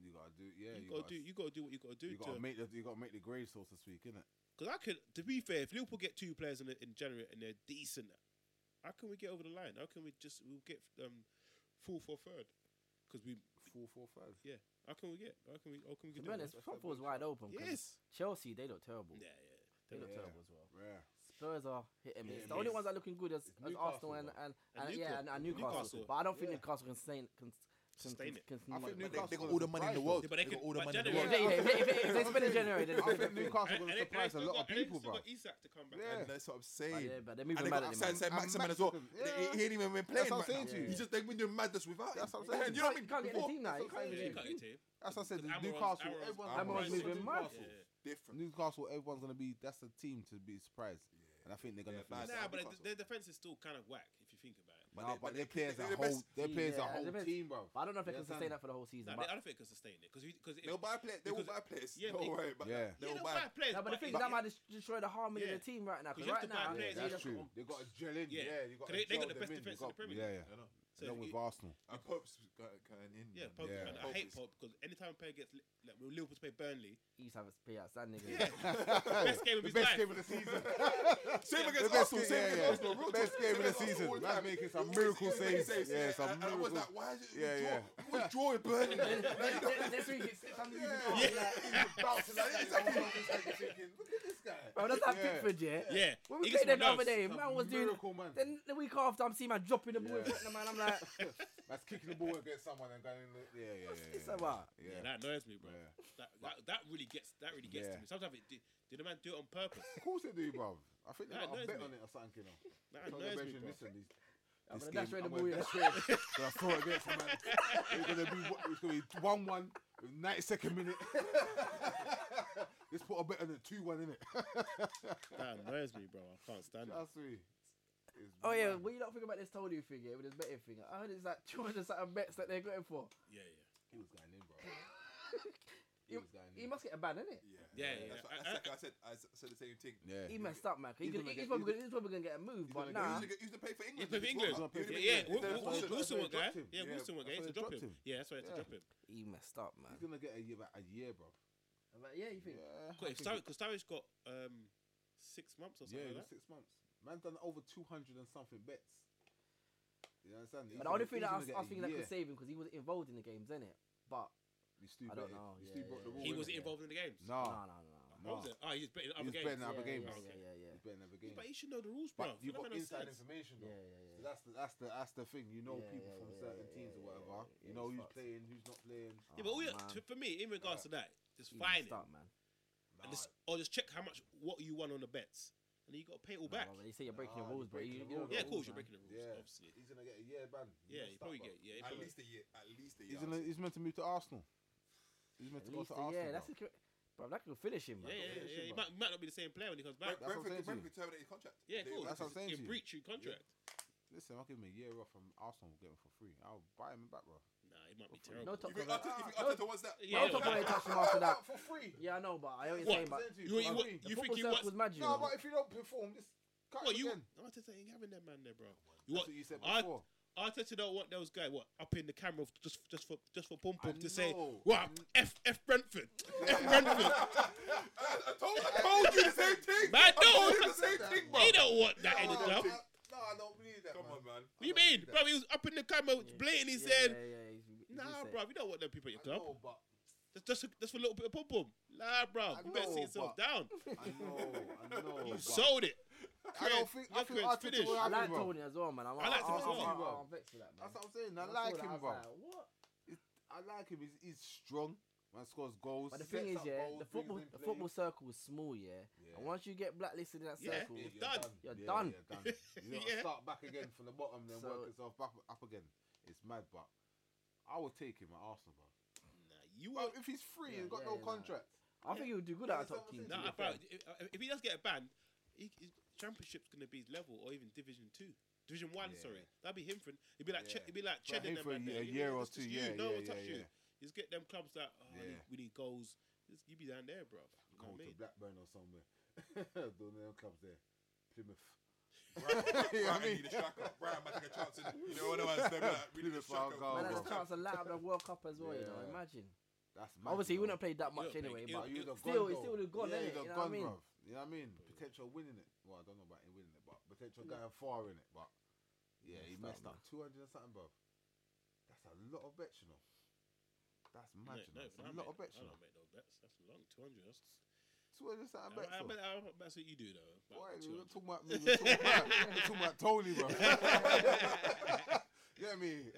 Speaker 3: You gotta do. Yeah,
Speaker 1: you, gotta, do. You gotta do what you gotta do.
Speaker 3: You
Speaker 1: to,
Speaker 3: gotta make the you gotta make the grade so to speak, innit?
Speaker 1: Because I could, to be fair, if Liverpool get two players in, the, in January and they're decent, how can we get over the line? How can we just we'll get um fourth or third? Because we,
Speaker 3: Four, four, five.
Speaker 1: how can we get? How can we? How can we
Speaker 2: To
Speaker 1: get?
Speaker 2: be honest, front four's wide open. 'cause
Speaker 1: yes.
Speaker 2: Chelsea, they look terrible.
Speaker 1: Yeah,
Speaker 2: They look
Speaker 3: Yeah.
Speaker 2: terrible as well.
Speaker 3: Yeah.
Speaker 2: Spurs are hit and
Speaker 1: Yeah,
Speaker 2: miss.
Speaker 1: it
Speaker 2: the only
Speaker 1: is.
Speaker 2: ones that are looking good is,
Speaker 3: It's
Speaker 2: is
Speaker 3: Newcastle,
Speaker 2: Arsenal and,
Speaker 3: though.
Speaker 1: And
Speaker 2: and, and, yeah,
Speaker 1: Newcastle.
Speaker 2: and, and Newcastle.
Speaker 1: Newcastle.
Speaker 2: But I don't think
Speaker 3: Yeah.
Speaker 2: Newcastle can sustain can, can
Speaker 1: Sustain it.
Speaker 3: I
Speaker 2: Can,
Speaker 3: think
Speaker 5: But they,
Speaker 3: Newcastle
Speaker 5: they got
Speaker 3: was
Speaker 5: all the money in the
Speaker 3: surprised,
Speaker 5: world.
Speaker 1: Yeah, but they
Speaker 5: they
Speaker 1: could-
Speaker 5: got all the
Speaker 1: but
Speaker 5: money in the
Speaker 1: January-
Speaker 5: world.
Speaker 2: yeah, if they, if they, if they, if they
Speaker 3: I
Speaker 2: spend in
Speaker 3: think-
Speaker 2: January, then
Speaker 3: I
Speaker 2: they're
Speaker 3: think
Speaker 2: different.
Speaker 3: Newcastle
Speaker 1: And,
Speaker 3: gonna
Speaker 1: and they-
Speaker 3: surprise a
Speaker 1: they've got-
Speaker 3: lot of
Speaker 1: and they've
Speaker 3: people,
Speaker 1: still
Speaker 3: bro.
Speaker 1: got Isak to come back.
Speaker 3: Yeah.
Speaker 5: And that's what I'm
Speaker 2: But
Speaker 5: saying.
Speaker 2: yeah, but they're moving
Speaker 5: And they
Speaker 2: mad
Speaker 5: got
Speaker 2: at
Speaker 5: upside
Speaker 2: them.
Speaker 5: side
Speaker 3: And
Speaker 5: Maximin as well.
Speaker 3: Maximin,
Speaker 5: They- He,
Speaker 3: yeah.
Speaker 5: ain't even been playing
Speaker 3: That's what I'm
Speaker 5: right
Speaker 3: saying to you.
Speaker 5: now. He's just they've been doing madness without
Speaker 3: That's
Speaker 5: him.
Speaker 3: what I'm saying.
Speaker 5: And you know what I
Speaker 2: You
Speaker 5: mean?
Speaker 2: can't get in the
Speaker 5: Before-
Speaker 2: team now.
Speaker 3: that's
Speaker 2: You
Speaker 3: what I'm
Speaker 2: can't
Speaker 1: Yeah, you can't get to him.
Speaker 2: get in the team.
Speaker 3: That's what I said.
Speaker 1: Because Amaron's-
Speaker 3: Newcastle,
Speaker 1: Amaron's-
Speaker 3: everyone's,
Speaker 5: Amaron's
Speaker 3: everyone's
Speaker 2: moving mad.
Speaker 3: Newcastle.
Speaker 1: Yeah.
Speaker 5: different.
Speaker 3: Newcastle, everyone's gonna be. That's the team to be surprised, and I think they're gonna.
Speaker 5: Yeah, bad.
Speaker 3: finish.
Speaker 1: Nah,
Speaker 5: Newcastle.
Speaker 1: but their defense is still kind of whack if you think about it.
Speaker 3: But,
Speaker 5: But
Speaker 3: no, but
Speaker 5: they- but
Speaker 3: their
Speaker 5: they-
Speaker 3: players
Speaker 5: they're
Speaker 3: a
Speaker 5: the
Speaker 3: whole,
Speaker 5: best.
Speaker 3: their players
Speaker 2: Yeah,
Speaker 3: a whole
Speaker 2: they're the best.
Speaker 3: team, bro.
Speaker 2: But I don't know if they
Speaker 3: You
Speaker 2: can sustain
Speaker 3: understand?
Speaker 2: that for the whole season.
Speaker 1: Nah,
Speaker 2: but-
Speaker 1: they, I don't think they can sustain it because because
Speaker 5: They'll buy players. They will
Speaker 1: because-
Speaker 5: buy players.
Speaker 1: yeah,
Speaker 5: Don't
Speaker 1: but-
Speaker 5: worry about
Speaker 3: Yeah.
Speaker 5: that.
Speaker 1: yeah,
Speaker 5: They'll
Speaker 1: they'll
Speaker 5: buy.
Speaker 1: buy players.
Speaker 2: No, but the thing is,
Speaker 5: but-
Speaker 2: that might just destroy the harmony
Speaker 1: Yeah.
Speaker 2: of the team right now.
Speaker 1: 'Cause you
Speaker 2: Because
Speaker 1: have to
Speaker 2: right
Speaker 1: buy
Speaker 2: now,
Speaker 1: players,
Speaker 3: Yeah,
Speaker 1: you just-
Speaker 3: that's true. They got to gel in.
Speaker 1: Yeah.
Speaker 3: Yeah, you got.
Speaker 1: They- they got
Speaker 3: gel
Speaker 1: the
Speaker 3: them
Speaker 1: best
Speaker 3: in. You
Speaker 1: defense in
Speaker 3: got-
Speaker 1: the Premier
Speaker 3: Yeah,
Speaker 5: I
Speaker 3: yeah.
Speaker 5: don't know.
Speaker 1: So
Speaker 3: Along
Speaker 1: if
Speaker 3: with
Speaker 1: you-
Speaker 3: Arsenal.
Speaker 5: And Pope's got gotten in.
Speaker 1: Yeah,
Speaker 5: man.
Speaker 1: Pope,
Speaker 3: Yeah.
Speaker 1: And I
Speaker 5: Pope
Speaker 1: hate
Speaker 5: is-
Speaker 1: Pope because anytime a player gets li- like when Liverpool play Burnley,
Speaker 2: he used to have a play outstanding.
Speaker 1: Yeah. Best game of
Speaker 3: the
Speaker 1: his
Speaker 3: best
Speaker 1: life.
Speaker 3: game of the season.
Speaker 5: Same
Speaker 3: the
Speaker 5: against
Speaker 3: best
Speaker 5: Arsenal.
Speaker 3: game,
Speaker 5: Same
Speaker 3: yeah,
Speaker 5: against
Speaker 3: yeah.
Speaker 5: Arsenal. Real
Speaker 3: Best
Speaker 5: talk.
Speaker 3: game of the
Speaker 5: Same against
Speaker 3: season.
Speaker 5: Arsenal all the
Speaker 3: Man
Speaker 5: time.
Speaker 3: making
Speaker 5: He
Speaker 3: some
Speaker 5: always-
Speaker 3: miracle
Speaker 5: he always makes
Speaker 3: saves. Yeah, some
Speaker 5: and- and I was
Speaker 3: miracle-
Speaker 5: like, why is it?
Speaker 3: Yeah,
Speaker 5: we
Speaker 3: yeah.
Speaker 5: Draw, we always draw with Burnley. Like, you know,
Speaker 2: Next week, it's something you
Speaker 3: Yeah.
Speaker 2: can do.
Speaker 3: Bouncing like that. Look at this guy.
Speaker 2: bro. That's that
Speaker 3: Yeah.
Speaker 2: Pickford, yeah.
Speaker 1: Yeah.
Speaker 2: When we
Speaker 1: it gets
Speaker 2: played them the
Speaker 1: on my
Speaker 2: other
Speaker 1: nerves.
Speaker 2: day, man was doing.
Speaker 3: Miracle man.
Speaker 2: Then the week after, I'm seeing man dropping *laughs* the ball in
Speaker 3: Yeah.
Speaker 2: front of man. I'm
Speaker 3: *laughs*
Speaker 2: like,
Speaker 3: That's kicking the ball against someone and going. In the, yeah, yeah, yeah.
Speaker 2: this
Speaker 3: yeah,
Speaker 2: about?
Speaker 3: Yeah.
Speaker 1: Yeah, that annoys me, bro.
Speaker 3: Yeah.
Speaker 1: That, that that really gets that really gets
Speaker 3: Yeah.
Speaker 1: to me. Sometimes it did, did the man do it on purpose?
Speaker 3: Of course they do, bruv. I think they
Speaker 1: That
Speaker 3: got a
Speaker 1: annoys
Speaker 3: bet
Speaker 1: me.
Speaker 3: on it or something, you know.
Speaker 1: That
Speaker 3: Told
Speaker 1: annoys me,
Speaker 3: them, "Benjamin,
Speaker 1: bro.
Speaker 3: listen, these-
Speaker 2: I'm
Speaker 3: this
Speaker 2: gonna dash
Speaker 3: game,
Speaker 2: around the
Speaker 3: I'm gonna
Speaker 2: ball. yeah.
Speaker 3: dash around. But I throw it against him, man. It's gonna be what- it's gonna be one one, ninety second minute. *laughs* Let's put a bet on it, two one in it. *laughs*
Speaker 1: That annoys me, bro. I can't stand it.
Speaker 3: Trust me. It's
Speaker 2: *laughs* Oh
Speaker 3: *laughs*
Speaker 2: yeah,
Speaker 3: mad.
Speaker 2: what you not think about this Tolu thing, yeah, with this betting thing? I heard it's like 200 something bets that they're going for.
Speaker 1: Yeah, yeah.
Speaker 3: he was going in, bro. He
Speaker 2: You-
Speaker 3: was going
Speaker 2: He
Speaker 3: in.
Speaker 2: must get a ban, innit?
Speaker 1: Yeah, yeah,
Speaker 5: That's what,
Speaker 1: yeah.
Speaker 5: I, said, I said I s- said the same thing.
Speaker 3: Yeah.
Speaker 2: He messed up, man. 'cause He's,
Speaker 3: He's gonna
Speaker 2: gonna, he's,
Speaker 3: get-
Speaker 2: probably
Speaker 3: he's
Speaker 2: gonna, he's probably gonna get a move,
Speaker 3: he's
Speaker 2: but
Speaker 3: gonna
Speaker 2: nah.
Speaker 5: Who's he used to pay for
Speaker 1: Yeah,
Speaker 5: England.
Speaker 1: for
Speaker 5: as
Speaker 1: England.
Speaker 5: well.
Speaker 3: He's
Speaker 1: Yeah,
Speaker 3: gonna
Speaker 1: yeah. Wi- Wi-
Speaker 3: get- that's why they
Speaker 1: Wi- Wilson went
Speaker 3: dropped
Speaker 1: there.
Speaker 3: him.
Speaker 1: Yeah,
Speaker 3: Yeah,
Speaker 1: Wilson went there.
Speaker 3: that's why
Speaker 1: to
Speaker 3: they
Speaker 1: drop
Speaker 3: dropped
Speaker 1: him.
Speaker 3: him.
Speaker 1: Yeah, that's why they had to
Speaker 3: Yeah.
Speaker 1: drop him.
Speaker 2: He messed up, man.
Speaker 3: He's gonna get a year, about a year, bro.
Speaker 2: I'm like, yeah, you think?
Speaker 3: Yeah.
Speaker 1: Because Starage got um, six months or something
Speaker 3: Yeah,
Speaker 1: like that.
Speaker 3: six months. Man's done over two hundred and something bets. You understand? He's
Speaker 2: But the only
Speaker 3: gonna-
Speaker 2: thing
Speaker 3: he's
Speaker 2: that I
Speaker 3: gonna
Speaker 2: was,
Speaker 3: get
Speaker 2: I was
Speaker 3: a
Speaker 2: thinking that
Speaker 3: year.
Speaker 2: could save him because he wasn't involved in the games, innit? But
Speaker 3: You still
Speaker 2: I don't
Speaker 3: bet it.
Speaker 2: know,
Speaker 3: You
Speaker 2: yeah,
Speaker 3: still
Speaker 2: yeah,
Speaker 3: broke the
Speaker 2: yeah.
Speaker 3: rule,
Speaker 1: He
Speaker 3: innit?
Speaker 1: wasn't involved in the games.
Speaker 3: Nah,
Speaker 2: no, no, no, no.
Speaker 1: What was it? Oh, he was betting
Speaker 3: He
Speaker 1: other
Speaker 3: was
Speaker 1: games.
Speaker 3: betting other
Speaker 2: Yeah, yeah,
Speaker 3: games.
Speaker 2: yeah,
Speaker 1: Okay.
Speaker 2: yeah, yeah,
Speaker 3: He's betting other games.
Speaker 1: But he should know the rules, bro.
Speaker 3: But you got inside
Speaker 1: sense.
Speaker 3: information,
Speaker 2: yeah,
Speaker 3: though. So
Speaker 2: yeah, yeah.
Speaker 3: that's the that's the that's the thing. You know
Speaker 2: Yeah,
Speaker 3: people
Speaker 2: yeah,
Speaker 3: from
Speaker 2: yeah,
Speaker 3: certain
Speaker 2: yeah,
Speaker 3: teams or
Speaker 2: yeah,
Speaker 3: whatever.
Speaker 2: yeah, yeah,
Speaker 3: you know
Speaker 2: it's
Speaker 3: who's
Speaker 2: fucked.
Speaker 3: playing, who's not playing.
Speaker 1: Yeah, but all
Speaker 2: Oh,
Speaker 1: you,
Speaker 2: man.
Speaker 1: to, for me, in regards to that, just
Speaker 2: He
Speaker 1: find
Speaker 2: messed
Speaker 1: it.
Speaker 2: up, man.
Speaker 1: And just, or just check how much, what you won on the bets. And then you got to pay it all
Speaker 2: Nah,
Speaker 1: back.
Speaker 2: bro, when they say you're breaking
Speaker 3: Nah,
Speaker 2: the
Speaker 3: you're
Speaker 2: rules, bro.
Speaker 3: breaking the
Speaker 2: You, you know
Speaker 3: rules.
Speaker 2: the
Speaker 1: Yeah, of course,
Speaker 2: rules,
Speaker 1: you're
Speaker 2: man.
Speaker 1: breaking the rules,
Speaker 3: Yeah.
Speaker 1: obviously.
Speaker 3: He's gonna get a year ban. He's
Speaker 1: Yeah,
Speaker 3: not
Speaker 1: you
Speaker 3: stuck,
Speaker 1: probably
Speaker 3: bro.
Speaker 1: get, yeah. he
Speaker 5: At
Speaker 1: probably-
Speaker 5: least a year. At least a year.
Speaker 3: He's, gonna,
Speaker 5: I'd say.
Speaker 3: he's meant to move to Arsenal. He's meant
Speaker 2: At
Speaker 3: to go
Speaker 2: least
Speaker 3: to
Speaker 2: a-
Speaker 3: Arsenal.
Speaker 2: yeah, that's
Speaker 3: bro.
Speaker 2: a, cr- bro. That could finish
Speaker 1: Yeah,
Speaker 2: him, man.
Speaker 1: yeah,
Speaker 3: Yeah,
Speaker 1: yeah.
Speaker 3: shit,
Speaker 1: He
Speaker 3: bro.
Speaker 1: might, might not be the same player when he comes back.
Speaker 5: Brent-
Speaker 3: That's what I'm
Speaker 5: Brentford,
Speaker 3: saying to
Speaker 5: Brentford terminated his contract.
Speaker 1: Yeah,
Speaker 5: They-
Speaker 1: cool.
Speaker 3: that's what I'm saying to
Speaker 1: It
Speaker 3: you.
Speaker 1: breached your contract.
Speaker 3: Listen, I'll give him a year off from Arsenal. Get him for free. I'll buy him back, bro.
Speaker 1: Nah, it might be
Speaker 3: No
Speaker 1: terrible.
Speaker 2: top-
Speaker 5: You think
Speaker 2: Brentford-
Speaker 5: Arteta- you think
Speaker 2: Ah,
Speaker 5: Arteta wants that?
Speaker 1: Yeah,
Speaker 2: No top
Speaker 1: yeah.
Speaker 2: player touched him after that.
Speaker 3: for free.
Speaker 2: Yeah, I know, but I always
Speaker 1: What?
Speaker 2: saying, but
Speaker 1: You, you,
Speaker 3: Agree.
Speaker 1: you
Speaker 2: the
Speaker 1: think
Speaker 2: football
Speaker 1: you want?
Speaker 2: circle's mad, you
Speaker 3: No,
Speaker 2: know.
Speaker 3: but if you don't perform, just cut
Speaker 1: What
Speaker 3: him
Speaker 1: you?
Speaker 3: again.
Speaker 1: Arteta ain't having that man there, bro. You
Speaker 3: That's
Speaker 1: want?
Speaker 3: what you said
Speaker 1: Art-
Speaker 3: before.
Speaker 1: Arteta don't want those guys what up in the camera f- just just for just for pump
Speaker 3: I
Speaker 1: up to say
Speaker 3: know.
Speaker 1: what f f Brentford f
Speaker 3: *laughs*
Speaker 1: Brentford
Speaker 5: I told, I told you the same thing.
Speaker 1: man
Speaker 5: I told you
Speaker 1: no
Speaker 5: the same thing, bro.
Speaker 1: he don't want that
Speaker 3: no,
Speaker 1: in the club. What
Speaker 3: I- No, I don't believe that.
Speaker 5: Come
Speaker 3: man.
Speaker 5: on, man.
Speaker 1: do you mean, bro? He was up in the camera blatantly
Speaker 2: Yeah,
Speaker 1: saying,
Speaker 2: yeah, yeah, he's- he's
Speaker 1: "Nah,
Speaker 2: just saying- *laughs*
Speaker 1: bro, we don't want them people at your
Speaker 3: I
Speaker 1: club.
Speaker 3: know, but
Speaker 1: That's just that's for a little bit of pump pump. Nah, bro,
Speaker 3: I
Speaker 1: you better sit
Speaker 3: know,
Speaker 1: yourself
Speaker 3: but-
Speaker 1: down.
Speaker 3: I know, I
Speaker 1: *laughs*
Speaker 3: know.
Speaker 1: You
Speaker 3: but
Speaker 1: sold it.
Speaker 3: I
Speaker 1: Craig,
Speaker 3: don't think I
Speaker 1: your
Speaker 3: think
Speaker 1: career's
Speaker 3: Arteta
Speaker 1: finished.
Speaker 3: will
Speaker 2: I
Speaker 3: have him,
Speaker 2: like
Speaker 3: bro.
Speaker 2: Tony as well, man. I'm,
Speaker 1: I like him
Speaker 2: I'm,
Speaker 1: as well.
Speaker 2: I'm, I'm, I'm vexed with that, man.
Speaker 3: That's what I'm saying. I
Speaker 2: When saw
Speaker 3: like
Speaker 2: that,
Speaker 3: him,
Speaker 2: was
Speaker 3: bro.
Speaker 2: like, what?
Speaker 3: I like him. He's, he's strong. Man scores goals.
Speaker 2: But the thing
Speaker 3: sets
Speaker 2: is,
Speaker 3: up
Speaker 2: yeah,
Speaker 3: goals,
Speaker 2: the
Speaker 3: brings
Speaker 2: football,
Speaker 3: in
Speaker 2: the
Speaker 3: players.
Speaker 2: football circle is small, yeah.
Speaker 3: Yeah.
Speaker 2: And once you get blacklisted in that
Speaker 1: Yeah.
Speaker 2: circle,
Speaker 3: Yeah,
Speaker 1: You're done.
Speaker 2: You're
Speaker 3: Yeah,
Speaker 2: *laughs* done.
Speaker 3: You're done. You gotta
Speaker 1: Yeah.
Speaker 3: start back again from the bottom, then
Speaker 2: So-
Speaker 3: work yourself back up again. It's mad, but I would take him at Arsenal, bro.
Speaker 1: Nah, you
Speaker 3: Well,
Speaker 1: were.
Speaker 3: if he's free and
Speaker 2: Yeah,
Speaker 3: got
Speaker 2: yeah,
Speaker 3: no
Speaker 2: yeah, nah.
Speaker 3: contract,
Speaker 2: I think he would do good
Speaker 3: Yeah,
Speaker 2: at a
Speaker 3: that's what
Speaker 2: top
Speaker 3: I'm saying.
Speaker 2: team.
Speaker 1: Nah,
Speaker 2: to be
Speaker 1: bro.
Speaker 2: fair.
Speaker 1: If, uh, if he does get a ban, he, his championship's gonna be his level or even Division Two, Division One.
Speaker 3: Yeah.
Speaker 1: Sorry, that'd be him for. It'd be like che-
Speaker 3: Yeah.
Speaker 1: it'd be like
Speaker 3: But
Speaker 1: cheddar
Speaker 3: him
Speaker 1: them
Speaker 3: for a
Speaker 1: man there.
Speaker 3: year- a
Speaker 1: You-
Speaker 3: year or
Speaker 1: it's just
Speaker 3: two,
Speaker 1: You,
Speaker 3: yeah,
Speaker 1: no
Speaker 3: yeah,
Speaker 1: one
Speaker 3: yeah,
Speaker 1: touch you.
Speaker 3: yeah.
Speaker 1: Just get them clubs that oh, we,
Speaker 3: Yeah.
Speaker 1: need, we need goals. Just, you be down there, bro. You know
Speaker 3: go
Speaker 1: what I
Speaker 3: to
Speaker 1: mean?
Speaker 3: Blackburn or somewhere. *laughs* Don't know them clubs there. Plymouth. *laughs* Yeah, I
Speaker 5: Brighton, Brighton
Speaker 3: mean-
Speaker 5: need a striker. Brighton might take a chance. In, you know what I mean?
Speaker 3: *laughs*
Speaker 5: We need
Speaker 3: Plymouth are
Speaker 5: a striker.
Speaker 3: gone, Oh,
Speaker 2: Man,
Speaker 3: bro.
Speaker 2: that's a chance to light up the World Cup as well, you know.
Speaker 3: Yeah.
Speaker 2: Imagine.
Speaker 3: That's mad,
Speaker 2: Obviously, he
Speaker 3: you know.
Speaker 2: wouldn't have played that
Speaker 1: He
Speaker 2: much
Speaker 1: would've played-
Speaker 2: anyway,
Speaker 1: he
Speaker 2: but
Speaker 3: But you
Speaker 1: Still-
Speaker 3: the
Speaker 2: still,
Speaker 3: gun,
Speaker 2: it's still
Speaker 3: though.
Speaker 2: the gun,
Speaker 3: yeah, you the
Speaker 2: innit? You know what I
Speaker 3: gun,
Speaker 2: mean?
Speaker 3: bruv. You know what I mean? Potential winning it. Well, I don't know about him winning it, but potential
Speaker 2: Yeah.
Speaker 3: going far in it. But yeah, he messed
Speaker 2: Messed up,
Speaker 3: up two hundred and something, bruv. That's a lot of bets, you know. That's
Speaker 1: No,
Speaker 3: mad, you
Speaker 1: no, but I
Speaker 3: know. That's a lot
Speaker 1: make-
Speaker 3: of
Speaker 1: I
Speaker 3: bets, you know.
Speaker 1: don't make no bets. That's long. Two hundred. That's.
Speaker 3: Two hundred and something
Speaker 1: I,
Speaker 3: bets.
Speaker 1: I,
Speaker 3: though.
Speaker 1: bet- I bet that's what you do though. about
Speaker 3: Why? We're
Speaker 1: 200.
Speaker 3: not talking
Speaker 5: *laughs*
Speaker 3: about me. We're talking about, we're talking about Tony, bro. yeah, me.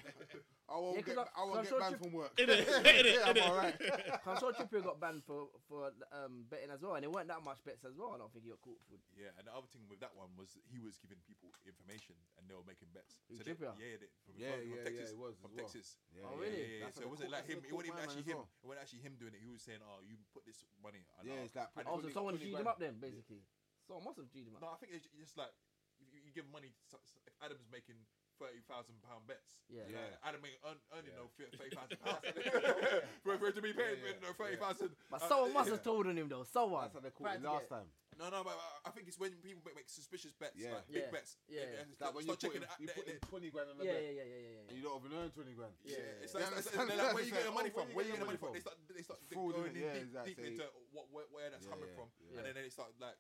Speaker 3: I won't
Speaker 2: Yeah, 'cause
Speaker 3: get.
Speaker 2: I-
Speaker 3: I won't
Speaker 2: 'cause I
Speaker 3: get banned
Speaker 2: thought
Speaker 3: from work.
Speaker 1: Innit? *laughs* Innit?
Speaker 3: *laughs* yeah, I'm
Speaker 1: Innit? *laughs*
Speaker 3: alright.
Speaker 2: I'm sure Trippier got banned for for um, betting as well, and there weren't that much bets as well. I don't think he got caught for.
Speaker 5: Yeah, and the other thing with that one was he was giving people information and they were making bets.
Speaker 2: Who,
Speaker 5: they,
Speaker 2: Trippier?
Speaker 5: yeah, they, from,
Speaker 3: Yeah,
Speaker 5: from
Speaker 3: yeah, yeah,
Speaker 5: Texas,
Speaker 3: it was
Speaker 5: from
Speaker 3: as well.
Speaker 5: Texas.
Speaker 3: Yeah,
Speaker 2: Oh,
Speaker 3: yeah,
Speaker 2: really?
Speaker 5: Yeah,
Speaker 3: yeah.
Speaker 5: yeah,
Speaker 3: That's what
Speaker 5: So it
Speaker 3: they
Speaker 5: wasn't
Speaker 3: call- that's
Speaker 5: like him.
Speaker 3: what they
Speaker 5: It
Speaker 3: call
Speaker 5: wasn't even
Speaker 3: mine
Speaker 5: actually
Speaker 3: as
Speaker 5: him.
Speaker 3: well.
Speaker 5: It wasn't actually him doing it. He was saying, "Oh, you put this money." And
Speaker 3: Yeah,
Speaker 5: I-
Speaker 3: it's like
Speaker 5: I
Speaker 3: put
Speaker 5: don't
Speaker 2: Oh, so
Speaker 5: think-
Speaker 2: someone
Speaker 3: Tony
Speaker 2: G'd him
Speaker 3: Graham.
Speaker 2: up then, basically. Someone must have G'd him
Speaker 5: No,
Speaker 2: up.
Speaker 5: I think it's just like if you, you give money. To, so- so if Adam's making thirty thousand pound bets,
Speaker 2: Yeah.
Speaker 5: and,
Speaker 3: Yeah.
Speaker 5: uh, Adam ain't earn, earning
Speaker 3: Yeah.
Speaker 5: no
Speaker 3: *laughs*
Speaker 5: thirty thousand pounds *laughs* for, for it to be paid
Speaker 3: Yeah,
Speaker 5: with no
Speaker 3: yeah.
Speaker 5: thirty thousand.
Speaker 2: But
Speaker 5: uh,
Speaker 2: someone must
Speaker 3: yeah.
Speaker 2: have told on him though. Someone.
Speaker 3: That's how they called
Speaker 2: Right
Speaker 3: it
Speaker 2: to
Speaker 3: last
Speaker 2: get-
Speaker 3: time.
Speaker 5: No, no, but uh, I think it's when people make, make suspicious bets,
Speaker 3: Yeah.
Speaker 5: like
Speaker 2: Yeah.
Speaker 5: big bets.
Speaker 2: Yeah.
Speaker 5: and- and
Speaker 3: It's like
Speaker 5: start-
Speaker 3: when you
Speaker 5: start
Speaker 3: put,
Speaker 5: checking
Speaker 3: in,
Speaker 5: it out
Speaker 3: you
Speaker 5: there,
Speaker 3: put in
Speaker 5: and-
Speaker 3: twenty grand on the
Speaker 2: Yeah, yeah,
Speaker 3: bet,
Speaker 2: yeah, yeah,
Speaker 3: and
Speaker 2: yeah.
Speaker 3: you don't even earn twenty grand.
Speaker 5: Yeah,
Speaker 2: Yeah.
Speaker 5: it's like,
Speaker 3: Yeah,
Speaker 5: it's,
Speaker 3: that's-
Speaker 5: it's, they're like,
Speaker 3: that's
Speaker 5: where you get
Speaker 3: like,
Speaker 5: your money
Speaker 3: oh,
Speaker 5: from? Where you get your money from?
Speaker 3: from?
Speaker 5: They start, they start
Speaker 3: Fraud,
Speaker 5: going
Speaker 3: innit?
Speaker 5: in
Speaker 3: Yeah,
Speaker 5: deep,
Speaker 3: exactly.
Speaker 5: deep into what, where, where that's
Speaker 3: Yeah,
Speaker 5: coming
Speaker 3: yeah,
Speaker 5: from,
Speaker 3: yeah.
Speaker 5: and then they start like,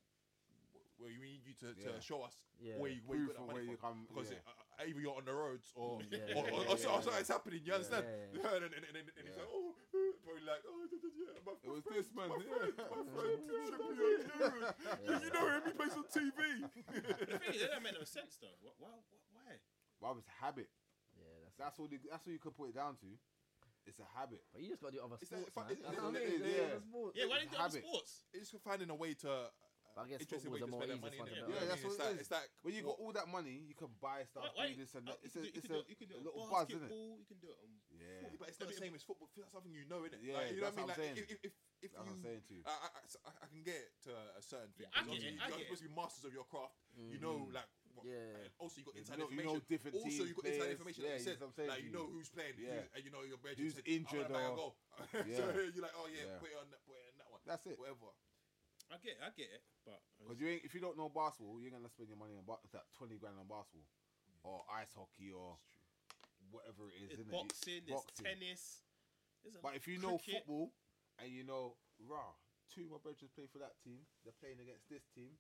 Speaker 5: w- well, we need you to, to
Speaker 3: Yeah.
Speaker 5: show us
Speaker 2: Yeah.
Speaker 5: where you where you
Speaker 3: Proof of
Speaker 5: got that money
Speaker 3: where you
Speaker 5: from.
Speaker 3: come.
Speaker 5: because
Speaker 3: yeah.
Speaker 5: it, uh, uh, either you're on the roads or
Speaker 2: Yeah,
Speaker 5: or, *laughs* or,
Speaker 2: yeah,
Speaker 5: or,
Speaker 2: yeah,
Speaker 5: so- or
Speaker 2: yeah.
Speaker 5: something's happening. You
Speaker 3: Yeah.
Speaker 5: understand?
Speaker 2: Yeah, yeah,
Speaker 5: *laughs* and and, and, and, and he's
Speaker 3: Yeah.
Speaker 5: like, oh, uh," probably like, oh, yeah, yeah, my
Speaker 3: It was
Speaker 5: friend,
Speaker 3: this man,
Speaker 5: my
Speaker 3: yeah.
Speaker 5: friend, my friend, Trippier, yeah, you know him. He plays on TV.
Speaker 1: The thing is, that don't make no sense though. Why? why, why?
Speaker 3: Well, it's habit.
Speaker 2: Yeah, that's.
Speaker 3: That's all. The, that's all you could put it down to. It's a habit.
Speaker 2: but you just gotta do other
Speaker 4: It's
Speaker 2: sports,
Speaker 4: like-
Speaker 2: man.
Speaker 4: it's-
Speaker 2: That's what
Speaker 3: it
Speaker 2: I mean.
Speaker 3: is,
Speaker 2: do other
Speaker 3: yeah.
Speaker 2: sports.
Speaker 1: Yeah, why didn't you have
Speaker 3: Habit.
Speaker 1: sports?
Speaker 5: it's finding a way to. uh,
Speaker 2: But I guess
Speaker 5: interesting
Speaker 2: football's
Speaker 5: way
Speaker 2: a
Speaker 5: to
Speaker 2: more easy
Speaker 5: spend that money.
Speaker 2: sponsor,
Speaker 5: innit?
Speaker 2: but-
Speaker 5: You know
Speaker 3: Yeah, that's what
Speaker 5: I mean? it's
Speaker 3: it
Speaker 5: like,
Speaker 3: is.
Speaker 5: It's like
Speaker 3: When you
Speaker 5: what-
Speaker 3: got all that money, you can buy stuff,
Speaker 1: Why- why-
Speaker 3: do this and
Speaker 1: uh,
Speaker 3: that.
Speaker 1: you
Speaker 3: It's
Speaker 1: could
Speaker 3: a,
Speaker 1: do- you
Speaker 3: it's
Speaker 1: could
Speaker 3: a
Speaker 1: do- you could do it on
Speaker 3: little buzz, isn't it?
Speaker 1: basketball, You can do it on
Speaker 3: Yeah,
Speaker 5: but it's not the same as football. That's something you know, innit?
Speaker 3: Yeah,
Speaker 5: like,
Speaker 3: that's
Speaker 5: you know what I mean?
Speaker 3: what I'm
Speaker 5: like,
Speaker 3: saying.
Speaker 5: If, if, if, if
Speaker 3: that's what I'm
Speaker 5: you
Speaker 3: saying to you.
Speaker 5: I, I, I- so I- I can get it to a certain thing.
Speaker 1: Yeah, I get it,
Speaker 5: 'cause obviously
Speaker 1: I
Speaker 5: You're
Speaker 1: get
Speaker 5: supposed to be masters of your craft. You know, like. What,
Speaker 2: Mm-hmm. Yeah.
Speaker 5: and also, you
Speaker 3: Mm-hmm.
Speaker 5: got
Speaker 3: You
Speaker 5: inside
Speaker 3: know- you know
Speaker 5: information.
Speaker 3: different
Speaker 5: also,
Speaker 3: teams,
Speaker 5: you got
Speaker 3: players.
Speaker 5: inside information.
Speaker 3: Yeah,
Speaker 5: like you said,
Speaker 3: that's what I'm saying
Speaker 5: like
Speaker 3: to you.
Speaker 5: you know who's playing,
Speaker 3: Yeah.
Speaker 5: who- and you know your bread.
Speaker 3: Who's
Speaker 5: said,
Speaker 3: injured
Speaker 5: I
Speaker 3: or-
Speaker 5: go. *laughs* so
Speaker 3: Yeah.
Speaker 5: you're like, oh yeah,
Speaker 3: Yeah.
Speaker 5: put it on that, put it on that one,
Speaker 3: That's it.
Speaker 5: whatever.
Speaker 1: I get, it, I get it, but
Speaker 3: Because you ain't, if you don't know basketball, you're gonna spend your money on ba- that twenty grand on basketball,
Speaker 2: Mm.
Speaker 3: or ice hockey, or whatever it is,
Speaker 1: it's
Speaker 3: isn't it?
Speaker 1: boxing, it's
Speaker 3: boxing.
Speaker 1: tennis. There's a lot-
Speaker 3: But if you know
Speaker 1: cricket.
Speaker 3: football and you know, rah, two of my brothers play for that team, they're playing against this team,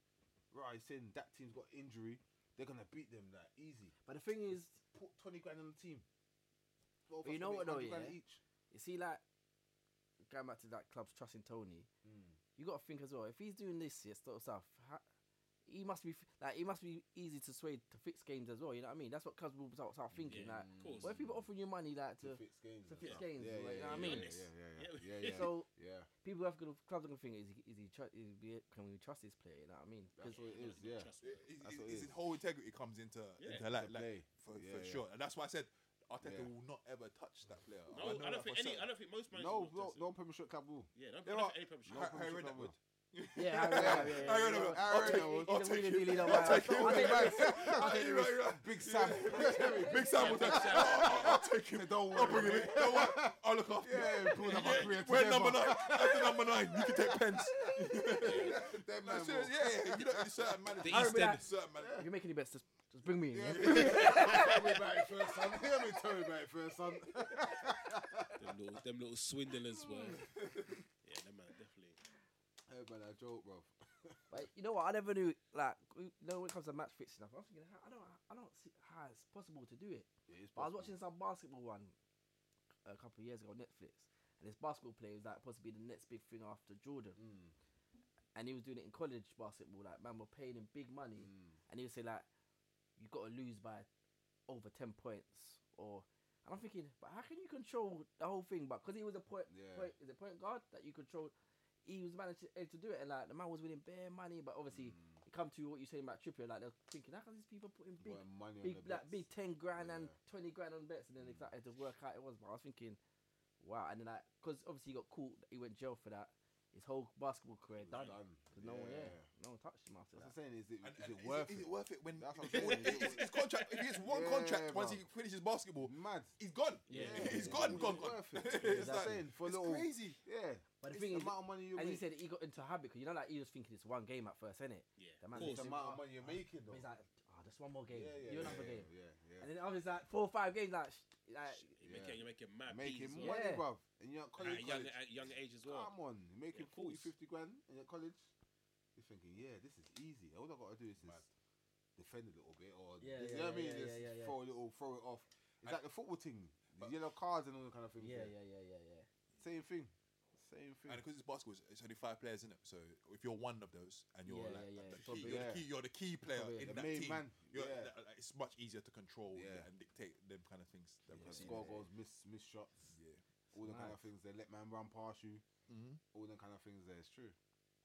Speaker 3: rah, he's saying that team's got injury, they're gonna beat them that easy.
Speaker 2: But the thing is,
Speaker 3: Put twenty grand on the team. Both
Speaker 2: But
Speaker 3: of
Speaker 2: you
Speaker 3: us
Speaker 2: know
Speaker 3: will make
Speaker 2: what though,
Speaker 3: 100 grand
Speaker 2: yeah?
Speaker 3: Each.
Speaker 2: you see, like going back to that club's trusting Tony,
Speaker 3: Mm.
Speaker 2: you gotta think as well. If he's doing this, yeah, sort of stuff, ha he must be f- like he must be easy to sway to fix games as well. You know what I mean? That's what clubs will start, start thinking.
Speaker 1: Yeah,
Speaker 2: Like,
Speaker 1: of course.
Speaker 2: what if people offering you money like to?
Speaker 3: To fix games.
Speaker 2: to
Speaker 3: and
Speaker 2: fix
Speaker 3: stuff.
Speaker 2: games,
Speaker 3: Yeah,
Speaker 2: like, you know
Speaker 3: yeah,
Speaker 2: what I
Speaker 3: yeah,
Speaker 2: mean?
Speaker 3: Yeah, yeah,
Speaker 1: Yeah.
Speaker 3: yeah, yeah, yeah.
Speaker 2: So
Speaker 3: yeah.
Speaker 2: people have got clubs are gonna think is he is he, tru- is he be- can we trust this player? You know what I mean? 'Cause
Speaker 3: That's what it
Speaker 1: Yeah,
Speaker 3: is. Yeah.
Speaker 1: trust me.
Speaker 5: It-
Speaker 3: That's
Speaker 5: it- it-
Speaker 3: what it
Speaker 5: it's
Speaker 3: is.
Speaker 5: His whole integrity comes into
Speaker 1: Yeah.
Speaker 5: into like,
Speaker 3: To
Speaker 5: like
Speaker 3: play.
Speaker 5: for,
Speaker 3: Yeah,
Speaker 5: for
Speaker 3: yeah.
Speaker 5: sure, and that's why I said Arteta
Speaker 3: Yeah.
Speaker 5: will not ever touch that player.
Speaker 1: No, I don't
Speaker 5: know that
Speaker 1: think
Speaker 5: for
Speaker 1: any. I
Speaker 5: certain.
Speaker 1: don't think most managers.
Speaker 3: No,
Speaker 1: would
Speaker 3: no,
Speaker 1: touch it.
Speaker 3: no premiership club rule.
Speaker 1: Yeah, don't,
Speaker 5: You
Speaker 1: don't
Speaker 5: know
Speaker 1: think any Premier
Speaker 3: No
Speaker 5: Har-
Speaker 1: should.
Speaker 3: premiership
Speaker 5: Harry
Speaker 3: club
Speaker 5: Redknapp
Speaker 3: would.
Speaker 2: *laughs* Yeah, Harry
Speaker 5: *laughs*
Speaker 2: Redknapp, yeah, yeah,
Speaker 5: Harry
Speaker 2: yeah.
Speaker 5: Redknapp,
Speaker 2: I'll
Speaker 3: Harry
Speaker 2: take-
Speaker 3: Redknapp,
Speaker 2: he's
Speaker 5: I'll
Speaker 2: a wheelie
Speaker 5: take him.
Speaker 2: dealie, no, man.
Speaker 5: I'll take him.
Speaker 2: I
Speaker 5: *laughs*
Speaker 2: think-
Speaker 5: Ah, you're right, you're right.
Speaker 3: Big Sam.
Speaker 5: *laughs* Big
Speaker 1: Yeah, Big
Speaker 5: Sam will take
Speaker 1: Sam.
Speaker 5: I'll I'll take him.
Speaker 3: So don't
Speaker 5: I'll bring him
Speaker 3: worry.
Speaker 5: in. *laughs* Don't worry. I'll look after him.
Speaker 3: Yeah, build up our
Speaker 5: Yeah,
Speaker 3: career
Speaker 5: We're
Speaker 3: together.
Speaker 5: number nine. After number nine, you can take
Speaker 3: *laughs*
Speaker 5: pens.
Speaker 3: Them
Speaker 5: No,
Speaker 3: man
Speaker 5: serious,
Speaker 3: will-
Speaker 5: yeah, yeah. You know, it's certain man.
Speaker 1: The
Speaker 5: I
Speaker 1: East
Speaker 5: remember
Speaker 1: End.
Speaker 5: that Certain man.
Speaker 2: If you make any bets, just, just bring me in.
Speaker 3: Yeah.
Speaker 2: Yeah?
Speaker 3: *laughs* Tell me about it first, son. Hear me tell me about it first,
Speaker 5: *laughs*
Speaker 3: son.
Speaker 1: Them little, them little swindlers were. Yeah, them man definitely.
Speaker 3: Hey, man, I joke, bro.
Speaker 2: *laughs* But you know what? I never knew. Like, you know, when it comes to match fit stuff, I'm thinking, how- I don't, I don't see how it's possible to do it. But I was watching some basketball one uh, a couple of years ago on Netflix, and this basketball player was like possibly the next big thing after Jordan,
Speaker 3: Mm,
Speaker 2: and he was doing it in college basketball. Like, man, we're paying him big money,
Speaker 3: mm.
Speaker 2: and he would say like, you got to lose by over ten points, or. And I'm thinking, but how can you control the whole thing? But because he was a point,
Speaker 3: Yeah.
Speaker 2: point, is it point guard that you control? He was managed to, able to do it, and like the man was winning bare money, but obviously
Speaker 3: Mm.
Speaker 2: it come to what you're saying about Trippier, like they're thinking, how can these people putting big,
Speaker 3: Putting money on
Speaker 2: big,
Speaker 3: the
Speaker 2: like big
Speaker 3: bets.
Speaker 2: ten grand and
Speaker 3: Yeah.
Speaker 2: twenty grand on bets, and then they started to work out it was. But I was thinking, wow, and then like, because obviously he got caught, he went jail for that. His whole basketball career
Speaker 3: It's
Speaker 2: done.
Speaker 3: done.
Speaker 2: 'Cause no one, yeah,
Speaker 3: Yeah.
Speaker 2: no one touched him after
Speaker 3: That's what I'm
Speaker 2: that.
Speaker 3: saying. Is it,
Speaker 5: And-
Speaker 3: is
Speaker 5: and
Speaker 3: it worth
Speaker 5: Is
Speaker 3: it?
Speaker 5: it worth it when *laughs*
Speaker 3: That's what I'm
Speaker 5: when-
Speaker 3: saying.
Speaker 5: his- his contract? If he gets one contract
Speaker 3: Yeah,
Speaker 5: once
Speaker 3: bruh.
Speaker 5: he finishes basketball,
Speaker 3: Mad.
Speaker 5: he's gone.
Speaker 1: Yeah.
Speaker 5: he's
Speaker 1: Yeah.
Speaker 5: gone, gone,
Speaker 3: It's
Speaker 5: gone.
Speaker 3: worth it. *laughs* That's what
Speaker 5: It's
Speaker 3: I'm
Speaker 5: like-
Speaker 3: saying. For
Speaker 5: it's
Speaker 3: little,
Speaker 5: crazy.
Speaker 3: yeah. It's
Speaker 2: But the thing
Speaker 3: the
Speaker 2: is,
Speaker 3: amount of money you
Speaker 2: and he
Speaker 3: make.
Speaker 2: said he got into a habit because you know, like he was thinking it's one game at first, innit? it?
Speaker 1: Yeah,
Speaker 2: The
Speaker 1: of
Speaker 2: man-
Speaker 1: course.
Speaker 3: It's the
Speaker 2: said,
Speaker 3: amount
Speaker 2: "Oh,"
Speaker 3: of money you're making,
Speaker 2: but
Speaker 3: though.
Speaker 2: He's like, ah, just one more
Speaker 3: Yeah,
Speaker 2: game.
Speaker 3: yeah,
Speaker 2: you
Speaker 3: yeah,
Speaker 2: another
Speaker 3: yeah,
Speaker 2: game.
Speaker 3: yeah, yeah.
Speaker 2: And then obviously like four or five games, like, sh- like
Speaker 1: You're making, you're making mad
Speaker 3: Making
Speaker 1: peas,
Speaker 3: money,
Speaker 2: Yeah.
Speaker 3: bruv. And you're
Speaker 1: well.
Speaker 3: at
Speaker 1: at
Speaker 3: college.
Speaker 1: a young,
Speaker 3: college.
Speaker 1: at a young age as well.
Speaker 3: Come on, you're making
Speaker 1: of
Speaker 3: 40,
Speaker 1: course.
Speaker 3: 50 grand and you're at college. You're thinking, yeah, this is easy. All I got to do is just
Speaker 5: Mad.
Speaker 3: defend a little bit or,
Speaker 2: Yeah,
Speaker 3: you
Speaker 2: yeah,
Speaker 3: know what I
Speaker 2: yeah,
Speaker 3: mean?
Speaker 2: yeah,
Speaker 3: just
Speaker 2: yeah, yeah, yeah.
Speaker 3: throw a little, throw it off. It's
Speaker 5: And-
Speaker 3: like the football thing, the
Speaker 5: but-
Speaker 3: yellow cards and all that kind of thing.
Speaker 2: yeah, yeah, yeah, yeah, yeah.
Speaker 3: Same thing. Same thing.
Speaker 5: And because it's basketball, it's- it's only five players in it. So if you're one of those and you're
Speaker 2: Yeah,
Speaker 5: like
Speaker 2: yeah, yeah,
Speaker 5: the
Speaker 2: probably.
Speaker 5: key, you're,
Speaker 3: Yeah.
Speaker 5: the key, you're the key player
Speaker 2: Probably.
Speaker 5: in
Speaker 3: the
Speaker 5: that
Speaker 3: main
Speaker 5: team.
Speaker 3: man.
Speaker 5: You're,
Speaker 3: yeah.
Speaker 5: that- like, it's much easier to control
Speaker 3: Yeah.
Speaker 5: and dictate them kind of things. Them
Speaker 3: Yeah,
Speaker 5: kind of things.
Speaker 3: Score goals, miss, miss shots,
Speaker 5: Yeah.
Speaker 3: all the kind
Speaker 2: Mad.
Speaker 3: of things. They let man run past you,
Speaker 5: Mm-hmm.
Speaker 3: all the kind of things. There, it's true.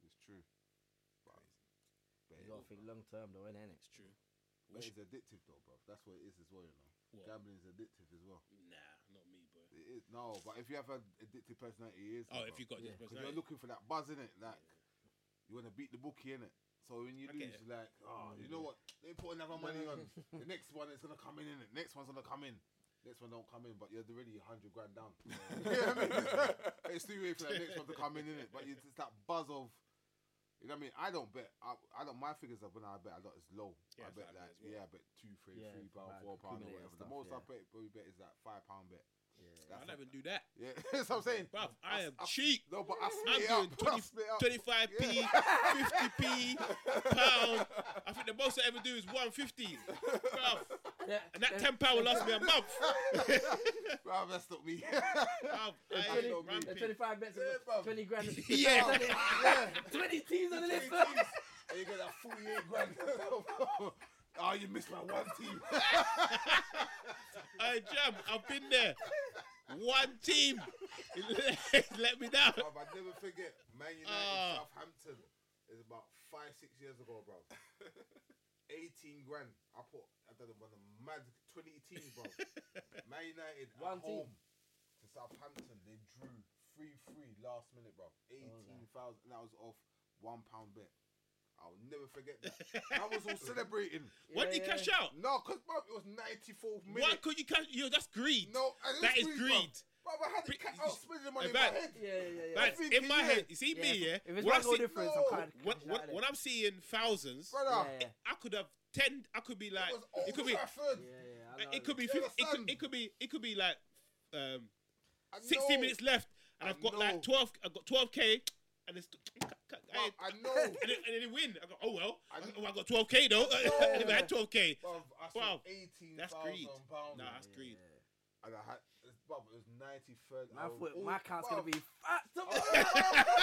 Speaker 3: It's true. But, but,
Speaker 2: You got to
Speaker 3: it,
Speaker 2: think long term though, innit?
Speaker 1: It's true.
Speaker 3: but it's addictive though, bruv. That's what it is as well, you know.
Speaker 1: What?
Speaker 3: Gambling is addictive as well.
Speaker 1: Nah, not me, bro.
Speaker 3: It is no, but if you have an addictive personality, it is.
Speaker 1: Oh, if you got
Speaker 2: Yeah.
Speaker 1: this
Speaker 3: because you're
Speaker 1: personality,
Speaker 3: looking for that buzz in it, like you want to beat the bookie in it. So when you
Speaker 1: I
Speaker 3: lose,
Speaker 1: get it.
Speaker 3: you're like, oh,
Speaker 2: Mm,
Speaker 3: you know
Speaker 2: yeah.
Speaker 3: what? They put another money on. The next one is gonna come in in it. Next one's gonna come in. Next one don't come in, but you're already hundred grand down. *laughs* Yeah, I mean, it's too late for that next one to come in in it. But it's just that buzz of. You know what I mean? I don't bet. I, I don't. My figures are when I bet a lot is low.
Speaker 1: Yeah,
Speaker 3: I
Speaker 1: that's
Speaker 3: bet
Speaker 1: what I
Speaker 3: like
Speaker 1: do as well.
Speaker 3: yeah, I bet two, three,
Speaker 2: Yeah,
Speaker 3: three pound,
Speaker 2: like
Speaker 3: four pound,
Speaker 2: accumulate
Speaker 3: or
Speaker 2: and
Speaker 3: whatever.
Speaker 2: stuff,
Speaker 3: the most I
Speaker 2: yeah.
Speaker 3: bet, probably bet is that five pound bet.
Speaker 2: *laughs* Yeah.
Speaker 1: I
Speaker 3: That's
Speaker 1: don't
Speaker 3: it.
Speaker 1: even do that.
Speaker 3: *laughs*
Speaker 6: Yeah, that's what I'm saying.
Speaker 1: Bruv, I am cheap.
Speaker 6: No, but I split
Speaker 1: I'm
Speaker 6: it up.
Speaker 1: doing 20,
Speaker 3: *laughs*
Speaker 6: I split it up.
Speaker 1: 25p, 50p,
Speaker 3: *laughs*
Speaker 1: pound. I think the most I ever do is 150. Bruv, and *laughs* that 10 pound will last me a *laughs* month.
Speaker 3: *laughs*
Speaker 6: Bruv, that's not
Speaker 2: *laughs*
Speaker 6: me.
Speaker 1: Bruv, I
Speaker 6: Twenty-
Speaker 1: ain't
Speaker 6: the
Speaker 1: ramping.
Speaker 2: 25 bets,
Speaker 6: Yeah, bruv.
Speaker 3: *laughs*
Speaker 2: 20 grand.
Speaker 1: Yeah.
Speaker 6: yeah.
Speaker 2: 20 teams on the list.
Speaker 6: Three teams, and you get that 48 grand.
Speaker 3: *laughs*
Speaker 6: oh, you missed my one
Speaker 2: *laughs*
Speaker 6: team.
Speaker 1: I jam. I've been there. One team *laughs* let me down.
Speaker 3: Bruv, I never forget Man United
Speaker 1: Ah.
Speaker 3: Southampton is about five six years ago, bro. Eighteen grand. I put I done one of mad twenty teams, bro. Man United at
Speaker 2: One team.
Speaker 3: home to Southampton. They drew three three last minute, bro.
Speaker 2: Oh,
Speaker 3: Eighteen thousand. That was off one pound bet. I'll never forget that. I was all celebrating.
Speaker 1: What did you
Speaker 2: Yeah, yeah.
Speaker 1: cash out?
Speaker 3: No, cause bro, it was ninety fourth
Speaker 1: Why
Speaker 3: minute.
Speaker 1: could you cash? Yo, that's greed.
Speaker 3: No, and it
Speaker 1: that is
Speaker 3: was
Speaker 1: greed.
Speaker 3: Bro. Bruv, I had to
Speaker 1: Pre-
Speaker 3: cut out spending the money in
Speaker 1: Hey,
Speaker 3: my
Speaker 1: man.
Speaker 3: head.
Speaker 2: Yeah, yeah, yeah.
Speaker 1: Like,
Speaker 3: That's
Speaker 1: in my
Speaker 3: Yeah.
Speaker 1: head, you see
Speaker 2: yeah.
Speaker 1: me, yeah.
Speaker 2: If it's
Speaker 1: When I
Speaker 2: one goal
Speaker 1: see-
Speaker 2: difference,
Speaker 3: No.
Speaker 2: I'm kind of.
Speaker 1: when, when, when I'm seeing thousands,
Speaker 3: Brother,
Speaker 2: Yeah,
Speaker 1: I could have ten. I could be like,
Speaker 3: it was uh, all
Speaker 1: it could be,
Speaker 2: yeah, yeah, I know
Speaker 1: it could be,
Speaker 3: You
Speaker 1: 50, it, could,
Speaker 3: understand?
Speaker 1: it could be, it could be like, um,
Speaker 3: I
Speaker 1: sixty
Speaker 3: know.
Speaker 1: minutes left, and
Speaker 3: I
Speaker 1: I've got
Speaker 3: know.
Speaker 1: like twelve. I've got twelve k, and it's.
Speaker 3: Bro,
Speaker 1: I-
Speaker 3: I know.
Speaker 1: *laughs* and then, and then they win. I go, oh well, I,
Speaker 3: I know.
Speaker 1: oh, I got 12k though. *laughs* I never had 12k.
Speaker 3: Bruv, I
Speaker 1: Bruv,
Speaker 3: spent eighteen
Speaker 1: that's greed.
Speaker 3: thousand pounds.
Speaker 1: Nah, that's greed.
Speaker 3: And I had, bruv, it was ninety third.
Speaker 2: My, foot, my account's going to be
Speaker 3: Oh.
Speaker 2: fucked up.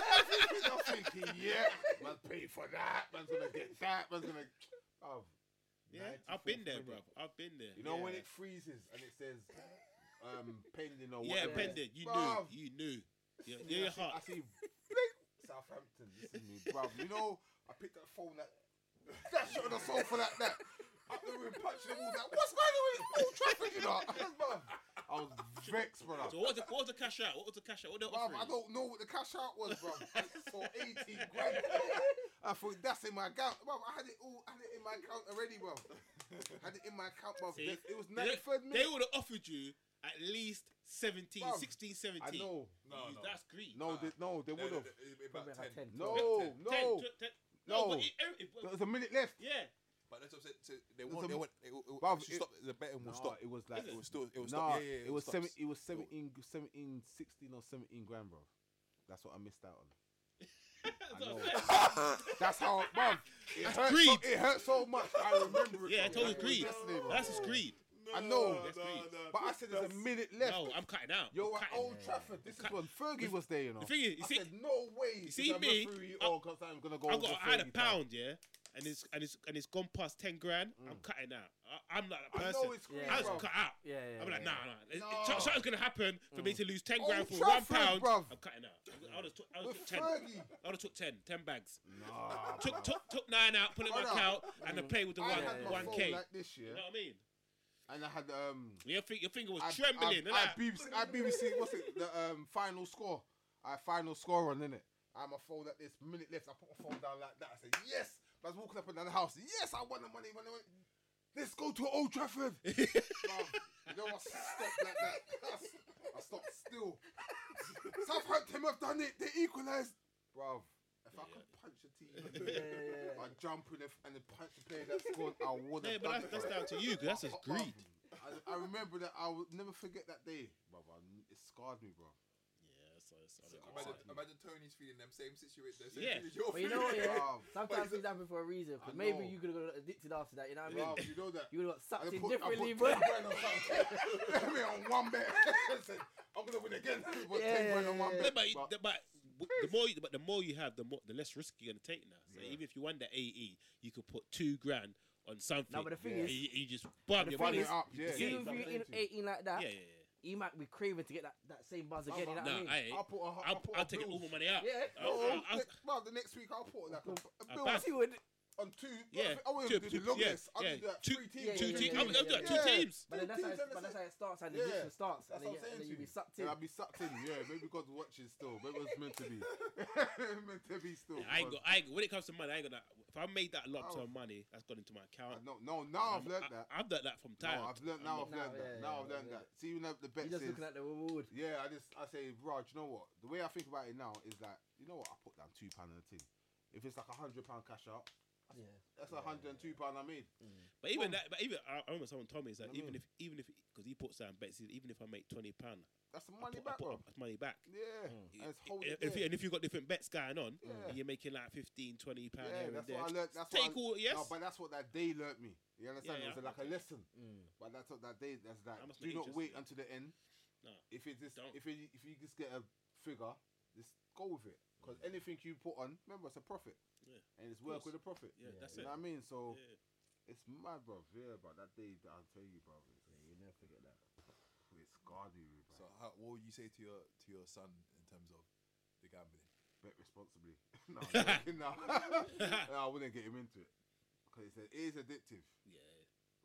Speaker 3: *laughs*
Speaker 1: *laughs*
Speaker 3: I'm thinking, yeah, man's paying for that. Man's gonna get that. Man's gonna. Bruv,
Speaker 1: Yeah,
Speaker 3: 94th
Speaker 1: I've been there, bro.
Speaker 3: minute.
Speaker 1: I've been there.
Speaker 3: You know when
Speaker 1: Yeah.
Speaker 3: it freezes and it says, um, pending or
Speaker 1: Yeah,
Speaker 3: whatever.
Speaker 1: pending. You
Speaker 3: Bruv.
Speaker 1: knew. You knew. Your,
Speaker 3: I
Speaker 1: your,
Speaker 3: see-
Speaker 1: your heart.
Speaker 3: I see blink, Southampton. This is me, bruv. You know, I picked that phone that that shot on the sofa like that. Up the room, punching the wall. Like, what's going on with all traffic? You know, Bruv, I was vexed, brother.
Speaker 1: So what was, the, what was the cash out? What was the cash out? What they
Speaker 3: Bruv,
Speaker 1: offering?
Speaker 3: I don't know what the cash out was, bruv. I saw 18 grand. I thought that's in my account. Bruv, I had it all, I had it in my account already, bruv. had it in my account, bruv.
Speaker 1: See?
Speaker 3: It was
Speaker 1: They-
Speaker 3: 93rd
Speaker 1: They
Speaker 3: minute.
Speaker 1: would have offered you at least 17,
Speaker 3: Bruv,
Speaker 1: 16,
Speaker 3: I
Speaker 1: 17.
Speaker 3: know.
Speaker 5: No, no.
Speaker 1: That's greed.
Speaker 3: No, they, no, they would have.
Speaker 2: Probably
Speaker 5: About
Speaker 2: about
Speaker 5: 10.
Speaker 2: 10.
Speaker 3: No,
Speaker 5: Ten,
Speaker 3: no.
Speaker 1: 10, tw- 10. No,
Speaker 3: No.
Speaker 1: but it, it, it-
Speaker 3: There was a minute left.
Speaker 1: yeah. *laughs*
Speaker 5: But that's what I'm saying. So they
Speaker 3: There's
Speaker 5: won't.
Speaker 3: a-
Speaker 5: They won't. It, will- it, will
Speaker 3: Bruv,
Speaker 5: actually
Speaker 3: it-
Speaker 5: stop. The betting will
Speaker 3: No,
Speaker 5: stop.
Speaker 3: It was like
Speaker 5: It will still. It will
Speaker 3: nah,
Speaker 5: stop. Yeah, yeah, yeah,
Speaker 3: it was
Speaker 5: stops.
Speaker 3: seven. *laughs* It was
Speaker 5: It will-
Speaker 3: 17, 17, 16 or seventeen grand, bro. That's what I missed out on.
Speaker 1: That's what
Speaker 3: know.
Speaker 1: I'm saying.
Speaker 3: That's *laughs* how, bro. It hurt, so,
Speaker 1: greed.
Speaker 3: it hurt so much. I remember it.
Speaker 1: Yeah, I
Speaker 3: bro.
Speaker 1: told you
Speaker 3: Like, it was
Speaker 1: greed.
Speaker 3: yesterday, bro.
Speaker 1: That's just greed.
Speaker 3: I know,
Speaker 1: That's greed.
Speaker 3: but I said there's a minute left.
Speaker 1: No, I'm cutting out.
Speaker 3: Yo,
Speaker 1: I'm
Speaker 3: at
Speaker 1: cutting.
Speaker 3: Old Trafford, this is
Speaker 1: Cut.
Speaker 3: when Fergie was there, you know.
Speaker 1: The thing is, you
Speaker 3: I
Speaker 1: see,
Speaker 3: said no way.
Speaker 1: you
Speaker 3: is
Speaker 1: see
Speaker 3: a
Speaker 1: me,
Speaker 3: referee
Speaker 1: I-
Speaker 3: or 'cause I'm gonna go.
Speaker 1: I
Speaker 3: over
Speaker 1: got I had a
Speaker 3: Fergie time.
Speaker 1: pound, yeah, and it's and it's and it's gone past ten grand. I'm cutting out. I, I'm not that
Speaker 3: Mm. I
Speaker 1: person.
Speaker 3: know it's greed,
Speaker 1: I was
Speaker 3: bro.
Speaker 1: cut out.
Speaker 2: *laughs* Yeah, yeah.
Speaker 1: I'm like,
Speaker 2: yeah.
Speaker 1: nah, nah. It-
Speaker 3: Nah.
Speaker 1: It, so- something's gonna happen for me to lose ten
Speaker 3: Old
Speaker 1: grand for
Speaker 3: Trafford,
Speaker 1: one pound.
Speaker 3: bruv.
Speaker 1: I'm cutting out. I would have took, I would've
Speaker 3: With
Speaker 1: took ten.
Speaker 3: Fergie,
Speaker 1: I would have took ten. Ten bags.
Speaker 3: nah.
Speaker 1: Took, took took nine out. Put it back
Speaker 3: Brother,
Speaker 1: out and then play with the one
Speaker 3: I had my
Speaker 1: one
Speaker 3: phone
Speaker 1: k.
Speaker 3: like this
Speaker 1: You
Speaker 3: year,
Speaker 1: know what I mean?
Speaker 3: and I had um.
Speaker 1: Your, fi- your finger was
Speaker 3: I-
Speaker 1: trembling.
Speaker 3: I,
Speaker 1: and *laughs* like,
Speaker 3: I, BBC, I BBC, what's it? The um, final score. I final score on, innit? I'm a phone at this minute left. I put my phone down like that. I said, yes. I was walking up and down the house. Yes, I won the money. Won the money. Let's go to Old Trafford. Bruv, you know, I stopped like that. I s- I stopped still. *laughs* Southampton have done it. They equalised. Bruv, if I could punch a team,
Speaker 2: Yeah, yeah, yeah.
Speaker 3: I'd jump in and- and punch the player that scored, I would have
Speaker 1: yeah, but
Speaker 3: done
Speaker 1: that's, that's
Speaker 3: it. bruv.
Speaker 1: down to you. 'cause that's just
Speaker 3: But, bruv,
Speaker 1: greed.
Speaker 3: I, I remember that. I will never forget that day, brother. It scarred me, bro.
Speaker 1: Yeah, so, so,
Speaker 5: So Imagine, imagine Tony's feeling them same situation. Same
Speaker 1: Yeah.
Speaker 5: feeling you're
Speaker 2: But you know
Speaker 5: feeling.
Speaker 2: what, yeah?
Speaker 3: Bruv.
Speaker 2: Sometimes
Speaker 5: Wait,
Speaker 2: things happen for a reason. 'cause
Speaker 3: I
Speaker 2: maybe
Speaker 3: know.
Speaker 2: you could have got addicted after that. You know what I mean?
Speaker 3: Bruv, you know that.
Speaker 2: You would have got
Speaker 3: I
Speaker 2: sucked in
Speaker 3: put- I put *laughs*
Speaker 2: differently,
Speaker 3: 10
Speaker 2: bro.
Speaker 3: grand on something. *laughs* Me on one bet. I said, I'm gonna win again. *laughs* But
Speaker 2: Yeah,
Speaker 3: 10 grand on one
Speaker 1: No,
Speaker 2: yeah,
Speaker 3: bet.
Speaker 1: but,
Speaker 3: But
Speaker 1: the, but w- the more you, but the more you have, the more the less risk you're gonna take now. So
Speaker 3: Yeah.
Speaker 1: even if you won the AE, you could put two grand on something.
Speaker 2: No, but the thing
Speaker 1: and
Speaker 2: is-
Speaker 1: you, you just bug
Speaker 2: the
Speaker 1: your
Speaker 2: thing
Speaker 1: money.
Speaker 3: Run
Speaker 2: is,
Speaker 3: it up,
Speaker 1: you
Speaker 3: yeah.
Speaker 2: you
Speaker 1: Yeah,
Speaker 2: if you
Speaker 3: exactly.
Speaker 2: in 18 like that,
Speaker 1: yeah, yeah,
Speaker 2: you might be craving to get that, that same buzz again. You know
Speaker 1: yeah.
Speaker 2: what I mean?
Speaker 1: Nah, I Uh, ain't.
Speaker 3: I'll put a hu-
Speaker 1: I'll,
Speaker 3: I'll put
Speaker 1: I'll
Speaker 3: a
Speaker 1: take it all
Speaker 3: bill.
Speaker 1: my money out.
Speaker 2: Yeah.
Speaker 1: I'll, I'll, I'll,
Speaker 3: next- bruv, the next week I'll put like a, a
Speaker 1: I
Speaker 3: bill
Speaker 1: back-
Speaker 2: Yes, *laughs* you would.
Speaker 3: on two.
Speaker 1: Yeah,
Speaker 3: I won't
Speaker 1: two-
Speaker 3: do
Speaker 1: two-
Speaker 3: the longest.
Speaker 1: yeah,
Speaker 3: I'll do
Speaker 1: yeah.
Speaker 3: that.
Speaker 1: Two-
Speaker 3: Three teams.
Speaker 2: yeah,
Speaker 1: two
Speaker 2: yeah,
Speaker 1: teams.
Speaker 2: yeah,
Speaker 1: I'm gonna do
Speaker 2: yeah,
Speaker 1: that.
Speaker 3: yeah.
Speaker 1: Two teams.
Speaker 2: But then that's
Speaker 3: Two
Speaker 2: how,
Speaker 3: teams,
Speaker 2: it- but
Speaker 3: that's
Speaker 2: that's how it starts, and the
Speaker 3: Yeah.
Speaker 2: addiction starts,
Speaker 3: That's
Speaker 2: and
Speaker 3: what I'm
Speaker 2: then, you, and
Speaker 3: saying
Speaker 2: then you
Speaker 3: to
Speaker 2: be
Speaker 3: you.
Speaker 2: sucked in.
Speaker 3: And I'll be sucked in, yeah. Maybe God's watching still. Maybe it's meant to be. meant to be still.
Speaker 1: I ain't
Speaker 3: bruv.
Speaker 1: got. I ain't, when it comes to money, I ain't gonna. If I made that lump
Speaker 3: Oh.
Speaker 1: sum money, that's gone into my account.
Speaker 3: No, no, now I've
Speaker 1: I'm-
Speaker 3: learned
Speaker 1: I-
Speaker 3: that.
Speaker 1: I've done that from
Speaker 3: No,
Speaker 1: time.
Speaker 3: I've learned
Speaker 1: I'm
Speaker 3: now.
Speaker 1: not-
Speaker 3: I've learned
Speaker 2: Nah,
Speaker 3: that.
Speaker 2: yeah,
Speaker 3: now
Speaker 2: yeah,
Speaker 3: I've learned
Speaker 2: yeah.
Speaker 3: that. See, you know the
Speaker 2: You're
Speaker 3: bets
Speaker 2: just
Speaker 3: is.
Speaker 2: looking at the reward.
Speaker 3: Yeah, I just I say, Raj, you know what? The way I think about it now is that you know what I put down two pound on the thing. If it's like a hundred pound cash out,
Speaker 2: Yeah.
Speaker 3: That's a hundred and two pound I made.
Speaker 2: Mm,
Speaker 1: But even that, but even I, I remember someone told me it's like
Speaker 3: You know
Speaker 1: even
Speaker 3: what
Speaker 1: if even if because he puts down bets, he said, even if I make twenty pound,
Speaker 3: That's the
Speaker 1: I
Speaker 3: money
Speaker 1: put, I
Speaker 3: back,
Speaker 1: put
Speaker 3: bro.
Speaker 1: up- that's money back.
Speaker 3: Yeah, and it's hold
Speaker 1: And
Speaker 3: it
Speaker 1: if, you,
Speaker 3: there.
Speaker 1: and if you've got different bets going on,
Speaker 3: Yeah.
Speaker 1: and you're making like 15, 20 pound
Speaker 3: Yeah,
Speaker 1: here and
Speaker 3: that's
Speaker 1: there,
Speaker 3: what I learnt. That's what I,
Speaker 1: take all. Yes,
Speaker 3: No, but that's what that day learnt me. You understand?
Speaker 1: Yeah,
Speaker 3: it was
Speaker 1: yeah.
Speaker 3: like a lesson.
Speaker 2: Mm.
Speaker 3: But that's what that day. That's that.
Speaker 1: I must
Speaker 3: Do
Speaker 1: make it
Speaker 3: not wait
Speaker 1: interesting.
Speaker 3: until the end.
Speaker 1: No,
Speaker 3: If it just,
Speaker 1: don't.
Speaker 3: if it, if you just get a figure, just go with it. Because anything you put on, remember, it's a profit.
Speaker 1: Mm. Yeah.
Speaker 3: And it's
Speaker 1: Of
Speaker 3: work
Speaker 1: course.
Speaker 3: with a profit.
Speaker 1: yeah,
Speaker 2: Yeah,
Speaker 1: that's
Speaker 3: You
Speaker 1: it.
Speaker 3: know what I mean? So
Speaker 1: Yeah.
Speaker 3: it's mad, bro. Yeah, but that day, I'll tell you, bro.
Speaker 2: Yeah, you never forget that.
Speaker 3: It's scarred you, bro.
Speaker 5: *laughs* So, how, what would you say to your to your son in terms of the gambling?
Speaker 3: Bet responsibly. *laughs* no, I'm joking, no. *laughs* No, I wouldn't get him into it because it is addictive.
Speaker 1: Yeah.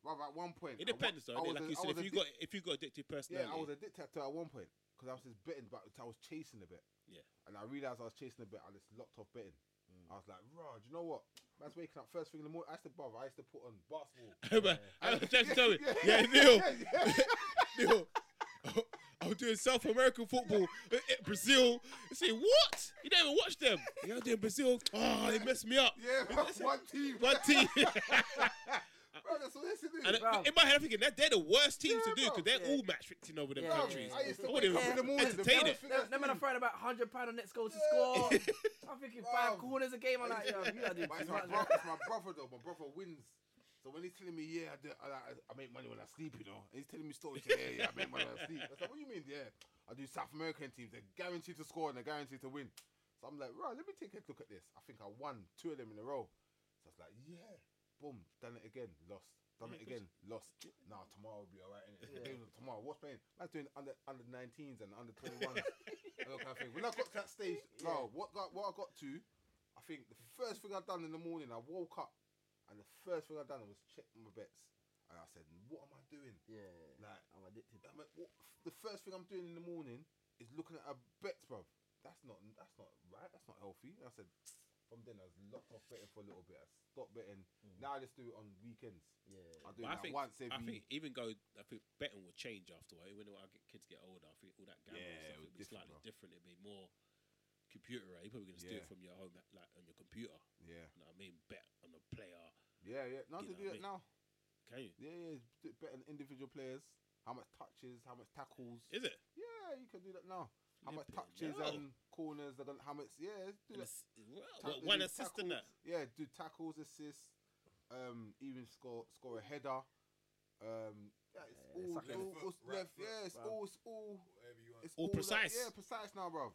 Speaker 3: Rather, at one point,
Speaker 1: It
Speaker 3: at one-
Speaker 1: depends though.
Speaker 3: I
Speaker 1: innit? Like
Speaker 3: was a-
Speaker 1: you
Speaker 3: I
Speaker 1: said,
Speaker 3: was
Speaker 1: if you
Speaker 3: addicted-
Speaker 1: got if you got addicted personality,
Speaker 3: Yeah, I was addicted to her at one point because I was just betting, but I was chasing a bit.
Speaker 1: Yeah.
Speaker 3: And I realized I was chasing a bit. I just locked off betting.
Speaker 2: mm.
Speaker 3: I was like, "Rah, do you know what? Man's waking up first thing in the morning. I used to bother. I used to put on basketball.
Speaker 1: I remember, *laughs* I was
Speaker 3: *laughs*
Speaker 1: just telling, yeah, Neil, Neil, *laughs* I was doing South American football, eh, eh, Brazil. You say what? You don't even watch them. You know, doing Brazil. Oh, they messed me up. *laughs*
Speaker 3: yeah, *laughs* bro, one team.
Speaker 1: One team.
Speaker 3: *laughs*
Speaker 1: *laughs*
Speaker 3: Bro, that's what they used to do.
Speaker 1: And
Speaker 2: Bro.
Speaker 1: in my head, I'm thinking that they're the worst teams
Speaker 3: Yeah,
Speaker 1: to do because
Speaker 3: bro.
Speaker 1: they're
Speaker 2: Yeah.
Speaker 1: all match fixing over them
Speaker 2: Yeah.
Speaker 1: countries.
Speaker 3: I used to
Speaker 1: I
Speaker 3: wake
Speaker 1: wouldn't
Speaker 3: up in the
Speaker 1: even
Speaker 3: morning. the
Speaker 1: entertain it.
Speaker 3: first thing I
Speaker 2: Them, them man are
Speaker 3: see-
Speaker 2: throwing about hundred pound on next goal to
Speaker 3: Yeah. *laughs*
Speaker 2: score. I'm thinking
Speaker 3: Bruv.
Speaker 2: five corners a game. I'm like, yo, you gotta do
Speaker 3: But
Speaker 2: too
Speaker 3: it's my,
Speaker 2: much.
Speaker 3: brother, it's my brother though. My brother wins. So when he's telling me, yeah, I, do, I, I, I make money when I sleep, you know. And he's telling me stories. Yeah, yeah, I make money when I sleep. I was like, what do you mean? Yeah, I do South American teams. They're guaranteed to score and they're guaranteed to win. So I'm like, right, let me take a look at this. I think I won two of them in a row. So I was like, yeah, boom, done it again, lost. Done it again, lost. Now tomorrow will be alright, innit?
Speaker 2: Yeah.
Speaker 3: The games of Tomorrow, what's playing? That's doing under under 19s and under 21s. and all kind of thing. When I got to that stage, bro, what got, what I got to, I think the first thing I done in the morning, I woke up, and the first thing I done was check my bets, and I said, what am I doing?
Speaker 2: Yeah,
Speaker 3: Like,
Speaker 2: I'm addicted.
Speaker 3: I'm like, what- the first thing I'm doing in the morning is looking at a bets, bro. That's not that's not right. That's not healthy. And I said, from then I was locked off betting for a little bit. I stopped betting. Now I just do it on weekends.
Speaker 2: Yeah.
Speaker 3: I
Speaker 1: Mm. But
Speaker 3: do it
Speaker 1: I
Speaker 3: like
Speaker 1: think,
Speaker 3: once every.
Speaker 1: I think even go, I think betting will change after a while. When our g- kids get older, I think all that gambling
Speaker 3: Yeah,
Speaker 1: stuff
Speaker 3: it
Speaker 1: will
Speaker 3: was
Speaker 1: be
Speaker 3: different,
Speaker 1: slightly
Speaker 3: bro.
Speaker 1: different. It'll be more computerized. You're probably going to do
Speaker 3: Yeah.
Speaker 1: it from your home, like on your computer.
Speaker 3: Yeah,
Speaker 1: You know what I mean? Bet on a player.
Speaker 3: yeah, yeah. Now
Speaker 1: You
Speaker 3: to
Speaker 1: know
Speaker 3: do
Speaker 1: what I
Speaker 3: that
Speaker 1: mean?
Speaker 3: now.
Speaker 1: Can you?
Speaker 3: Yeah, yeah. do- Bet on individual players. How much touches? How much tackles?
Speaker 1: Is it?
Speaker 3: yeah, you can do that now. How much
Speaker 1: Flipping
Speaker 3: touches
Speaker 1: hell.
Speaker 3: and corners? They're gonna, how much? Yeah, do
Speaker 1: And
Speaker 3: that.
Speaker 1: it's- well,
Speaker 3: Ta-
Speaker 1: what,
Speaker 3: they
Speaker 1: one
Speaker 3: do
Speaker 1: assist in that.
Speaker 3: tackles- Yeah, do tackles, assists, um, even score score a header. Um, yeah, it's
Speaker 2: Yeah,
Speaker 3: all,
Speaker 2: it's like
Speaker 3: all, all
Speaker 5: left foot, right
Speaker 3: left-
Speaker 5: foot,
Speaker 3: yeah, it's
Speaker 2: bruv.
Speaker 3: all, it's all,
Speaker 5: Whatever you want.
Speaker 3: it's
Speaker 1: All
Speaker 3: that-
Speaker 1: precise.
Speaker 3: yeah, precise now, bruv.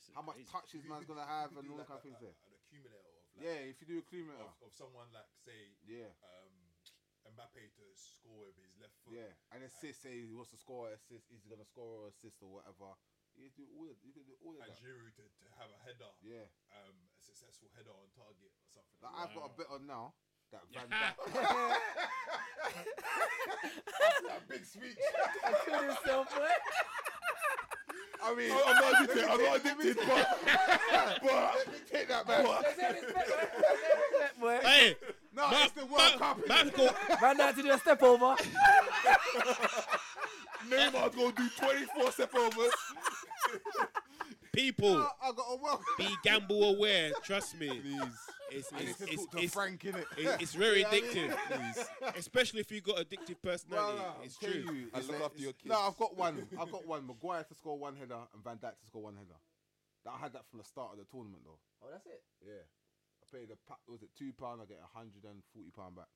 Speaker 1: It's
Speaker 3: How much
Speaker 1: crazy.
Speaker 3: touches
Speaker 5: You
Speaker 3: man's
Speaker 5: could-
Speaker 3: gonna
Speaker 5: you
Speaker 3: have
Speaker 5: could
Speaker 3: and
Speaker 5: do
Speaker 3: all
Speaker 5: *laughs* like
Speaker 3: kind of
Speaker 5: a-
Speaker 3: things there.
Speaker 5: a- An accumulator of like,
Speaker 3: Yeah, if you do a cleaner,
Speaker 5: of, of someone like say
Speaker 3: yeah,
Speaker 5: um, Mbappe to score with his left foot.
Speaker 3: yeah, and assist. Say he wants to score, assist. He's gonna score or assist or whatever. You do all, of, you can do all of
Speaker 5: And
Speaker 3: that.
Speaker 5: Giroud to, to have a header,
Speaker 3: Yeah,
Speaker 5: um, a successful header on target or something.
Speaker 3: like
Speaker 5: Like
Speaker 3: I've got a
Speaker 1: Wow.
Speaker 3: bet on now. That
Speaker 5: *laughs*
Speaker 3: Van Dijk.
Speaker 5: that. *laughs* that big speech.
Speaker 2: I killed himself, boy.
Speaker 3: *laughs* I mean,
Speaker 5: I'm
Speaker 3: *laughs*
Speaker 5: not addicted. I'm not
Speaker 3: Let me
Speaker 5: addicted,
Speaker 3: take- *laughs*
Speaker 5: but but
Speaker 3: Let me take that back.
Speaker 2: Let's have his back, boy. Let's have his back, boy.
Speaker 1: Hey,
Speaker 3: No,
Speaker 1: Ma-
Speaker 3: it's the World
Speaker 1: Ma-
Speaker 3: Cup.
Speaker 1: Man, go,
Speaker 2: *laughs* Right now to do a step
Speaker 3: Oh,
Speaker 2: over.
Speaker 5: Neymar's gonna do 24 step overs.
Speaker 3: *laughs*
Speaker 1: people,
Speaker 3: I I got a World
Speaker 1: be gamble aware. Trust me.
Speaker 5: Please.
Speaker 1: It's,
Speaker 3: I need
Speaker 1: it's,
Speaker 3: to
Speaker 1: it's,
Speaker 3: talk to
Speaker 1: it's,
Speaker 3: Frank in it.
Speaker 1: It- it's very
Speaker 3: Yeah, I mean-
Speaker 1: addictive, especially if you got addictive personality. it's true.
Speaker 5: I look after your
Speaker 3: No, I've
Speaker 5: kids.
Speaker 3: got one. I've got one. Maguire to score one header and Van Dijk to score one header. That I had that from the start of the tournament though.
Speaker 2: Oh, that's it.
Speaker 3: Yeah, I paid a pack. Was it two pound? I get a hundred and forty pound back.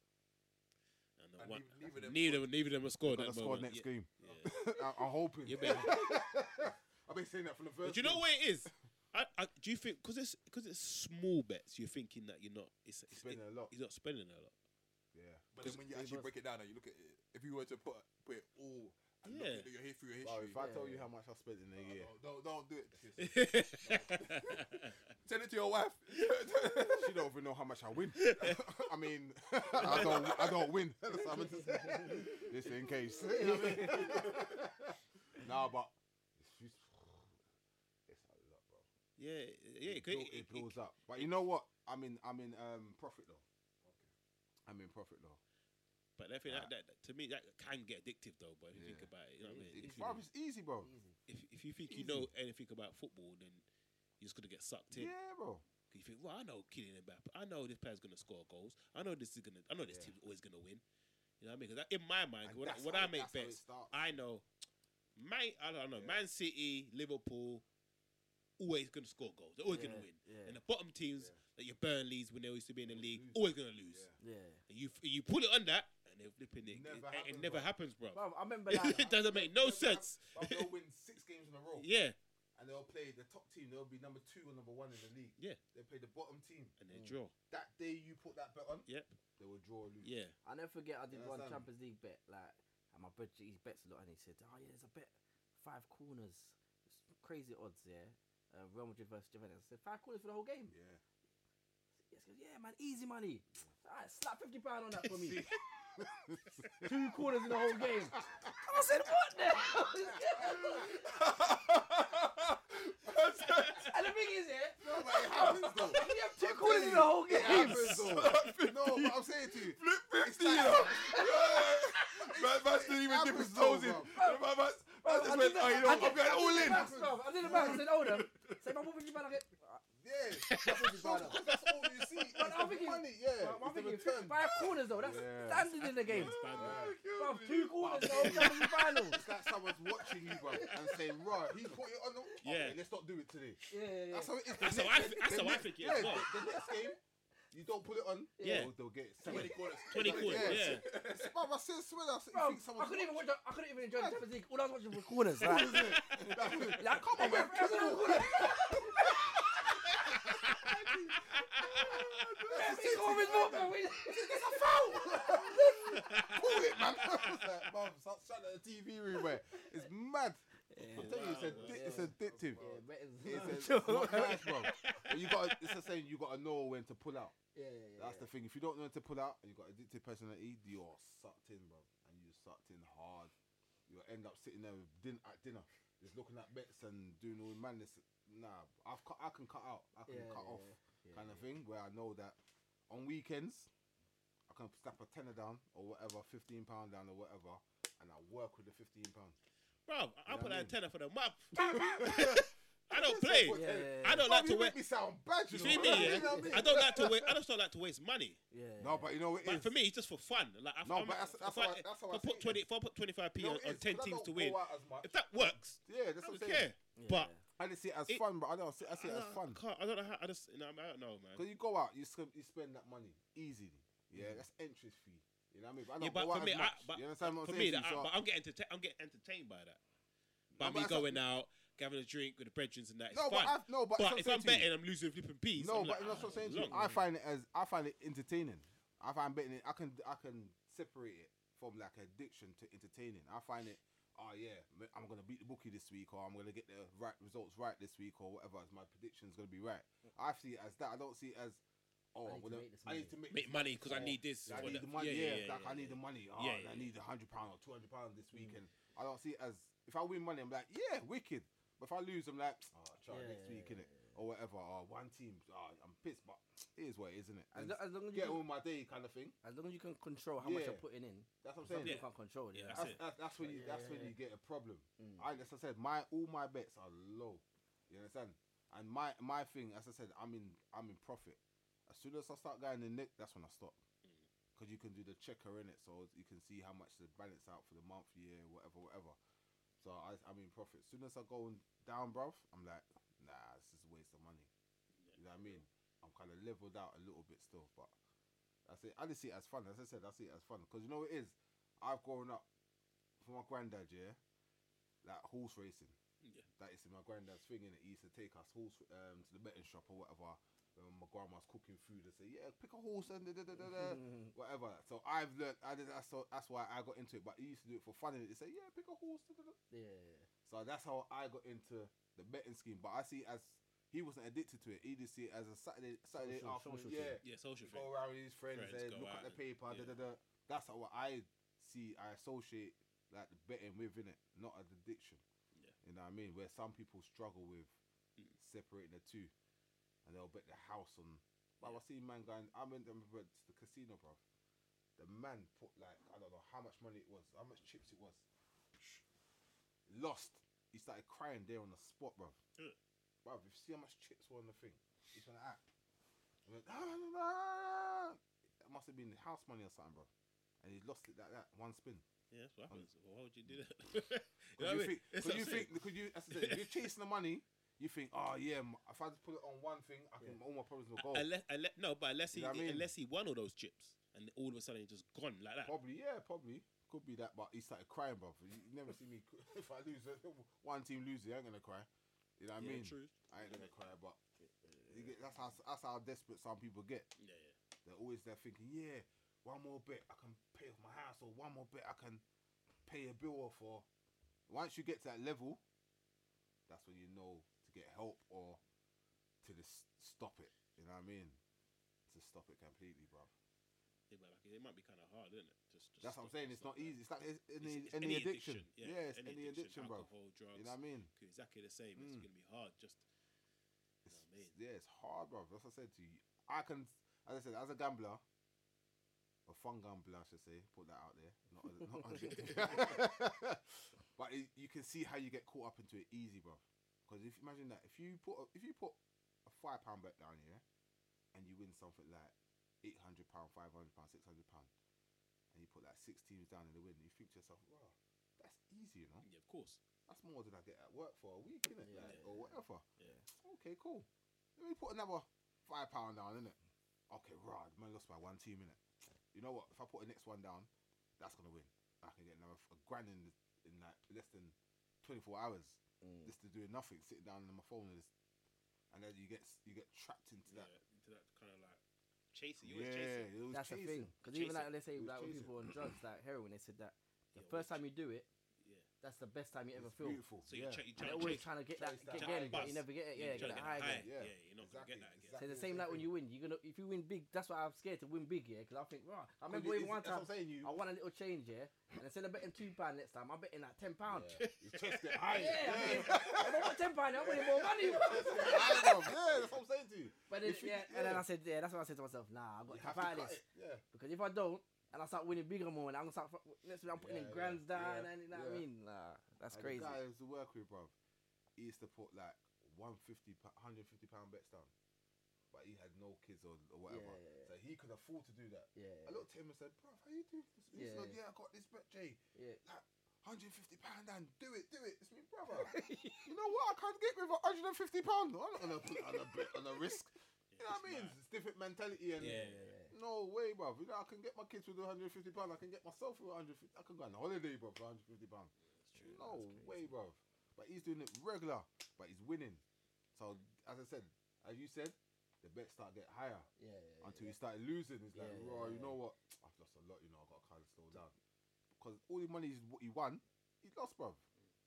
Speaker 1: And the
Speaker 5: And
Speaker 1: one-
Speaker 5: neither- neither them
Speaker 1: Neither neither of them have scored
Speaker 3: Got
Speaker 1: Oh, that
Speaker 3: to score
Speaker 1: moment.
Speaker 3: next
Speaker 1: Yeah.
Speaker 3: game. I, *laughs* I'm hoping.
Speaker 1: You better-
Speaker 3: I've been saying that from the first.
Speaker 1: But you know
Speaker 3: game.
Speaker 1: what it is? I, I, do you think because it's because it's small bets, you're thinking that you're not it's, it's
Speaker 3: Spending a lot.
Speaker 1: You're not spending a lot.
Speaker 3: Yeah.
Speaker 5: But then when you actually break it down and you look at it, if you were to put put it all and
Speaker 1: Yeah.
Speaker 5: look at your history, your
Speaker 3: Bro,
Speaker 5: history.
Speaker 3: if I
Speaker 2: Yeah.
Speaker 3: tell you how much I spent in a year,
Speaker 5: don't, don't
Speaker 3: *laughs*
Speaker 5: do it. *laughs*
Speaker 1: *laughs*
Speaker 5: Send it to your wife.
Speaker 3: she don't even know how much I win. I mean, I don't, I don't win. *laughs* That's what I meant to say. Just in case. You know what I mean? nah, but it's, just- it's a lot, bro.
Speaker 1: yeah, yeah.
Speaker 3: it,
Speaker 1: It,
Speaker 3: build- it blows up. But you know what? I'm in, I'm in um, profit though. I'm in profit though.
Speaker 1: but I think that, that, that- to me that can get addictive though. But if you
Speaker 3: Ah. Yeah.
Speaker 1: think about it, you know what I mean.
Speaker 3: It's,
Speaker 1: If
Speaker 3: bro,
Speaker 1: you,
Speaker 3: it's easy, bro.
Speaker 2: Easy.
Speaker 1: if, if you think you
Speaker 3: easy.
Speaker 1: know anything about football, then you're just gonna get sucked in.
Speaker 3: Yeah, bro.
Speaker 1: You think, well, I know Kylian Mbappe. I know this player's gonna score goals. I know this is gonna. I know this
Speaker 3: Yeah.
Speaker 1: team's always gonna win. You know what I mean? Because in my mind,
Speaker 3: And
Speaker 1: when, I,
Speaker 3: that's
Speaker 1: when
Speaker 3: how
Speaker 1: I
Speaker 3: it-
Speaker 1: make
Speaker 3: that's how
Speaker 1: bets,
Speaker 3: it starts.
Speaker 1: I know. Man, I don't know.
Speaker 3: Yeah.
Speaker 1: Man City, Liverpool, always gonna score goals. They're always gonna
Speaker 2: Yeah,
Speaker 1: win.
Speaker 2: yeah.
Speaker 1: And the bottom teams,
Speaker 3: Yeah.
Speaker 1: like your Burnleys when they used to be in the
Speaker 3: Always
Speaker 1: league,
Speaker 3: lose.
Speaker 1: always gonna lose.
Speaker 3: Yeah.
Speaker 2: Yeah.
Speaker 1: And you f- you pull it on that, and they're flipping it.
Speaker 4: Never
Speaker 1: it,
Speaker 4: happens,
Speaker 1: it never
Speaker 4: bro.
Speaker 1: happens, bro. *laughs*
Speaker 2: Bro, I remember
Speaker 1: it
Speaker 2: like
Speaker 1: doesn't make no
Speaker 4: Never
Speaker 1: sense.
Speaker 3: But they'll win six games in a row.
Speaker 1: Yeah,
Speaker 3: And they'll play the top team. They'll be number two or number one in the league.
Speaker 1: Yeah.
Speaker 3: They play the bottom team.
Speaker 1: and they draw.
Speaker 3: That day you put that bet on,
Speaker 1: Yep.
Speaker 3: they will draw or lose.
Speaker 1: Yeah.
Speaker 2: I never forget I did
Speaker 3: Yeah,
Speaker 2: one
Speaker 3: Sam.
Speaker 2: Champions League bet, like, and my brother he bets a lot, and he said, "Oh yeah, there's a bet, five corners, It's crazy odds, yeah, uh, Real Madrid versus Juventus." I said, five corners for the whole game."
Speaker 3: *laughs* Yeah.
Speaker 2: Yes, he goes, yeah, man, easy money. All right, slap fifty pound on that for
Speaker 4: *laughs*
Speaker 2: me. *laughs* Two corners in the whole game. And I said, "What the hell?" *laughs*
Speaker 5: *laughs*
Speaker 2: and the thing is, yeah,
Speaker 3: No, but it happens
Speaker 1: *laughs*
Speaker 3: though.
Speaker 2: you have two
Speaker 3: I'm
Speaker 2: corners in
Speaker 3: telling
Speaker 2: the whole
Speaker 3: you, It
Speaker 4: *laughs*
Speaker 2: game.
Speaker 3: happens though. *laughs* No, but I'm saying to you. Flip 50.
Speaker 4: Man, man didn't even dip his toes in. Man, man, man just went, oh, you know,
Speaker 2: I
Speaker 4: what, I'm
Speaker 2: did-
Speaker 4: going all
Speaker 2: I did
Speaker 4: in.
Speaker 2: the maths, bro. I did the math. I said, "Hold on." Said, "Man, what would you bet?" I get
Speaker 3: Yeah,
Speaker 1: *laughs*
Speaker 3: that's what you buy that. That's all you see. It's
Speaker 2: I'm
Speaker 3: the
Speaker 4: *laughs*
Speaker 2: thinking-
Speaker 3: money, yeah.
Speaker 2: Bro, I'm
Speaker 3: it's the
Speaker 2: thinking
Speaker 3: return.
Speaker 2: five corners though. That's
Speaker 3: Yeah.
Speaker 2: standard in the game.
Speaker 1: Expanded.
Speaker 2: Bro, two corners though. Champions League
Speaker 3: *laughs*
Speaker 2: final.
Speaker 3: It's like someone's watching you, bro, and saying, "Right, he put it on the.
Speaker 1: Yeah.
Speaker 3: Okay, let's not do it today."
Speaker 2: Yeah, yeah, yeah.
Speaker 3: That's how it is.
Speaker 1: That's
Speaker 3: The
Speaker 1: how I
Speaker 3: next-
Speaker 1: thi- that's
Speaker 3: the
Speaker 1: how I
Speaker 3: next-
Speaker 1: think it
Speaker 3: yeah,
Speaker 1: as well.
Speaker 3: The, the next game, you don't put it on.
Speaker 2: Yeah.
Speaker 3: they'll, they'll get it.
Speaker 4: 20 corners.
Speaker 1: 20
Speaker 3: Like,
Speaker 1: quid,
Speaker 3: yeah. *laughs*
Speaker 1: yeah.
Speaker 3: It's- Bro, I said, swear, I said, you
Speaker 2: Bro,
Speaker 3: think
Speaker 2: I
Speaker 3: someone's
Speaker 2: couldn't even watch.
Speaker 3: watching-
Speaker 2: the- I couldn't even
Speaker 3: *laughs*
Speaker 2: enjoy the Champions League. All I was watching was *laughs* corners. Like, *laughs* like come
Speaker 3: Come
Speaker 2: on,
Speaker 3: on,
Speaker 2: man. That's
Speaker 3: come on.
Speaker 2: all corners. It's all his fault, man. *laughs*
Speaker 3: It's a foul. Call it, man. *laughs* I was like, "Bro, stop shouting at the TV room, man. It's mad. I'm telling you,
Speaker 1: Wow,
Speaker 3: it's, addi- it's addictive.
Speaker 2: Yeah, bet *laughs* is-
Speaker 3: It's, it's not nice, bro. But You got. It's the same. You got to know when to pull out.
Speaker 2: Yeah, yeah, yeah.
Speaker 3: That's the thing. If you don't know when to pull out, and you got addictive personality, you're sucked in, bro, and you're sucked in hard. You'll end up sitting there with din- at dinner, just looking at bets and doing all madness. Nah, I've cut. I can cut out. I can
Speaker 2: Yeah,
Speaker 3: cut
Speaker 2: yeah,
Speaker 3: off
Speaker 2: yeah,
Speaker 3: kind of
Speaker 2: yeah.
Speaker 3: thing. Where I know that on weekends, I can slap a tenner down or whatever, fifteen pound down or whatever, and I work with the fifteen pound.
Speaker 1: Bro, I- I
Speaker 3: You know
Speaker 1: put
Speaker 3: what I
Speaker 1: out a
Speaker 3: mean?
Speaker 1: tenner for the month. I don't play.
Speaker 2: Yeah, yeah,
Speaker 1: I
Speaker 2: yeah.
Speaker 1: don't like to
Speaker 3: you
Speaker 1: wear.
Speaker 3: make me sound bad.
Speaker 1: You
Speaker 3: You,
Speaker 1: see
Speaker 3: know?
Speaker 1: me?
Speaker 3: You
Speaker 1: Yeah?
Speaker 3: know what mean?
Speaker 1: I don't like to waste. I just don't like to waste money.
Speaker 2: Yeah.
Speaker 3: No, but you know what it
Speaker 1: But
Speaker 3: is?
Speaker 1: for me, it's just for fun. Like I-
Speaker 3: No,
Speaker 1: I'm-
Speaker 3: but that's- that's
Speaker 1: if I,
Speaker 3: how I- that's how
Speaker 1: if
Speaker 3: I see
Speaker 1: put
Speaker 3: it.
Speaker 1: twenty. If I put twenty five p
Speaker 3: No,
Speaker 1: on,
Speaker 3: it
Speaker 1: on
Speaker 3: is,
Speaker 1: ten
Speaker 3: 'cause I
Speaker 1: teams
Speaker 3: don't
Speaker 1: to
Speaker 3: go
Speaker 1: win,
Speaker 3: out as much.
Speaker 1: if that works,
Speaker 3: Yeah, that's
Speaker 1: I
Speaker 3: what I'm
Speaker 1: don't
Speaker 3: saying.
Speaker 1: care.
Speaker 2: Yeah.
Speaker 1: But
Speaker 3: I didn't see it as
Speaker 1: It-
Speaker 3: fun, but I don't see, I see it
Speaker 1: I,
Speaker 3: as
Speaker 1: don't-
Speaker 3: fun.
Speaker 1: can't- I don't know. How, I just you know, I don't know, man.
Speaker 3: Because you go out, you, sp- you spend that money easily. Yeah, that's entrance fee. You know what I mean? But I don't
Speaker 1: Mm. Yeah, but
Speaker 3: go
Speaker 1: for
Speaker 3: out
Speaker 1: me,
Speaker 3: as
Speaker 1: I-
Speaker 3: much.
Speaker 1: but
Speaker 3: you understand what
Speaker 1: For
Speaker 3: I'm
Speaker 1: me,
Speaker 3: saying?
Speaker 1: that,
Speaker 3: So
Speaker 1: I, but I'm getting enter- I'm getting entertained by that. By
Speaker 3: No, but
Speaker 1: me
Speaker 3: that's not-
Speaker 1: going out, having a drink with the brethren and that, it's
Speaker 3: no, but
Speaker 1: fun.
Speaker 3: I've, no, but,
Speaker 1: but
Speaker 3: that's
Speaker 1: if
Speaker 3: what
Speaker 1: I'm
Speaker 3: saying to
Speaker 1: betting,
Speaker 3: you.
Speaker 1: I'm losing flipping peas.
Speaker 3: no,
Speaker 1: I'm
Speaker 3: but
Speaker 1: like,
Speaker 3: that's what I'm
Speaker 1: "Ah,
Speaker 3: saying. To you.
Speaker 1: long,
Speaker 3: I
Speaker 1: man."
Speaker 3: find it as I find it entertaining. I find betting it. I can I can separate it from like addiction to entertaining. I find it. Oh yeah, m- I'm gonna beat the bookie this week, or I'm gonna get the right results right this week, or whatever. My prediction's gonna be right. I see it as that. I don't see it as. Oh,
Speaker 2: I
Speaker 3: I'm
Speaker 2: need to
Speaker 3: gonna-
Speaker 2: make this
Speaker 3: I
Speaker 2: money.
Speaker 3: need to make,
Speaker 1: make
Speaker 3: this
Speaker 1: money because I
Speaker 3: Oh,
Speaker 1: need this.
Speaker 3: I
Speaker 1: for
Speaker 3: need
Speaker 1: that.
Speaker 3: the money. Yeah, like I
Speaker 1: yeah.
Speaker 3: need the money. Oh,
Speaker 1: Yeah,
Speaker 3: and I
Speaker 1: yeah,
Speaker 3: need a hundred pound or two hundred pound this week,
Speaker 2: Mm.
Speaker 3: and I don't see it as if I win money, I'm like, yeah, wicked. But if I lose, I'm like, oh, I'll try
Speaker 2: Yeah,
Speaker 3: next
Speaker 2: yeah,
Speaker 3: week,
Speaker 2: yeah,
Speaker 3: innit? Or whatever. Or one team. Oh, I'm pissed, but it is what it is, isn't it?
Speaker 2: As,
Speaker 3: And
Speaker 2: lo- as long as you
Speaker 3: get
Speaker 2: can,
Speaker 3: all my day kind of thing.
Speaker 2: as long as you can control how much you're
Speaker 3: Yeah.
Speaker 2: putting in,
Speaker 3: That's what I'm
Speaker 2: some
Speaker 3: saying.
Speaker 2: people
Speaker 1: Yeah.
Speaker 2: can't control.
Speaker 1: Yeah,
Speaker 2: Yeah,
Speaker 1: that's
Speaker 3: That's,
Speaker 1: it.
Speaker 3: that's, that's when you
Speaker 2: Yeah,
Speaker 3: that's
Speaker 2: yeah,
Speaker 3: when
Speaker 2: yeah.
Speaker 3: you get a problem.
Speaker 2: Mm.
Speaker 3: I, as I said, my all my bets are low. You understand? And my my thing, as I said, I'm in I'm in profit. As soon as I start going in the nick, that's when I stop. Because you can do the checker in it, so you can see how much the balance out for the month, year, whatever, whatever. So I, I'm in profit. As soon as I go down, bruv, I'm like, nah, this is a waste of money. You know what I mean? I'm kind of leveled out a little bit still, but that's it. I just see it as fun. As I said, I see it as fun because you know what it is. I've grown up from my granddad, yeah, like horse racing.
Speaker 1: Yeah.
Speaker 3: That is my granddad's thing, and he used to take us horse um, to the betting shop or whatever. When my grandma's cooking food, they say, "Yeah, pick a horse and da da da da da."
Speaker 2: *laughs* Mm-hmm.
Speaker 3: Whatever. So I've learned. I did, that's, so, that's why I got into it. But he used to do it for fun. And they say, "Yeah, pick a horse." Da, da, da.
Speaker 2: yeah.
Speaker 3: So that's how I got into the betting scheme. But I see it as he wasn't addicted to it. He just see it as a Saturday Saturday
Speaker 2: Social-
Speaker 3: afternoon.
Speaker 2: social
Speaker 3: yeah,
Speaker 1: Yeah, social
Speaker 3: go
Speaker 1: thing.
Speaker 3: around with his friends,
Speaker 1: Friends, go
Speaker 3: and look
Speaker 1: out
Speaker 3: at the
Speaker 1: and-
Speaker 3: paper.
Speaker 1: yeah.
Speaker 3: Da, da, da. That's how I see. I associate like the betting within it, not an addiction.
Speaker 1: Yeah.
Speaker 3: You know what I mean? Where some people struggle with
Speaker 1: Mm.
Speaker 3: separating the two, and they'll bet the house on. But I seen man going. I went to the casino, bro. The man put like I don't know how much money it was, how much chips it was. Lost. He started crying there on the spot, bro.
Speaker 1: Ugh.
Speaker 3: Bro, you see how much chips were on the thing. He's gonna act. went, "Ah, nah, nah." That must have been house money or something, bro. And he lost it like that, one spin.
Speaker 1: Yeah, that's what happens. Well, why would you do that? *laughs* you know what I
Speaker 3: Because you,
Speaker 1: mean?
Speaker 3: think,
Speaker 1: That's
Speaker 3: cause
Speaker 1: what
Speaker 3: you
Speaker 1: I'm saying.
Speaker 3: think, cause you, that's the thing, if you're chasing the money, you think, oh yeah, m- if I just put it on one thing, I can, all my problems will go.
Speaker 1: Unless, unless, no, but unless he
Speaker 3: You know what I mean?
Speaker 1: unless he won all those chips and all of a sudden he's just gone like that.
Speaker 3: Probably, yeah, probably. Could be that, but he started crying, bro. You you never see me, *laughs* cr- if I lose, one team loses, I ain't gonna cry. You know what I mean?
Speaker 1: true.
Speaker 3: I ain't gonna cry, but you get, that's, how, that's how desperate some people get.
Speaker 1: Yeah, yeah.
Speaker 3: They're always there thinking, yeah, one more bit I can pay off my house, or one more bit I can pay a bill off. Or once you get to that level, that's when you know to get help or to just stop it. You know what I mean? To stop it completely, bro.
Speaker 1: Yeah, but like, it might be kind of hard, isn't it? Just, just
Speaker 3: That's what I'm
Speaker 1: stop-
Speaker 3: saying. It's
Speaker 1: stop
Speaker 3: not
Speaker 1: that.
Speaker 3: easy. It's like it's
Speaker 1: It's-
Speaker 3: any,
Speaker 1: it's
Speaker 3: any, addiction.
Speaker 1: Yeah,
Speaker 3: Yeah, it's any, addiction, bro.
Speaker 1: Alcohol, drugs.
Speaker 3: You know what I mean?
Speaker 1: could- Exactly the same. It's
Speaker 3: Mm.
Speaker 1: gonna be hard. Just
Speaker 3: It's,
Speaker 1: know what I mean?
Speaker 3: Yeah, it's hard, bro. That's what I said to you. I can, as I said, as a gambler, a fun gambler, I should say, put that out there. Not, a- not
Speaker 1: *laughs*
Speaker 3: addicted. *laughs* but it, you can see how you get caught up into it easy, bro. Because if imagine that if you put a, if you put a five pound bet down here, and you win something like eight hundred pound, five hundred pound, six hundred pound, and you put like six teams down in the win, you think to yourself, wow, that's easy, you know.
Speaker 1: yeah, of course.
Speaker 3: That's more than I get at work for a week, innit?
Speaker 2: Yeah.
Speaker 3: Like, or whatever.
Speaker 1: Yeah.
Speaker 3: Okay, cool. Let me put another five pound down, innit? Okay, right. Man lost by one team, innit? You know what? If I put the next one down, that's gonna win. I can get another f- a grand in in like less than twenty four hours,
Speaker 2: Mm.
Speaker 3: just to doing nothing, sitting down on my phone, and, just, and then you get s- you get trapped into
Speaker 1: Yeah,
Speaker 3: that.
Speaker 1: into that kind of like chasing. You always
Speaker 3: Yeah,
Speaker 1: chasing.
Speaker 3: it was
Speaker 2: That's the thing.
Speaker 3: chasing.
Speaker 2: Because even
Speaker 1: Chasing.
Speaker 2: like they say,
Speaker 3: It was
Speaker 2: like with
Speaker 3: chasing.
Speaker 2: people on drugs, like heroin, they said that the
Speaker 1: Yeah, always
Speaker 2: first time you do it,
Speaker 1: Yeah.
Speaker 2: that's the best time you ever
Speaker 3: It's
Speaker 2: feel.
Speaker 3: beautiful.
Speaker 1: So you
Speaker 3: yeah.
Speaker 1: ch- you
Speaker 2: And
Speaker 1: try to
Speaker 2: they're always
Speaker 1: chase.
Speaker 2: trying to get that
Speaker 3: chase that
Speaker 2: get again,
Speaker 1: high
Speaker 2: but
Speaker 1: buzz.
Speaker 2: you never get it.
Speaker 1: Yeah,
Speaker 2: Yeah,
Speaker 1: you
Speaker 2: get
Speaker 1: trying to
Speaker 2: that high
Speaker 1: get
Speaker 2: again.
Speaker 1: high. Yeah, you're not gonna
Speaker 3: Exactly,
Speaker 1: get that again.
Speaker 2: So
Speaker 3: exactly
Speaker 2: it's the same like when you win. You're gonna if you win big, that's why I'm scared to win big, yeah. Because I think, right, I
Speaker 3: Because
Speaker 2: remember
Speaker 3: you-
Speaker 2: even one
Speaker 3: it's-
Speaker 2: time
Speaker 3: that's what I'm saying you.
Speaker 2: I won a little change, yeah, and instead of betting two pound next time, I'm betting like ten pound.
Speaker 3: yeah. Your chest get high.
Speaker 2: Yeah, *laughs* I mean,
Speaker 3: Yeah.
Speaker 2: if I want ten pound, I'm winning more
Speaker 3: *laughs*
Speaker 2: money.
Speaker 3: Chest get high, bro. Yeah, that's what I'm saying to you.
Speaker 2: But then,
Speaker 3: If you-
Speaker 2: yeah, and then
Speaker 3: yeah.
Speaker 2: I said, yeah, that's what I said to myself. Nah, I've got
Speaker 3: You
Speaker 2: to
Speaker 3: have
Speaker 2: tap
Speaker 3: to
Speaker 2: out
Speaker 3: cut
Speaker 2: of this
Speaker 3: it. Yeah.
Speaker 2: because if I don't and I start winning bigger more, and I'm gonna start fu- next week I'm putting
Speaker 3: Yeah,
Speaker 2: in
Speaker 3: yeah,
Speaker 2: grands down,
Speaker 3: yeah,
Speaker 2: and you know what I
Speaker 3: yeah.
Speaker 2: mean? Nah, that's
Speaker 3: And The
Speaker 2: crazy.
Speaker 3: guy I used to work with, bruv, he used to put like 150, pa- 150 pound bets down, but he had no kids or, or whatever,
Speaker 2: Yeah, yeah, yeah.
Speaker 3: so he could afford to do that.
Speaker 2: Yeah,
Speaker 3: I looked at him and said, "Bruv, how you doing this?" He
Speaker 2: Yeah,
Speaker 3: said,
Speaker 2: yeah.
Speaker 3: "Yeah, I got this bet, Jay,
Speaker 2: *laughs* yeah.
Speaker 3: like 150 pound, and do it, do it." It's me, brother. *laughs* you know what? I can't get rid of 150 pound. I'm not gonna put it on a bet on a risk. You know what I mean? It's different mentality and.
Speaker 1: Yeah, yeah,
Speaker 2: yeah.
Speaker 3: No way, bruv. You know, I can get my kids with 150 pounds. I can get myself with 150. I can go on holiday, bruv, for 150 pounds. No way, bruv. But he's doing it regular, but he's winning. So as I said, as you said, the bets start get higher
Speaker 2: Yeah, yeah,
Speaker 3: until he started losing. It's like,
Speaker 2: Yeah, yeah,
Speaker 3: raw,
Speaker 2: yeah,
Speaker 3: you know what? I've lost a lot. You know, I got to kind of slow down because all the money he's- what he won, he lost, bruv.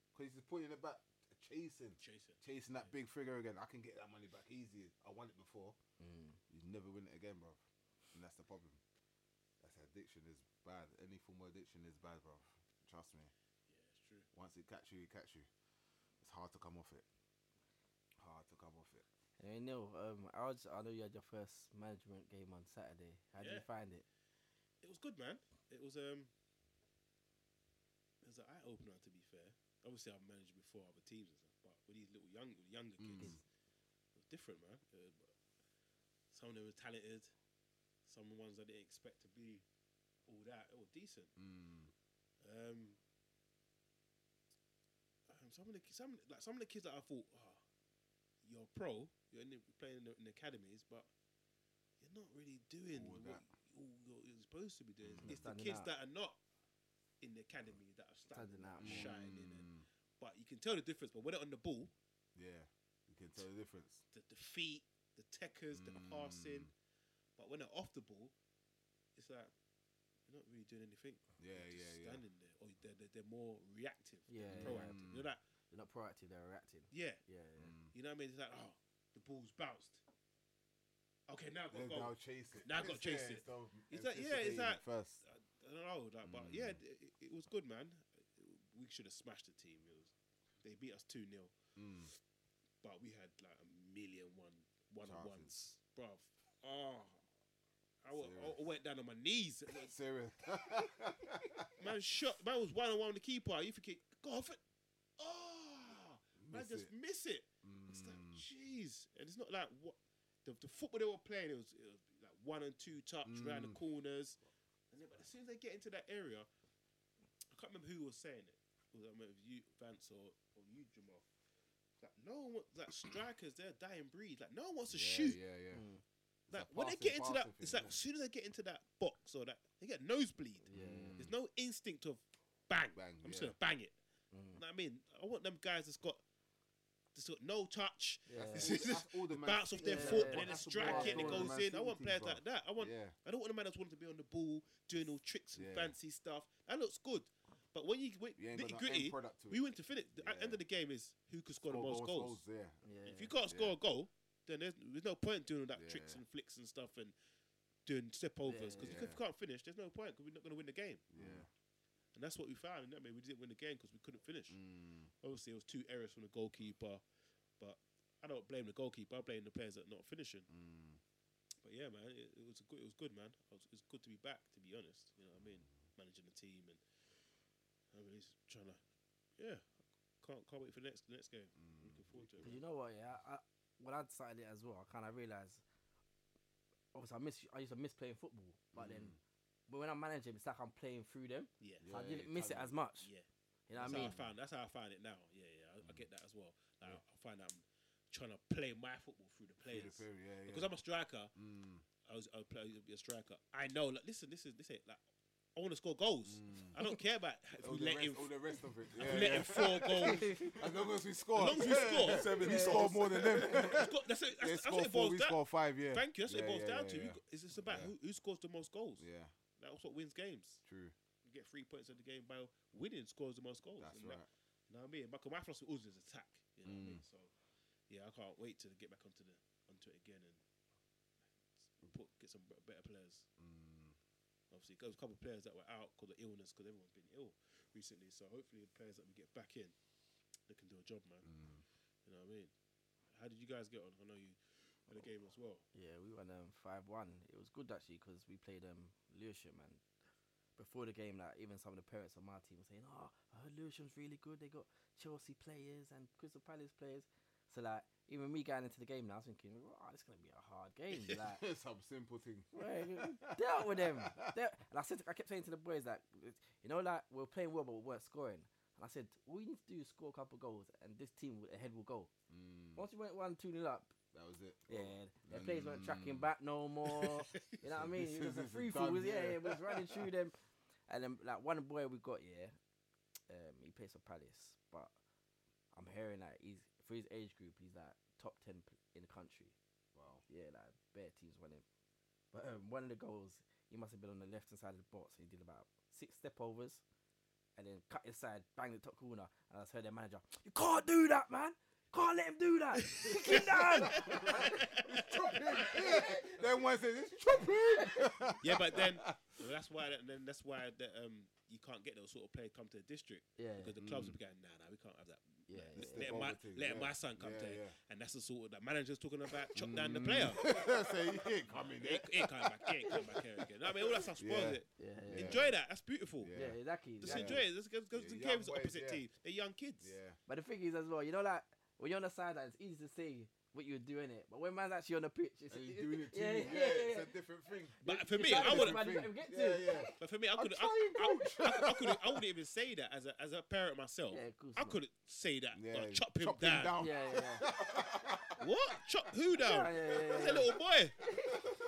Speaker 3: Because he's just putting it back, chasing,
Speaker 1: Chasing.
Speaker 3: chasing that big figure again. I can get that money back easy. I won it before.
Speaker 2: Mm.
Speaker 3: You never win it again, bruv. And that's the problem. That's addiction is bad. Any form of addiction is bad, bruv. Trust me.
Speaker 1: Yeah, it's true.
Speaker 3: Once it catch you, it catch you. It's hard to come off it. Hard to come off it.
Speaker 2: Hey Neil, um, I was, I know you had your first management game on Saturday. How did
Speaker 1: Yeah.
Speaker 2: you find it?
Speaker 1: It was good, man. It was um, it was an eye opener. To be fair, obviously I've managed before other teams and stuff, but with these little young, with younger kids,
Speaker 3: Mm.
Speaker 1: it was different, man. Uh, but some of them were talented, some of the ones I didn't expect to be all that. It was decent.
Speaker 3: Mm.
Speaker 1: Um, um, some of the ki- some like some of the kids that I thought, oh, you're a pro, you're in the, playing in the, in the academies, but you're not really doing
Speaker 3: All
Speaker 1: what
Speaker 3: that.
Speaker 1: you- all you're, you're supposed to be doing.
Speaker 3: Mhm.
Speaker 1: It's the
Speaker 2: Standing
Speaker 1: kids
Speaker 2: out.
Speaker 1: that are not in the academy that are standing,
Speaker 2: Standing out
Speaker 1: out,
Speaker 2: more.
Speaker 1: shining. And,
Speaker 3: Mm.
Speaker 1: but you can tell the difference. But when they're on the ball,
Speaker 3: Yeah, you can tell the difference.
Speaker 1: the, the feet, the techers, the
Speaker 3: Mm.
Speaker 1: passing. But when they're off the ball, it's like you're not really doing anything.
Speaker 3: Yeah,
Speaker 1: You're
Speaker 3: yeah,
Speaker 1: just
Speaker 3: yeah. Mm.
Speaker 1: standing there, or they're, they're, they're more reactive, than
Speaker 2: Yeah,
Speaker 1: proactive.
Speaker 3: yeah.
Speaker 1: You're like,
Speaker 2: They're not proactive; they're reacting.
Speaker 1: yeah,
Speaker 2: Yeah, yeah.
Speaker 3: Mm.
Speaker 1: you know what I mean? It's like, oh, the ball's bounced. Okay, now I've got
Speaker 3: They've
Speaker 1: to go.
Speaker 3: now chase it.
Speaker 1: Now I've got to chase
Speaker 3: Yeah,
Speaker 1: it.
Speaker 3: so
Speaker 1: It's like- yeah, it's
Speaker 3: anticipating
Speaker 1: like-
Speaker 3: first.
Speaker 1: I don't know, like, but
Speaker 3: Mm.
Speaker 1: yeah, it, it- it was good, man. We should have smashed the team. It was, they beat us two 0
Speaker 3: Mm.
Speaker 1: but we had like a million one one on ones,
Speaker 3: Chances.
Speaker 1: bruv. Oh, I, wa- I
Speaker 3: Serious.
Speaker 1: went down on my knees. It was-
Speaker 3: Serious. *laughs*
Speaker 1: Man shot. Man was one on one with the keeper. You think, go off it. Oh, man,
Speaker 3: Miss
Speaker 1: just
Speaker 3: it.
Speaker 1: miss it. It's like,
Speaker 3: Mm.
Speaker 1: jeez. And it's not like what the, the football they were playing, it was, it was like one and two touch round
Speaker 3: Hmm.
Speaker 1: the
Speaker 5: Mm.
Speaker 1: corners. And then, but as soon as they get into that area, I can't remember who was saying it. Was it was you, Vance, or, or you, Jamal? Like no one, wa- like strikers, they're a dying breed. Like no one wants to shoot.
Speaker 3: Yeah, yeah.
Speaker 2: Mm.
Speaker 1: Like
Speaker 3: a
Speaker 1: when they
Speaker 3: passing,
Speaker 1: get into that,
Speaker 3: passing
Speaker 1: it's
Speaker 3: thing,
Speaker 1: like as soon as they get into that box or that, they get nosebleed.
Speaker 2: Yeah.
Speaker 1: There's no instinct of bang.
Speaker 3: Hmm. Bang,
Speaker 1: I'm just
Speaker 3: yeah. Hmm.
Speaker 1: gonna bang it.
Speaker 2: Mm.
Speaker 1: You know what I mean? I want them guys that's got that's got no touch.
Speaker 3: That's
Speaker 2: Yeah.
Speaker 3: all- that's all the man-
Speaker 1: bounce off their
Speaker 2: Yeah.
Speaker 1: foot
Speaker 2: But
Speaker 1: and then they
Speaker 3: that's the
Speaker 1: strike
Speaker 3: ball
Speaker 1: it and it
Speaker 3: going
Speaker 1: goes
Speaker 3: Man
Speaker 1: in. I want
Speaker 3: City,
Speaker 1: players
Speaker 3: bruv.
Speaker 1: like that. I want
Speaker 3: Yeah.
Speaker 1: I don't want a man that's wanting to be on the ball doing all tricks and
Speaker 3: Yeah.
Speaker 1: fancy stuff. That looks good, but when you went
Speaker 3: You ain't got
Speaker 1: nitty
Speaker 3: no end
Speaker 1: gritty,
Speaker 3: product to it.
Speaker 1: we went to finish. The
Speaker 3: Yeah.
Speaker 1: end of the game is who could score the
Speaker 3: Score
Speaker 1: most goals.
Speaker 3: Yeah.
Speaker 1: If you can't score a goal, then there's, there's no point doing all that tricks
Speaker 3: Yeah.
Speaker 1: and flicks and stuff and doing step overs because if
Speaker 3: Yeah.
Speaker 1: you can't finish, there's no point because we're not going to win the game.
Speaker 3: Yeah.
Speaker 1: And that's what we found. And I mean, we didn't win the game because we couldn't finish.
Speaker 3: Mm.
Speaker 1: Obviously, it was two errors from the goalkeeper, but I don't blame the goalkeeper. I blame the players that are not finishing.
Speaker 3: Mm.
Speaker 1: But yeah, man, it, it was a good. It was good, man. I was, it was good to be back. To be honest, you know what I mean. Managing the team and I mean, he's trying to. Yeah, can't can't wait for the next the next game. Looking forward to it.
Speaker 2: 'Cause
Speaker 1: man.
Speaker 2: You know what? Yeah, I, when I started it as well, I kind of realized. Obviously, I miss. I used to miss playing football, but then, but when I'm managing, it's like I'm playing through them.
Speaker 1: Yeah,
Speaker 2: so
Speaker 3: Mm.
Speaker 2: I
Speaker 3: Yeah,
Speaker 2: didn't
Speaker 3: you
Speaker 2: miss it
Speaker 3: kinda-
Speaker 2: as much.
Speaker 1: yeah.
Speaker 2: You
Speaker 1: That's
Speaker 2: know what I
Speaker 1: how
Speaker 2: mean?
Speaker 1: I
Speaker 3: *laughs*
Speaker 1: found. That's how I find it now. Yeah, yeah. I, I get that as well. Now I find I'm trying to play my football through the
Speaker 3: Through the
Speaker 1: players
Speaker 3: period, yeah,
Speaker 1: because
Speaker 3: yeah.
Speaker 1: I'm a striker.
Speaker 3: Mm.
Speaker 1: I was I would play I'd be a striker. I know. Like, listen, this is this it. Like, I want to score goals. I don't care about if
Speaker 3: Mm. *laughs*
Speaker 1: we
Speaker 3: All the
Speaker 1: Mm. let
Speaker 3: rest-
Speaker 1: him.
Speaker 3: all the rest of it.
Speaker 1: if
Speaker 3: Yeah,
Speaker 1: we let
Speaker 3: yeah.
Speaker 1: him four goals.
Speaker 3: *laughs* As long as we score.
Speaker 1: long as we score.
Speaker 3: Seven, we
Speaker 2: Yeah.
Speaker 3: score more than
Speaker 1: *laughs*
Speaker 3: them.
Speaker 1: It's got- that's it. That's,
Speaker 3: they
Speaker 1: that's
Speaker 3: score
Speaker 1: what it
Speaker 3: four,
Speaker 1: boils
Speaker 3: we
Speaker 1: down.
Speaker 3: score five, yeah.
Speaker 1: Thank you. That's what it
Speaker 3: Yeah,
Speaker 1: boils
Speaker 3: yeah,
Speaker 1: down
Speaker 3: yeah,
Speaker 1: to. Who
Speaker 3: yeah.
Speaker 1: go- It's just about
Speaker 3: Yeah.
Speaker 1: who, who scores the most goals.
Speaker 3: Yeah,
Speaker 1: That's what wins games.
Speaker 3: true.
Speaker 1: You get three points in the game by winning, scores the most goals.
Speaker 3: That's
Speaker 1: And
Speaker 3: right.
Speaker 1: That, you know what I mean? Michael, my philosophy always is attack. You know what I mean?
Speaker 3: Mm.
Speaker 1: So, yeah, I can't wait to get back onto the onto it again and put, get some b- better players.
Speaker 3: Mm.
Speaker 1: Obviously, 'cause there's a couple of players that were out because of illness, because everyone's been ill recently. So hopefully, the players that we get back in, they can do a job, man.
Speaker 3: Mm.
Speaker 1: You know what I mean? How did you guys get on? I know you had a game as well.
Speaker 2: *laughs* Yeah, we won um five one. It was good actually because we played um Lewisham and before the game, like even some of the parents on my team were saying, "Oh, I heard Lewisham's really good. They got Chelsea players and Crystal Palace players." So like even me going into the game now, I was thinking, "Oh, it's gonna be a hard
Speaker 3: *laughs*
Speaker 2: game." Like.
Speaker 3: Mm. Some simple thing.
Speaker 2: Right, we dealt with them. Dealt- and I said, I kept saying to the boys that, you know, like we we're playing well, but we weren't scoring. And I said, all you need to do is score a couple goals, and this team will- ahead will go.
Speaker 3: *laughs* Mm.
Speaker 2: Once we went one two nil up,
Speaker 3: That was it.
Speaker 2: yeah, their players weren't tracking
Speaker 3: Mm.
Speaker 2: back no more.
Speaker 3: Uh, *laughs*
Speaker 2: you know what I mean? It was a
Speaker 3: This is
Speaker 2: free fall.
Speaker 3: done,
Speaker 2: was- Yeah,
Speaker 3: yeah.
Speaker 2: it was
Speaker 3: *laughs*
Speaker 2: running through them. And then like one boy we got, yeah, um, he plays for Palace, but I'm hearing that he's for his age group, he's like top ten p- in the country
Speaker 3: Wow.
Speaker 2: yeah, like bare teams winning. But um, one of the goals, he must have been on the left hand side of the box. He did about six step overs, and then cut inside, bang the top corner. And I just heard their manager, "You can't do that, man! Can't let him do that! Kick him *laughs* down!"
Speaker 3: *laughs* then one says, it's *laughs* chopping.
Speaker 1: *laughs* yeah, but then well, that's why that, then that's why that um you can't get those sort of players come to the district
Speaker 2: Yeah, Mm.
Speaker 1: because the clubs will be going, nah, nah, we can't have that.
Speaker 2: yeah,
Speaker 1: Like,
Speaker 2: yeah,
Speaker 1: let-
Speaker 3: yeah.
Speaker 1: let my
Speaker 3: Vulgar thing,
Speaker 1: let
Speaker 3: yeah.
Speaker 1: my son come
Speaker 3: Yeah,
Speaker 1: there,
Speaker 3: yeah.
Speaker 1: and that's the sort of that manager's talking about. Chop down the
Speaker 2: Mm.
Speaker 1: player.
Speaker 3: *laughs* Say, you ain't coming
Speaker 1: It
Speaker 3: there.
Speaker 1: ain't- it ain't coming back. It ain't coming back here again. I mean, all that stuff spoils
Speaker 3: Yeah.
Speaker 1: it.
Speaker 2: yeah, yeah,
Speaker 3: Yeah.
Speaker 1: Enjoy that. That's beautiful.
Speaker 3: Yeah.
Speaker 2: yeah, exactly.
Speaker 1: Just
Speaker 2: exactly.
Speaker 1: enjoy it. Let's go, go
Speaker 3: Yeah,
Speaker 1: to
Speaker 3: young
Speaker 1: the
Speaker 3: boys,
Speaker 1: opposite
Speaker 3: yeah.
Speaker 1: team. They're young kids.
Speaker 3: Yeah.
Speaker 2: But the thing is as well, you know, like when you're on the sideline, it's easy to see what you're doing it, but when man's actually on the pitch, it's
Speaker 3: And
Speaker 2: it-
Speaker 3: he's doing it to
Speaker 2: yeah,
Speaker 3: you.
Speaker 2: yeah, yeah, yeah.
Speaker 3: It's a different thing.
Speaker 1: But for
Speaker 2: It's
Speaker 1: me,
Speaker 2: like
Speaker 1: I
Speaker 2: this
Speaker 1: would.
Speaker 2: man, you
Speaker 3: Different
Speaker 2: let him get
Speaker 3: thing.
Speaker 2: to.
Speaker 3: Yeah, yeah.
Speaker 1: But for me, I
Speaker 3: I'm
Speaker 1: couldn't. I,
Speaker 3: trying, coach.
Speaker 1: I, I couldn't. I wouldn't even say that as a as a parent myself.
Speaker 2: *laughs* Yeah, of course
Speaker 1: I
Speaker 2: not.
Speaker 1: couldn't say that.
Speaker 3: Yeah,
Speaker 1: uh, chop him down.
Speaker 2: Yeah, yeah,
Speaker 1: *laughs*
Speaker 2: yeah.
Speaker 1: What? Chop who down?
Speaker 2: Yeah, yeah, yeah,
Speaker 1: That's
Speaker 2: yeah.
Speaker 1: a little boy.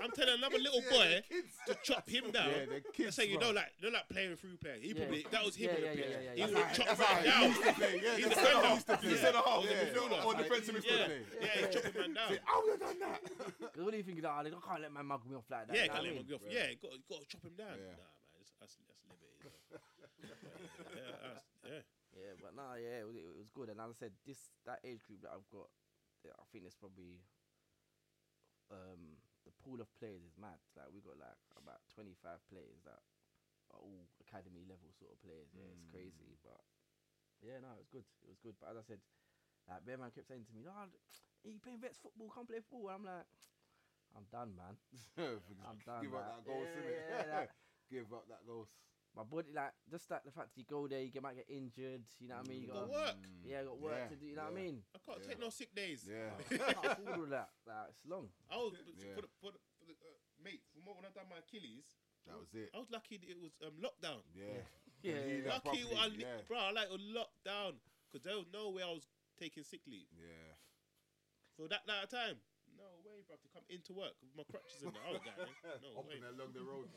Speaker 1: I'm telling another little
Speaker 3: Yeah,
Speaker 1: boy
Speaker 3: the kids.
Speaker 1: to chop him down.
Speaker 3: Yeah, the kids,
Speaker 1: Say you
Speaker 3: bro.
Speaker 1: know, like you know, like playing through players. He
Speaker 2: Yeah.
Speaker 1: probably that was him
Speaker 2: Yeah,
Speaker 1: on the
Speaker 2: yeah,
Speaker 1: pitch.
Speaker 2: yeah,
Speaker 1: he
Speaker 2: yeah, yeah.
Speaker 1: would
Speaker 2: That's
Speaker 1: chop
Speaker 3: That's
Speaker 1: him man
Speaker 3: how he
Speaker 1: down.
Speaker 3: used to play. Yeah,
Speaker 1: He's a
Speaker 3: that's how
Speaker 1: defender.
Speaker 3: he used to play.
Speaker 1: He's a centre half,
Speaker 3: Yeah.
Speaker 1: he's a midfielder.
Speaker 3: Or
Speaker 1: Like,
Speaker 3: defensive
Speaker 1: yeah,
Speaker 3: midfielder.
Speaker 1: yeah, he chop him man down.
Speaker 3: Say, "Ah, I would have done that.
Speaker 2: 'Cause What do you think? Like, I can't let my mug me off like that.
Speaker 1: Yeah,
Speaker 2: you know
Speaker 1: can't
Speaker 2: what I
Speaker 1: let
Speaker 2: mean?
Speaker 1: him go off.
Speaker 3: Bro.
Speaker 1: Yeah, you got you got to chop him down.
Speaker 3: Yeah.
Speaker 1: Nah, man, it's- that's that's liberty. bro. yeah, that's, yeah.
Speaker 2: Yeah, but no, yeah, it was, it was good. And as I said, this that age group that I've got, that I think it's probably um the pool of players is mad. Like we got like about twenty five players that are all academy level sort of players. Yeah, it's
Speaker 3: Mm.
Speaker 2: crazy, but yeah, no, it was good. It was good. But as I said, like Bearman kept saying to me, "No, you playing vets football? Can't play football." I'm like, *laughs* I'm done, man. I'm done.
Speaker 3: Give up
Speaker 2: man."
Speaker 3: that ghost,
Speaker 2: yeah,
Speaker 3: innit? *laughs*
Speaker 2: yeah, like,
Speaker 3: Give up that ghost.
Speaker 2: my body like just like the fact that you go there, you get, might get injured. You know what I mean? You
Speaker 1: Got
Speaker 2: gotta-
Speaker 1: work.
Speaker 2: yeah, you got work
Speaker 3: Mm. Yeah,
Speaker 2: to do. You know what I
Speaker 3: yeah.
Speaker 2: mean?
Speaker 1: I can't
Speaker 3: Yeah.
Speaker 1: take no sick days.
Speaker 3: Yeah.
Speaker 2: I *laughs* can't afford all that. Like, it's long.
Speaker 1: I was
Speaker 3: Yeah.
Speaker 1: put, put, put uh, mate from what- when I done my Achilles.
Speaker 3: That was it.
Speaker 1: I was lucky that it was um, lockdown.
Speaker 3: Yeah.
Speaker 2: Yeah,
Speaker 3: Indeed. Yeah,
Speaker 1: lucky,
Speaker 3: properly,
Speaker 1: I, li-
Speaker 3: yeah.
Speaker 1: bro. I like lockdown because there was no way I was taking sick leave
Speaker 3: Yeah.
Speaker 1: for that that time. No way, bro. To come into work with my crutches in there. I was like, man, Oh,
Speaker 3: *laughs*
Speaker 1: no way.
Speaker 3: Hopping along the road.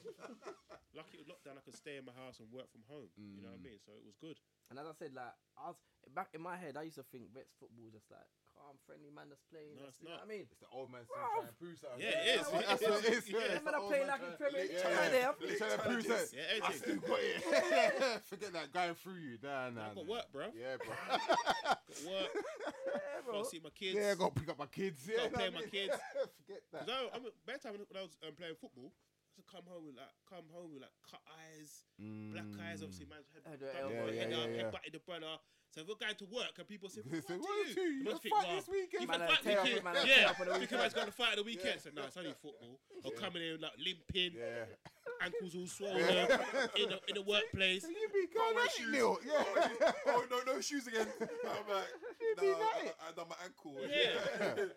Speaker 1: Lucky it was lockdown. I could stay in my house and work from home. You know what I mean? So it was good.
Speaker 2: And as I said, like I was back in my head, I used to think Vets football just like calm, friendly man that's playing.
Speaker 1: No,
Speaker 2: that's,
Speaker 1: it's
Speaker 2: you know
Speaker 1: not.
Speaker 2: what I
Speaker 3: *laughs*
Speaker 2: mean?
Speaker 3: It's the old man still
Speaker 2: Bruv.
Speaker 3: trying to prove something.
Speaker 1: Yeah, it is.
Speaker 3: That's what it is.
Speaker 1: Yeah.
Speaker 3: Yeah.
Speaker 2: Them man are playing like in Premier League. Try there.
Speaker 3: They're trying to prove that.
Speaker 1: Yeah,
Speaker 3: I
Speaker 1: everything.
Speaker 3: still got it. *laughs* Forget that going through you. Nah, nah.
Speaker 1: I got
Speaker 3: nah.
Speaker 1: work, bro.
Speaker 3: Yeah, bro.
Speaker 1: Got
Speaker 3: *laughs*
Speaker 1: work.
Speaker 2: Yeah, bro.
Speaker 1: Got
Speaker 2: *laughs*
Speaker 1: to see my kids.
Speaker 3: yeah, I got to pick up my kids. Yeah,
Speaker 1: Gotta
Speaker 3: nah,
Speaker 1: play my
Speaker 3: man.
Speaker 1: kids.
Speaker 3: *laughs* Forget
Speaker 1: Cause
Speaker 3: that.
Speaker 1: I, I mean, by the time when I was um, playing football, I used to come home with like come home with like cut eyes,
Speaker 3: Mm.
Speaker 1: black eyes. Obviously, man's head,
Speaker 2: Head
Speaker 1: butted
Speaker 2: elbow,
Speaker 1: my
Speaker 2: yeah,
Speaker 1: head
Speaker 2: yeah,
Speaker 1: up,
Speaker 3: yeah.
Speaker 1: head butted the brother. So if we're going to work and people say, "What,
Speaker 3: *laughs* They say,
Speaker 1: to
Speaker 3: "What
Speaker 1: you?"
Speaker 3: to you?
Speaker 1: You
Speaker 3: You
Speaker 1: must
Speaker 3: gonna
Speaker 1: think,
Speaker 3: fight
Speaker 1: "Wow,
Speaker 3: this weekend?"
Speaker 1: You
Speaker 2: Man,
Speaker 1: can
Speaker 2: I
Speaker 1: fight
Speaker 2: tear up,
Speaker 1: weekend.
Speaker 2: man, I tear
Speaker 1: yeah,
Speaker 2: up on the
Speaker 1: think man's
Speaker 2: weekend.
Speaker 1: going to fight at the weekend.
Speaker 3: Yeah.
Speaker 1: So no, it's only football. Or coming in like limping,
Speaker 3: Yeah. *laughs*
Speaker 1: ankles all swollen *laughs* in the in the workplace.
Speaker 3: Can you be going
Speaker 4: my
Speaker 3: at it,
Speaker 4: shoes.
Speaker 3: Neil? Yeah.
Speaker 4: *laughs*
Speaker 3: *laughs*
Speaker 4: oh no, no shoes again. I'm like,
Speaker 3: You'd
Speaker 4: nah,
Speaker 3: be
Speaker 5: *laughs*
Speaker 4: I,
Speaker 3: right.
Speaker 4: I done my ankle. *laughs*
Speaker 1: Yeah.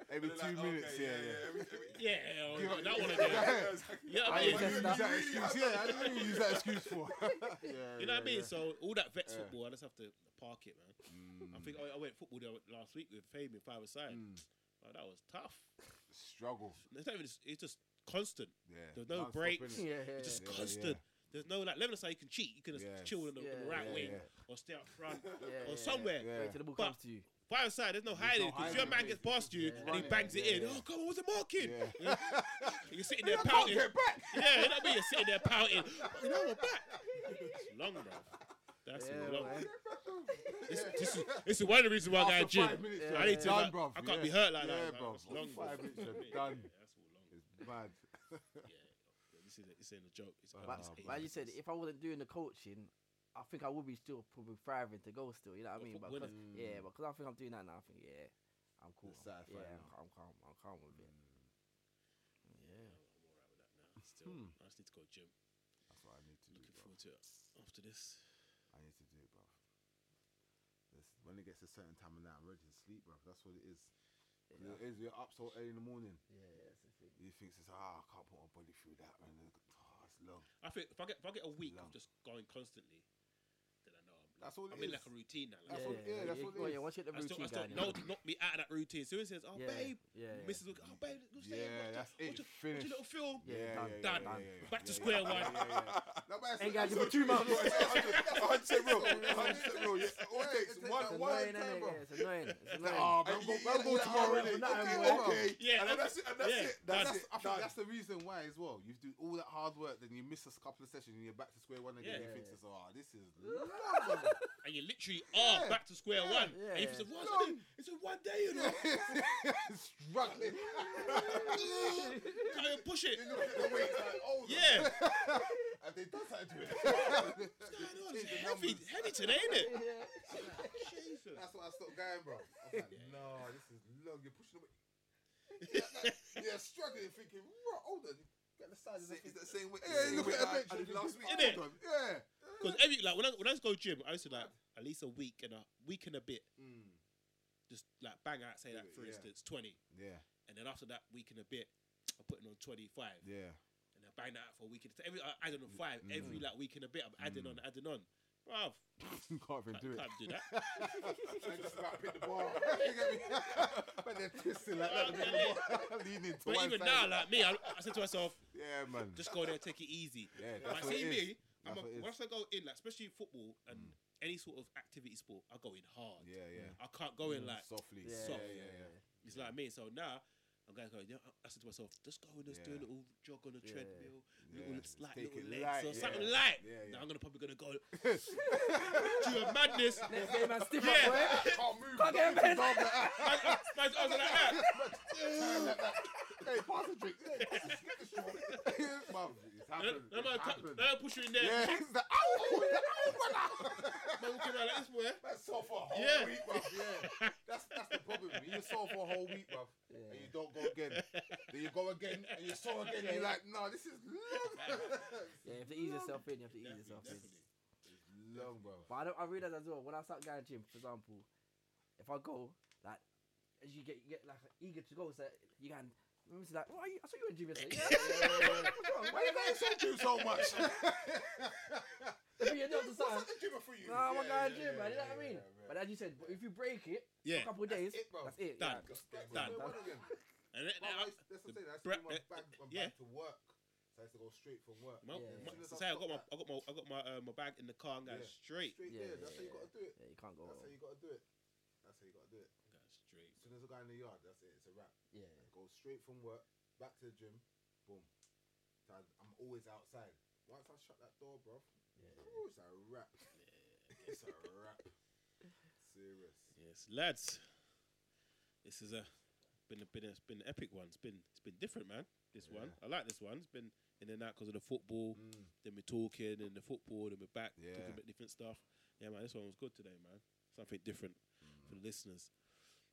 Speaker 3: Every
Speaker 4: They're
Speaker 3: two
Speaker 4: like,
Speaker 3: minutes,
Speaker 4: okay,
Speaker 3: yeah, yeah.
Speaker 4: every- every-
Speaker 1: Yeah, oh,
Speaker 3: Give up-
Speaker 1: that one
Speaker 4: *laughs*
Speaker 1: again.
Speaker 3: Yeah.
Speaker 1: You know what
Speaker 2: I
Speaker 1: I
Speaker 2: ain't
Speaker 1: mean?
Speaker 3: use
Speaker 2: just-
Speaker 3: that excuse. Yeah, I didn't even use that excuse for. *laughs* yeah,
Speaker 1: You know what I mean?
Speaker 3: yeah,
Speaker 1: So all that vets
Speaker 3: Yeah.
Speaker 1: football, I just have to park it, man.
Speaker 3: yeah.
Speaker 1: I think I, I went football there last week with Fabian five aside.
Speaker 3: Mm.
Speaker 1: Oh, that was tough.
Speaker 3: struggle.
Speaker 1: It's, not even, it's just constant.
Speaker 3: Yeah.
Speaker 1: There's no
Speaker 3: Non-stop,
Speaker 1: breaks.
Speaker 3: innit?
Speaker 2: yeah, yeah.
Speaker 1: It's just
Speaker 3: Yeah, yeah.
Speaker 1: constant. There's no like eleven aside. You can cheat. You can just
Speaker 3: Yes.
Speaker 1: chill in the, in the
Speaker 2: Yeah,
Speaker 1: right
Speaker 3: yeah,
Speaker 1: wing
Speaker 3: yeah.
Speaker 1: or stay up front
Speaker 2: yeah,
Speaker 1: or
Speaker 2: yeah.
Speaker 1: somewhere.
Speaker 3: *laughs* Yeah.
Speaker 2: Wait till the ball
Speaker 1: But-
Speaker 2: comes to you.
Speaker 1: Five aside. There's no
Speaker 3: There's
Speaker 1: hiding
Speaker 3: no
Speaker 1: because
Speaker 3: hiding,
Speaker 1: your man
Speaker 3: mate.
Speaker 1: gets past you
Speaker 2: Yeah.
Speaker 1: and he
Speaker 3: Running,
Speaker 1: bangs it
Speaker 3: yeah,
Speaker 1: in.
Speaker 3: yeah.
Speaker 1: Oh, come on, was it marking?
Speaker 3: Yeah.
Speaker 1: *laughs* You're sitting there pouting.
Speaker 3: *laughs* Get back.
Speaker 1: Yeah, you know what I mean? You're sitting there pouting. You know, we're back. It's long, bro. That's
Speaker 2: Yeah,
Speaker 1: long.
Speaker 2: man.
Speaker 1: This, this, is, this is one of the reasons why I got a
Speaker 3: After
Speaker 1: gym.
Speaker 3: five minutes,
Speaker 2: Yeah.
Speaker 3: you're
Speaker 1: I need to.
Speaker 3: done,
Speaker 1: like,
Speaker 3: bruv,
Speaker 1: I can't
Speaker 3: yeah.
Speaker 1: be hurt like
Speaker 3: Yeah,
Speaker 1: that.
Speaker 3: bruv.
Speaker 1: That's long,
Speaker 3: Five
Speaker 1: bruv. *laughs*
Speaker 3: minutes, you're
Speaker 1: Yeah,
Speaker 3: done.
Speaker 1: that's all long.
Speaker 3: It's mad.
Speaker 1: Yeah, yeah, this is a, this ain't a joke. It's,
Speaker 3: But-
Speaker 1: *laughs*
Speaker 2: But,
Speaker 1: it's eight
Speaker 2: but as you
Speaker 1: minutes.
Speaker 2: said, if I wasn't doing the coaching, I think I would be still probably thriving to go still. You know what
Speaker 1: Well,
Speaker 2: I mean? But
Speaker 1: football,
Speaker 2: 'cause-
Speaker 3: innit?
Speaker 2: yeah, but because I think I'm doing that now, I think yeah, I'm cool.
Speaker 3: It's
Speaker 2: I'm,
Speaker 3: satisfying
Speaker 2: yeah, I'm,
Speaker 3: now.
Speaker 2: I'm calm. I'm calm with it. Yeah.
Speaker 1: I'm alright with that now. Still,
Speaker 3: Hmm.
Speaker 1: I just need to go gym.
Speaker 3: That's what I need to do,
Speaker 1: Looking
Speaker 3: bruv.
Speaker 1: forward to it after this.
Speaker 3: I need to do it, bruv. This, when it gets a certain time of night, I'm ready to sleep, bruv. That's what it is.
Speaker 2: Yeah.
Speaker 3: It is. We're up so early in the morning.
Speaker 2: Yeah, yeah, that's the thing.
Speaker 3: He thinks it's, ah, I can't put my body through that, man. Oh, it's long.
Speaker 1: I think if I get if I get a week of
Speaker 3: long.
Speaker 1: just going constantly, then I know I'm.
Speaker 3: That's all it
Speaker 1: I'm in
Speaker 3: is.
Speaker 1: like a routine now.
Speaker 3: That's
Speaker 1: Like,
Speaker 3: what- yeah, that's what it
Speaker 2: well,
Speaker 3: is.
Speaker 2: Yeah, once you get the
Speaker 1: I still, I
Speaker 2: routine
Speaker 1: still
Speaker 2: down,
Speaker 1: no,
Speaker 2: yeah.
Speaker 1: knock me out of that routine. Soon says, "Oh,
Speaker 2: yeah,
Speaker 1: babe,
Speaker 2: yeah, yeah.
Speaker 1: Mrs. Will, oh, babe, go stay and
Speaker 3: Yeah,
Speaker 1: watch,
Speaker 3: that's
Speaker 1: a, watch,
Speaker 3: it.
Speaker 1: a, watch
Speaker 3: Finished.
Speaker 1: a little film."
Speaker 2: Yeah, done,
Speaker 1: done. Back to square one.
Speaker 3: That man's-
Speaker 2: Ain't gotta
Speaker 3: that's what-
Speaker 2: give it two months.
Speaker 3: It's a hundred- it's a hundred percent real. It's a hundred percent real. It
Speaker 4: Yeah,
Speaker 3: takes
Speaker 4: it's
Speaker 3: one-
Speaker 2: It's
Speaker 3: one
Speaker 2: annoying,
Speaker 3: time,
Speaker 2: innit?
Speaker 3: bro.
Speaker 2: Yeah, It's annoying. It's annoying.
Speaker 3: *laughs* Ah, bro,
Speaker 4: And
Speaker 3: go-
Speaker 4: you-
Speaker 3: bro,
Speaker 4: you-
Speaker 3: go
Speaker 4: you-
Speaker 3: tomorrow,
Speaker 4: yeah,
Speaker 3: innit?
Speaker 4: yeah,
Speaker 3: Okay,
Speaker 4: yeah,
Speaker 3: okay.
Speaker 4: yeah. And
Speaker 1: Yeah, I'm-
Speaker 4: then that's it. And that's
Speaker 1: yeah,
Speaker 4: it.
Speaker 3: That's,
Speaker 4: That's it.
Speaker 3: I think
Speaker 4: Done.
Speaker 3: that's the reason why as well. You do all that hard work, then you miss a couple of sessions, and you're back to square one again.
Speaker 1: Yeah.
Speaker 3: you think, it's, "Oh, this is *laughs* long."
Speaker 1: and you literally are
Speaker 3: Yeah,
Speaker 1: back to square
Speaker 3: yeah,
Speaker 1: one.
Speaker 2: yeah.
Speaker 1: And you think, "What's
Speaker 3: No.
Speaker 1: it? It's a one day, you know.
Speaker 3: struggling. *laughs*
Speaker 1: Can't even push it.
Speaker 3: You look at the weight, like, "Oh,
Speaker 1: Yeah,
Speaker 3: *laughs* have they done something to *laughs* it?"
Speaker 1: what's going on? It's
Speaker 3: It's the
Speaker 1: heavy,
Speaker 3: numbers.
Speaker 1: heavy today, isn't it?
Speaker 2: Yeah.
Speaker 1: Jesus.
Speaker 3: That's why I stopped going, bro. I was like, no, this is long. You're pushing away. Yeah, like,
Speaker 1: *laughs*
Speaker 3: yeah, struggling, thinking, right, hold on. Get the size of
Speaker 4: Is
Speaker 3: the
Speaker 4: it
Speaker 3: thing.
Speaker 4: the same way?
Speaker 3: Yeah, you look
Speaker 4: way
Speaker 3: at
Speaker 4: I-
Speaker 3: the
Speaker 4: I
Speaker 3: bench.
Speaker 4: did last week.
Speaker 1: Innit?
Speaker 3: Hold on, Yeah.
Speaker 1: Because every like when I when I used to go gym, I used to like at least a week and a week and a bit,
Speaker 3: Mm,
Speaker 1: just like bang out, say that
Speaker 3: Yeah,
Speaker 1: for
Speaker 3: yeah.
Speaker 1: instance twenty,
Speaker 3: yeah,
Speaker 1: and then after that week and a bit, I'm putting on twenty five,
Speaker 3: yeah. *laughs* Mm.
Speaker 1: and I bang that out for a week and a every I added on five every like week and a bit. I'm adding on, adding on. Bruv,
Speaker 3: Can't even
Speaker 1: can't, do
Speaker 3: *laughs*
Speaker 1: can't do that.
Speaker 3: I just about hit the ball. *laughs* You get me? *laughs* but they're twisting like that.
Speaker 1: Yeah,
Speaker 3: *laughs* they're Leaning to
Speaker 1: But
Speaker 3: one
Speaker 1: even
Speaker 3: side.
Speaker 1: now, like me, I, I said to myself,
Speaker 3: yeah, man.
Speaker 1: just go there, take it easy.
Speaker 3: yeah,
Speaker 1: But
Speaker 3: that's what
Speaker 1: see
Speaker 3: it is.
Speaker 1: me, I'm a,
Speaker 3: That's what it is. Mm.
Speaker 1: once I go in, like especially football and any sort of activity sport, I go in hard.
Speaker 3: Yeah, yeah.
Speaker 1: I can't go in like
Speaker 3: softly. yeah,
Speaker 2: Yeah,
Speaker 1: soft.
Speaker 3: yeah, yeah.
Speaker 1: It's like me. So now I'm going to go. You know, I said to myself, just go and just do a
Speaker 3: Yeah.
Speaker 1: little jog on the
Speaker 2: Yeah.
Speaker 1: treadmill,
Speaker 3: Yeah.
Speaker 1: little
Speaker 3: Just
Speaker 1: like
Speaker 3: take
Speaker 1: little
Speaker 3: it
Speaker 1: legs
Speaker 3: light,
Speaker 1: or
Speaker 3: yeah.
Speaker 1: something light.
Speaker 3: Yeah, yeah.
Speaker 1: Now I'm gonna probably gonna go *laughs* do a madness.
Speaker 2: Next day, man, stiff
Speaker 1: Yeah.
Speaker 2: up, boy.
Speaker 3: Can't move.
Speaker 2: Can't get in bed.
Speaker 3: Can't get
Speaker 1: Man,
Speaker 3: out.
Speaker 1: man, man's eyes are like "Ah." that.
Speaker 3: *laughs* hey, pass the drink. Hey, pass the- get the straw. *laughs* Mum, it's
Speaker 1: No,
Speaker 3: happened.
Speaker 1: no, man, cut-
Speaker 3: It's happened.
Speaker 1: no, man, push you in there.
Speaker 3: Yeah, it's the owl. *laughs* The owl, brother.
Speaker 1: Man, walking around like this,
Speaker 3: *laughs*
Speaker 1: boy.
Speaker 3: That's all for a whole
Speaker 1: Yeah.
Speaker 3: week, bruv. Yeah. That's, that's the problem. You're sore for a whole week, bruv. And you don't go again. Then you go again and you saw again and you're like, no, this is long. *laughs*
Speaker 2: Yeah, you have to ease yourself in. You have to ease yourself in.
Speaker 3: long, bro.
Speaker 2: But I don't. I realize as well when I start going to gym, for example, if I go like, as you get you get like eager to go, so you can. Remember, it's like, why are you, I saw you in gym
Speaker 1: *laughs*
Speaker 2: yesterday. Yeah, yeah, yeah, yeah, yeah. What's wrong?
Speaker 3: Why you guys so do so *laughs* much?
Speaker 2: If you're not the
Speaker 4: What's
Speaker 2: sign,
Speaker 4: at the gym for you?
Speaker 2: nah, I'm not
Speaker 3: Yeah,
Speaker 2: going to
Speaker 3: yeah,
Speaker 2: gym, man. You
Speaker 3: yeah,
Speaker 2: know what I mean?
Speaker 3: yeah, yeah.
Speaker 2: But as you said, if you break it,
Speaker 1: Yeah.
Speaker 2: a couple of days,
Speaker 3: it, bro.
Speaker 2: that's it.
Speaker 1: Done.
Speaker 2: yeah.
Speaker 1: Done.
Speaker 3: Well, again.
Speaker 1: And then,
Speaker 3: Well, I used- That's what I'm saying. I used to
Speaker 1: Bra-
Speaker 3: do my back, my
Speaker 1: yeah.
Speaker 3: back to work. So I used to go straight from work.
Speaker 1: my, my,
Speaker 2: Yeah.
Speaker 3: As soon as
Speaker 1: so I got my,
Speaker 3: that-
Speaker 1: I got my, I got my, uh, my bag in the car and going
Speaker 3: Yeah.
Speaker 1: straight,
Speaker 3: Straight
Speaker 2: Yeah,
Speaker 3: there.
Speaker 2: yeah,
Speaker 3: That's how you
Speaker 2: yeah.
Speaker 3: got to do it.
Speaker 2: Yeah, you can't go
Speaker 3: That's how you
Speaker 2: wrong.
Speaker 3: got to do it. That's how you got to do it.
Speaker 1: Going straight.
Speaker 3: As soon as I got in the yard, that's it. It's a wrap.
Speaker 2: Yeah.
Speaker 3: I go straight from work back to the gym. Boom. So I- I'm always outside. Once I shut that door, bro, ooh, it's a wrap. *laughs* It's a wrap.
Speaker 2: *laughs*
Speaker 3: Serious.
Speaker 1: Yes, lads. This is a been a been a, it's been an epic one. It's been it's been different, man. This one, I like this one. It's been in and out because of the football.
Speaker 3: Mm.
Speaker 1: Then we're talking and the football, then we're back
Speaker 4: Yeah.
Speaker 1: talking about different stuff. Yeah, man, this one was good today, man. Something different for the listeners.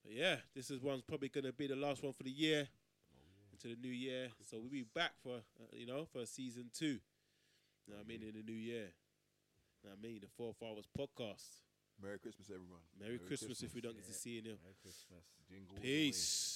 Speaker 1: But yeah, this is one's probably gonna be the last one for the year into the new year. So we'll be back for uh, you know for season two. You know what I mean in the new year. You know what I mean the Four Fathers podcast.
Speaker 5: Merry Christmas, everyone.
Speaker 1: Merry, Christmas, if we don't get to
Speaker 2: Yeah.
Speaker 1: see you. Neil.
Speaker 2: Merry Christmas.
Speaker 5: Jingle all the way.
Speaker 1: Peace.